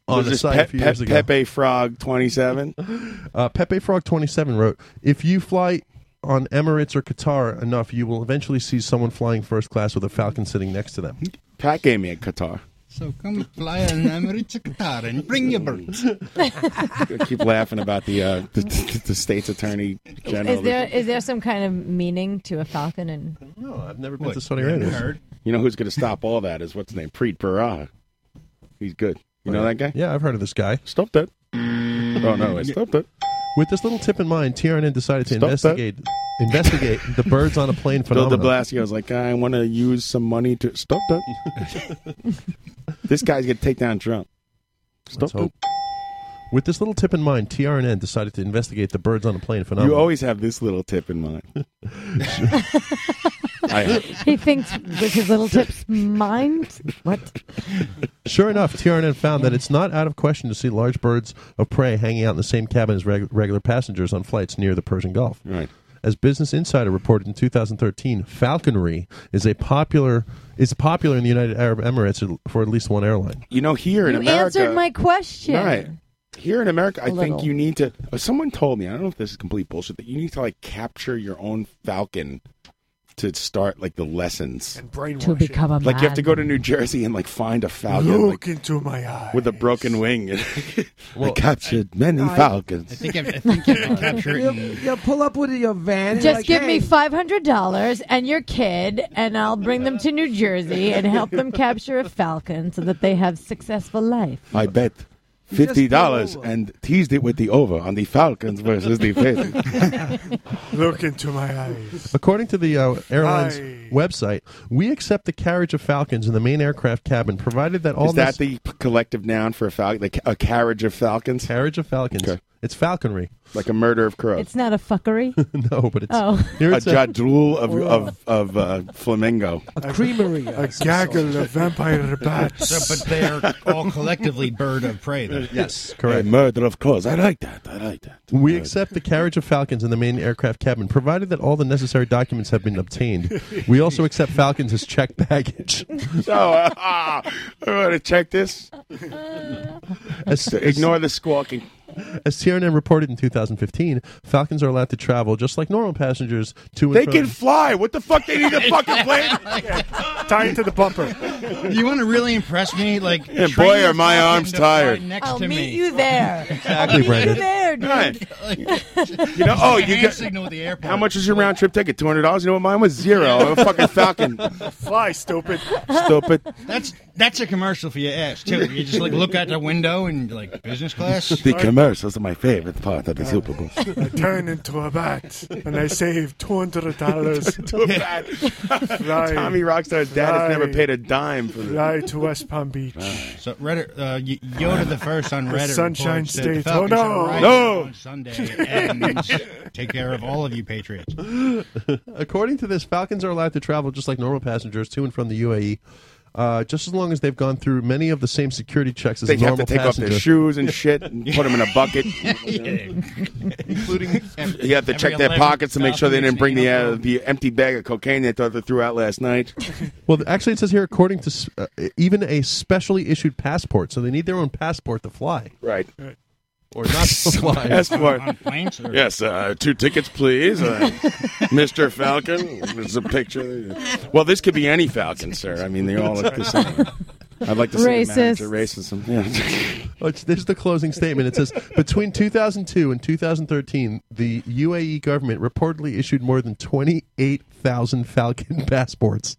S10: There's
S15: the
S10: this
S15: site a
S10: Pep-
S15: few
S10: Pep-
S15: years ago.
S10: Pepe Frog twenty seven. [LAUGHS]
S15: Uh, Pepe Frog twenty seven wrote, "If you fly on Emirates or Qatar enough, you will eventually see someone flying first class with a Falcon sitting next to them."
S10: Pat gave me a Qatar.
S2: So come fly on Emirates Qatar and bring your
S10: [LAUGHS]
S2: birds.
S10: I keep laughing about the uh, the, the, the state's attorney general.
S22: Is there is there some kind of meaning to a falcon? And
S15: no, Oh, I've never
S10: What,
S15: been to Saudi
S10: you're a
S15: Arabia.
S10: nerd? You know who's going to stop all that is what's his name? Preet Bharara. He's good. You know that guy?
S15: Yeah, I've heard of this guy.
S10: Stop that. Oh no, wait, stop that.
S15: With this little tip in mind, TRN decided to
S10: Stop that.
S15: investigate investigate the birds on a
S10: [LAUGHS]
S15: plane
S10: Bill de
S15: phenomenon.
S10: Blasio was like, I want to use some money to stop
S15: [LAUGHS]
S10: that. this guy's going to take down Trump. Stop
S15: Let's
S10: that.
S15: hope. With this little tip in mind, TRNN decided to investigate the birds on a plane
S10: You
S15: phenomenon.
S10: always have this little tip
S15: [LAUGHS]
S10: in mind. I-
S22: he thinks with his little tips mind. What?
S15: Sure enough, TRNN found that it's not out of question to see large birds of prey hanging out in the same cabin as reg- regular passengers on flights near the Persian Gulf.
S10: Right.
S15: As Business Insider reported in 2013, falconry is a popular is popular in the United Arab Emirates for at least one airline.
S10: you know, here in
S22: You
S10: America,
S22: answered my question.
S10: All right. Here in America, I
S22: A
S10: think
S22: little.
S10: you need to. uh, Someone told me, I don't know if this is complete bullshit, that you need to like capture your own falcon to start like the lessons.
S22: To become a
S10: Like you have to
S22: man.
S10: go to New Jersey and like find a falcon
S11: Look
S10: like,
S11: into my eye.
S10: with a broken wing. [LAUGHS] And
S15: I
S10: captured many
S21: I-
S10: falcons.
S21: I
S2: think I've, I
S21: think [LAUGHS]
S2: I've
S21: captured you'll, you'll pull up with your van. and
S22: Just
S21: like,
S22: give me
S21: hey,
S22: five hundred dollars and your kid, and I'll bring them to New Jersey and help them capture a falcon so that they have successful life.
S10: I bet.
S22: You just
S10: Fifty dollars and teased it with the over on the Falcons
S15: [LAUGHS]
S10: versus the Falcons.
S11: Look into my eyes.
S15: According to the uh, airline's
S11: Aye.
S15: website, we accept the carriage of falcons in the main aircraft cabin, provided that all
S10: Is
S15: nec-
S10: that the p- collective noun for a falcon? Like a carriage of falcons?
S15: Carriage of falcons. It's falconry.
S10: Like a murder of crows.
S22: It's not a fuckery.
S15: [LAUGHS] no, but it's
S22: Oh.
S15: [LAUGHS] here
S10: a
S15: it's a-
S10: jadrul of of of uh,
S15: [LAUGHS]
S10: flamingo.
S21: A [LAUGHS] creamery.
S11: A gaggle
S10: [LAUGHS]
S11: of vampire bats.
S2: So, but they're all collectively bird of prey,
S10: [LAUGHS]
S2: though.
S10: correct. murder of crows. I like that. I like that.
S15: We accept the carriage of falcons in the main aircraft cabin, provided that all the necessary documents have been obtained. We also accept falcons as checked baggage. [LAUGHS]
S10: So [LAUGHS] uh, ah, I want to check this.
S15: As-
S10: Ignore the squawking.
S15: As TRN reported in 2015, falcons are allowed to travel just like normal passengers to and
S10: They
S15: from-
S10: can fly. What the fuck? They need
S2: [LAUGHS]
S10: a fucking plane.
S11: Tie it to the bumper.
S2: You want to really impress me? Like,
S10: And
S2: train
S10: boy,
S2: this
S10: are my
S2: falcon
S10: arms
S2: to fly
S10: tired.
S2: Next
S22: I'll
S2: to
S22: meet
S2: me.
S22: you there.
S10: [LAUGHS] Exactly,
S22: I'll meet you
S10: Brandon.
S22: there, dude.
S10: [LAUGHS]
S2: [LAUGHS]
S10: Right. You know, oh, you
S2: hand
S10: got
S2: signal at the airport.
S10: how much was your round trip ticket? Two hundred dollars. You know what mine was? Zero. I'm a fucking
S2: [LAUGHS]
S10: falcon.
S11: Fly,
S10: [LAUGHS]
S11: stupid.
S10: Stupid.
S2: That's that's a commercial for your ass too. You just like look out the window and you're like business class.
S10: The commercials are my favorite part of the Super Bowl.
S11: I turn into a bat and I save two hundred dollars.
S10: [LAUGHS] to a bat. Tommy Rockstar's dad has never paid a dime for this.
S11: Fly to West Palm Beach.
S2: So Reddit, uh, Y- Yoda the first on
S11: The
S2: Reddit.
S11: Sunshine
S2: reports that the
S11: State.
S2: Falcons
S11: Oh,
S2: are
S11: no.
S2: arriving
S11: No.
S2: On Sunday
S10: [LAUGHS]
S2: and take care of all of you patriots.
S15: [LAUGHS] According to this, Falcons are allowed to travel just like normal passengers to and from the UAE, uh, just as long as they've gone through many of the same security checks as
S10: They
S15: a
S10: have
S15: normal
S10: to take off
S15: passenger.
S10: their
S2: [LAUGHS]
S15: [LAUGHS]
S10: shoes and shit and put them in a bucket.
S2: including
S10: You have to check their pockets to make sure they didn't bring the uh, the empty bag of cocaine they thought they threw out last night.
S15: Well, actually, it says here, according to s- uh, even a specially issued passport, so they need their own passport to fly.
S10: Right.
S15: Or [LAUGHS] not to fly.
S10: Passport.
S2: planes or-
S10: Yes, uh, two tickets, please. Uh, Mr. Falcon, there's a picture. Well, this could be any Falcon, sir. I mean, they all look the same. I'd like to say manager racism. Yeah.
S15: Oh, it's- This is the closing statement. It says between 2002 and 2013, the UAE government reportedly issued more than 28,000 Falcon [LAUGHS] passports.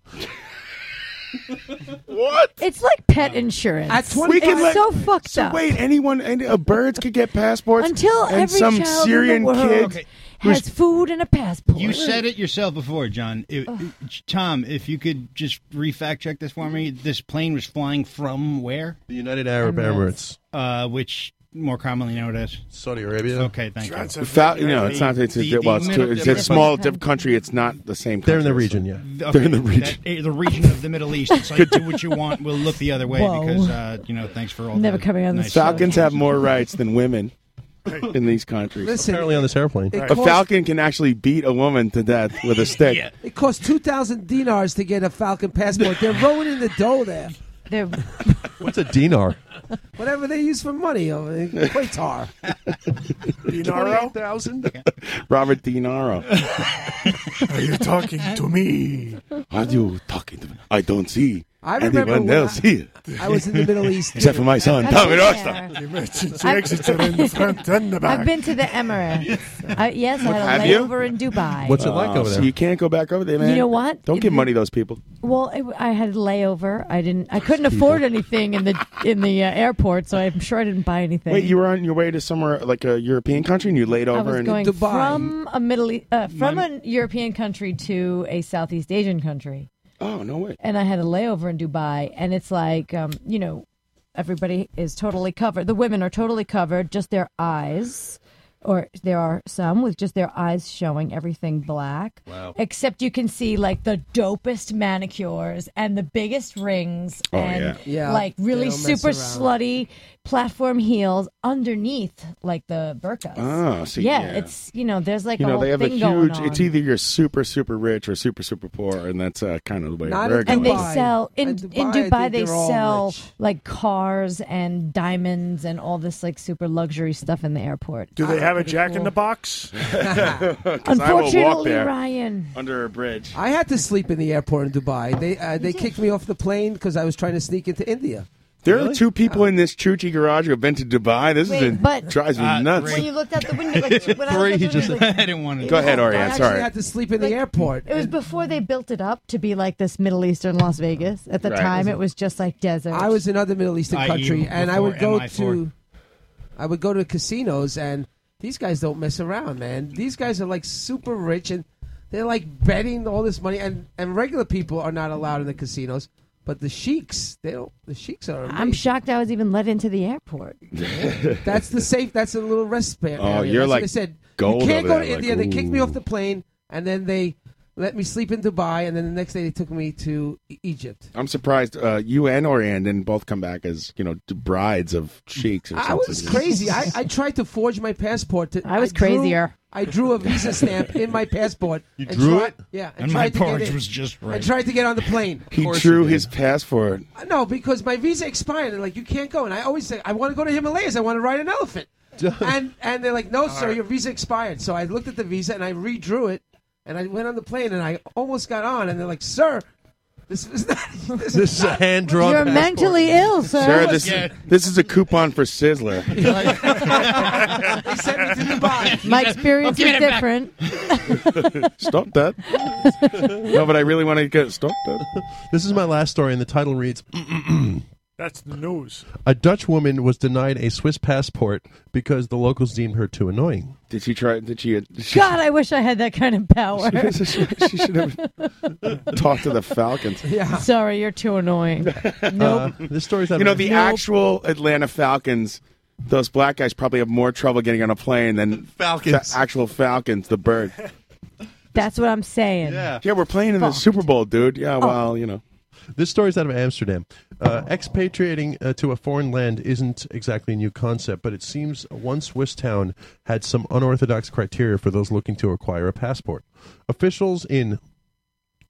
S10: What?
S22: It's like pet insurance.
S10: At 20 We can
S22: it's
S10: let-
S22: so fucked
S10: so
S22: up.
S10: wait, anyone, any, uh, birds could get passports
S22: Until
S10: and
S22: every
S10: some
S22: child
S10: Syrian
S22: in the world
S10: kid
S22: has food and a passport.
S2: You said
S22: [LAUGHS]
S2: it yourself before, John. It- it- Tom, if you could just refact check this for me, this plane was flying from where?
S15: The United Arab Emirates.
S2: Uh, which more commonly known as
S15: Saudi Arabia.
S2: Okay, thank you.
S10: Without, you know, it's not. It's,
S2: The-
S10: a, well, it's,
S2: the
S10: two,
S2: middle
S10: it's a
S2: difference.
S10: small diff- country. It's not the same. Country,
S15: They're in the region, yeah.
S2: Okay,
S10: They're in the region.
S2: that- [LAUGHS] eh, the region of the Middle East. It's like do what
S10: [LAUGHS]
S2: you want. We'll look the other way
S22: Whoa.
S2: because uh, you know. Thanks for all.
S22: Never
S2: the
S22: coming on the
S2: nice-
S10: Falcons have more rights than women in these countries.
S21: Listen,
S15: Apparently on this airplane.
S10: a falcon can actually beat a woman to death with a stick.
S21: It costs two thousand dinars to get a Falcon passport. They're rolling the dough there.
S22: They're
S15: What's a dinar?
S21: [LAUGHS] whatever they use for money oh, over there. Qatar.
S10: Dinaro? [LAUGHS] Robert Dinaro.
S11: [LAUGHS] Are you talking to me?
S10: Are you talking to me? I don't see
S11: I remember
S10: anyone
S11: when
S10: else
S11: I-
S10: here.
S21: I was in the Middle East.
S10: Except for my son,
S21: That's
S10: Tommy
S21: fair.
S10: Rockstar.
S21: The
S11: emergency
S22: I've-
S11: exits are in the front and the back.
S22: I've been to the Emirates. I, yes, I had a
S10: Have you?
S22: layover in Dubai.
S10: Oh, So you can't go back over there, man.
S22: You know what?
S10: Don't give money to those people.
S22: Well, it, I had a layover. I didn't. I couldn't
S10: [LAUGHS]
S22: afford anything in the in the uh, airport, so I'm sure I didn't buy anything.
S10: Wait, you were on your way to somewhere like a European country and you laid
S22: I
S10: over
S22: was
S10: in
S22: going from a Middle E- uh, from a European country to a Southeast Asian country,
S10: Oh, no way.
S22: and I had a layover in Dubai. And it's like, um, you know, everybody is totally covered. The women are totally covered, just their eyes. Or there are some with just their eyes showing everything black.
S4: Wow.
S22: Except you can see like the dopest manicures and the biggest rings
S4: Oh,
S22: and
S4: yeah. Yeah.
S22: like really
S4: They don't mess
S22: super
S4: around.
S22: slutty platform heels underneath like the burkas.
S10: Ah, see, yeah.
S22: it's you know, there's like
S10: you
S22: a
S10: know,
S22: whole
S10: they have a
S22: thing going
S10: huge.
S22: on.
S10: It's either you're super, super rich or super, super poor, and that's uh, kind of the way
S22: Not
S10: we're
S22: in
S10: going.
S22: and they sell in in Dubai,
S4: Dubai, I think
S22: they
S4: they're all
S22: sell like cars and diamonds and all this like super luxury stuff in the airport.
S11: Do they
S22: Ah,
S11: have a
S22: pretty
S11: Jack in
S22: cool.
S11: the
S10: [LAUGHS]
S11: Box?
S10: 'Cause I will walk
S22: Unfortunately,
S10: there
S22: Ryan.
S10: [LAUGHS] under a bridge.
S21: I had to sleep in the airport in Dubai. They uh, they kicked me off the plane because I was trying to sneak into India.
S10: There are two
S21: Oh.
S10: people in this Chuchi garage who have been to Dubai. This
S21: Wait,
S10: is a,
S21: but-
S10: drives me
S21: Uh,
S10: nuts.
S21: when you
S22: looked out the window,
S10: [LAUGHS]
S22: like, when I looked out the
S2: [LAUGHS]
S22: window, like,
S2: didn't want
S10: to. Go ahead, Ari.
S21: I
S10: I'm
S21: actually
S10: sorry.
S21: had to sleep in the airport.
S22: It was before they built it up to be like this Middle Eastern Las Vegas. At the
S21: Right.
S22: time, it was just like desert.
S21: I was in other Middle Eastern I.e. country, and I would
S22: before
S21: go
S22: MI4.
S21: to, I would go to casinos, and these guys don't mess around, man. These guys are like super rich, and they're like betting all this money, and and regular people are not allowed in the casinos, but the sheiks, they don't. The sheiks are.
S22: I'm shocked I was even let into the airport.
S21: amazing. that's the safe. That's a little rest area.
S10: Oh,
S21: That's
S10: you're
S21: what
S10: like
S21: they said
S10: gold
S21: you can't go
S10: over there,
S21: to
S10: like,
S21: India. they kicked me
S10: ooh.
S21: off the plane, and then they let me sleep in Dubai, and then the next day they took me to E- Egypt.
S10: I'm surprised uh, you and Orion didn't both come back as you know d- brides of sheiks or something.
S21: I was crazy. I, I tried to forge my passport. To,
S22: I was
S21: drew-
S22: crazier.
S21: I drew a visa stamp in my passport. You
S10: drew it?
S21: Yeah. I
S10: And my
S21: tried to get
S10: porridge
S21: in.
S10: was just
S21: I
S10: right.
S21: tried to get on the plane.
S10: He drew his passport.
S21: Uh, No, because my visa expired. and like, you can't go. And I always say, I want to go to Himalayas. I want to ride an elephant.
S10: [LAUGHS]
S21: and and they're like, no, sir, your visa expired. So I looked at the visa and I redrew it. And I went on the plane and I almost got on. And they're like, sir, this is [LAUGHS] not. This,
S15: This is a
S21: not-
S15: hand-drawn
S21: You're
S15: passport.
S21: mentally
S22: ill,
S10: Sarah, this, this is a coupon for Sizzler.
S21: They sent me to Dubai.
S22: My experience
S21: Oh, give
S22: is
S21: it back.
S22: different.
S10: [LAUGHS] Stop that.
S22: [LAUGHS]
S10: No, but I really want to get stop that.
S15: This is my last story, and the title reads [CLEARS THROAT]
S11: That's the news.
S15: A Dutch woman was denied a Swiss passport because the locals deemed her too annoying.
S10: Did she try? Did she, she
S22: God, I wish I had that kind of power.
S10: she
S22: [LAUGHS]
S10: should have [LAUGHS] talk to the Falcons?
S22: Sorry, you're too
S10: [LAUGHS]
S22: annoying. Nope.
S15: Uh, this story's not
S10: You know,
S15: very-
S10: the actual Atlanta Falcons, those black guys probably have more trouble getting on a plane than Falcons. actual Falcons, the bird.
S22: That's what I'm saying.
S10: Yeah, we're playing in the Super Bowl, dude. Yeah,
S15: Oh.
S10: well, you know.
S15: This story's out of Amsterdam. Uh, expatriating uh, to a foreign land isn't exactly a new concept, but it seems one Swiss town had some unorthodox criteria for those looking to acquire a passport. Officials in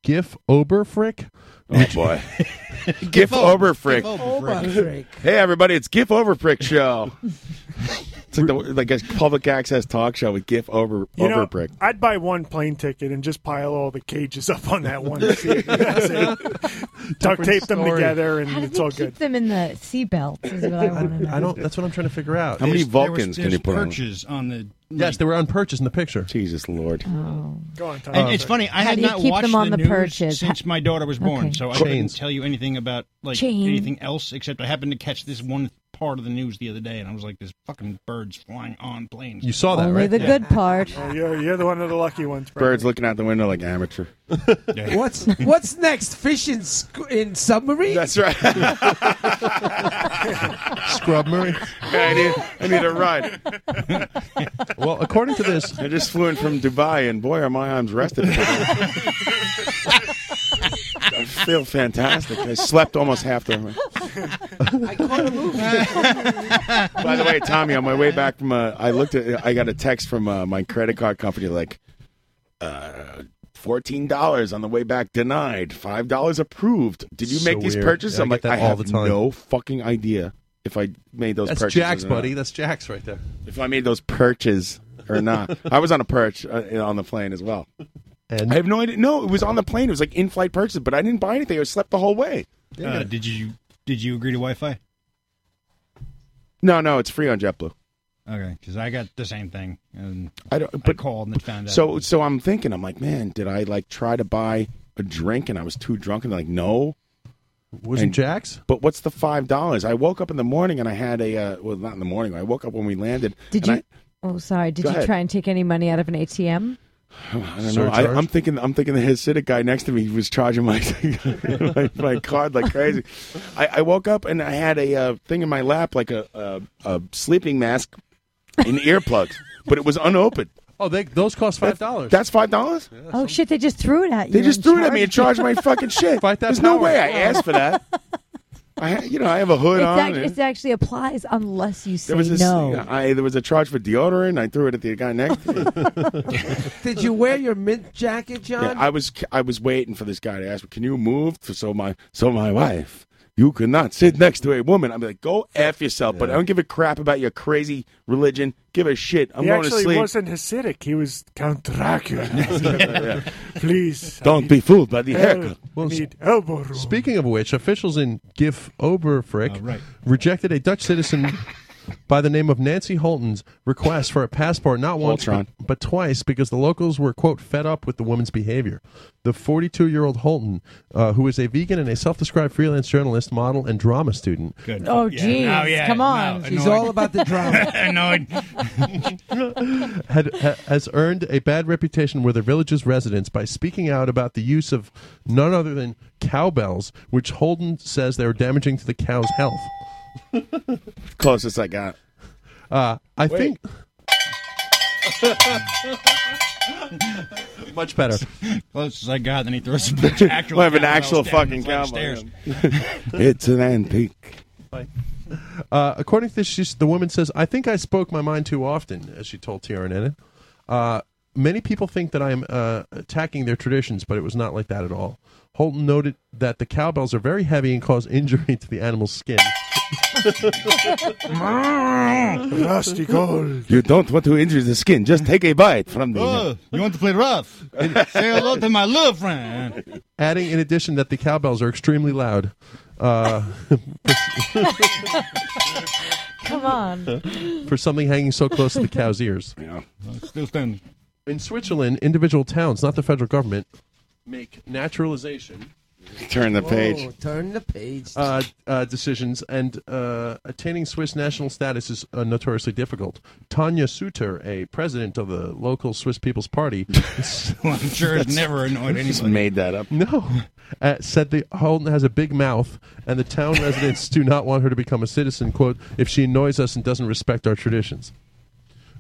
S15: Gif Oberfrick.
S10: Oh,
S15: [LAUGHS]
S10: boy. Gif Oberfrick. Hey, everybody, it's Gif Overfrick Show. It's like, the, like a public access talk show with Gif Over
S11: You know,
S10: Overbrick.
S11: I'd buy one plane ticket and just pile all the cages up on that
S10: [LAUGHS]
S11: one seat. That's it. Duct tape them
S15: story.
S11: together, and
S22: How did
S11: it's
S22: they
S11: all
S22: keep
S11: good.
S22: them in the seatbelts? Is what I want to know.
S15: I don't. That's what I'm trying to figure out.
S10: How many
S15: There's- there was-
S10: Vulcans can
S15: there's
S10: you put on?
S15: perches on the? Yes, they were on perches in the picture.
S10: Jesus Lord.
S11: Go on, Tom.
S2: And it's funny. I
S22: How
S2: had
S22: do you
S2: not
S22: keep them
S2: watched
S22: on the
S2: news
S22: perches?
S2: since my daughter was born,
S22: Okay.
S2: so I
S15: Chains.
S2: couldn't tell you anything about like
S22: Chain.
S2: anything else except I happened to catch this one part of the news the other day, and I was like, "There's fucking birds flying on planes." Uh,
S15: You saw that,
S22: Only
S15: right?
S22: the good part.
S11: Oh, you're, you're the one of the lucky ones, bro.
S10: Birds looking out the window like amateur.
S21: [LAUGHS] What's what's next? Fish in sc- in submarine?
S10: That's
S21: [LAUGHS]
S10: right.
S15: Scrub
S10: [LAUGHS]
S15: Murray.
S10: I need, I need a ride.
S15: well, according to this,
S10: I just flew in from Dubai, and boy, are my arms
S15: [LAUGHS]
S10: rested. I feel fantastic. I slept almost half the night.
S21: I caught a movie.
S10: By the way, Tommy, on my way back from, uh, I looked at, I got a text from uh, my credit card company like, uh, fourteen dollars on the way back denied, five dollars approved. Did you
S15: So
S10: make these
S15: weird.
S10: purchases?
S15: Yeah, I
S10: I'm
S15: get
S10: like,
S15: that
S10: I
S15: all
S10: have
S15: the time.
S10: no fucking idea if I made those
S15: That's
S10: purchases.
S15: Jack's
S10: or not.
S15: buddy. That's Jack's right there.
S10: If I made those perches or not. I was on a perch uh, on the plane as well.
S15: And
S10: I have no idea. No, it was on the plane. It was like in-flight purchase, but I didn't buy anything. I slept the whole way.
S2: Uh, did you did you agree to Wi-Fi?
S10: No, no, it's free on JetBlue.
S2: Okay, because I got the same thing, and
S10: I don't. But
S2: called and found out.
S10: So so I'm thinking, I'm like, man, did I like try to buy a drink and I was too drunk and they're like, no.
S15: Was it Jack's?
S10: But what's the five dollars? I woke up in the morning and I had a uh, well, not in the morning. I woke up when we landed.
S22: Did
S10: and
S22: you? oh, sorry. Did
S10: Go
S22: you
S10: ahead.
S22: try and take any money out of an ATM?
S10: I don't know. I,
S9: Surcharge?
S10: I'm thinking. I'm thinking the Hasidic guy next to me was charging my [LAUGHS] my, my card like crazy. I, I woke up and I had a uh, thing in my lap, like a, a a sleeping mask and earplugs, but it was unopened.
S15: Oh, they, those cost five dollars.
S10: That's five dollars.
S22: Oh shit! They just threw it at you.
S10: They just
S22: and
S10: threw it at me and
S22: charged
S10: charged
S22: [LAUGHS]
S10: my
S15: [LAUGHS]
S10: fucking shit.
S15: Fight that
S10: There's no
S15: power.
S10: way I asked for that. I, ha- you know, I have a hood
S13: It's
S10: on.
S13: act-
S10: and-
S13: it actually applies unless you say
S10: there was this, uh,
S13: no.
S10: I, there was a charge for deodorant. I threw it at the guy next. to me.
S21: Did you wear your mint jacket, John?
S10: Yeah, I was I was waiting for this guy to ask me, "Can you move?" So my so my wife, you could not sit next to a woman. I'm like, go f yourself. But I don't give a crap about your crazy religion. Give a shit. I'm
S11: he
S10: going to
S11: actually
S10: sleep.
S11: [LAUGHS] wasn't Hasidic. He was Count Dracula.
S10: [LAUGHS] Yeah.
S11: Please.
S10: [LAUGHS] Don't be fooled by the
S11: Hell,
S10: haircut.
S11: I need elbow room.
S15: Speaking of which, officials in Gif Oberfrick rejected a Dutch citizen by the name of Nancy Holton's request for a passport not once
S10: Holtron.
S15: but, but twice because the locals were quote fed up with the woman's behavior. The 42-year-old Holton, uh, who is a vegan and a self-described freelance journalist, model, and drama student.
S2: Good.
S22: Oh,
S2: Yeah,
S22: geez.
S2: no, yeah,
S22: Come
S2: no,
S22: on.
S2: He's annoying. all about
S21: the
S2: drama. Annoyed. [LAUGHS]
S10: [LAUGHS]
S15: had, ha, has earned a bad reputation with her village's residents by speaking out about the use of none other than cowbells, which Holden says they are damaging to the cow's health.
S10: [LAUGHS] Closest I got.
S15: Uh, I
S10: Wait.
S15: think
S2: Much
S15: better.
S2: [LAUGHS] Close as I got. Then he throws
S10: [LAUGHS]
S2: some actual.
S10: We'll have an
S2: cowbells
S10: actual
S2: down
S10: fucking
S2: the flight of
S10: cowbell,
S2: stairs.
S10: [LAUGHS] [LAUGHS] it's an antique.
S15: Uh, according to this, she's, the woman says, I think I spoke my mind too often, as she told TRNN. Uh, many people think that I am uh, attacking their traditions, but it was not like that at all. Holton noted that the cowbells are very heavy and cause injury [LAUGHS] to the animal's skin.
S11: Rusty gold.
S10: You don't want to injure the skin. Just take a bite from the.
S2: Oh, you want to play rough? Say hello to my little friend.
S15: Adding, in addition, that the cowbells are extremely loud. Uh,
S22: Come on.
S15: for something hanging so close to the cow's ears.
S2: Still standing.
S15: In Switzerland, individual towns, not the federal government, make naturalization.
S10: Turn the page.
S21: Whoa,
S11: Oh,
S21: turn the page.
S15: uh, uh, decisions, and uh, attaining Swiss national status is uh, notoriously difficult. Tanya Suter, a president of the local Swiss
S2: [LAUGHS]
S15: People's Party,
S2: I'm sure it's never annoyed
S15: I
S2: anybody.
S15: just
S10: made that up.
S2: [LAUGHS]
S15: No, uh, said the Holden has a big mouth, and the town residents do not want her to become a citizen. "Quote: If she annoys us and doesn't respect our traditions."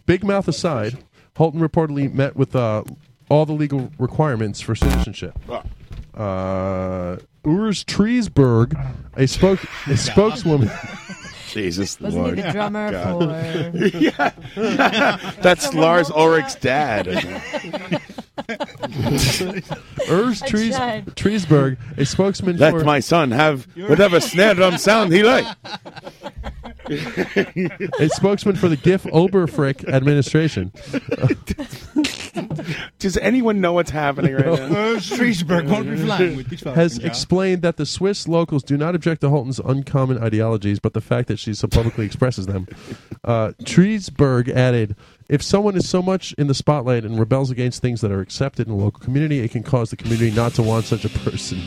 S15: Big mouth aside, Holton reportedly met with uh, all the legal requirements for citizenship. Uh, Urs Treesberg, a, spoke, a spokeswoman.
S10: Jesus
S21: Wasn't he
S10: Lord.
S21: the drummer
S10: God.
S21: for-
S10: [LAUGHS]
S15: [LAUGHS]
S10: yeah. That's
S21: Someone
S10: Lars
S21: rolled
S10: Ulrich's [LAUGHS] dad.
S15: Urs
S4: I
S15: Trees-
S4: tried.
S15: Treesberg, a spokesman
S10: Let
S15: for
S10: my son have whatever snare drum sound he like.
S15: a spokesman for the GIF Oberfrick
S10: [LAUGHS]
S15: administration.
S10: Does anyone know what's happening
S21: [LAUGHS]
S10: right
S15: No.
S10: now?
S2: Urs Treesberg won't be
S15: [LAUGHS]
S2: flying with this
S15: has explained that the Swiss locals do not object to Holton's uncommon ideologies, but the fact that she so publicly expresses [LAUGHS] them. Uh, Treesberg added, "If someone is so much in the spotlight and rebels against things that are accepted in the local community, it can cause the community not to want such a person."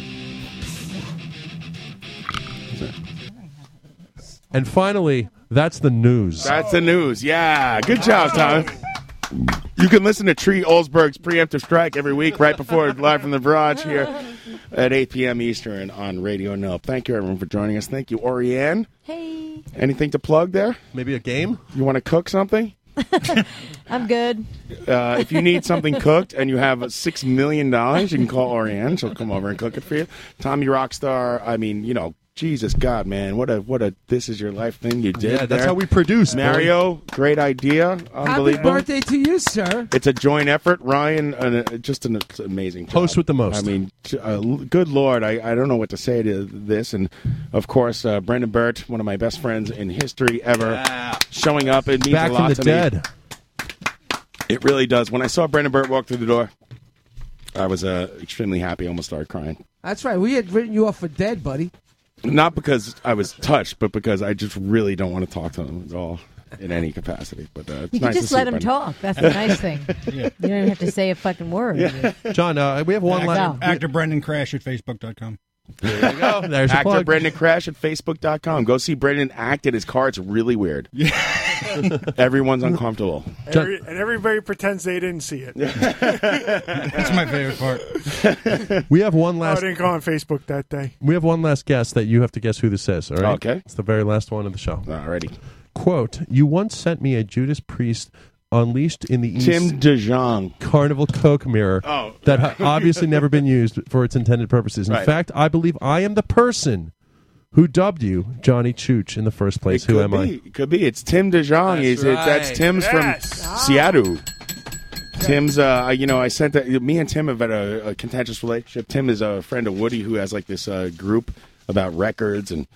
S15: And finally, that's the news.
S10: [LAUGHS] That's the news. Yeah. Good job, Tom. You can listen to Tree Olsberg's preemptive strike every week right before Live from the Barrage
S21: [LAUGHS]
S10: here at 8 p.m. Eastern on Radio Nope. Thank you, everyone, for joining us. Thank you, Oriane.
S22: Hey,
S10: Anything to plug there?
S15: Maybe a game?
S10: You want to cook something?
S22: I'm good.
S10: Uh, if you
S15: [LAUGHS]
S10: need something cooked and you have six million dollars, you can call Oriane. She'll come over and cook it for you. Tommy Rockstar. I mean, you know, Jesus God, man, what a what a this is your life thing you did.
S15: Yeah, that's
S10: there.
S15: how we produce, boy.
S10: Mario. Great idea,
S21: Happy
S10: unbelievable.
S21: birthday to you, sir.
S10: It's a joint effort, Ryan. Uh, just an it's amazing job.
S15: Host with the most.
S10: I mean, t- uh, l- good lord, I, I don't know what to say to this. And of course, uh, Brendan Burt, one of my best friends in history ever, showing up. It means
S15: Back
S10: a lot
S15: from the
S10: to
S15: dead.
S10: me. It really does. When I saw Brendan Burt walk through the door, I was uh, extremely happy. I almost started crying.
S21: That's right. We had written you off for dead, buddy.
S10: Not because I was touched, but because I just really don't want to talk to him at all in any capacity. But uh, it's
S22: You
S10: nice
S22: can
S10: to
S22: just
S10: see
S22: let
S10: you,
S22: him
S10: Brendan.
S22: talk. That's the
S10: [LAUGHS]
S22: nice thing.
S2: Yeah.
S22: You don't even have to say a fucking word.
S15: John, uh, we have one
S2: actor,
S15: line.
S2: actor Brendan Crash at Facebook.com.
S10: There you
S15: [LAUGHS]
S10: go.
S15: There's your
S10: Actor
S15: plug. [LAUGHS]
S10: Brendan Crash at Facebook.com. Go see Brendan act at his car. It's really weird. Everyone's uncomfortable.
S11: Every, and everybody pretends they didn't see
S10: [LAUGHS]
S11: it. That's
S15: my favorite part.
S10: [LAUGHS]
S15: We have one
S11: Oh, I
S15: last.
S11: didn't go on Facebook that day.
S15: We have one last guess that you have to guess who this is. All right.
S10: Okay.
S15: It's the very last one of the show.
S10: Alrighty.
S15: Quote: You once sent me a Judas Priest unleashed in the East
S10: Tim DeJong
S15: Carnival Coke mirror
S10: Oh.
S15: [LAUGHS] that had obviously never been used for its intended purposes. In
S10: Right.
S15: fact, I believe I am the person who dubbed you Johnny Chooch in the first place. who
S10: could
S15: am
S10: be.
S15: I?
S10: Could be. It's Tim DeJong.
S15: That's
S10: Is it? That's
S15: right.
S10: Tim's
S15: Yes.
S10: from Seattle. Tim's, uh, you know, I sent that. Me and Tim have had a, a contentious relationship. Tim is a friend of Woody who has like this uh, group about records, and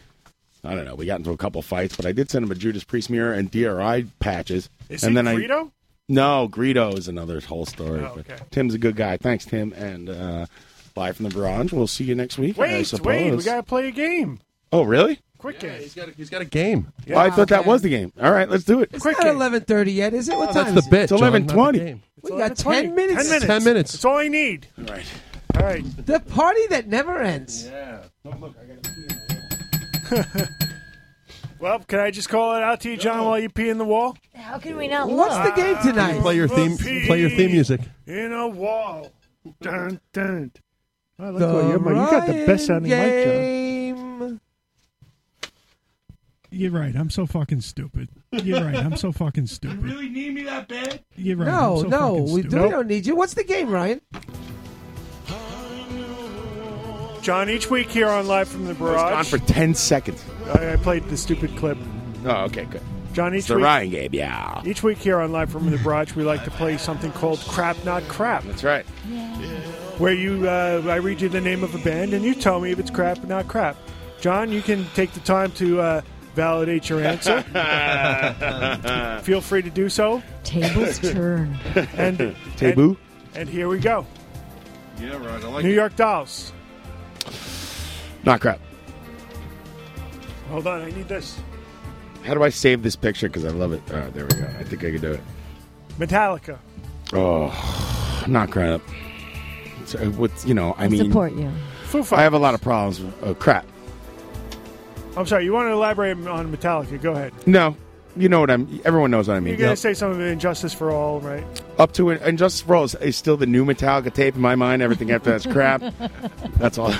S10: I don't know. We got into a couple fights, but I did send him a Judas Priest mirror and DRI patches.
S11: Is
S10: and
S11: he
S10: then I,
S11: Greedo?
S10: no, Greedo is another whole story.
S11: Oh,
S10: but
S11: okay.
S10: Tim's a good guy. Thanks, Tim, and uh, bye from the barrage. We'll see you next week. I
S11: Wait,
S10: suppose.
S11: wait, we gotta play a game.
S10: oh, really?
S11: Quick game. He's
S7: got a, he's got a
S15: Game.
S10: Well, I thought that was the game. All right, let's do it.
S21: It's not eleven thirty yet, is it? What time?
S10: That's
S21: is
S10: the
S21: it?
S10: bit, It's John, 11:20. not the game.
S21: We got ten minutes.
S11: Ten minutes. That's all I need.
S10: All right.
S11: All right.
S21: The party that never ends.
S7: Yeah.
S11: Well, can I just call it out to you, John, while you pee in the wall?
S22: How can we not
S21: What's the
S22: look?
S21: game tonight?
S15: Play your theme. Play your theme music.
S11: In a wall. Dun, dun. I
S15: The
S11: what you're- you got the best sounding mic,
S21: Game.
S14: You're right. I'm so fucking stupid. You're right. I'm so fucking stupid. You really need me that bad? You're right.
S21: No,
S14: I'm so
S21: no,
S14: fucking
S21: we,
S14: stupid.
S21: do, we don't need you. What's the game, Ryan?
S11: John. John, each week here on Live from the
S10: On
S11: Barrage,
S10: for ten seconds.
S11: I, I played the stupid clip.
S10: Oh, okay, good.
S11: John, each
S10: It's the
S11: week,
S10: Ryan game, yeah.
S11: each week here on Live from the Barrage, we like to play something called Crap Not Crap.
S10: That's right.
S11: where you uh, I read you the name of a band and you tell me if it's crap or not crap. John, you can take the time to uh, validate your
S15: uh,
S10: [LAUGHS]
S11: answer. Feel free to do so. [LAUGHS]
S22: Tables turn.
S11: And
S10: Taboo?
S11: And, and here we go.
S7: Yeah, right. I like
S11: New
S7: it.
S11: York Dolls.
S10: Not crap.
S11: Hold on, I need this.
S10: How do I save this picture? Because I love it. Oh, there we go. I think I can do it.
S11: Metallica.
S10: Oh, not crap. So, what's you know? I mean,
S22: you.
S11: Foo Fighters.
S10: I have a lot of problems. With, oh, crap.
S11: I'm sorry. You want to elaborate on Metallica? Go ahead.
S10: No, you know what I'm. Everyone knows what I mean.
S11: You're gonna say something about Injustice for All, right?
S10: Up to it, and Justice for All is, is still the new Metallica tape in my mind. Everything after
S11: [LAUGHS]
S10: that's crap. That's all.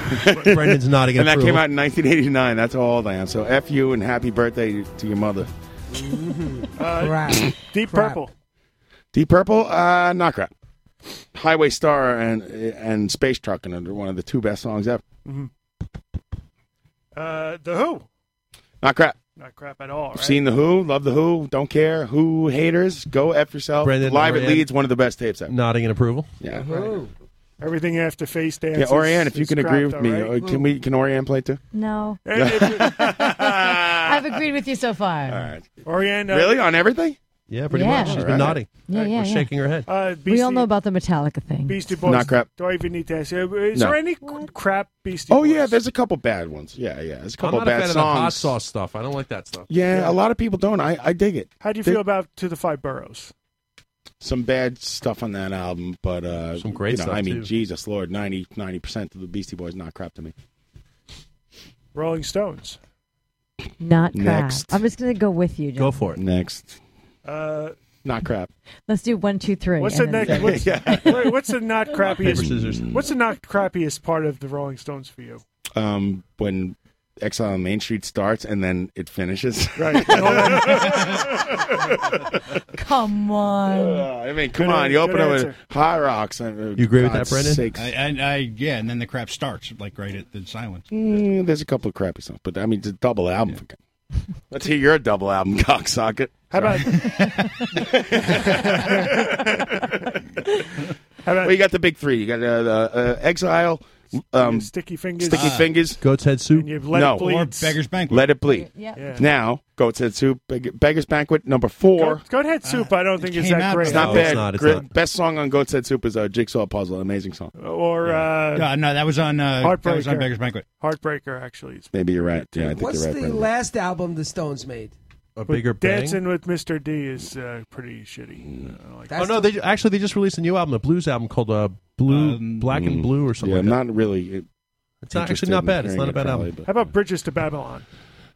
S15: Brendan's nodding
S10: [LAUGHS] And that
S15: approval.
S10: came out in 1989. That's how old I am. So f you and happy birthday to your mother.
S15: Mm-hmm.
S11: Uh, Deep
S10: Crap.
S11: Purple.
S10: Deep Purple, uh, not crap. Highway Star and and Space Truckin' are one of the two best songs ever.
S11: Mm-hmm. Uh, the Who.
S10: Not crap.
S11: Not crap at all. Right?
S10: Seen the Who, love the Who, don't care who haters. Go f yourself.
S15: Brendan
S10: Live at
S15: Moran.
S10: Leeds, one of the best tapes ever.
S15: Nodding in approval.
S10: Yeah.
S11: Right. Everything after face dance.
S10: Yeah,
S11: is-
S10: Oriane, if you
S11: is
S10: can
S11: crap,
S10: agree with
S11: though,
S10: me,
S11: right?
S10: uh, can we? Can Oriane play too?
S22: No.
S10: Yeah.
S22: [LAUGHS] I've agreed with you so far. All
S10: right.
S11: Oriane, uh,
S10: really on everything?
S15: Yeah, pretty
S22: Yeah.
S15: much. She's
S10: All
S15: been
S10: right.
S15: nodding.
S22: Yeah, yeah,
S15: We're
S22: yeah.
S15: shaking her head.
S11: Uh,
S22: we
S11: Beastie-
S22: all know about the Metallica thing.
S11: Beastie Boys.
S10: uh, Not crap.
S11: Do I even need to ask? you? Is
S10: No.
S11: there any c- crap Beastie?
S10: Oh yeah, there's a couple bad ones. Yeah, yeah, there's a couple
S15: I'm not a
S10: bad
S15: fan of
S10: songs.
S15: the hot sauce stuff. I don't like that stuff.
S10: Yeah, a lot of people don't. I, I dig it.
S11: How do you
S10: They-
S11: feel about To the Five Boroughs?
S10: some bad stuff on that album, but uh,
S15: Some great
S10: you know,
S15: stuff,
S10: I mean,
S15: too.
S10: Jesus Lord, 90 percent of the Beastie Boys not crap to me.
S11: Rolling Stones.
S22: Not crap.
S10: Next.
S22: I'm just going to go with you. John.
S15: for
S10: it. Next,
S11: Uh,
S10: not crap.
S22: Let's do one, two, three.
S11: what's the
S22: and then-
S11: next? What's,
S22: [LAUGHS]
S10: Yeah.
S11: wait, what's the not
S15: Rock, paper,
S11: crappiest?
S15: scissors.
S11: What's the not crappiest part of the Rolling Stones for you?
S10: Um, when Exile on Main Street starts and then it finishes.
S11: Right.
S22: Come
S11: [LAUGHS]
S22: on.
S10: I mean, come
S2: Good
S10: on,
S2: an-
S10: you open
S2: good
S10: up
S2: answer.
S10: with High Rocks. I-
S15: You agree with that,
S10: God's
S15: Brendan?
S10: sakes.
S2: I, I, I, yeah, and then the crap starts like right at the silence.
S10: Mm, there's a couple of crappy songs, but I mean, it's a double album. for God- [LAUGHS] Let's hear your double album, cocksocket.
S11: How about? [LAUGHS] How about
S10: well, you got the big three. You got uh, uh, uh, Exile, um,
S11: Sticky Fingers.
S10: Sticky
S11: Ah.
S10: Fingers,
S15: Goat's Head Soup.
S11: you Let It
S10: no,
S11: Bleed. Or Beggar's Banquet.
S10: Let it bleed.
S11: Yeah. Yeah.
S10: Now, Goat's Head Soup, Beg- Beggar's Banquet, number four.
S11: Go, go ahead, Soup. I don't think it's
S2: Uh, came
S11: that
S2: out
S11: great.
S10: It's not bad. Great-
S15: not.
S10: Best song on Goat's Head Soup is uh, Jigsaw Puzzle. Amazing song.
S11: Or uh,
S2: No, no, that was on uh, that was on
S11: Heartbreaker.
S2: Beggar's Banquet.
S11: Heartbreaker actually.
S10: Maybe you're right. Yeah, I think
S21: What's
S10: you're right.
S21: the
S10: Brendan.
S21: last album the Stones made?
S15: A bigger bang.
S11: Dancing with Mr. D is uh, pretty shitty. I don't like
S15: oh no, they actually they just released a new album, a blues album called uh, Blue Black and Blue or something.
S10: Um, mm. Yeah,
S15: like
S10: I'm
S15: that.
S10: not really.
S15: It's not- actually not bad. It's not a bad album.
S11: How about Bridges to Babylon?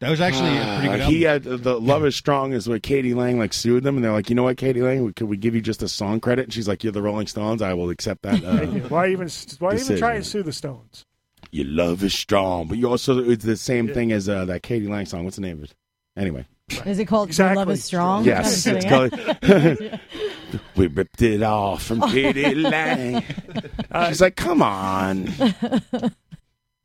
S2: That was actually a pretty good
S10: Uh,
S2: album.
S10: he had the Love Is Strong is where Katie Lang like sued them, and they're like, you know what, Katie Lang, could we give you just a song credit? And she's like, you're the Rolling Stones. I will accept that.
S11: [LAUGHS] Thank you.
S10: Uh,
S11: Why even? Why even
S10: Decision.
S11: try and sue the Stones?
S10: your love is strong, but you also it's the same
S11: Yeah.
S10: thing as uh, that Katie Lang song. What's the name of it? Anyway,
S22: Is it called Your Love Is Strong?
S10: Yes,
S22: I'm
S10: it's
S22: kidding.
S10: called.
S22: [LAUGHS]
S10: we ripped it off from Katie Lang. She's like, come on.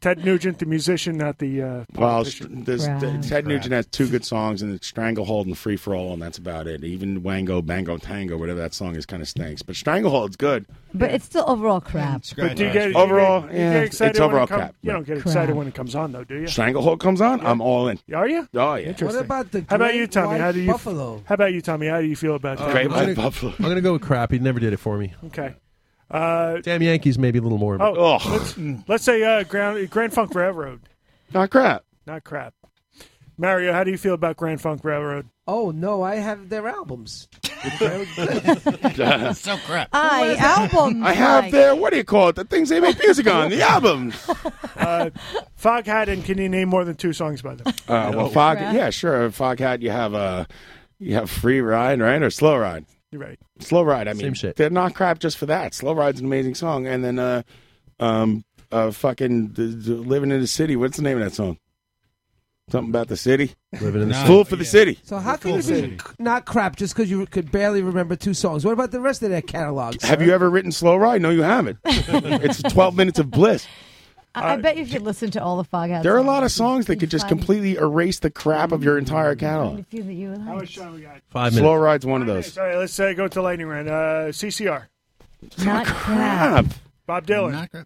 S11: Ted Nugent, the musician, not the. Uh,
S10: Well,
S11: politician.
S10: st- there's, Ted Nugent has two good songs, and it's Stranglehold and Free for All, and that's about it. Even Wango, Bango, Tango, whatever that song is, kind of stinks. But Stranglehold's good.
S22: But it's still overall crap.
S11: But do you get
S10: Overall,
S11: You get, you
S10: yeah,
S11: get
S10: it's-
S11: excited
S10: it's
S11: when it
S10: overall
S11: come-
S10: crap,
S11: You don't get excited when it comes on, though, do you?
S10: Stranglehold comes on, I'm all in.
S11: Are you?
S10: Oh yeah.
S11: Interesting.
S21: What about the
S11: How about
S21: Great
S11: you, Tommy?
S21: White
S11: How do you?
S21: Buffalo?
S11: How about you, Tommy? How do you feel about that?
S15: I'm gonna- I'm gonna go with crap. He never did it for me.
S11: Okay. Uh,
S15: Damn Yankees, maybe a little more. but-
S11: oh, let's, let's say uh, Grand, Grand Funk Railroad,
S10: Not crap.
S11: not crap. Mario, how do you feel about Grand Funk Railroad?
S21: Oh no, I have their albums.
S10: so
S21: crap.
S22: I album.
S10: I have their what do you call it? The things they make music
S11: [LAUGHS]
S10: on, the albums.
S11: Uh, Foghat, and can you name more than two songs by them?
S10: Uh, well, Fog, yeah, sure. Fog Hat, you have uh, you have Free Ride, right, or Slow Ride.
S11: You're right.
S10: Slow Ride. I mean, they're not crap just for that. Slow Ride's an amazing song, and then uh, um, uh, fucking d- d- Living in the City. What's the name of that song? Something about the city.
S15: Living in the
S10: Fool for the city.
S21: So how can you be c- not crap just because you could barely remember two songs? What about the rest of their catalog?
S10: Have you ever written Slow Ride? No,
S21: [LAUGHS]
S10: you haven't. it's twelve minutes of bliss.
S22: I, I bet you if you listen to all the Foghat
S10: There are a
S22: songs,
S10: lot of songs that could just
S22: Fine.
S10: completely erase the crap of your entire
S22: a
S10: catalog.
S22: few that you like. How much
S11: time we got?
S15: Five
S10: Slow Ride's one of those.
S11: Sorry, let's uh, go to lightning round. Uh, CCR,
S22: Not
S10: Crap.
S11: Bob Dylan.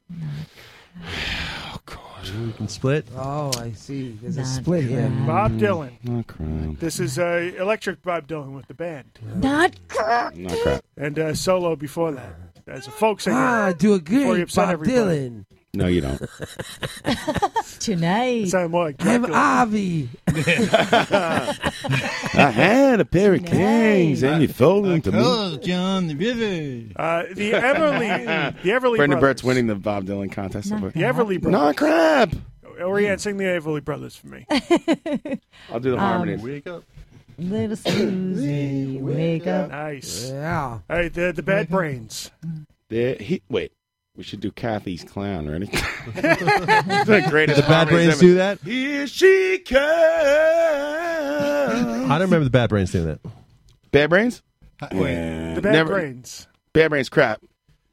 S15: We can split.
S21: Oh, I see. There's a split here.
S11: Bob Dylan.
S10: Not crap.
S11: This is uh, electric Bob Dylan with the band.
S22: Not crap.
S10: Not crap.
S11: And uh, solo before that. As a folk singer.
S21: Ah, do a
S11: Before you
S21: good
S11: upset
S21: Bob
S11: everybody.
S21: Dylan.
S10: No, you don't.
S21: [LAUGHS]
S22: Tonight.
S11: Sound more
S21: I'm
S11: Dracula.
S21: Avi.
S10: I had a pair of kings and you sold them to
S2: Oh,
S10: me.
S11: John the River. Uh, the
S10: [LAUGHS]
S11: Everly. The Everly
S10: Brendan
S11: Brothers.
S10: Burt's winning the Bob Dylan contest.
S11: The Everly Brothers.
S10: Not crap.
S11: Oriane, sing the Everly Brothers for me.
S10: I'll do the
S11: Um,
S10: harmonies.
S11: Wake up.
S22: Little Susie, wake up.
S11: Nice.
S21: Yeah.
S11: All right, the, the Bad Brains.
S10: There- he- wait, we should do Kathy's clown. [LAUGHS] Ready? the greatest.
S15: Did the Bad
S10: harmonies
S15: Brains
S10: ever.
S15: do that?
S10: Here she comes.
S15: I don't remember the Bad Brains doing that.
S10: Bad Brains.
S11: Uh, Wait, the Bad Brains. Hmm.
S10: Bad Brains crap.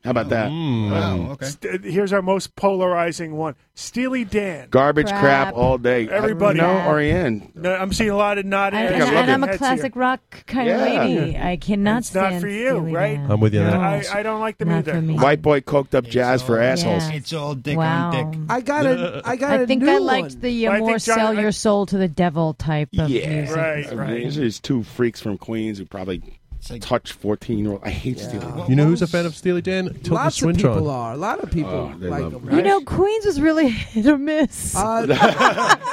S10: How about that?
S15: Oh,
S10: Um,
S11: St- uh, here's our most polarizing one Steely Dan.
S10: Garbage crap. all day.
S11: Everybody.
S10: No, Oriane.
S11: No, I'm seeing a lot of nodding.
S22: And,
S11: heads
S22: and I'm a
S11: here.
S22: classic rock kind
S11: Yeah.
S22: of lady. I cannot
S11: It's not
S22: stand
S11: for you, right?
S15: I'm with you on
S11: I,
S15: that.
S11: I don't like them
S22: Not
S11: either.
S22: for me.
S10: White boy coked up jazz for assholes.
S2: It's all dick
S22: Wow.
S2: on dick.
S21: I got a. I got a
S22: I think
S21: new
S22: I liked
S21: one.
S22: the uh,
S21: But I
S22: more
S21: think John-
S22: sell
S21: I-
S22: your soul to the devil type of music.
S10: These are just two freaks from Queens who probably touch 14 year old. I hate stealing.
S15: You know who's a fan of Steely Dan? Tilda
S21: Lots of
S15: Swinton.
S21: people are. A lot of people
S10: Oh, they
S21: like
S10: love
S21: them.
S10: them.
S22: You know, Queens was really hit or miss.
S21: Uh,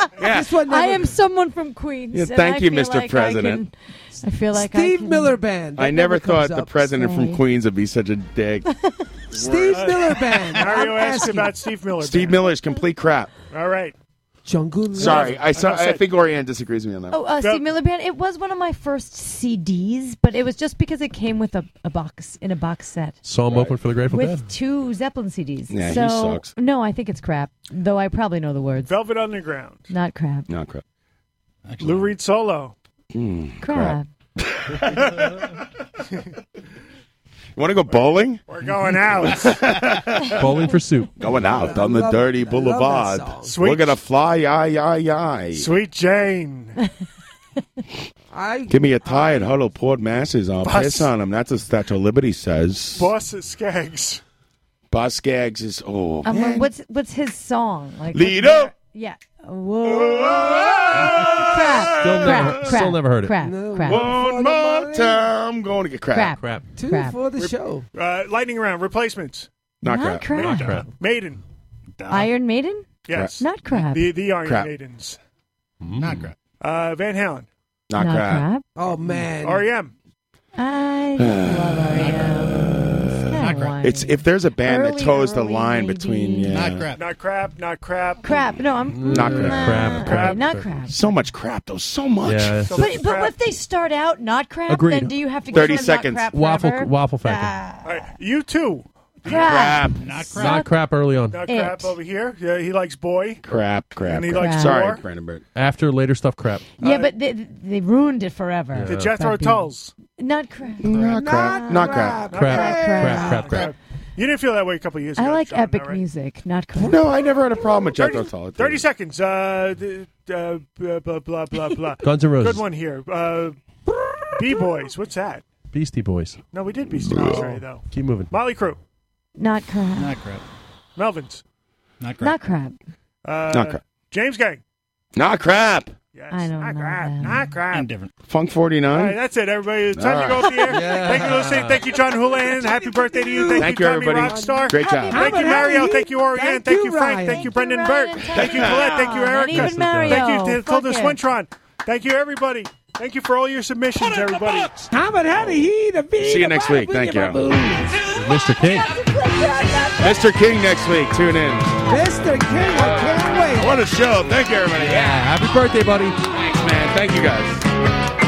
S22: [LAUGHS]
S21: [LAUGHS] This one
S22: I
S21: never-
S22: am someone from Queens.
S10: Yeah,
S22: and I
S10: thank you,
S22: feel
S10: Mr.
S22: like I
S10: President.
S22: can- I, feel like I
S21: Steve
S22: can-
S21: Miller Band.
S10: I never thought the president from
S22: Sorry.
S10: Queens would be such a dick.
S21: Steve Miller
S11: [LAUGHS]
S21: Band.
S11: Mario
S21: I'm
S11: asked
S21: asking.
S11: about Steve Miller.
S10: Steve Miller is complete crap.
S11: All right.
S21: Jungle.
S10: Sorry, I saw,
S11: Enough said.
S10: I think Oriane disagrees with me on that.
S22: Oh, uh, Steve Miller Band. It was one of my first CDs, but it was just because it came with a, a box in a box set.
S15: Saw him open for the Grateful Dead.
S22: With two Zeppelin CDs.
S15: Yeah, he
S22: so,
S15: sucks.
S22: No, I think it's crap. Though I probably know the words.
S11: Velvet Underground.
S22: Not crap.
S10: Not crap.
S11: Lou Reed solo.
S10: Mm,
S22: Crap.
S10: You want to go bowling?
S11: We're going out.
S15: Bowling for soup.
S10: Going out on the
S11: love- I
S10: dirty
S11: love that
S10: boulevard.
S11: song.
S10: We're gonna fly, aye, aye, aye.
S11: Sweet Jane.
S21: I
S10: Give me a tie and huddle poured masses. I'll
S11: Bus-
S10: piss on him. That's what Statue of Liberty says.
S11: boss at Skaggs.
S10: Boss Gags is oh.
S22: Um,
S10: man.
S22: what's what's his song? Like
S10: Lead
S22: what's-
S10: up.
S22: Yeah. Whoa. crap.
S15: Still never-
S22: crap.
S15: still never heard it.
S22: Crap. crap.
S10: One more time, going to get crap.
S22: Crap.
S15: Crap.
S21: Two
S22: Crap.
S21: for the show.
S11: Uh, lightning round replacements.
S10: Not,
S22: Not
S10: crap.
S22: crap.
S10: Not crap.
S11: Maiden.
S22: Iron Maiden.
S11: Yes.
S22: Not crap.
S11: The the Iron
S10: Crap.
S11: Maidens.
S15: Mm.
S11: Not crap. Uh, Van Halen. E
S10: Not,
S22: Not
S10: crap.
S22: crap.
S21: Oh man.
S11: REM.
S10: [SIGHS]
S22: I love R.E.M. Not one.
S10: It's if there's a band that
S22: Early,
S10: toes the
S22: early
S10: line between yeah.
S11: Not crap. Not crap.
S22: Crap. No, I'm
S10: Mm. Not crap.
S22: Nah,
S10: Crap,
S22: okay, not crap.
S10: So much crap, though. So much.
S15: Yeah.
S22: But, but if they start out not crap,
S10: Agreed.
S22: then do you have to give
S10: 30
S22: them
S10: seconds.
S22: Not crap
S15: Waffle
S22: forever?
S15: waffle factor.
S22: Nah.
S11: You too.
S22: Crap.
S11: Not
S15: crap. Not crap early on.
S11: Not crap over here. Yeah, he likes boy.
S10: Crap, crap.
S11: And he
S10: crap.
S11: likes
S10: Sorry,
S11: more.
S10: Brandenburg.
S15: After later stuff crap.
S22: Yeah, but they, they ruined it forever.
S15: The
S11: Uh, Jethro Tulls.
S22: Not crap.
S10: Not crap. Not crap.
S15: Crap, crap, crap, crap.
S11: You didn't feel that way a couple of years ago.
S22: I like
S11: John,
S22: epic
S11: all right?
S22: music, not crap.
S10: No, I never had a problem with Jethro Tull.
S11: Thirty seconds. Uh, d- uh, blah blah blah blah. blah.
S15: [LAUGHS] Guns N' Roses.
S11: Good one here. Uh, B boys. What's that?
S15: Beastie Boys.
S11: No, we did Beastie Boys already though.
S15: Keep moving.
S11: Molly Crew.
S22: Not crap.
S2: Not crap.
S11: Melvins.
S2: Not
S22: Not crap.
S11: Uh,
S10: Not crap.
S11: James Gang.
S10: Not crap.
S11: I don't not know. Crap. Not crap.
S2: I'm different.
S10: Funk 49.
S11: All right, that's it, everybody. It's time to go
S10: All
S11: off the air.
S10: Yeah.
S11: Thank you, Lucy. Thank you, John Houlihan. Happy birthday to you. Thank,
S10: Thank
S11: you,
S10: you,
S11: Tommy
S10: everybody.
S11: Rockstar.
S10: Great job.
S11: Thank you,
S22: Happy
S11: Mario.
S22: birthday.
S11: Thank you, Orion. Thank, you, Frank. Thank you, Brendan Burke. Thank you, Colette. Thank you,
S22: Ryan.
S11: Erica.
S22: Thank you, Mario.
S11: Thank you,
S22: Fuck
S11: Tilda
S22: yeah.
S11: Swintron. Thank you, everybody. Thank you for all your submissions, everybody.
S21: Hammer, how do he the
S10: See you next week. Thank you.
S15: Mr. King.
S10: Mr. King next week. Tune in.
S21: Mr. King, I can't wait.
S10: What a show. Thank you, everybody. Yeah.
S15: Happy birthday, buddy.
S10: Thanks, man. Thank you, guys.